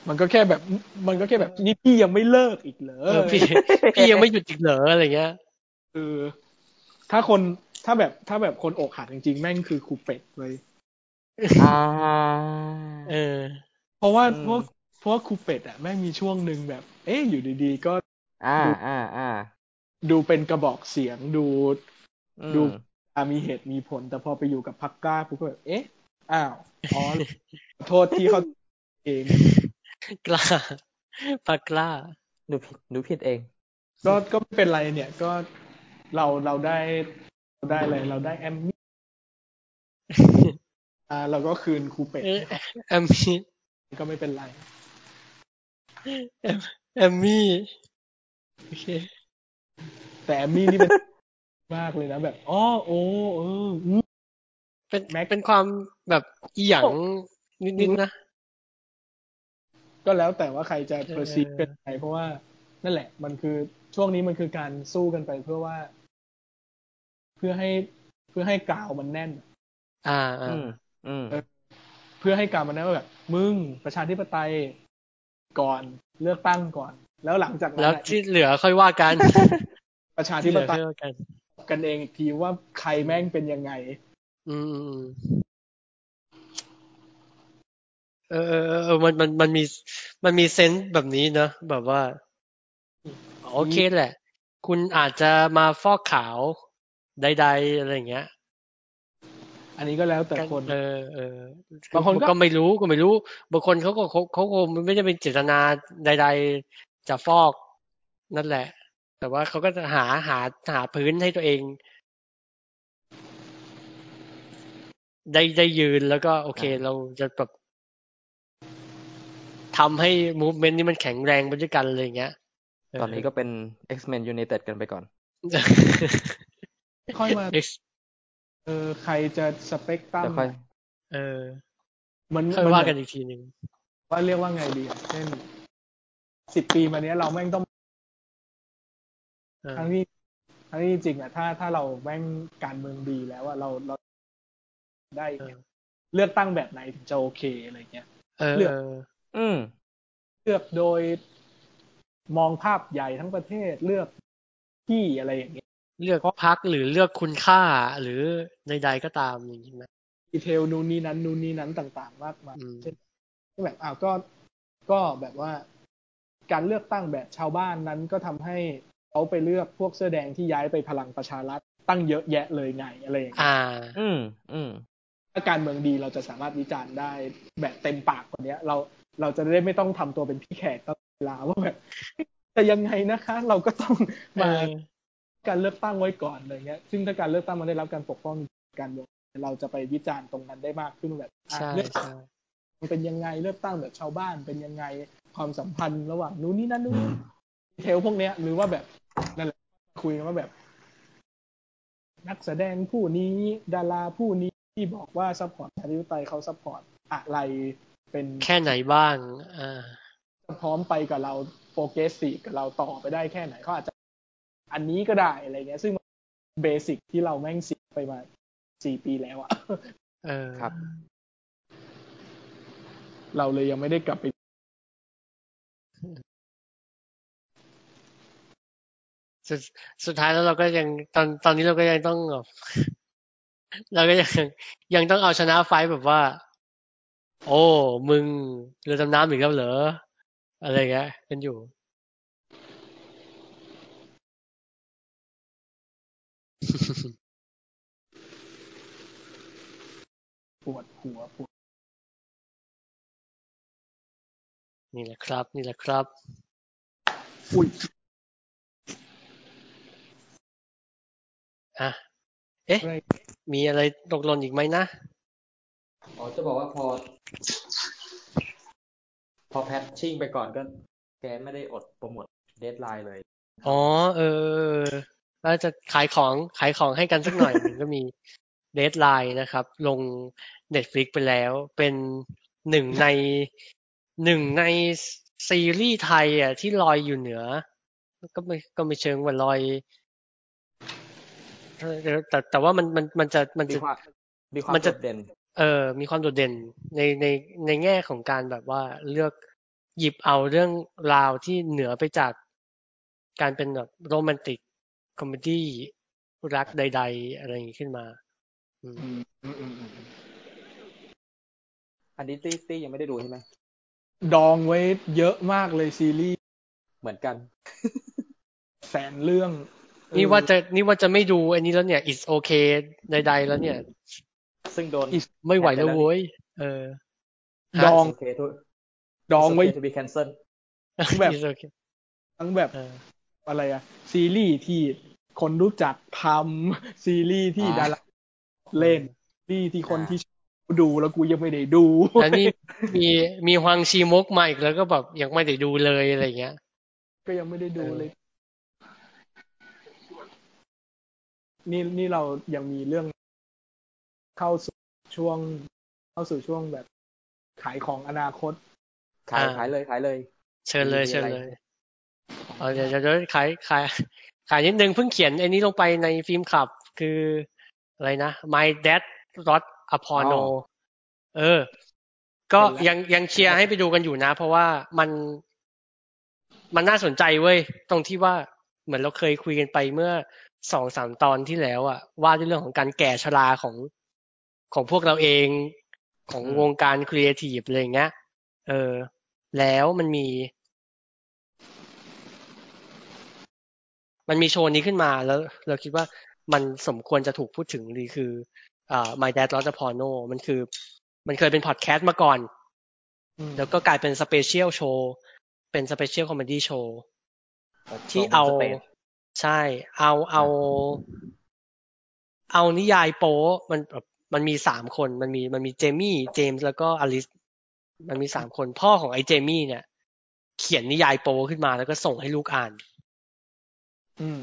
มันก็แค่แบบ มันก็แค่แบบนี่พี่ยังไม่เลิกอีกเหรอ
เออพี่ พี่ยังไม่หยุดอีกเหรออะไรเงี้ย
คือถ้าคนถ้าแบบถ้าแบบคนอกหักจริงๆ แม่งคือครูเป็ดเลย
อ่า
เออ
เพราะว่า
อืม
พวกพวกครูเป็ดอะแม่งมีช่วงหนึ่งแบบ เอ๊ะอยู่ดีๆ ก็
อ่าอ่าอ่า
ดูเป็นกระบอกเสียงดู
อืม
ดูอ่ะมีเหตุมีผล แต่พอไปอยู่กับพักกล้าปุ๊บก็แบบเอ๊ะอ้าวอ๋อขอโทษที่เขาเอง
กล้า ปากกล้า
ดูผิดดูผิดเอง
ก็ก็ไม่เป็นไรเนี่ยก็เราเราได้เราได้อะไรเราได้แอมมี่อ่าเราก็คืนครูเป็ด
เออ
ให้
แอมมี่
ก็ไม่เป็นไร
แอมมี่โอเค
แต่แอมมี่นี่ เป็น มากเลยนะแบบอ๋อโอ้เอออืม
เป็น
แม็ก
เป็นความแบบอีหยังนิดๆนะ
ก็แล้วแต่ว่าใครจะ
เออ
ประซีเป็นไงเพราะว่า นั่นแหละ มันคือช่วงนี้มันคือการสู้กันไปเพื่อว่า เพื่อให้เพื่อให้กาวมันแน่น
อ่า
อื
อ่าม
อืม
เพื่อให้กาวมันแน่นว่าแบบมึงประชาธิปไตยก่อนเลือกตั้งก่อน แล้วหลังจากนั้
แล้ว
นอะ
ที่เหลือค่อยว่ากัน
ประชาธิ
ที่เห
ป
ลือ
ไต
ค่อย ยว่ากัน
กันเองอีกทีว่าใครแม่งเป็นยังไง
อืมอืมอืมเออเออเออเออมันมันมันมีมันมีเซนส์แบบนี้เนอะแบบว่า โอเคแหละ คุณอาจจะมาฟอกขาวใดๆอะไรอย่างเงี้ย
อันนี้ก็แล้วแต่คน
เออเออบ
างคนก็
ก็ไม่รู้ก็ไม่รู้ บางคนเขาก็เขาเขาคงไม่ได้เป็นเจตนาใด ๆ จะฟอกนั่นแหละ แต่ว่าเขาก็จะหาหาหาพื้นให้ตัวเอง ได้ได้ยืนแล้วก็โอเค เราจะแบบทำให้ movement นี้มันแข็งแรงไปด้วยกันอะไรอย่างเงี้ยเ
ตอนนี้ก็เป็น X-Men United กันไปก่อน
ค่อยมา
เอ็กซ์
เออใครจะสเปกตรัม
เดี๋ยวค่อย
เออ
มัน
ค่อย
มัน
ว่า
เหมื
กั
อน น
อีกทีหนึ่ง
ว่าเรียกว่าไงดีอะเช่นสิบปีมาเนี้ยเราแม่งต้อง
เออ
ทั้งที่ทั้งที่จริงอะถ้าถ้าเราแม่งการเมืองดีแล้วอะเราเราได้เลือกตั้งแบบไหนถึงจะโอเคอะไรเงี้ย
เออ
เลือก
เออ
อืม
เลือกโดยมองภาพใหญ่ทั้งประเทศเลือกที่อะไรอย่างเงี้ย
เลือกพักหรือเลือกคุณค่าหรือใดๆก็ตามอย่างนี้นะ
ดีเทลนู่นนี่นั้นนู่นนี่นั้นต่าง ๆ มากมาย
อืม
เช่นก็แบบอ้าวก็ก็แบบว่า การเลือกตั้งแบบชาวบ้านนั้นก็ทำให้เขาไปเลือกพวกเสื้อแดงที่ย้ายไปพลังประชารัฐตั้งเยอะแยะเลยไงอะไรอย่างเงี้ย
อ่า
อืม อืม
ถ้าการเมืองดีเราจะสามารถวิจารณ์ได้แบบเต็มปากกว่าเนี้ย เรา เราจะได้ไม่ต้องทำตัวเป็นพี่แขกตลอดเวลาว่าแบบ แต่ยังไงนะคะ เราก็ต้องมา
เออ
การเลือกตั้งไว้ก่อนอะไรเงี้ย ซึ่งถ้าการเลือกตั้งมันได้รับการปกป้องการเมืองเราจะไปวิจารณ์ตรงนั้นได้มากขึ้นแบบอ่ะ
ใช่
เลือก
ใช่
มันเป็นยังไงเลือกตั้งแบบชาวบ้านเป็นยังไงความสัมพันธ์ระหว่างนู้นนี่นั่นนู้นดีเทลพวกเนี้ย หรือว่าแบบนั่นแหละคุยกันว่าแบบ นักแสดงผู้นี้ดาราผู้นี้ที่บอกว่าซัพพอร์ตประชาธิปไตยเขาซัพพอร์ตอะไรเป็น
แค่ไหนบ้างอ่า
พร้อมไปกับเราโฟกัสสีกับเราต่อไปได้แค่ไหนเขาอาจจะ อันนี้ก็ได้อะไรเงี้ย ซึ่งเบสิกที่เราแม่งเสียไปมาสี่ปีแล้วอะ
เออ
ครับ
เราเลยยังไม่ได้กลับไป
สุดสุดท้ายแล้วเราก็ยังตอนตอนนี้เราก็ยังต้องแบบ เราก็ยังยังต้องเอาชนะไฟท์แบบว่า โอ้มึงเรือดำน้ำอีกแล้วเหรออะไรอย่างเงี้ยกันอยู่
ปวดหัวปวด
นี่แหละครับ นี่แหละครับ
อุ้ย
อ่ะ
อะไร
มีอะไรตกหล่นอีกไหมนะ
อ๋อจะบอกว่าพอ พอแพทชิ่งไปก่อนก็ แกไม่ได้อดโปรโมทเดทไลน์เลย
อ๋อ เออน่าจะขายของขายของให้กันสักหน่อยหนึ่งก็มีเด d ไลน์นะครับ ลง Netflix ไปแล้ว เป็นหนึ่งในหนึ่งในซีรีส์ไทยอ่ะที่ลอยอยู่เหนือ ก็ไม่ก็ไม่เชิงว่าลอยแต่แต่ว่ามันมันมันจะมัน
มี
จะ
ความมีความ
มัน
โด
จะ
ดเด่น
เออมีความโดดเด่นในในในแง่ของการแบบว่าเลือกหยิบเอาเรื่องราวที่เหนือไปจากการเป็นแบบโรแมนติกคอมเมดี้รักใด ๆ อะไรอย่างนี้ขึ้นมาอืม
อันนี้ตี้ตี้ยังไม่ได้ดูใช่ไหม
ดองไว้เยอะมากเลยซีรีส์
เหมือนกัน
แสนเรื่อง
นี่ว่าจะนี่ว่าจะไม่ดูอันนี้แล้วเนี่ย it's okay ใด ๆ แล้วเนี่ย
ซึ่งโดน
ไม่ไหวแล้วโว้ยเออ
เออดอง
โอเคทุก
ดองไว้
ทูบีแคนเซิล
แบบ
it's okay
ทั้งแบบ
เออ
อะไรอะซีรีส์ที่คนรู้จักทำ ซีรีส์ที่
อ่า
ดาราเล่นซีรีส์ที่คนที่ชอบดูแล้วกูยังไม่ได้ดู
แล้วนี่มีมีฮวังชีมกมาอีกแล้วก็แบบยังไม่ได้ดูเลยอะไรอย่างเงี้ย
ก็ยังไม่ได้ดู
เออ
เลย นี่นี่เรายังมีเรื่องเข้าสู่ช่วง เข้าสู่ช่วงแบบขายของอนาคต
ขาย
อ่า
ขายเลยขายเลย
เชิญเลย
มี
เชิญ
อะไร
เลยเอาเดี๋ยวเดี๋ยวเดี๋ยวขายขายขายนิดนึงเพิ่งเขียนไอ้นี้ลงไปในฟิล์มคลับ คืออะไรนะ My Dad Rod a p o n o เออ ก็
เห็นแล้ว
ยังยังเชียร์ให้ไปดูกันอยู่นะ เพราะว่ามันมันน่าสนใจเว้ย ตรงที่ว่าเหมือนเราเคยคุยกันไปเมื่อสองสามตอนที่แล้วอะว่าด้วยเรื่องของการแก่ชราของของพวกเราเองของ
อืม
วงการครีเอทีฟอะไรอย่างเงี้ย เออ แล้วมันมี มันมีโชว์นี้ขึ้นมาแล้ว เราคิดว่ามันสมควรจะถูกพูดถึงดีคืออ่า My Dad Lost a Porno มันคือ มันเคยเป็นพอดแคสต์มาก่อน
อืม
แล้วก็กลายเป็นสเปเชียลโชว์ เป็นสเปเชียลคอมเมดี้โชว์ ที่
โชว์บน
เอา
สตจ
ใช่ เอาเอา เอานิยายโป๊มันแบบมันมีสามคน มันมีมันมีเจมี่ เจมส์แล้วก็อลิส มันมีสามคนพ่อของไอ้เจมี่เนี่ย เขียนนิยายโป๊ขึ้นมาแล้วก็ส่งให้ลูกอ่าน
อืม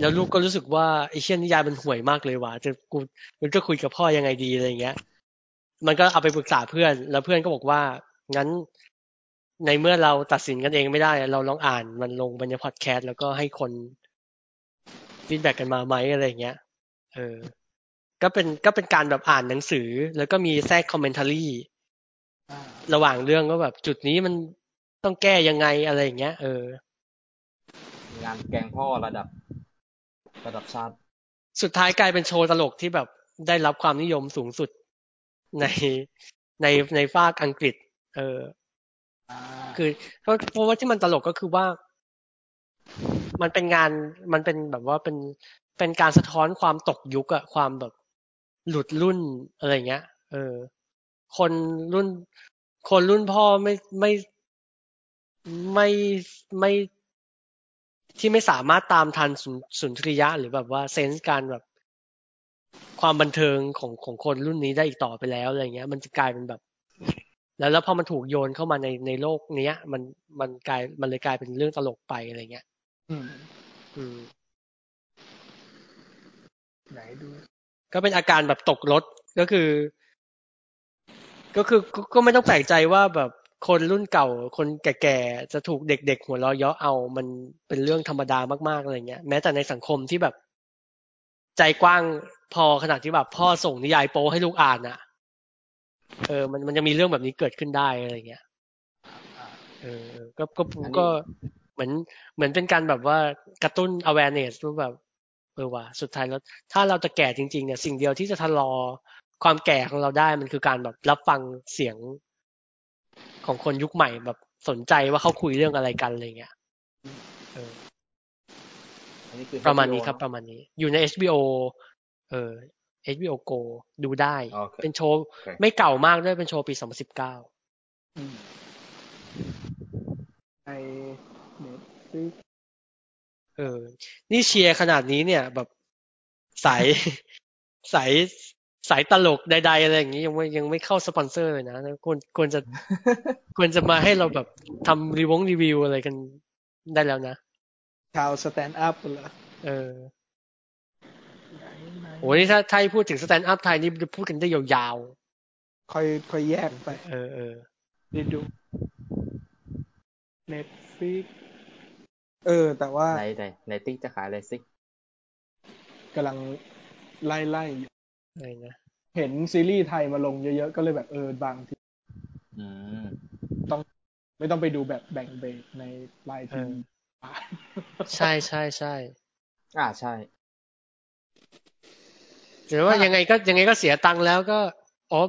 แล้วลูกก็รู้สึกว่าไอ้เชี่ยนิยายมันห่วยมากเลยว่ะจะกูมันก็คุยกับพ่อยังไงดีอะไรอย่างเงี้ย มันก็เอาไปปรึกษาเพื่อน แล้วเพื่อนก็บอกว่า งั้น ในเมื่อเราตัดสินกันเองไม่ได้ เราลองอ่านมันลงบรรยพอดแคสต์แล้วก็ให้คนฟีดแบ็กกันมาไหมอะไรอย่างเงี้ย เออ ก็เป็นก็เป็นการแบบอ่านหนังสือ แล้วก็มีแทรกคอมเมนต์รี่
อ่า
ระหว่างเรื่องก็แบบจุดนี้มันต้องแก้ยังไงอะไรอย่างเงี้ย เออ
งานแกงพ่อระดับ ระดับชาติ
สุดท้ายกลายเป็นโชว์ตลกที่แบบได้รับความนิยมสูงสุดในในในฝากอังกฤษ เออ
อ่า
คือเพราะเพราะว่าที่มันตลกก็คือว่า มันเป็นงานมันเป็นแบบว่าเป็นเป็นการสะท้อนความตกยุคอะความแบบหลุดรุ่นอะไรเงี้ย เออ คนรุ่น คนรุ่นพ่อไม่ไม่ไม่ไม่ที่ไม่สามารถตามทันสุนสุนทรียะ หรือแบบว่าเซนส์การแบบ ความบันเทิงของของคนรุ่นนี้ได้อีกต่อไปแล้วอะไรเงี้ย มันจะกลายเป็นแบบ แล้วแล้วพอมันถูกโยนเข้ามาในในโลกเนี้ย มันมันกลายมันเลยกลายเป็นเรื่องตลกไปอะไรเงี้ย
อืม
อืม
ไหนดู
ก็เป็นอาการแบบตกรถก็คือ ก็คือก็ก็ไม่ต้องแปลกใจว่าแบบคนรุ่นเก่า คนแก่ๆจะถูกเด็กๆหัวเราะเยาะเอามันเป็นเรื่องธรรมดามากๆอะไรเงี้ย แม้แต่ในสังคมที่แบบ ใจกว้างพอขนาดที่แบบพ่อส่งนิยายโป๊ให้ลูกอ่านอ่ะ เออ มันมันยังมีเรื่องแบบนี้เกิดขึ้นได้อะไรเงี้ยเออก็ก็ก็เหมือนเหมือนเป็นการแบบว่ากระตุ้น awareness ว่าแบบ เออว่ะสุดท้ายแล้ว ถ้าเราจะแก่จริง ๆ เนี่ย สิ่งเดียวที่จะทะลอความแก่ของเราได้มันคือการแบบรับฟังเสียงของคนยุคใหม่แบบสนใจว่าเขาคุยเรื่องอะไรกันอะไรเงี้ยเออ
อันนี้คือ
ประมาณนี้
HBO
ครับ
เน
ป
อะ
ระมาณนี้ อยู่ใน HBO เออ HBO Go ดูได้
โอเค
เป็นโชว์
โอเค
ไม่เก่ามากด้วยเป็นโชว์ปี 2019
อืมในเน็ตฟิก
เออ นี่เชียร์ขนาดนี้เนี่ย แบบสาย สายสายตลกใดๆอะไรอย่างนี้ยังไม่ยังไม่เข้าสปอนเซอร์เลยนะควรควรจะ ควรจะมาให้เราแบบทำรีวงรีวิวอะไรกันได้แล้วนะ
ชาวสแตนด์อัพเหรอ
เออ
ไหนไหน
โหนี่ถ้าถ้าให้พูดถึงสแตนด์อัพไทยนี่จะพูดกันได้ยาว
ค่อยค่อยแยกไป
ๆ เออเออ
ได้ดูเน็ตฟิกเออ แต่ว่า
ในในในติ๊กจะขายอะไรซิก
กำลังไล่ไล่อยู่
อะไรนะ
เห็นซีรีส์ไทยมาลงเยอะๆ ก็เลยแบบเออบางที
อืม
ไม่ต้องไปดูแบบแบ่งเบรกในไลน์ทีวี
ใช่ใช่ใช่
อ่าใช่
หรือว่ายังไงก็ยังไงก็เสียตังค์แล้วก็อ๋อ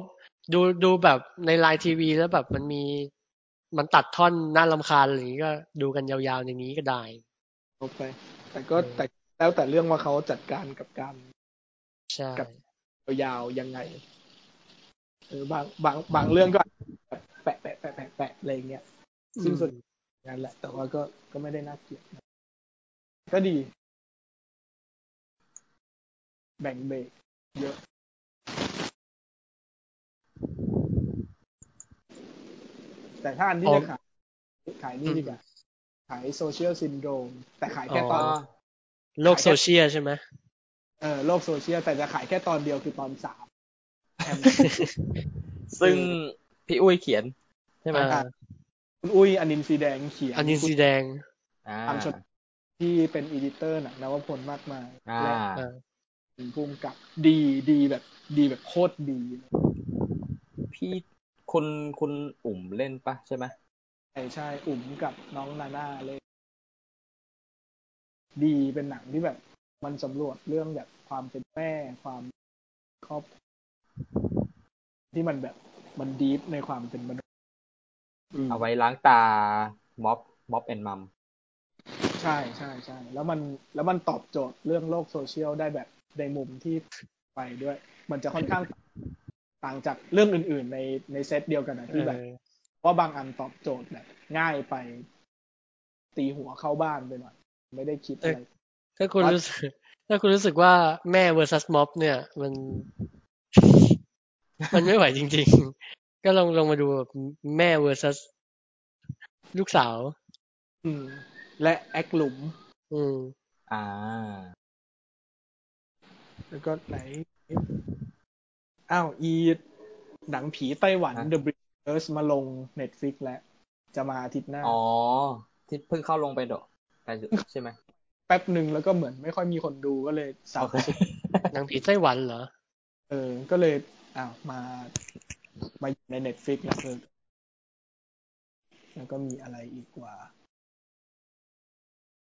ดูดูแบบในไลน์ทีวีแล้วแบบมันมีมันตัดท่อนน่าลำคาญอะไรอย่างนี้ก็ดูกันยาวๆอย่างนี้ก็ได้
ลบไป แต่ก็แต่แล้วแต่เรื่องว่าเขาจัดการกับการ
ใช่
กับ ยาวๆยังไงเออบางบางบางเรื่องก็แปะแปะแปะแปะแปะอะไรอย่างเงี้ย ซึ่งส่วนงานแหละ แต่ว่าก็ก็ไม่ได้น่าเกลียดนะก็ดี แบ่งเบรกเยอะ แต่ถ้าอันที่จะขายขายนี่ดีกว่า ขายโซเชียลซินโดรมแต่ขายแค่ตอน
โลกโซเชียลใช่ไหม
เออโลกโซเชียลแต่จะขายแค่ตอนเดียวคือตอนสาม
ซึ่งพี่อุ้ยเขียน ใช่ไหม
อ่า
คุณอุ้ยอนินทร์สีแดงเขียน
อันนี้สีแดง
อ่า
ตามชนที่เป็นอีดิเตอร์หนังนวพลมากมาย
อ่า
และ
เออ
เป็นภูมิกับดีดีแบบ ดีแบบโคตรดี
พี่
คุณคุณอุ่มเล่นปะใช่ไหม
ใช่ใช่อุ่มกับน้องนาน่าเลย ดีเป็นหนังที่แบบ มันสำรวจเรื่องแบบความเป็นแม่ความครอบครัวที่มันแบบมันดีฟในความเป็นมนุษย์อืม
เอาไว้ล้างตาม็อบม็อบแอนมัม
ใช่ใช่ใช่แล้วมันแล้วมันตอบโจทย์เรื่องโลกโซเชียลได้แบบในมุมที่ไปด้วย มันจะค่อนข้างต่างจากเรื่องอื่น ๆ ในในเซตเดียวกันนะ
เอ
ที่แบบ
อ
ว่าบางอันตอบโจทย์แบบ ง่ายไป ตีหัวเข้าบ้านไปหน่อยไม่ได้คิดอะไร
ถ้าคุณรู้สึก ถ้าคุณรู้สึกว่าแม่ versus mob เนี่ย มัน มันไม่ไหวจริง ๆ ก็ลองลองมาดูแบบแม่ versus ลูกสาว
อืม และแอคหลุม
อืม
อ่า
แล้วก็ไหน อ้าว อี หนังผีไต้หวัน
ฮะ
The Bridgers มาลง Netflix แล้วจะมาอาทิตย์หน้า
อ๋อ ที่เพิ่งเข้าลงไปดอกไปอยู่ใช่ไหม
แป๊บหนึ่งแล้วก็เหมือนไม่ค่อยมีคนดูก็เลยสับ
โอเค
หนังผีไต้หวันเหรอ
เออ ก็เลยอ้าวมา มาอยู่ในเน็ตฟิกนะเออแล้วก็มีอะไรอีกว่า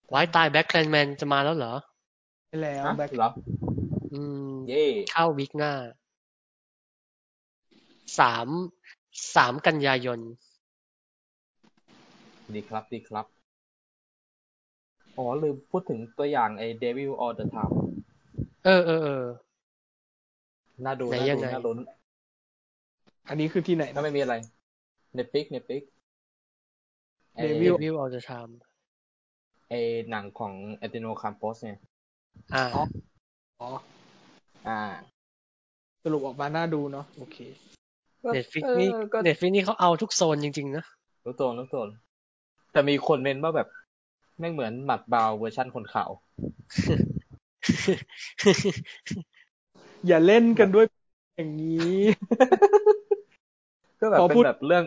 ไว้ตายแบ็คแคลนแมนจะมาแล้วเหรอ
ไปแล้ว
ฮะ
แบ็ค
เหรอ
อืม
เย่
เข้าวิกหน้า สาม สามกันยายน
ดีครับดีครับ อ๋อ ลืมพูดถึงตัวอย่างไอ้ Devil All the Time
เออเออเออ
น่าดู
ไหน
น่า
ยัง
ดู
ไง
น่าลุ้น
อันนี้คือที่ไหน
ถ้า
นะ
ไม่มีอะไร
เน็ตฟิกเน็ตฟิกไอ้
Devil
เดวิลเอาจะชาม
ไอ้หนังของแอนติโนคัมโปสเนี่ย
อ่า
อ๋อ
อ่า
สรุปออกมาหน้าดูเนาะโอเค
ก็
Netflix
ออ
นี่
ก็
Netflix นี่เขาเอาทุกโซนจริงๆนะ
รู้ตัวรู้ตัวแต่มีคนเมนว่าแบบไม่งเหมือนหมัดบาวเวอร์ชั่นคนขาว
อย่าเล่นกันด้วยอย่างนี้
ก็แบบ
ขอ
เป็
พูด
นแบบเรื่อง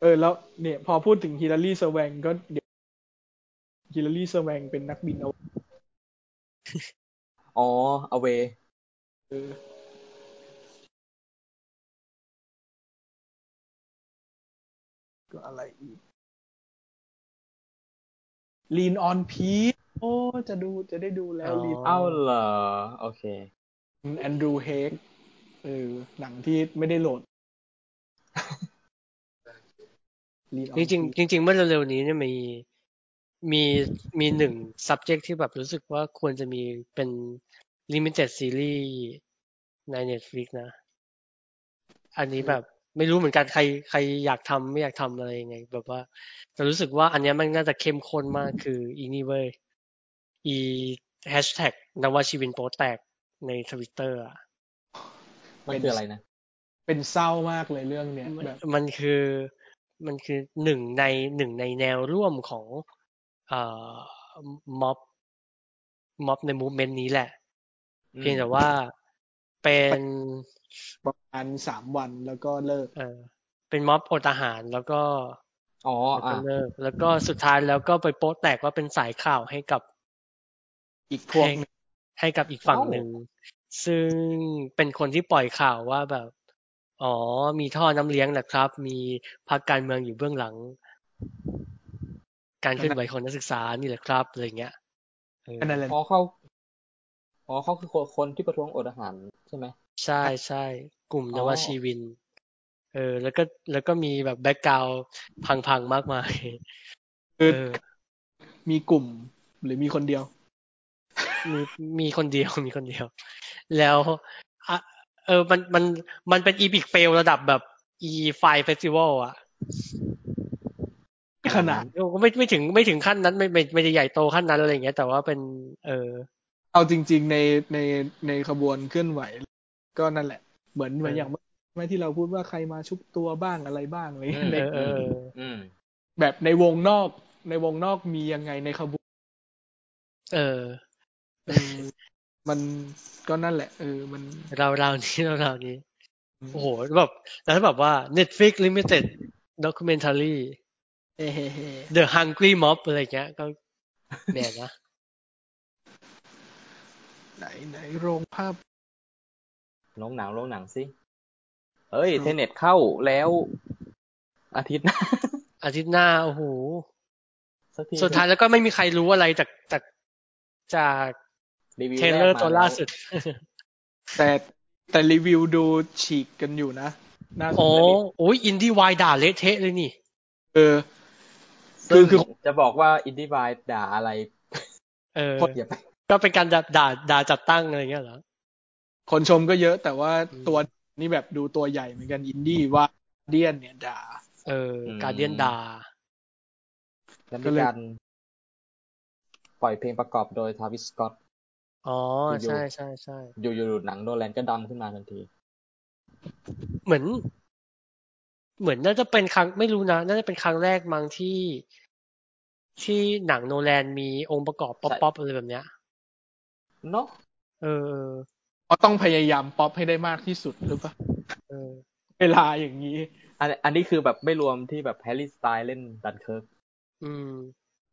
เออแล้วเนี่ยพอพูดถึงฮิลลารีสแวงก็เดี๋ยวฮิลลารีสแวงเป็นนักบินเอา
อ๋ออเว
เออก็อะไรอีก Lean on Pete โอ้จะดูจะได้ดูแล้ว
อ๋อ
Lean
เอ้าเหรอ โอเค
แอนดรูเฮกเออหนังที่ไม่ได้โหล ด Lean on
จริง
Pete
ๆ จริง ๆ เมื่อเร็วๆนี้เนี่ยมีมีมีหนึ่ง subject ที่แบบรู้สึกว่าควรจะมีเป็น limited series ใน Netflix นะ อันนี้แบบไม่รู้เหมือนกันใครใครอยากทำไม่อยากทำอะไรยังไง แบบว่าแต่รู้สึกว่าอันเนี้ยมันน่าจะเข้มข้นมากคืออีนี่เว้ยอี hashtag นวชีวินโป๊แตกในทวิตเตอร์อ่ะ
มันคืออะไรนะ
เป็นเศร้ามากเลยเรื่องเนี้ย
มัน
แบบ
มันคือมันคือหนึ่งในหนึ่งในแนวร่วมของเอ่อม็อบม็อบในมูเมนต์นี้แหละ เพียงแต่ว่าเป็น
ประมาณสามวันแล้วก็เลิก
เอ่อเป็นม็อบอดอาหารแล้วก็
อ๋อ
แล้ว
อ่ะ
ก็เลิกแล้วก็สุดท้ายแล้วก็ไปโป๊ะแตกว่าเป็นสายข่าวให้กับ
อีกพวก
ให้
หนึ่ง
ให้กับอีกฝั่งหนึ่ง ซึ่งเป็นคนที่ปล่อยข่าวว่าแบบ อ๋อ มีท่อน้ำเลี้ยงแหละครับ มีพรรคการเมืองอยู่เบื้องหลัง การเคลื่อนไหวของนักศึกษานี่แหละครับอะไรเงี้ยเออ
อันนั้นแหละ
อ๋อเขาอ๋อเขาคือคนคนที่ประท้วงอดอาหารใช่ไหม
ใช่ใช่กลุ่มนว
อ๋อ
ชีวิน เออ แล้วก็แล้วก็มีแบบแบ็กกราวพังๆมากมายเอ
คือ
อ
มีกลุ่มหรือมีคนเดียว
มีมีคนเดียว มีคนเดียว แล้วอะเออมันมันมันเป็นอีพิกเฟลระดับแบบอีไฟเฟสติวัลอะ
ขนาด
เออก็ไม่ไม่ถึงไม่ถึงขั้นนั้นไม่ไม่ไม่ได้ใหญ่โตขั้นนั้นอะไรอย่างเงี้ยแต่ว่าเป็น เออ
เอาจริง ๆ ในในในขบวนเคลื่อนไหว ก็นั่นแหละ เหมือนเหมือน
เอออ
อย่างเมื่อเมื่อที่เราพูดว่าใครมาชุบตัวบ้างอะไรบ้างอะไร
อืม
เอ
ใน
อเออเออ
อืม
แบบในวงนอก ในวงนอกมียังไงในขบวน
เออ
เออมันก็นั่นแหละเออมัน
เราเรานี้เราเรานี้โอ้โหแบบแล้วแบบว่า Netflix Limited Documentary
เฮ้เฮ้เฮ้
The Hungry Mob อะไรอย่างเงี้ยก็แหม่นะ
ไหนไหนโรงภาพ
ลงหนังลงหนังสิ เอ้ย เทเน็ตเข้าแล้ว อาทิตย์หน้า
อาทิตย์หน้าโอ้โห
สักที
สุดท้ายแล้วก็ไม่มีใครรู้อะไรจากจากจาก
รีวิว
เทรล
แก
เลอร์
มา
ตัว
แว
ล่าสุด
แต่แต่รีวิวดูฉีกกันอยู่นะน่าสน
โอ้
ใจดี
โอ้ยอินดี้วายด่าเละเทะเลยนี่
เออ
ซึ่ง
คือคือ
จะบอกว่าอินดี้บายด่าอะไร
เออ
อย่าไป
ก็เป็นการด่าด่าด่าจัดตั้งอะไรเงี้ยเหรอ
คนชมก็เยอะ แต่ว่าตัวนี่แบบดูตัวใหญ่เหมือนกันอินดี้ว่าเดียนเนี่ยด่า
เออ
อืม
การเดียนด่า
แล้ว
ก็
มี
เลย
การปล่อยเพลงประกอบโดยทาวิสสกอต
อ๋อ
อยู่
ใช่ใช่ใช่
อยู่ๆหนังโนแลนก็ดังขึ้นมาทันที
เหมือน เหมือนน่าจะเป็นครั้งไม่รู้นะ น่าจะเป็นครั้งแรกมั้งที่ ที่หนังโนแลนมีองค์ประกอบป๊อป
ใช่
ป๊อปอะไรแบบเนี้ย
เนาะ
เออ
เพราะต้องพยายามป๊อปให้ได้มากที่สุดหรือเปล่า
เออ
เวลาอย่างนี้
อันอันนี้คือแบบไม่รวมที่แบบแฮร์รี่สไตล์เล่นดันเคิร์ก
อื ม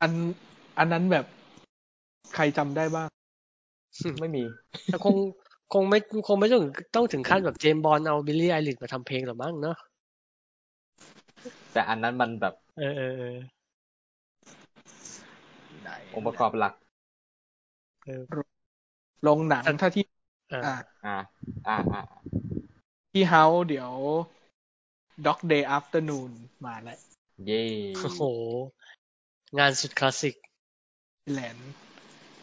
อันอันนั้นแบบใครจำได้บ้าง
ไม่มี
แต่คงคงไม่คงไม่ต้องต้องถึงขั้นแบบเจมส์บอลเอาบิลลี่ไอริชมาทำเพลงหรอกมั้งเนาะ
แต่อันนั้นมันแบบ
เออเออเออ
องค์ประกอบหลัก
เออ
ลงหนัง
อัน
ถ้าที่
อ่ะ
อ่า
อ่า อ่าอ่า
ที่เฮาเดี๋ยว Dog Day Afternoon มาแล้ว
เย่
โอ้โห งานสุดคลาสสิก
แลนด์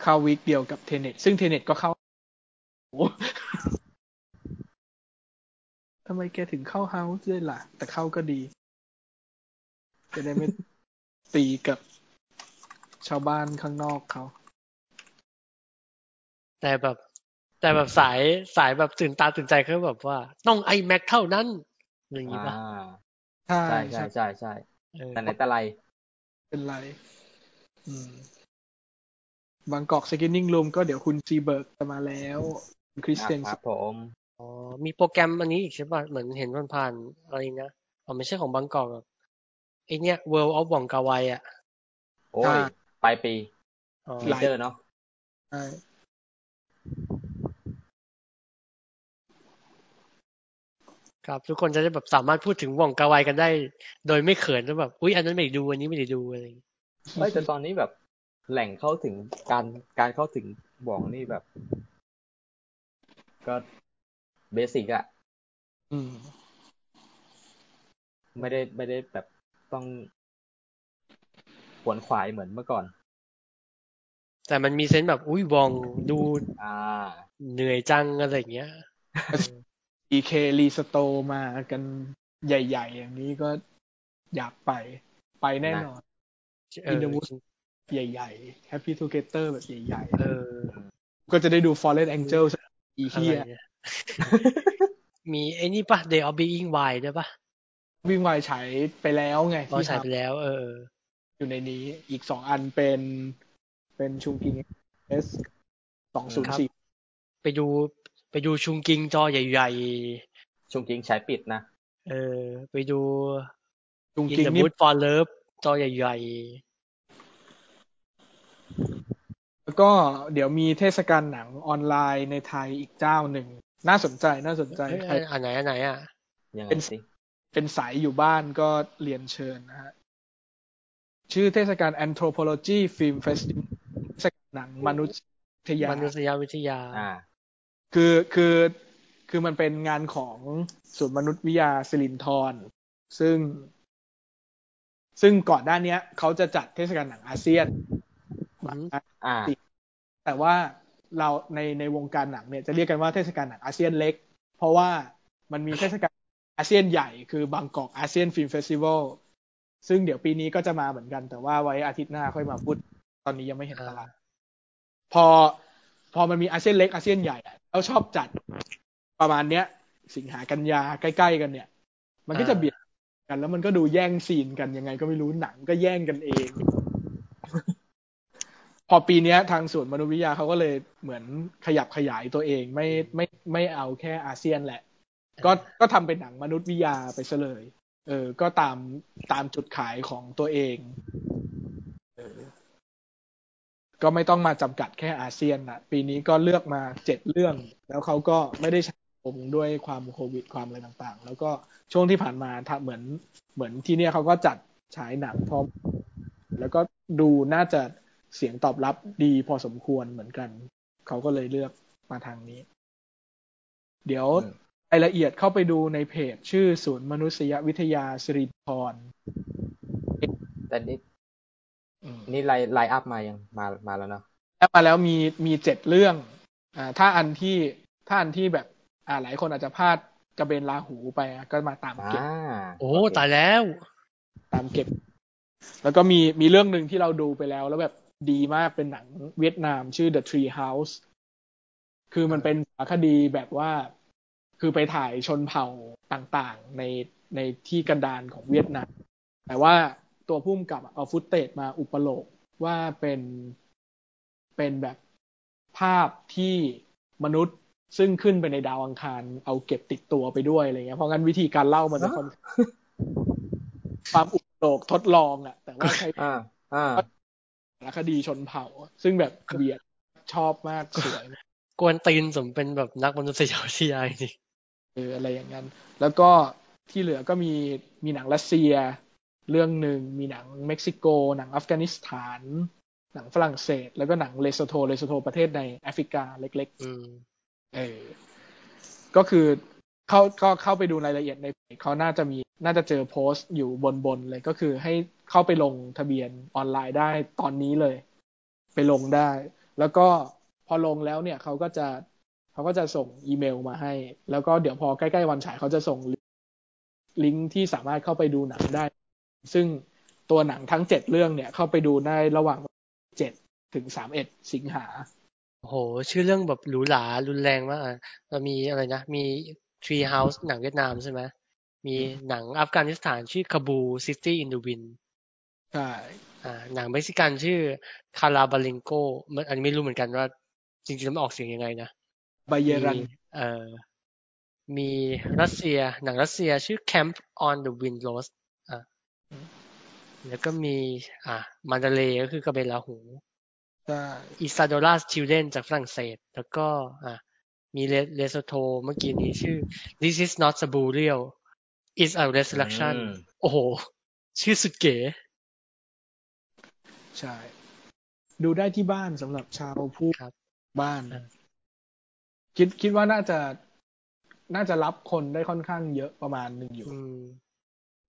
เข้าวีคเดียวกับเท เน็ตซึ่งเทเน็ตก็เข้าโอ้โห ทำไมแกถึงเข้าเฮาส์ด้วยล่ะ แต่เข้าก็ดี จะได้ไม่ ตีกับชาวบ้านข้างนอกเขา
แต่แบบ แต่แบบสายสายแบบตื่นตาตื่นใจคือแบบว่า ต้องไอแม็กเท่านั้น อย่างนี้ป่ะ
อ่า
ใช่
ใช่ใช่ใช่ใช่
เออ
แต่ไหนแต่ไร
เป็นไร อืมบางกอกสกินนิ่งรูมก็เดี๋ยวคุณซีเบิร์กจะมาแล้วคุณคริส
อ่ะ
เตียน
ครับผม
อ๋อมีโปรแกรมอันนี้อีกใช่ป่ะเหมือนเห็นผ่านๆอะไรนะอ๋อไม่ใช่ของบางกอกหรอกไอเนี้ย World of บองกาไวอ่ะ
โอ้ยปลายปี
อ๋อ
มิเตอร์เนาะ
ใช่
ครับ ทุกคนจะได้แบบสามารถพูดถึงวองกาไวกันได้ โดยไม่เขินแล้วแบบอุ้ยอันนั้นไม่ได้ดูอันนี้ไม่ได้ดูอะไรอย่างงี้
ไม่แต่ตอนนี้แบบแหล่งเข้าถึงการการเข้าถึงบ่องนี่แบบ ก็เบสิกอะ
อืม
ไม่ได้ไม่ได้แบบต้องขวนขวายเหมือนเมื่อก่อน
แต่มันมีเซนส์แบบอุ้ยวองดู
อ่า
เหนื่อยจังอะไรอย่างเงี้ย
DK รีสโตมากันใหญ่ๆ อย่างนี้ก็อยากไปไปแน่นอน
เออ
Indomus ใหญ่ๆ Happy Together แบบใหญ่
เออ
ๆ ก็จะได้ดู Fallen Angel สักอี
อะไร
เฮีย
เนี่ย มีไอ้นี่ปะ Day of Being Wild ด้วยปะ
วิ่งวายฉายไปแล้วไง
เรา
ที่
ฉายไป
ทำ
แล้ว เออ
อยู่ในนี้อีกสองอันเป็น เป็นชุงกิงเอสสองศูน
ครั
ย์
บ
สี่
ไปดูไปดูชุงกิงจอใหญ่
ชงกิงใช้ปิดนะ
ๆ เออ ไปดู
ชุง
In
กิง
the
นี่
Mood for Love จอใหญ่
แล้วก็เดี๋ยวมีเทศกาลหนังออนไลน์ในไทยอีกเจ้าหนึ่ง น่าสนใจน่าสน
ๆ
ใจ
เอ้ย
ใคร
อันไหนอันไหนอ่ะ
ยังไง
เป็น
สิ
เป็นสายอยู่บ้านก็เรียนเชิญนะฮะ ชื่อเทศกาล Anthropology Film Festival เทศกาลหนังมนุษยวิทยาม
นุษยวิทยา
อ่า
คือคือคือมันเป็นงานของศูนย์มนุษยวิทยาสิรินทรซึ่ง ซึ่งก่อนหน้าเนี้ย เขาจะจัดเทศกาลหนังอาเซียน
อืม
อ่า
แต่ว่าเราในในวงการหนังเนี่ยจะเรียกกันว่าเทศกาลหนังอาเซียนเล็ก เพราะว่ามันมีเทศกาลอาเซียนใหญ่คือบางกอกอาเซียนฟิล์มเฟสติวัลซึ่งเดี๋ยวปีนี้ก็จะมาเหมือนกัน แต่ว่าไว้อาทิตย์หน้าค่อยมาพูด ตอนนี้ยังไม่เห็นตารางพอพอมันมีอาเซียนเล็กอาเซียนใหญ่อะแล้วชอบจัดประมาณเนี้ย สิงหากันยาใกล้ๆกันเนี่ย มันก็จะ
อ่า
เบียดกันแล้วมันก็ดูแย่งซีนกันยังไงก็ไม่รู้หนังก็แย่งกันเอง พอปีเนี้ยทางศูนย์มนุษยวิทยาเขาก็เลยเหมือนขยับขยายตัวเอง ไม่ไม่ไม่เอาแค่อาเซียนแหละ ก็ก็ทำเป็นหนังมนุษยวิทยาไปซะเลย เออ ก็ตามตามจุดขายของตัวเองเออก็ไม่ต้องมาจำกัดแค่อาเซียนนะปีนี้ก็เลือกมาเจ็ดเรื่อง แล้วเขาก็ไม่ได้ใช้ผมด้วยความโควิดความอะไรต่างๆ แล้วก็ช่วงที่ผ่านมาถ้าเหมือนเหมือนที่เนี่ยเขาก็จัดฉายหนังพร้อม แล้วก็ดูน่าจะเสียงตอบรับดีพอสมควรเหมือนกัน เขาก็เลยเลือกมาทางนี้ เดี๋ยว
อืม
รายละเอียดเข้าไปดูในเพจ ชื่อศูนย์มนุษยวิทยาสิริพร
แต่นี่
อืม
นี่ไลน์ไลน์อัพมายังมามาแล้วเนาะ
แล้วมาแล้วมีมีเจ็ดเรื่องอ่าถ้าอันที่ถ้าอันที่แบบอ่าหลายคนอาจจะพลาดกระเบนลาหูไปอ่ะก็มาตาม
อ่า
เก็บ
โอ้
เค
ตายแล้ว
ตามเก็บ แล้วก็มีมีเรื่องหนึ่งที่เราดูไปแล้ว แล้วแบบดีมากเป็นหนังเวียดนามชื่อ The Tree House คือมันเป็นสารคดีแบบว่า คือไปถ่ายชนเผ่าต่างๆ ในในที่กันดารของเวียดนาม แต่ว่าตัวพุ่มกับอะเอาฟุตเตจมาอุปโลกว่าเป็นเป็นแบบภาพที่มนุษย์ซึ่งขึ้นไปในดาวอังคาร เอาเก็บติดตัวไปด้วยอะไรเงี้ยเพราะงั้นวิธีการเล่ามันจะคน ความอุปโลกทดลองอะแต่ว่าใช้
อ่า อ่า
สารคดีชนเผ่า ซึ่งแบบเบียดชอบมากสวยมาก
กวนตีนสมเป็นแบบนักมนุษยวิทยาจริง
เอออะไรอย่างนั้น แล้วก็ที่เหลือก็มีมีหนังรัสเซีย เรื่องหนึ่งมีหนังเม็กซิโก หนังอัฟกานิสถาน หนังฝรั่งเศส แล้วก็หนังเลโซโทเลโซโทประเทศในแอฟริกาเล็ก
อืม
ๆ เออ ก็คือเข้าก็เข้าไปดูรายละเอียดในเพจเขาน่าจะมีน่าจะเจอโพสต์อยู่บนบนๆเลยก็คือให้เข้าไปลงทะเบียนออนไลน์ได้ตอนนี้เลย ไปลงได้ แล้วก็พอลงแล้วเนี่ยเขาก็จะ เขาก็จะส่งอีเมลมาให้ แล้วก็เดี๋ยวพอใกล้ๆวันฉายเขาจะส่งลิงก์ที่สามารถเข้าไปดูหนังได้ ซึ่งตัวหนังทั้งเจ็ดเรื่องเนี่ย เข้าไปดูได้ระหว่างเจ็ดถึงสามเอ็ดสิงหา
โอ้โห ชื่อเรื่องแบบหรูหรารุนแรงมากอะเรามีอะไรนะ มี Tree House หนังเวียดนามใช่ไหมมีหนังอัฟกานิสถานชื่อ Kabul City in the Wind
ใช่
อ่าหนังเม็กซิกันชื่อ Calabalico มันอันนี้ไม่รู้เหมือนกันว่า จริงๆมันออกเสียงยังไงนะ
บเยรัน
มีเอ่อมีรัสเซีย หนังรัสเซียชื่อ Camp on the Windrose อ่ะ
อืม
แล้วก็มี อ่ะมาดาเลก็คือกระเบนลาหู
ใช่
อิซาโดราชิลเดนจากฝรั่งเศส แล้วก็ อ่ะมีเลโซโทเมื่อกี้นี้ชื่อ This is not a burial it's a resurrection
อืม
โอ้โห ชื่อสุดเก๋
ใช่ ดูได้ที่บ้านสำหรับชาวผู้
ครับ
บ้าน
อ่า
คิดคิดว่าน่าจะน่าจะรับคนได้ค่อนข้างเยอะประมาณหนึ่งอยู่
อืม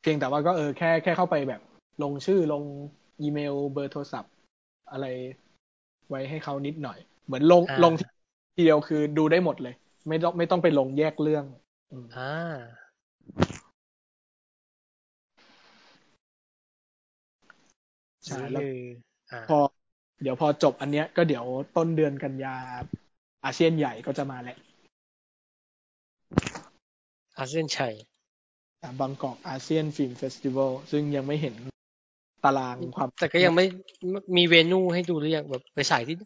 เพียงแต่ว่าก็เออแค่แค่เข้าไปแบบ ลงชื่อลงอีเมลเบอร์โทรศัพท์ อะไรไว้ให้เขานิดหน่อย เหมือนลง
อ่า
ลงทีเดียวคือดูได้หมดเลย ไม่ต้องไม่ต้องไปลงแยกเรื่อง อืม
อ่า
ใช่แล้ว
อ่า
พอเดี๋ยวพอจบอันเนี้ยก็เดี๋ยวต้นเดือนกันยาอาเซียนใหญ่ก็จะมาแหละ
อาเซียนชัย
บางกอกอาเซียนฟิล์มเฟสติวัลซึ่งยังไม่เห็นตารางความ
แต่ก็ยังไม่มีเวนูให้ดูหรือยังแบบไปฉายที่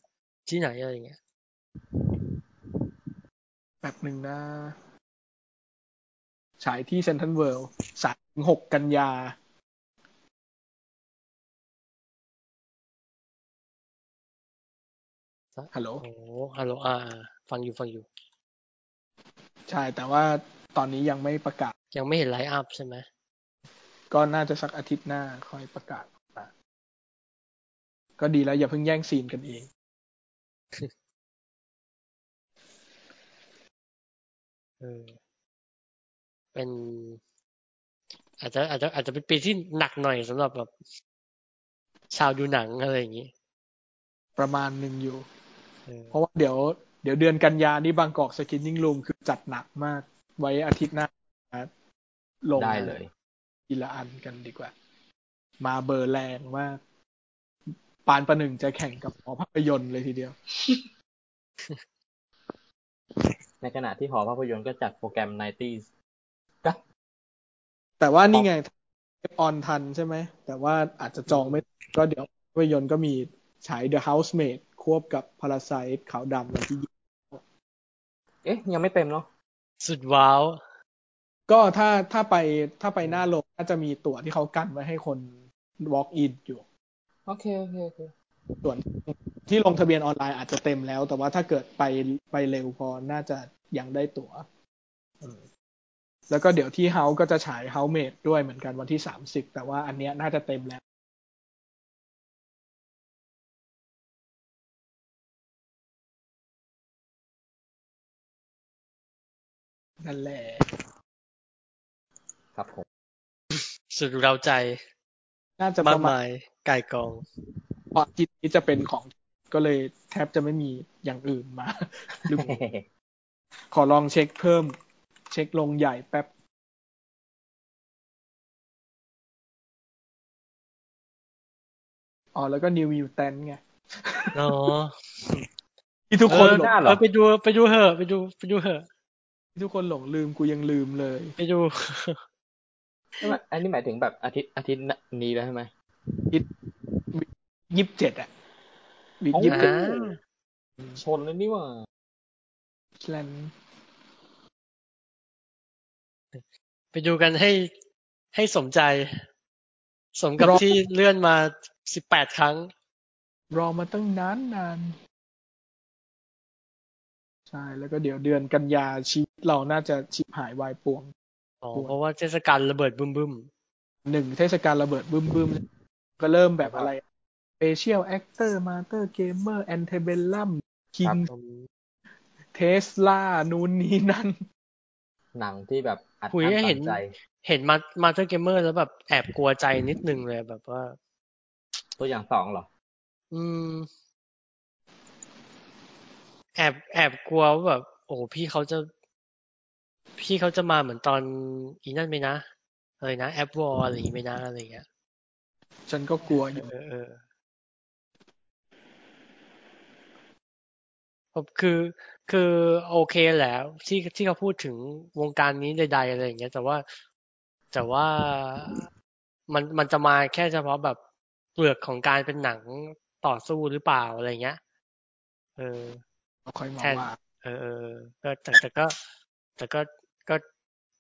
ที่ไหนอะไรอย่างเงี้ย
แบบหนึ่งนะ ฉายที่เซนทันเวิลด์สามถึงหกกันยา ฮัลโหล
โอ้โหฮัลโหลอ่าอ่าฟังอยู่ฟังอยู่
ใช่ แต่ว่าตอนนี้ยังไม่ประกาศ
ยังไม่เห็นไลฟ์อัพใช่ไหม
ก็น่าจะสักอาทิตย์หน้าค่อยประกาศออกมาก็ดีแล้วอย่าเพิ่งแย่งซีนกันเอง
เออ เป็น อาจจะอาจจะอาจจะเป็นปีที่หนักหน่อยสำหรับแบบชาวดูหนังอะไรอย่างงี้
ประมาณหนึ่งอยู่
เออ
เพราะว่าเดี๋ยวเดี๋ยวเดือนกันยานี่บางกอกสกินนิ่งรูมคือจัดหนักมาก ไว้อาทิตย์หน้าลง
ได้เลย
ทีละอันกันดีกว่า มาเบอร์แรงมากปานประหนึ่งจะแข่งกับหอภาพยนตร์เลยทีเดียว
ในขณะที่หอภาพยนตร์ก็จัดโปรแกรม 90s
แต่ว่านี่ไงออนทันใช่ไหม แต่ว่าอาจจะจองไม่ ก็เดี๋ยวภาพยนตร์ก็มีฉาย The Housemaid ควบกับ Parasite ขาวดำวันที่
เอ๊ะ ยังไม่เต็มเนาะ
สุดว้าว
ก็ถ้าถ้าไปถ้าไปหน้าโรงน่าจะมีตั๋วที่เขากั้นไว้ให้คน walk in อยู่
โอเคโอเคโอเค
ส่วนที่ลงทะเบียนออนไลน์อาจจะเต็มแล้ว แต่ว่าถ้าเกิดไปไปเร็วพอน่าจะยังได้ตัว๋วอืมแล้วก็เดี๋ยวที่เฮาก็จะฉายเฮาเมดด้วยเหมือนกันวันที่สามสิบแต่ว่าอันเนี้ยน่าจะเต็มแล้ว นั่นแหละ
ครับผม
สุดเราใจ
น่าจะป
มาก
ระมาณ
มายไก่ายกอง
ความคิดนี้จะเป็นของก็เลยแทบจะไม่มีอย่างอื่นมา ขอลองเช็คเพิ่ม เช็คลงใหญ่แป๊บ อ๋อ แล้วก็นิว m ิวแตนไง
เนาะ
ที่ทุกคน
เออ
หลง
าเหรอ
เออไปดูไปดูเหอะไปดูไปดูเหอะ
ที่ทุกคนหลงลืมกูยังลืมเลย
ไปดู
ไม่ไม่อันนี้หมายถึงแบบอาทิตย์อาทิตย์นี้แล้วใช่ไหม
ยิบเจ็ดอะวิก
โอ้
ยิบ
อ่า
เจ็ด
ชนเลยนี่หว่า
แลน
ไปดูกันให้ให้สมใจ สมกับที่เลื่อนมาสิบแปดครั้ง
รอมาตั้งนานนาน ใช่ แล้วก็เดี๋ยวเดือนกันยาชีวิตเราน่าจะชิบหายวายป่วง
อ๋อ
ปวด
เพราะว่าเทศกาลระเบิดบึ้มบึ้ม
หนึ่งเทศกาลระเบิดบึ้มบึ้มก็เริ่มแบบอะไร Facial Actor Master Gamer Antebellum
ครับ
King
ๆอืม
Tesla นู่นนี่นั่น
หนังที่แบบอัด
หุย
อั้น
เห็
ตั
น
นใจ
เห็นมามาเตอร์เกมเมอร์แล้วแบบแอบกลัวใจนิดนึงเลยแบบว่า
ตัวอย่างสองเหรอ
อืม แอบแอบกลัวว่าแบบ โอ้พี่เขาจะ พี่เขาจะมาเหมือนตอนอีนั่นไหมนะอะไรนะแอปวอลอะไรอย่างงี้ไหมนะอะไรอย่างเงี้ย
ฉันก็กลัวอยู่
เออเออผมคือคือโอเคแหละที่ที่เขาพูดถึงวงการนี้ใดๆอะไรอย่างเงี้ย แต่ว่าแต่ว่ามันมันจะมาแค่เฉพาะแบบเปลือกของการเป็นหนังต่อสู้หรือเปล่าอะไรอย่างเงี้ย เออ
เราค่อยมา
แทน
ว่า
เออเออเออแต่แต่ก็ แต่ก็ก็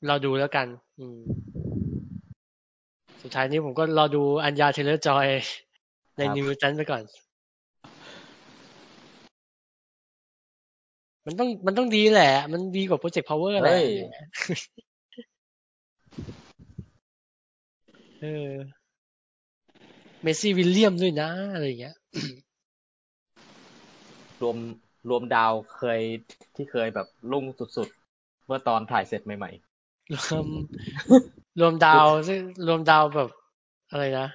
เราดูแล้วกัน อืม สุดท้ายนี้ผมก็รอดูอัญญาเทเลอร์จอย ใน
ครับ
นิวจันไปก่อน มันต้องมันต้องดีแหละ มันดีกว่าโปรเจกต์พาวเวอร์แหละ
เฮ้ย
เออเมสซี่วิลเลียมด้วยนะ อะไรอย่างเงี้ย
รวมรวมดาวเคยที่เคยแบบรุ่งสุดๆ เมื่อตอนถ่ายเสร็จใหม่
รวม รวมดาวซึ่งรวมดาวแบบอะไรนะ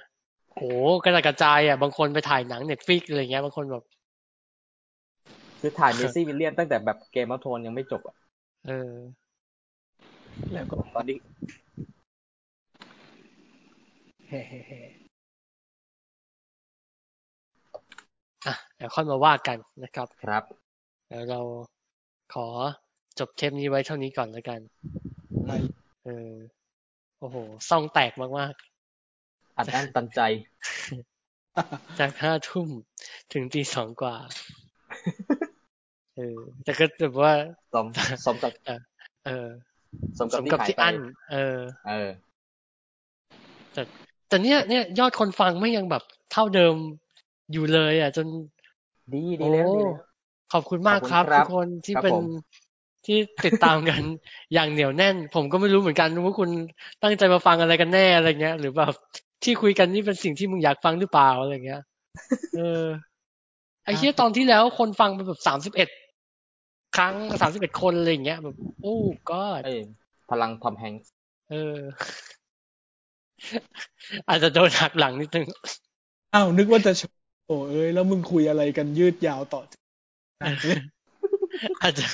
โหกระจัดกระจายอ่ะ บางคนไปถ่ายหนังเน็ตฟิกอะไรเงี้ย บางคนแบบ
ๆ คือถ่ายเม ซี่วิลเลียนตั้งแต่แบบเกมอัโทนยังไม่จบอ่ะ
เออ
แล้วก็
ตอนนี้
แห่แห่แห่
อ่ะเดี๋ยวค่อยมาว่ากันนะครับ
ครับ
เดี๋ยวเราขอจบเทปนี้ไว้เท่านี้ก่อนแล้วกัน
ไป
เออ โอ้โหซ่องแตกมาก
อัดอั้นตันใจ
ๆ จากห้าทุ่มถึงตีสองกว่า เออ แต่ก็แบบว่า
สมสมกับ
เออ
สม
ส
กับ
ม
ที่
กับ
หาย
ที่
ไป
อั้นเออ
เออ
แต่เนี่ยเนี่ยยอดคนฟังไม่ยังแบบเท่าเดิมอยู่เลยอ่ะ จน
ดีดีแล้ว
โอ้
ดีแล้ว
ขอบคุณมาก
ขอบคุณ
ครับ
ครั
ทุ
บ
กคนที่
ครับ
เป็น
ผม
ที่ติดตามกัน อย่างเหนียวแน่น ผมก็ไม่รู้เหมือนกันว่าคุณตั้งใจมาฟังอะไรกันแน่อะไรเงี้ย หรือแบบที่คุยกันนี่เป็นสิ่งที่มึงอยากฟังหรือเปล่าอะไรเงี้ย เอ อไอ้เชี่ยตอนที่แล้วคนฟังไปแบบสามสิบเอ็ดครั้งสามสิบเอ็ดคนอะไรเงี้ยแบบโอ้ก็
เอ้ยพลังทอมแฮงค์
เออ อาจจะโดนหักหลังนิดนึง
อ้าวนึกว่าจะโชว์โอ้เอ้ยแล้วมึงคุยอะไรกันยืดยาวต่อ
อาจจะ อาจจะ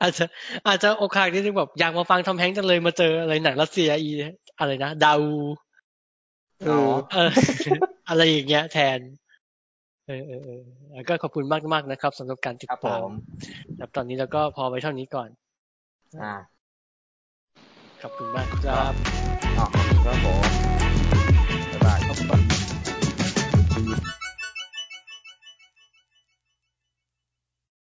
อาจจะอกหักนิดนึงแบบอยากมาฟังทำแฮงค์จังเลยมาเจออะไรหนังรัสเซียอีอะไรนะดาว
เออ
เออ อะไรอย่างเงี้ย แทน เออเออเออแล้วก็ขอบคุณมากมากๆนะครับสำหรับการติด
ครับผ
ตาม
ม
ครับตอนนี้แล้วก็พอไว้เท่านี้ก่อน
อ่า
ขอบคุณมากครับ
อ๋อครับผมบ๊ายบาย